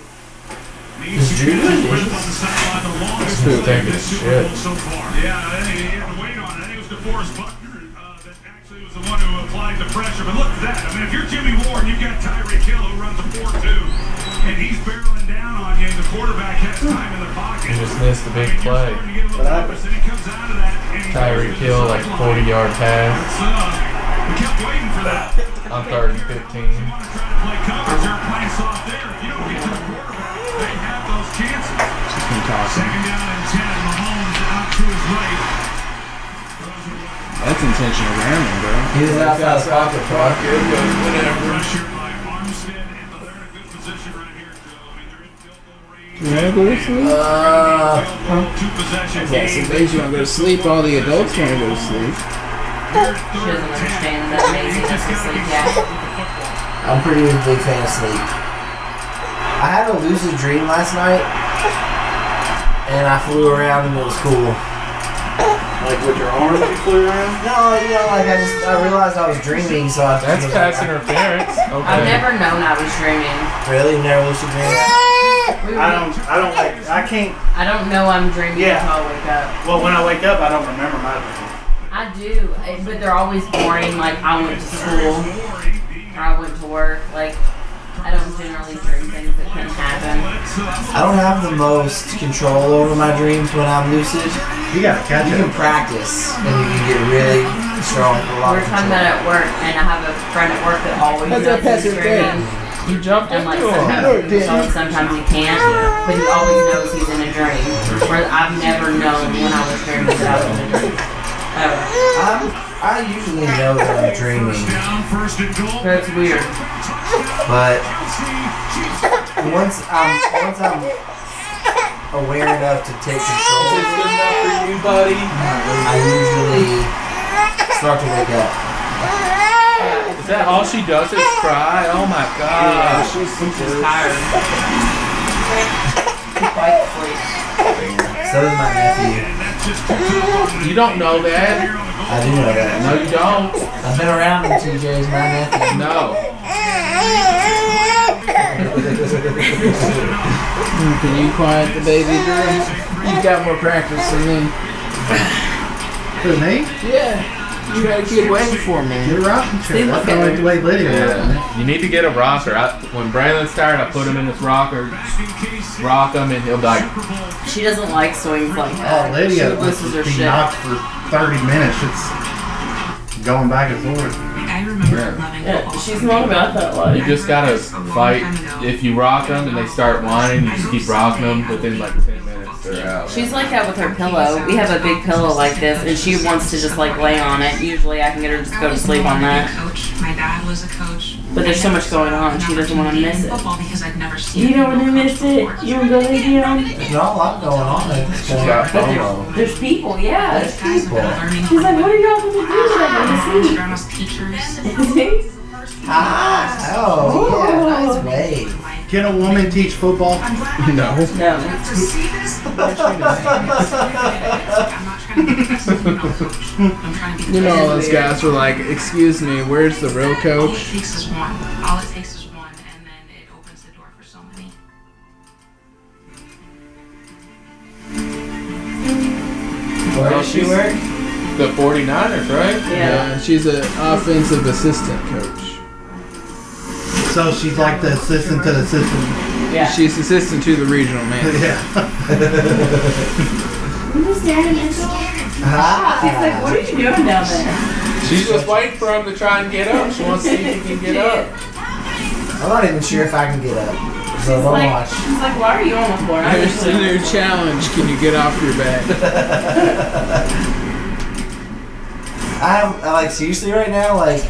Speaker 8: needs to get his grip on the sideline the
Speaker 2: This
Speaker 8: longest
Speaker 2: dude
Speaker 8: play of
Speaker 2: taking a
Speaker 8: this Super
Speaker 2: shit.
Speaker 8: Bowl so far. Yeah, and he had to wait on it. I think it was DeForest Buckner uh, that actually was the one who applied the pressure. But look at that. I mean, if you're Jimmy Ward, you've got Tyreek Hill who runs a 4-2, and he's barreling down on you, and the quarterback has time in the pocket.
Speaker 2: He just missed the big
Speaker 8: And you're
Speaker 2: play.
Speaker 8: starting to get a little nervous, and he comes out of that, and he
Speaker 2: Tyreek
Speaker 8: goes to the
Speaker 2: Hill, like 40
Speaker 8: sideline.
Speaker 2: yard pass
Speaker 8: So, we kept waiting for that.
Speaker 2: on third and 15.
Speaker 8: You want to try to play coverage or play soft there. If you don't get to the quarterback, they have those chances.
Speaker 4: It's been tossing.
Speaker 8: Second down and 10. Mahomes out to his right. Throws it away.
Speaker 4: That's intentional ramming, bro.
Speaker 6: He was outside the pocket.
Speaker 2: Fuck it,
Speaker 8: Pressure by Armstead.
Speaker 4: wanna go to sleep?
Speaker 8: Uh,
Speaker 4: Yeah, so babies wanna go to sleep. All the adults wanna go to sleep.
Speaker 7: She doesn't understand that Maisie doesn't sleep yet.
Speaker 6: I'm pretty a big fan of sleep. I had a lucid dream last night, and I flew around and it was cool.
Speaker 2: Like with your arm that you flew around?
Speaker 6: No, you know, like I just I realized I was dreaming, so I
Speaker 15: That's
Speaker 6: was
Speaker 15: pass
Speaker 6: like,
Speaker 15: interference.
Speaker 7: I've
Speaker 15: Okay.
Speaker 7: never known I was dreaming.
Speaker 6: really never lucid dream.
Speaker 3: I
Speaker 7: We were,
Speaker 3: don't. I don't like. I can't.
Speaker 7: I don't know I'm dreaming
Speaker 3: Yeah.
Speaker 7: until I wake up.
Speaker 3: Well, when I wake up, I don't remember my dreams.
Speaker 7: I do, eh, but they're always boring. Like I went to school, or I went to work. Like I don't generally dream things that can happen.
Speaker 6: I don't have the most control over my dreams when I'm lucid.
Speaker 3: You gotta catch
Speaker 6: You can
Speaker 3: it.
Speaker 6: practice, and you can get really strong. with A
Speaker 7: We
Speaker 6: lot
Speaker 7: We're
Speaker 6: of
Speaker 7: talking about
Speaker 6: control.
Speaker 7: at work, and I have a friend at work that always
Speaker 4: That's our
Speaker 7: knows
Speaker 4: passive
Speaker 7: he's dreaming.
Speaker 15: You jumped
Speaker 7: And
Speaker 15: into
Speaker 7: like
Speaker 15: him.
Speaker 7: sometimes he can control it, sometimes he can't, but he always knows he's in a dream. Whereas I've never known when I was dreaming that I was in a dream. Oh, Ever.
Speaker 6: I'm, I usually know that I'm dreaming,
Speaker 7: That's weird.
Speaker 6: but once I'm once I'm aware enough to take
Speaker 2: Is
Speaker 6: control,
Speaker 2: this good enough for you, buddy?
Speaker 6: I usually start to wake up.
Speaker 2: Is that all she does is cry? Oh my gosh. she's, she's tired.
Speaker 7: Fight for you.
Speaker 6: So does my nephew.
Speaker 2: You don't know that.
Speaker 6: I do know that.
Speaker 2: No, you don't.
Speaker 6: I've been around him. TJ's my nephew.
Speaker 2: No.
Speaker 4: Can you quiet the baby girl? You got more practice than me.
Speaker 3: Who me?
Speaker 4: Yeah. You had a kid waiting for me.
Speaker 3: You're rocking chair.
Speaker 4: See,
Speaker 3: That's
Speaker 4: look
Speaker 3: the
Speaker 4: at
Speaker 3: only
Speaker 4: her.
Speaker 3: way Lydia yeah.
Speaker 2: Yeah. You need to get a rocker. I, when Braylon's tired, I put him in this rocker, rock him, and he'll be like,
Speaker 7: She doesn't like swings like
Speaker 3: Oh,
Speaker 7: that.
Speaker 3: Lydia
Speaker 7: she
Speaker 3: was
Speaker 7: listens her
Speaker 3: be
Speaker 7: shit.
Speaker 3: knocked for 30 minutes. It's going back and forth.
Speaker 7: Yeah, she's not about that life.
Speaker 2: you just gotta fight. If you rock them and they start whining, you just keep rocking them. Within like 10 minutes, they're out.
Speaker 7: She's like that with her pillow. We have a big pillow like this, and she wants to just like lay on it. Usually, I can get her to just go to sleep on that.
Speaker 10: Coach. My dad was a coach.
Speaker 7: But there's so much going on, she doesn't want to miss it.
Speaker 10: Football because I've never seen.
Speaker 7: You don't want to miss it. You want to go lay down.
Speaker 6: There's not a lot going on at this
Speaker 2: She's
Speaker 6: point.
Speaker 2: got FOMO.
Speaker 7: There's people, yeah.
Speaker 6: There's people.
Speaker 7: She's like, what are y'all gonna do? She's like,
Speaker 10: Grandma's teachers.
Speaker 7: I'm asleep.
Speaker 6: Ah, oh, yeah, nice way.
Speaker 3: Can a woman teach football?
Speaker 2: No.
Speaker 7: no.
Speaker 10: To see this. I'm not trying to be the best football coach. I'm trying to be the
Speaker 4: You know,
Speaker 10: best.
Speaker 4: all those guys were like, excuse me, where's the real
Speaker 10: All it
Speaker 4: coach?
Speaker 10: takes is one. All it takes is one, and then it opens the door for so many.
Speaker 6: Where does she work?
Speaker 2: The 49ers, right?
Speaker 7: Yeah.
Speaker 4: she's an offensive assistant coach.
Speaker 3: So she's like the assistant to the assistant.
Speaker 7: Yeah.
Speaker 4: She's assistant to the regional manager.
Speaker 3: Yeah.
Speaker 6: Ah.
Speaker 7: She's like, what are you doing down there?
Speaker 2: She's just waiting for him to try and get up. She wants to see if he can get up.
Speaker 6: I'm not even sure if I can get up. So don't
Speaker 7: Like,
Speaker 6: watch.
Speaker 7: she's like, why are you on the floor? I'm
Speaker 4: Here's
Speaker 7: just
Speaker 4: the new
Speaker 7: like,
Speaker 4: challenge. Can you get off your back?
Speaker 6: I have, I, like, seriously right now, like,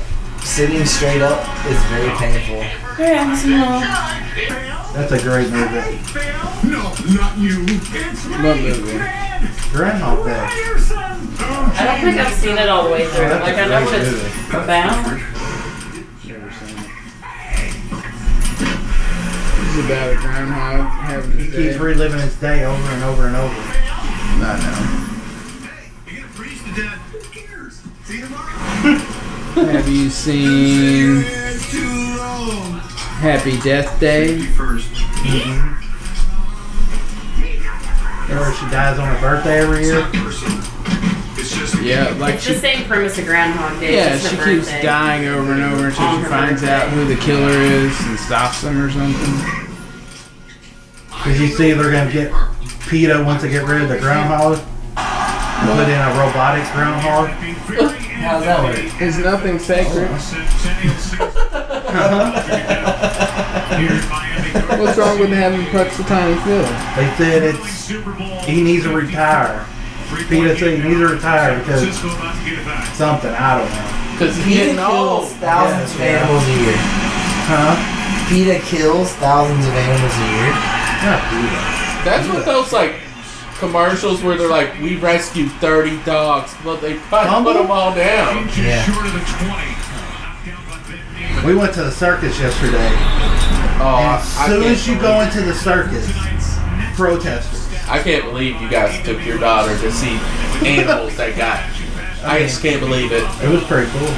Speaker 6: sitting straight up is very painful.
Speaker 7: hey, I'm small.
Speaker 3: That's a great movie.
Speaker 8: No, not you. It's me,
Speaker 4: What movie?
Speaker 8: Ted
Speaker 3: Groundhog Day.
Speaker 8: Ryerson.
Speaker 7: I don't think I've seen it all the way through. Like, I know what it's about.
Speaker 4: This is about a groundhog having
Speaker 3: He
Speaker 4: his
Speaker 3: keeps
Speaker 4: day.
Speaker 3: reliving his day over and over and over.
Speaker 4: I
Speaker 8: You're gonna freeze to death. Ears. See you
Speaker 4: know.
Speaker 8: tomorrow.
Speaker 4: Have you seen
Speaker 8: Too long.
Speaker 4: Happy Death Day?
Speaker 7: Mm-hmm.
Speaker 3: Remember she dies on her birthday every year?
Speaker 8: It's just
Speaker 4: Yeah, like
Speaker 7: It's the
Speaker 4: she,
Speaker 7: same premise of Groundhog Day.
Speaker 4: yeah,
Speaker 7: it's
Speaker 4: she
Speaker 7: just her
Speaker 4: keeps
Speaker 7: birthday.
Speaker 4: dying over and over until
Speaker 7: On
Speaker 4: she
Speaker 7: her
Speaker 4: finds out
Speaker 7: birthday.
Speaker 4: who the killer is and stops him or something.
Speaker 3: Because you see they're going to get PETA once they get rid of the groundhog. Put in a robotic groundhog.
Speaker 8: being very
Speaker 6: How's that work?
Speaker 4: There's nothing sacred.
Speaker 8: centennial six here in Miami.
Speaker 4: What's wrong with having Pucks the Tiny Phil?
Speaker 3: They said it's
Speaker 8: Super Bowl.
Speaker 3: he needs to retire. PETA said he needs to retire because
Speaker 8: Cisco about to get it back.
Speaker 3: something, I don't know.
Speaker 4: Because he's
Speaker 6: PETA
Speaker 4: getting old.
Speaker 6: kills thousands of
Speaker 3: Yeah, yeah.
Speaker 6: animals a year.
Speaker 3: Huh?
Speaker 6: PETA kills thousands of animals a year.
Speaker 3: Not PETA.
Speaker 2: That's what those like commercials where they're like, "We rescued thirty dogs," but they fucking put them all down.
Speaker 3: Yeah. We went to the circus yesterday.
Speaker 2: Oh,
Speaker 3: as
Speaker 2: I
Speaker 3: soon
Speaker 2: can't
Speaker 3: as you go into the circus, protesters.
Speaker 2: I can't believe you guys took your daughter to see animals that got. I just can't believe it.
Speaker 3: It was pretty cool.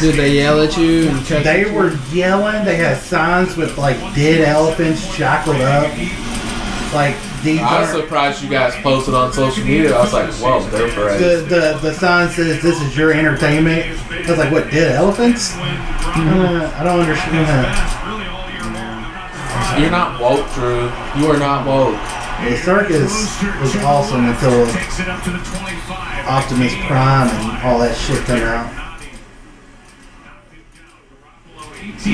Speaker 4: Did they yell at you? And check
Speaker 3: They were yelling. They had signs with like dead elephants shackled up. Like these
Speaker 2: I was
Speaker 3: are
Speaker 2: surprised you guys posted on social media. I was like, "Whoa, they're brave."
Speaker 3: the, the the sign says this is your entertainment. I was like, what dead elephants? Uh, I don't understand that.
Speaker 2: You're not woke, Drew. You are not woke.
Speaker 3: The circus was awesome until Optimus Prime and all that shit came out.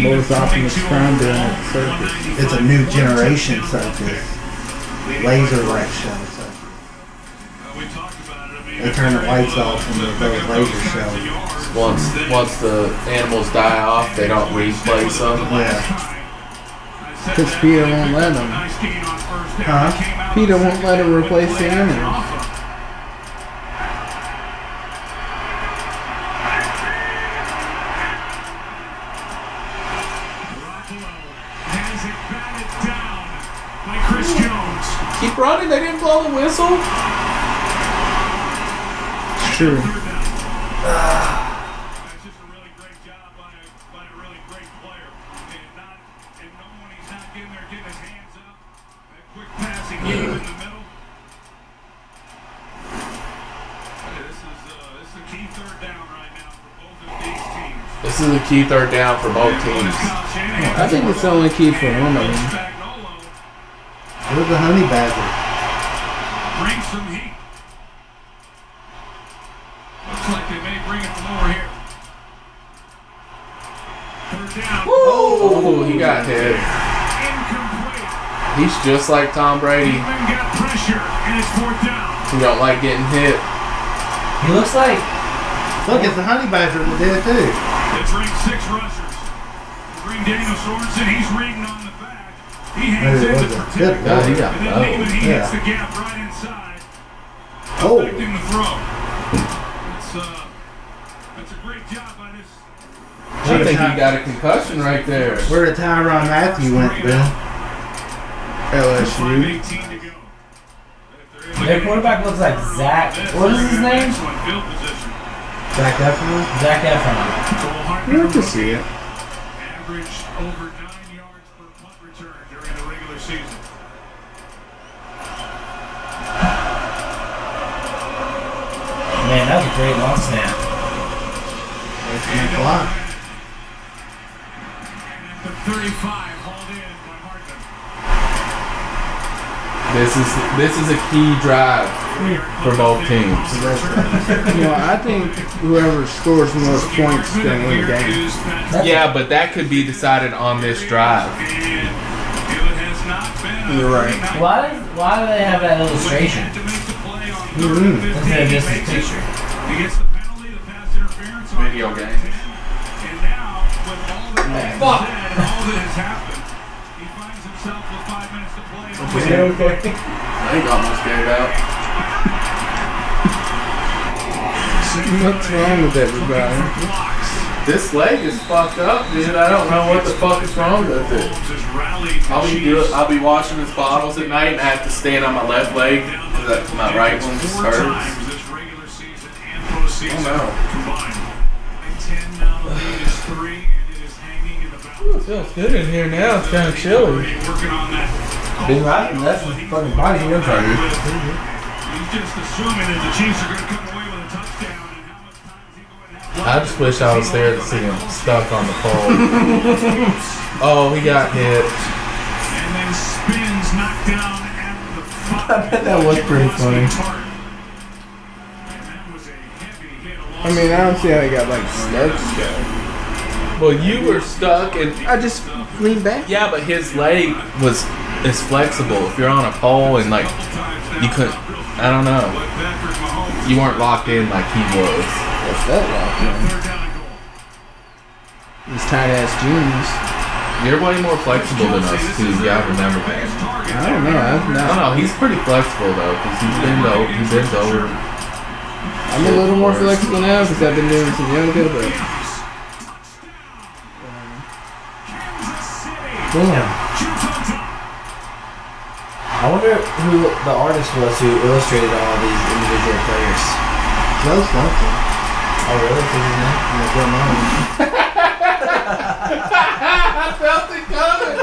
Speaker 8: What was Optimus Prime doing at the circus?
Speaker 3: It's a new generation circus, laser light show. circus. They turn the lights off and they throw a laser show.
Speaker 2: Once once the animals die off, they don't replace them.
Speaker 3: Yeah.
Speaker 4: Because Peter won't let them.
Speaker 3: Huh?
Speaker 4: Peter won't let him replace the animals.
Speaker 2: Keep running. They didn't blow the whistle.
Speaker 4: It's true.
Speaker 8: uh,
Speaker 2: This is a key third down for both teams.
Speaker 4: I think it's only key for one of them.
Speaker 3: It was a honey badger.
Speaker 8: Bring some heat. Looks like they may bring it from over here. Third down.
Speaker 2: Oh, he got hit.
Speaker 8: Incomplete.
Speaker 2: He's just like Tom Brady.
Speaker 8: Even got pressure, and it's fourth down.
Speaker 2: He don't like getting hit.
Speaker 6: He looks like
Speaker 3: Look, it's a honey badger that did it too.
Speaker 8: It's ranked six rushers. Bring Daniel Sorensen. He's reading on the back. He hangs
Speaker 3: Hey,
Speaker 8: in
Speaker 3: what's
Speaker 8: the
Speaker 3: that?
Speaker 8: protector.
Speaker 3: Good God, he
Speaker 8: and then Neiman, he
Speaker 3: Yeah.
Speaker 8: hits the gap right inside.
Speaker 3: Oh,
Speaker 8: Affecting the throw. That's, uh, that's a great job by this.
Speaker 2: I think he got a concussion right there.
Speaker 3: where did Tyron Matthew went, Bill?
Speaker 4: LSU.
Speaker 8: 5:18 to go.
Speaker 6: their quarterback looks like Zach. What is his name?
Speaker 8: Excellent field position.
Speaker 3: Zach Efron?
Speaker 6: Zach Efron.
Speaker 4: You have to see it.
Speaker 8: averaged over nine yards per punt return during the regular season.
Speaker 6: Man, that was a great long snap.
Speaker 3: That's a lot.
Speaker 8: uh, And at the 35, hauled in by Hartman.
Speaker 2: This is this is a key drive for both teams.
Speaker 4: You know, I think whoever scores the most points can win the game.
Speaker 8: Hughes passes
Speaker 2: Yeah, but that could be decided on this drive.
Speaker 8: in. It has not been a
Speaker 4: You're right.
Speaker 6: Why does why do they have that illustration?
Speaker 8: had to make the play on
Speaker 4: Mm-hmm.
Speaker 8: third and
Speaker 6: Look at
Speaker 8: 15.
Speaker 6: this
Speaker 8: Makes it.
Speaker 6: picture.
Speaker 8: He gets the penalty, the pass interference on
Speaker 2: Video
Speaker 8: third
Speaker 2: game.
Speaker 8: and 10. And now, with all that has been
Speaker 6: Fuck.
Speaker 8: said and all that has happened, he finds himself with five minutes to play. in the
Speaker 2: Okay. They got almost scared out.
Speaker 4: What's wrong with everybody?
Speaker 8: blocks.
Speaker 2: This leg is fucked up, dude. I don't know what the fuck is wrong with it.
Speaker 8: Just rallied the
Speaker 2: I'll be
Speaker 8: Chiefs.
Speaker 2: do- I'll be washing his bottles at night and I have to stand on my left leg because my right one just
Speaker 8: Four
Speaker 2: hurts.
Speaker 8: times this regular season and postseason
Speaker 2: Oh, no.
Speaker 8: combined. The 10 now the lead is three, and it is hanging in the balance.
Speaker 4: feels good in here now. It's kind of chilly.
Speaker 8: He's working on that.
Speaker 6: Been riding left with fucking body here.
Speaker 8: He's just assuming that the Chiefs are going to come away with a touchdown. And how much time is he going to have
Speaker 2: I just wish I was there to see him stuck on the pole. oh, he got hit.
Speaker 8: left? And then spins knocked down at the five. I bet
Speaker 4: that was pretty funny. I mean, I don't see how he got like stuck.
Speaker 2: Well, you were stuck, and
Speaker 4: I just lean back.
Speaker 2: yeah, but his leg was is flexible. If you're on a pole and like you couldn't, I don't know,
Speaker 8: Patrick Mahomes,
Speaker 2: you weren't locked in like he was.
Speaker 4: What's that like?
Speaker 8: third down and goal.
Speaker 4: These tight ass jeans.
Speaker 2: You're way more flexible than us, too. Yeah, I remember that.
Speaker 4: I don't know. I'm
Speaker 2: No,
Speaker 4: not.
Speaker 2: no, he's pretty flexible though, because he's been over. He's been over.
Speaker 4: I'm a little more flexible now because I've been doing some yoga, but
Speaker 6: Damn. I wonder who the artist was who illustrated all these individual players.
Speaker 4: Joe Swanson.
Speaker 6: Oh, really? Is his name?
Speaker 2: I felt it coming.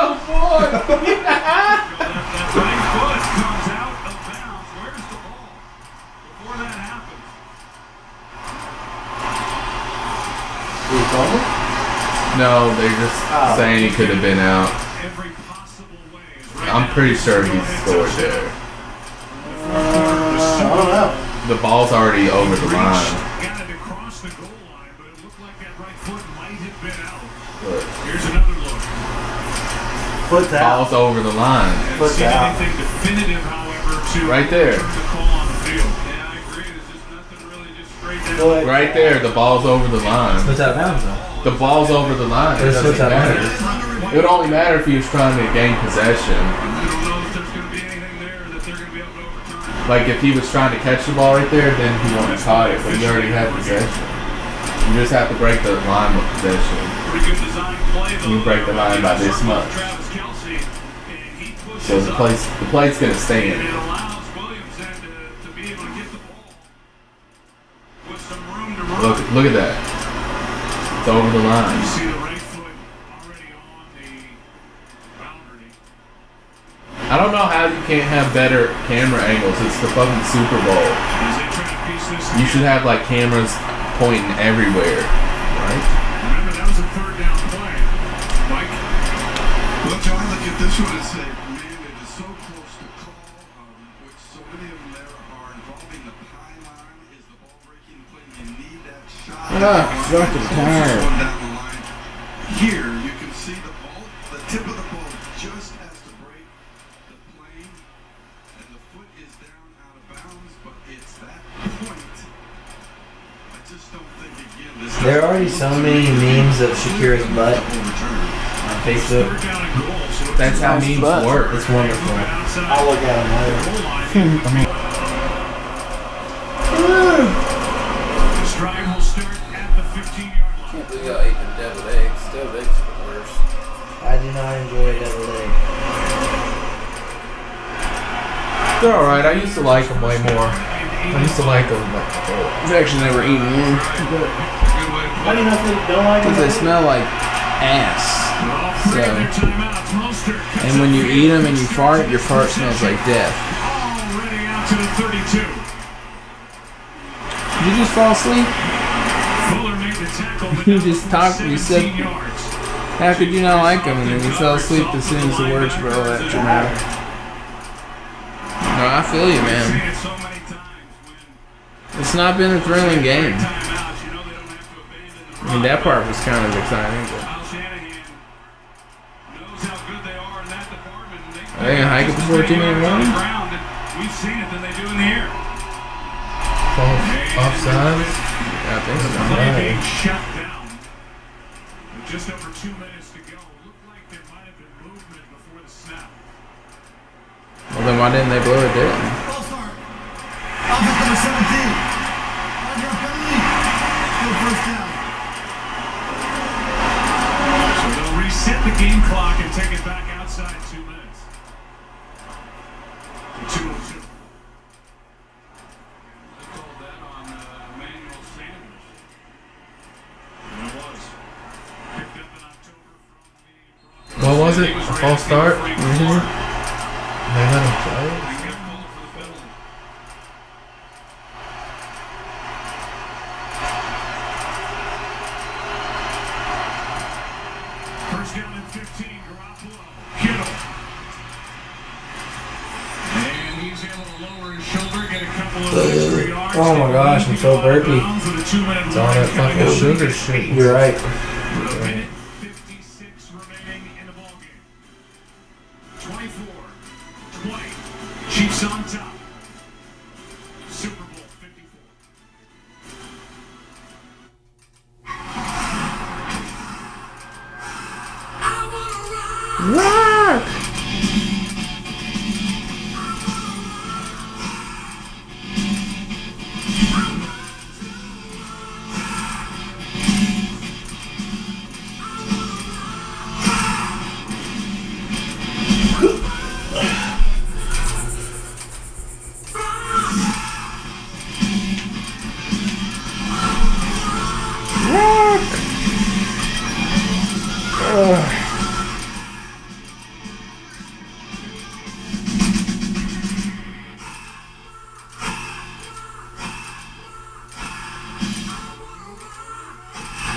Speaker 2: Oh boy. No, they're just saying he could have been out. I'm pretty sure he scored there.
Speaker 3: I don't know.
Speaker 2: The ball's already over the line. Look,
Speaker 8: Here's another look.
Speaker 3: Foot's out.
Speaker 2: ball's over the line.
Speaker 8: Haven't
Speaker 3: Foot's
Speaker 8: seen
Speaker 3: out.
Speaker 8: anything definitive, however, to
Speaker 2: Right there.
Speaker 8: the call on the field. Yeah, I agree. There's just nothing really just straight down.
Speaker 3: Foot.
Speaker 2: Right there, the ball's over the line.
Speaker 6: What's out of bounds, though?
Speaker 2: The ball's over the line. It
Speaker 6: It's
Speaker 2: doesn't
Speaker 6: what's out of
Speaker 2: matter. It would only matter if he was trying to gain possession.
Speaker 8: I don't know if there's going to be anything there that they're going to be able to overturn.
Speaker 2: Like if he was trying to catch the ball right there, then he wouldn't have caught it. But he already had possession. You just have to break the line with possession.
Speaker 8: Pretty good design play, though.
Speaker 2: You break the line by this much.
Speaker 8: Travis Kelsey, and he pushes
Speaker 2: So the
Speaker 8: up,
Speaker 2: play's the play's gonna stay
Speaker 8: and
Speaker 2: in.
Speaker 8: it allows Williams then to, to be able to get the ball with some room to run.
Speaker 2: Look, look at that. It's over the line.
Speaker 8: You see the right foot already on the boundary.
Speaker 2: I don't know how you can't have better camera angles. It's the fucking Super Bowl.
Speaker 8: As they try to piece this
Speaker 2: You should have like cameras pointing everywhere, right?
Speaker 8: Remember, that was a third down play. Mike,
Speaker 13: Look, I look at this one and say, man, it is so close to call, um, which so many of them there are involving the pylon. Is the ball breaking play? You need that shot.
Speaker 4: Ah, fucking tired.
Speaker 13: Going down the line. Here, you can see the ball, the tip of the ball just has to break the plane, and the foot is down out of bounds, but it's that point. I just don't think, again, this
Speaker 6: There are already so many memes of Shakira's butt
Speaker 13: overturned.
Speaker 6: on Facebook.
Speaker 8: third down and goal, so it's
Speaker 2: That's how memes
Speaker 4: But-
Speaker 2: work.
Speaker 6: It's wonderful.
Speaker 8: moving outside.
Speaker 3: I'll look at him later.
Speaker 8: Goal line. Stride will start at the 15-yard line.
Speaker 4: can't believe I ate them deviled eggs. Deviled eggs are the worst.
Speaker 6: I do not enjoy double A.
Speaker 2: They're alright. I used to like them way more. I used to like them. Like, oh.
Speaker 4: I've actually never eaten one
Speaker 3: How do you know if they don't like
Speaker 4: because they
Speaker 3: it?
Speaker 4: smell like ass.
Speaker 8: All three of their timeouts. Mostert cuts
Speaker 4: And when you
Speaker 8: it.
Speaker 4: eat them and you fart, your fart smells like death.
Speaker 8: Already out to the 32.
Speaker 4: Did you just fall asleep?
Speaker 8: Fuller made the tackle, but
Speaker 4: You
Speaker 8: now
Speaker 4: just
Speaker 8: it's
Speaker 4: talked and you said-
Speaker 8: 17 yards.
Speaker 4: How could you not like them? And then you fell asleep as soon as the words rolled out your mouth. No, I feel you,
Speaker 8: I've seen
Speaker 4: man.
Speaker 8: it so many times when
Speaker 4: It's not been a thrilling game.
Speaker 8: timeouts, you know they don't have to abandon the
Speaker 4: I mean, that part was kind of exciting, but
Speaker 8: Kyle Shanahan knows how good they are in that department. and
Speaker 4: I think I hike it before too many
Speaker 8: on the
Speaker 4: runs.
Speaker 8: ground, and we've seen it than they do in the air.
Speaker 2: Offside? Yeah, I think so.
Speaker 8: Play being shut down. With just over two minutes to go, looked like there might have been movement before the snap.
Speaker 4: Well, then why didn't they blow it dead?
Speaker 8: So they'll reset the game clock and take it back outside two minutes. To 202. They called that on uh, Emmanuel Sanders. And it was. Picked up in October from the
Speaker 2: What was it?
Speaker 8: He
Speaker 2: A
Speaker 8: ran
Speaker 2: false
Speaker 8: through the
Speaker 2: start?
Speaker 8: free
Speaker 4: Mm-hmm.
Speaker 2: Mhm.
Speaker 8: throw.
Speaker 2: They let him play.
Speaker 8: He got called for the penalty. First down and 15, Garoppolo. Kittle. And he's able to lower his shoulder, get a couple of extra yards.
Speaker 6: Oh my gosh, I'm so burpy.
Speaker 8: It's
Speaker 2: All that fucking sugar shit.
Speaker 6: You're right.
Speaker 8: With a minute 56 remaining in the ballgame. 24 20. Chiefs on top. Super Bowl 54.
Speaker 16: Rock!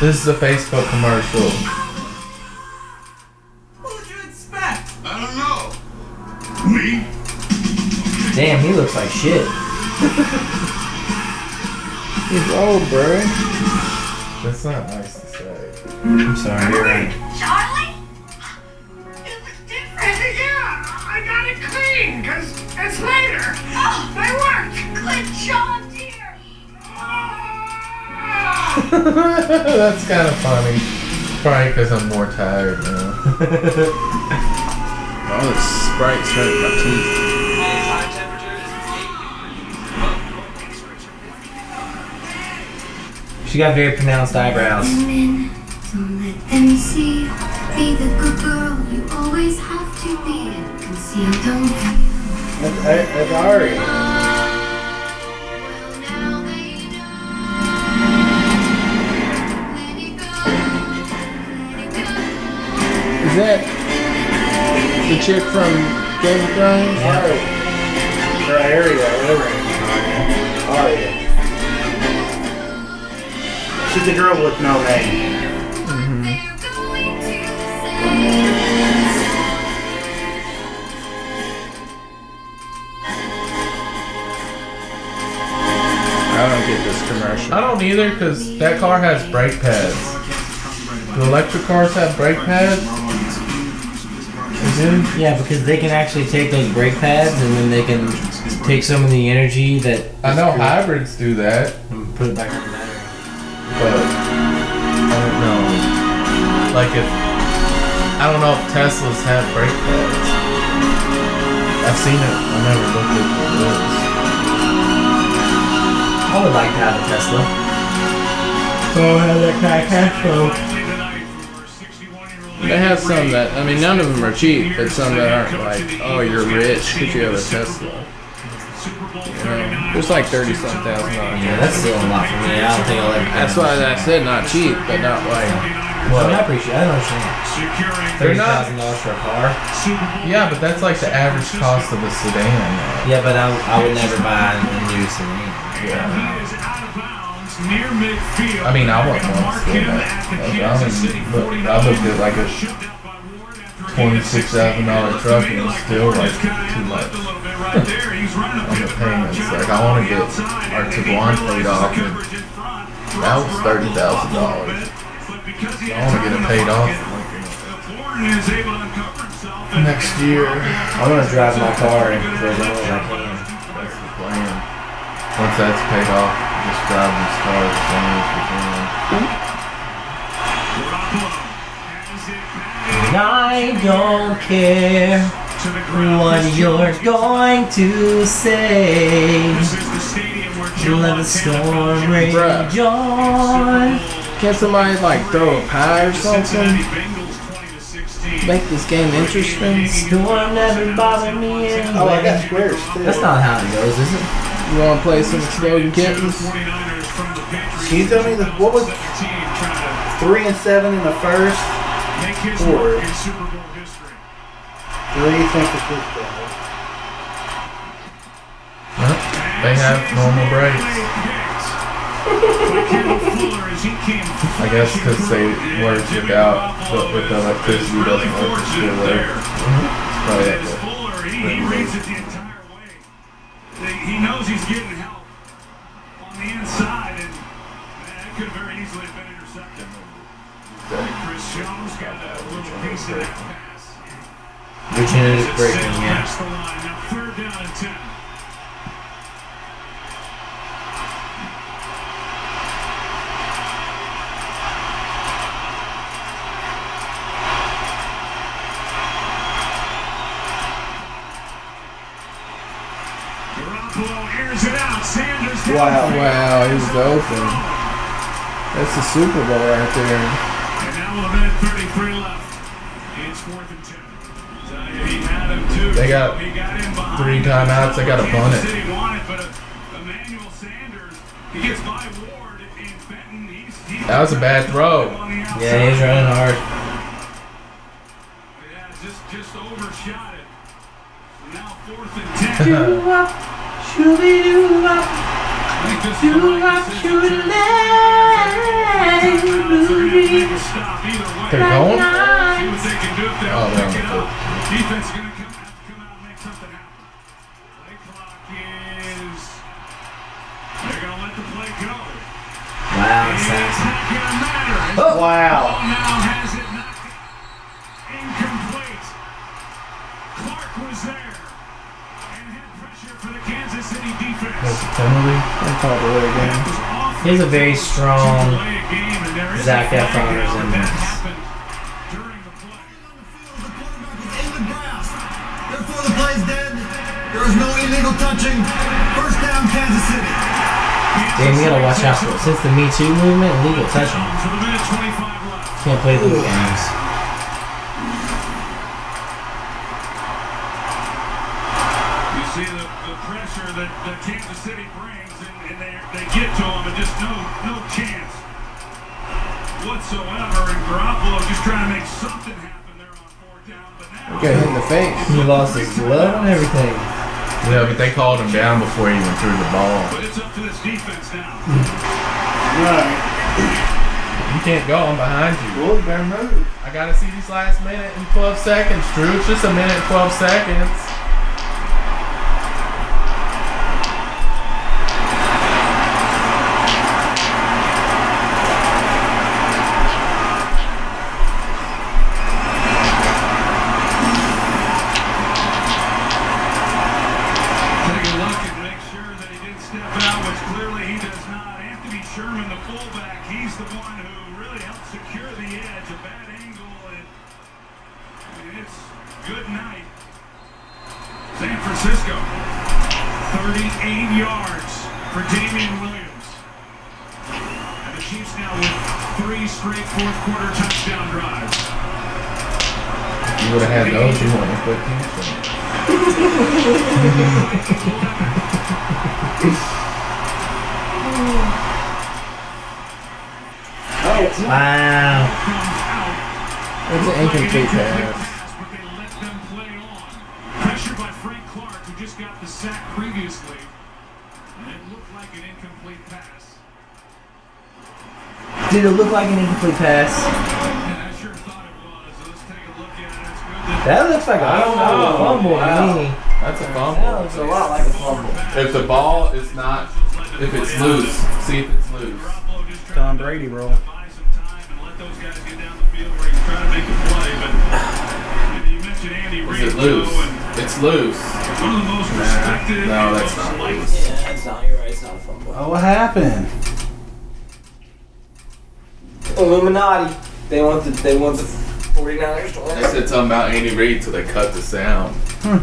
Speaker 2: This is a Facebook commercial.
Speaker 17: Damn, he looks like shit.
Speaker 2: He's old, bro. That's not nice to say. I'm sorry. You're right.
Speaker 8: Charlie? It was different. Yeah, I got it clean, cause it's later. Oh, they worked. Good job, dear. Ah!
Speaker 2: That's kind of funny. Probably because I'm more tired now. All this Sprite's hurting my teeth.
Speaker 6: She got very pronounced eyebrows.
Speaker 7: Don't let them see. Be the good girl you always have to be. Conceal, don't feel.
Speaker 2: That's, that's Ari. Is that the chick from Game of Thrones? Or Arya, whatever.
Speaker 3: Oh,
Speaker 2: Arya.
Speaker 3: She's a girl with no name.
Speaker 2: I don't get this commercial. I don't either, because that car has brake pads. Do electric cars have brake pads?
Speaker 6: Yeah, because they can actually take those brake pads and then they can take some of the energy that
Speaker 2: I know hybrids do that.
Speaker 6: and put it back on the battery.
Speaker 2: but I don't know. Like if I don't know if Teslas have brake pads. I've seen it. I never looked at the wheels.
Speaker 6: I would like to have a Tesla.
Speaker 3: So I have that kind of cash flow.
Speaker 4: They have some that, I mean, none of them are cheap, but some that aren't like, oh, you're rich because you have a Tesla. You know, there's like 30 something thousand dollars.
Speaker 6: Yeah, that's still a lot for me. I don't think I like that.
Speaker 4: That's why I said not cheap, but not like.
Speaker 6: I mean, I appreciate. I don't understand.
Speaker 2: They're
Speaker 6: Thirty
Speaker 2: not-
Speaker 6: thousand dollars for a car.
Speaker 2: Yeah, but that's like the average cost of a sedan.
Speaker 6: Yeah, but I, I would never buy a new sedan.
Speaker 2: Yeah.
Speaker 8: He is out of bounds near midfield.
Speaker 2: I mean, I want one still, but like, I mean, look, I looked at like a twenty-six thousand dollar truck and it's still like too much on the payments. Like I want to get our Tiguan paid off, and that was thirty thousand dollars. I want to get it paid off like, next year.
Speaker 6: I want to drive my car and for as long as I can.
Speaker 2: That's the plan. Once that's paid off, just drive this car as long as we can.
Speaker 6: And I don't care what you're going to say. Let the storm rage on.
Speaker 4: Can somebody like throw a pie or something? Make this game interesting?
Speaker 6: Storm never bothered me anyway.
Speaker 3: Oh, I got squares too.
Speaker 6: That's not how it goes, is it?
Speaker 4: You want to play some Exploding Kittens?
Speaker 3: She's only the what was three and seven in the first. Four. Three San Francisco.
Speaker 2: Yep. They have normal brakes. I guess because they were took out, but with the electricity doesn't work to still there. Probably that way.
Speaker 8: Fuller, he, he reads it the entire way. They, he knows he's getting help on the inside, and man, that could very easily have been intercepted. Chris Jones got a little piece of that pass.
Speaker 6: Virginia breaking,
Speaker 8: Sails
Speaker 6: yeah.
Speaker 8: past the line. Now third down and ten.
Speaker 4: Wow. Wow, he's doping. That's the Super Bowl right there.
Speaker 8: And now with a minute 33 left, it's fourth and ten. He had him two.
Speaker 4: They got
Speaker 8: He got him behind.
Speaker 4: Three timeouts, they got to punt
Speaker 8: Kansas
Speaker 4: it.
Speaker 8: City wanted, but uh, Emmanuel Sanders, he gets by Ward and Fenton. He's, he's
Speaker 4: That was a bad throw.
Speaker 8: Yeah, he's running
Speaker 4: hard.
Speaker 8: Yeah, just, just overshot it. Now fourth and I think this is the right decision. Stop either way.
Speaker 4: They're going?
Speaker 8: See what they can do if they
Speaker 4: Oh,
Speaker 8: don't
Speaker 4: they're
Speaker 8: pick
Speaker 4: on the
Speaker 8: it up. Defense is gonna come out, come out and make something happen. Play clock is. They're gonna let the play go.
Speaker 6: Wow,
Speaker 8: And it's
Speaker 6: Saxon.
Speaker 8: not gonna matter.
Speaker 6: Oh. Wow.
Speaker 8: Ball now has it knocked incomplete. Clark was there and had pressure for the Kansas City defense.
Speaker 4: Penalty? I thought the way again.
Speaker 6: He's a very strong
Speaker 8: Play a game and there is
Speaker 6: Zac
Speaker 8: a flag
Speaker 6: Efron is
Speaker 8: out
Speaker 6: in
Speaker 8: that
Speaker 6: this.
Speaker 8: happened during the play.
Speaker 15: Therefore, the play's dead. There is no illegal touching. First down, Kansas City.
Speaker 6: Damn, you gotta watch out. Since the Me Too movement, legal touching.
Speaker 8: To the minute 25 left.
Speaker 6: Can't play these games.
Speaker 8: You see the, the pressure that, that Kansas City brings, and, and they, they get to him, and just no no chance whatsoever. And Garoppolo just trying to make something happen there on fourth down, but now
Speaker 4: Got hit in the face.
Speaker 1: He lost his love and everything.
Speaker 2: Yeah, but they called him down before he even threw the ball.
Speaker 8: but it's up to this defense now.
Speaker 4: You can't go. I'm behind you.
Speaker 2: Well, better move. I gotta see these last minute and 12 seconds, Drew. It's just a minute and 12 seconds.
Speaker 8: Take a look and make sure that he didn't step out, which clearly he does not. Anthony Sherman, the fullback, he's the one who really helped secure the edge. A bad angle, and I mean, it's good night. San Francisco, 38 yards for Damian Williams. And the Chiefs now with three straight fourth quarter touchdown drives.
Speaker 4: You would have had those. You wouldn't have put him.
Speaker 6: Wow.
Speaker 4: It's an incomplete pass.
Speaker 8: Pressure by Frank Clark, who just got the sack previously. And it looked like an incomplete pass.
Speaker 6: Did it look like an incomplete pass?
Speaker 8: And I sure thought it was. So let's take a look at it. It's good that
Speaker 6: That looks like a
Speaker 2: I don't
Speaker 4: Oh,
Speaker 2: know.
Speaker 6: fumble
Speaker 2: Wow.
Speaker 6: to me.
Speaker 2: That's a
Speaker 6: That
Speaker 2: fumble.
Speaker 6: looks a lot like a fumble.
Speaker 2: If the ball is not, if it's loose, see if it's loose.
Speaker 8: Garoppolo just tried
Speaker 3: Tom Brady roll.
Speaker 8: to buy some time and let those guys get down the field where he's trying to make a play. But and you mentioned Andy
Speaker 2: Is it
Speaker 8: Reid,
Speaker 2: loose?
Speaker 8: though, and
Speaker 2: It's loose.
Speaker 8: one of the most respected
Speaker 2: no,
Speaker 8: and
Speaker 2: that's
Speaker 8: most
Speaker 2: not
Speaker 8: liked
Speaker 6: Yeah, it's not. You're right. It's not a fumble.
Speaker 3: Oh, what happened?
Speaker 6: Illuminati. They want the. They want the 49ers to
Speaker 2: They
Speaker 6: win.
Speaker 2: said something about Andy Reid till they cut the sound.
Speaker 8: Green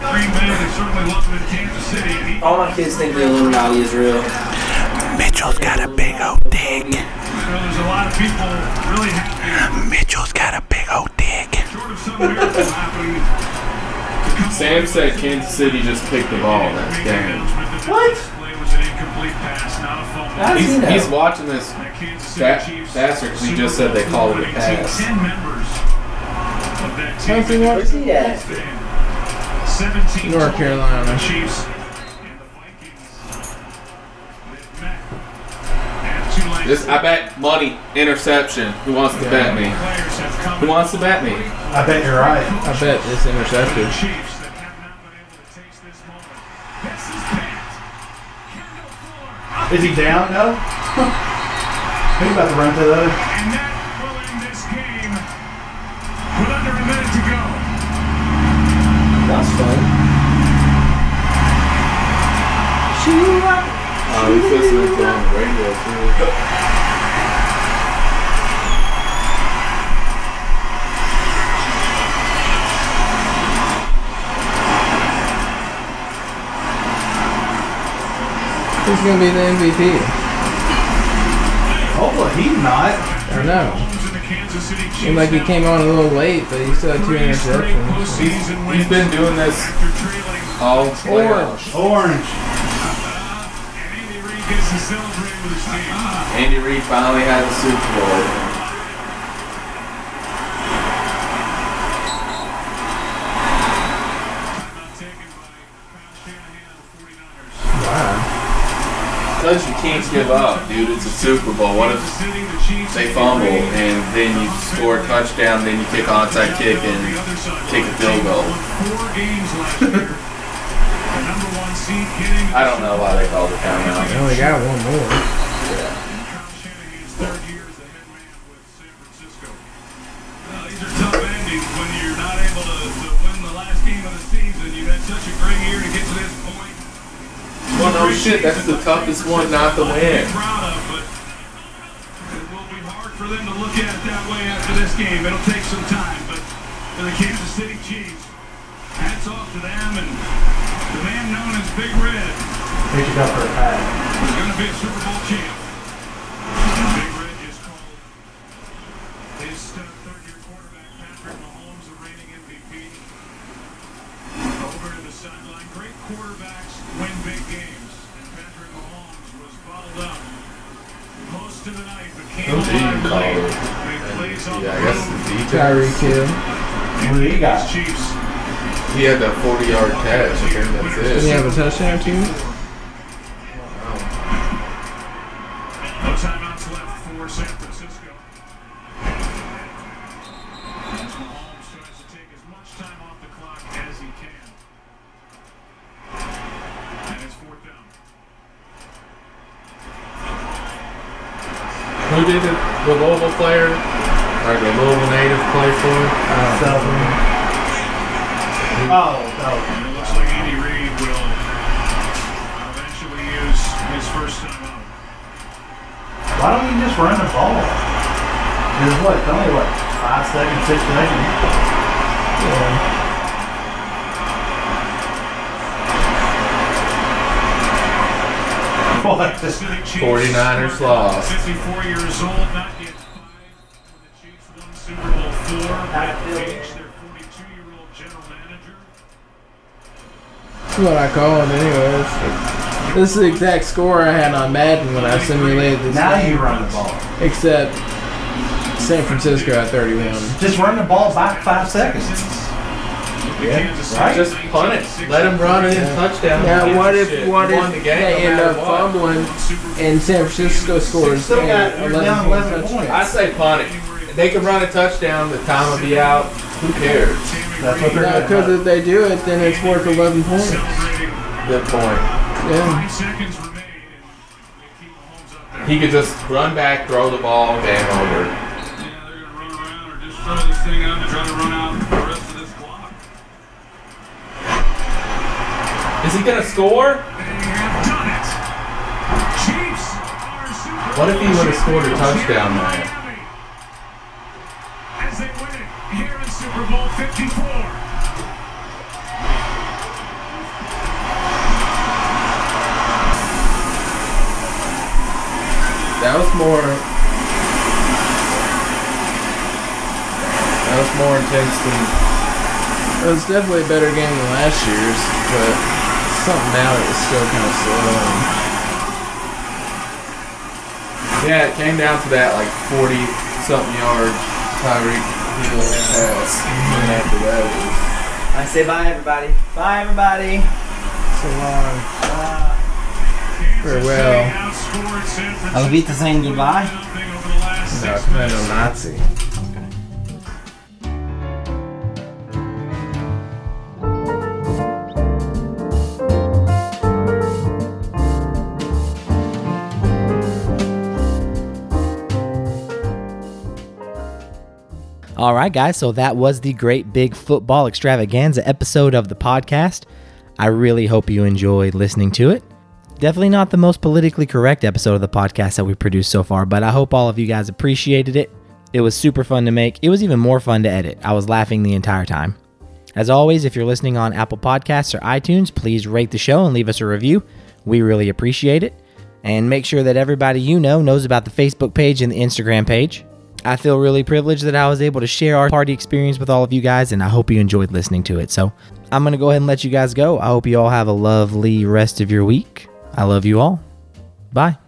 Speaker 8: Bay. They certainly love him in Kansas City. And he
Speaker 6: All my kids think the Illuminati is real.
Speaker 15: Mitchell's got a big old dick.
Speaker 8: You know, there's a lot of people really happy,
Speaker 15: Mitchell's got a big old dick.
Speaker 8: short of some miracle happening.
Speaker 2: Sam said Kansas City just picked the ball. That's game.
Speaker 8: What? Play was an incomplete pass, not a fumble.
Speaker 6: How does he
Speaker 2: He's,
Speaker 6: know?
Speaker 2: he's watching this
Speaker 8: The Kansas City
Speaker 2: fa-
Speaker 8: Chiefs-
Speaker 2: faster because he just said they called it a pass.
Speaker 8: Ten members of that team.
Speaker 6: Where's he at?
Speaker 8: Seventeen.
Speaker 4: North Carolina.
Speaker 8: The Chiefs and the Vikings. They've met at Tulane.
Speaker 2: This I bet money interception. Who wants to bet me?
Speaker 8: Players have come
Speaker 2: Who wants to bet me?
Speaker 3: I bet you're right.
Speaker 4: I bet it's intercepted.
Speaker 8: Chiefs that have not been able to taste this moment. This is Pat. Kendall Fuller. Up
Speaker 3: Is he down? No. Who's about to run to the other?
Speaker 8: And that will end this game with under a minute to go.
Speaker 6: That's fun.
Speaker 2: Oh, he's listening to on the radio too.
Speaker 4: Who's gonna be the MVP?
Speaker 3: Hopefully he's not.
Speaker 4: I don't know. Seemed Oh. like he came on a little late, but he still had two interceptions.
Speaker 2: He's been doing this all playoffs.
Speaker 3: Orange.
Speaker 8: Uh,
Speaker 2: Andy Reid finally had the Super Bowl. Because you can't give up, dude. It's a Super Bowl. What if they fumble and then you score a touchdown, then you kick an onside kick and kick a field goal? I don't know why they called the timeout.
Speaker 4: They only got one more.
Speaker 2: Well, no shit. That's the toughest one not to win.
Speaker 8: For them to look at it that way after this game, it'll take some time. But for the Kansas City Chiefs, hats off to them and the man known as Big Red
Speaker 3: They should go for a pass.
Speaker 8: is going to be a Super Bowl champ. And Big Red just called his stud third-year quarterback Patrick Mahomes the reigning MVP. Over to the sideline, great quarterbacks win big games, and Patrick Mahomes was bottled up most of the night, but came
Speaker 2: Who's he
Speaker 8: alive
Speaker 2: called?
Speaker 8: late. Big plays on
Speaker 2: Oh, Yeah, I
Speaker 8: the
Speaker 2: guess
Speaker 8: road.
Speaker 2: the DJ.
Speaker 4: Tyreek Hill.
Speaker 3: What do you got?
Speaker 8: Chiefs.
Speaker 2: He had that 40 yard catch. I think that's it.
Speaker 4: Did he have a touchdown too?
Speaker 8: No timeouts left for San Francisco. As Mahomes tries to take as much time off the clock as he can. And it's fourth down.
Speaker 2: Who did it? The Louisville player? Or the Louisville native play for him?
Speaker 3: Self. Oh,
Speaker 8: And it looks like Andy Reid will eventually use his first
Speaker 3: no.
Speaker 8: timeout.
Speaker 3: Why don't we just run the ball? There's what? It's only what? Five seconds, six seconds. Yeah. What?
Speaker 8: Kansas City Chiefs
Speaker 2: 49ers lost.
Speaker 8: 54 years old, not yet five. When the Chiefs won Super Bowl four, Matt Page, their 42-year-old general manager,
Speaker 4: That's what I call it, anyways. This is the exact score I had on Madden when I simulated this.
Speaker 3: Now
Speaker 4: game,
Speaker 3: you run the ball.
Speaker 4: Except San Francisco at 31.
Speaker 3: Just run the ball back five seconds.
Speaker 8: the Kansas City
Speaker 3: right.
Speaker 2: Just punt it. Let him run it in touchdown.
Speaker 4: Now, what if
Speaker 2: Shit,
Speaker 4: what
Speaker 2: you won the
Speaker 4: if
Speaker 2: game
Speaker 4: they
Speaker 2: no
Speaker 4: end up
Speaker 2: matter what.
Speaker 4: fumbling
Speaker 8: Super Bowl
Speaker 4: and San Francisco scores
Speaker 3: Still got you're down 11
Speaker 4: points?
Speaker 3: points.
Speaker 2: I say punt it. They can run a touchdown. The time will be out. Who cares?
Speaker 3: That's what they're
Speaker 4: No,
Speaker 3: doing.
Speaker 4: because if they do it, then it's worth 11 points.
Speaker 8: celebrating.
Speaker 2: Good point.
Speaker 4: Yeah.
Speaker 8: Five seconds remain. and They keep Mahomes up there.
Speaker 2: He could just run back, throw the ball, game over.
Speaker 8: Yeah, they're gonna run around or just throw this thing out and try to run out the rest of this clock.
Speaker 2: Is he gonna score?
Speaker 8: They have done it. Chiefs are Super
Speaker 2: What if he
Speaker 8: Bowl
Speaker 2: would've scored a
Speaker 8: champions
Speaker 2: touchdown,
Speaker 8: here in
Speaker 2: man?
Speaker 8: Miami As they win it here in Super Bowl 54.
Speaker 4: That was more. That was more intense than. It was definitely a better game than last year's, but something out it was still kind of slow.
Speaker 2: Yeah, it came down to that like 40 something yard Tyreek Hill pass. And after that, it was
Speaker 6: I say bye, everybody. Bye, everybody.
Speaker 4: So long. Farewell.
Speaker 6: Alvita saying goodbye.
Speaker 4: No, Commando Nazi.
Speaker 1: All right, guys. So that was the Great Big Football Extravaganza episode of the podcast. I really hope you enjoyed listening to it. Definitely not the most politically correct episode of the podcast that we produced so far, but I hope all of you guys appreciated it. It was super fun to make. It was even more fun to edit. I was laughing the entire time. As always, if you're listening on Apple Podcasts or iTunes, please rate the show and leave us a review. We really appreciate it. And make sure that everybody you know knows about the Facebook page and the Instagram page. I feel really privileged that I was able to share our party experience with all of you guys, and I hope you enjoyed listening to it. So I'm going to go ahead and let you guys go. I hope you all have a lovely rest of your week. I love you all. Bye.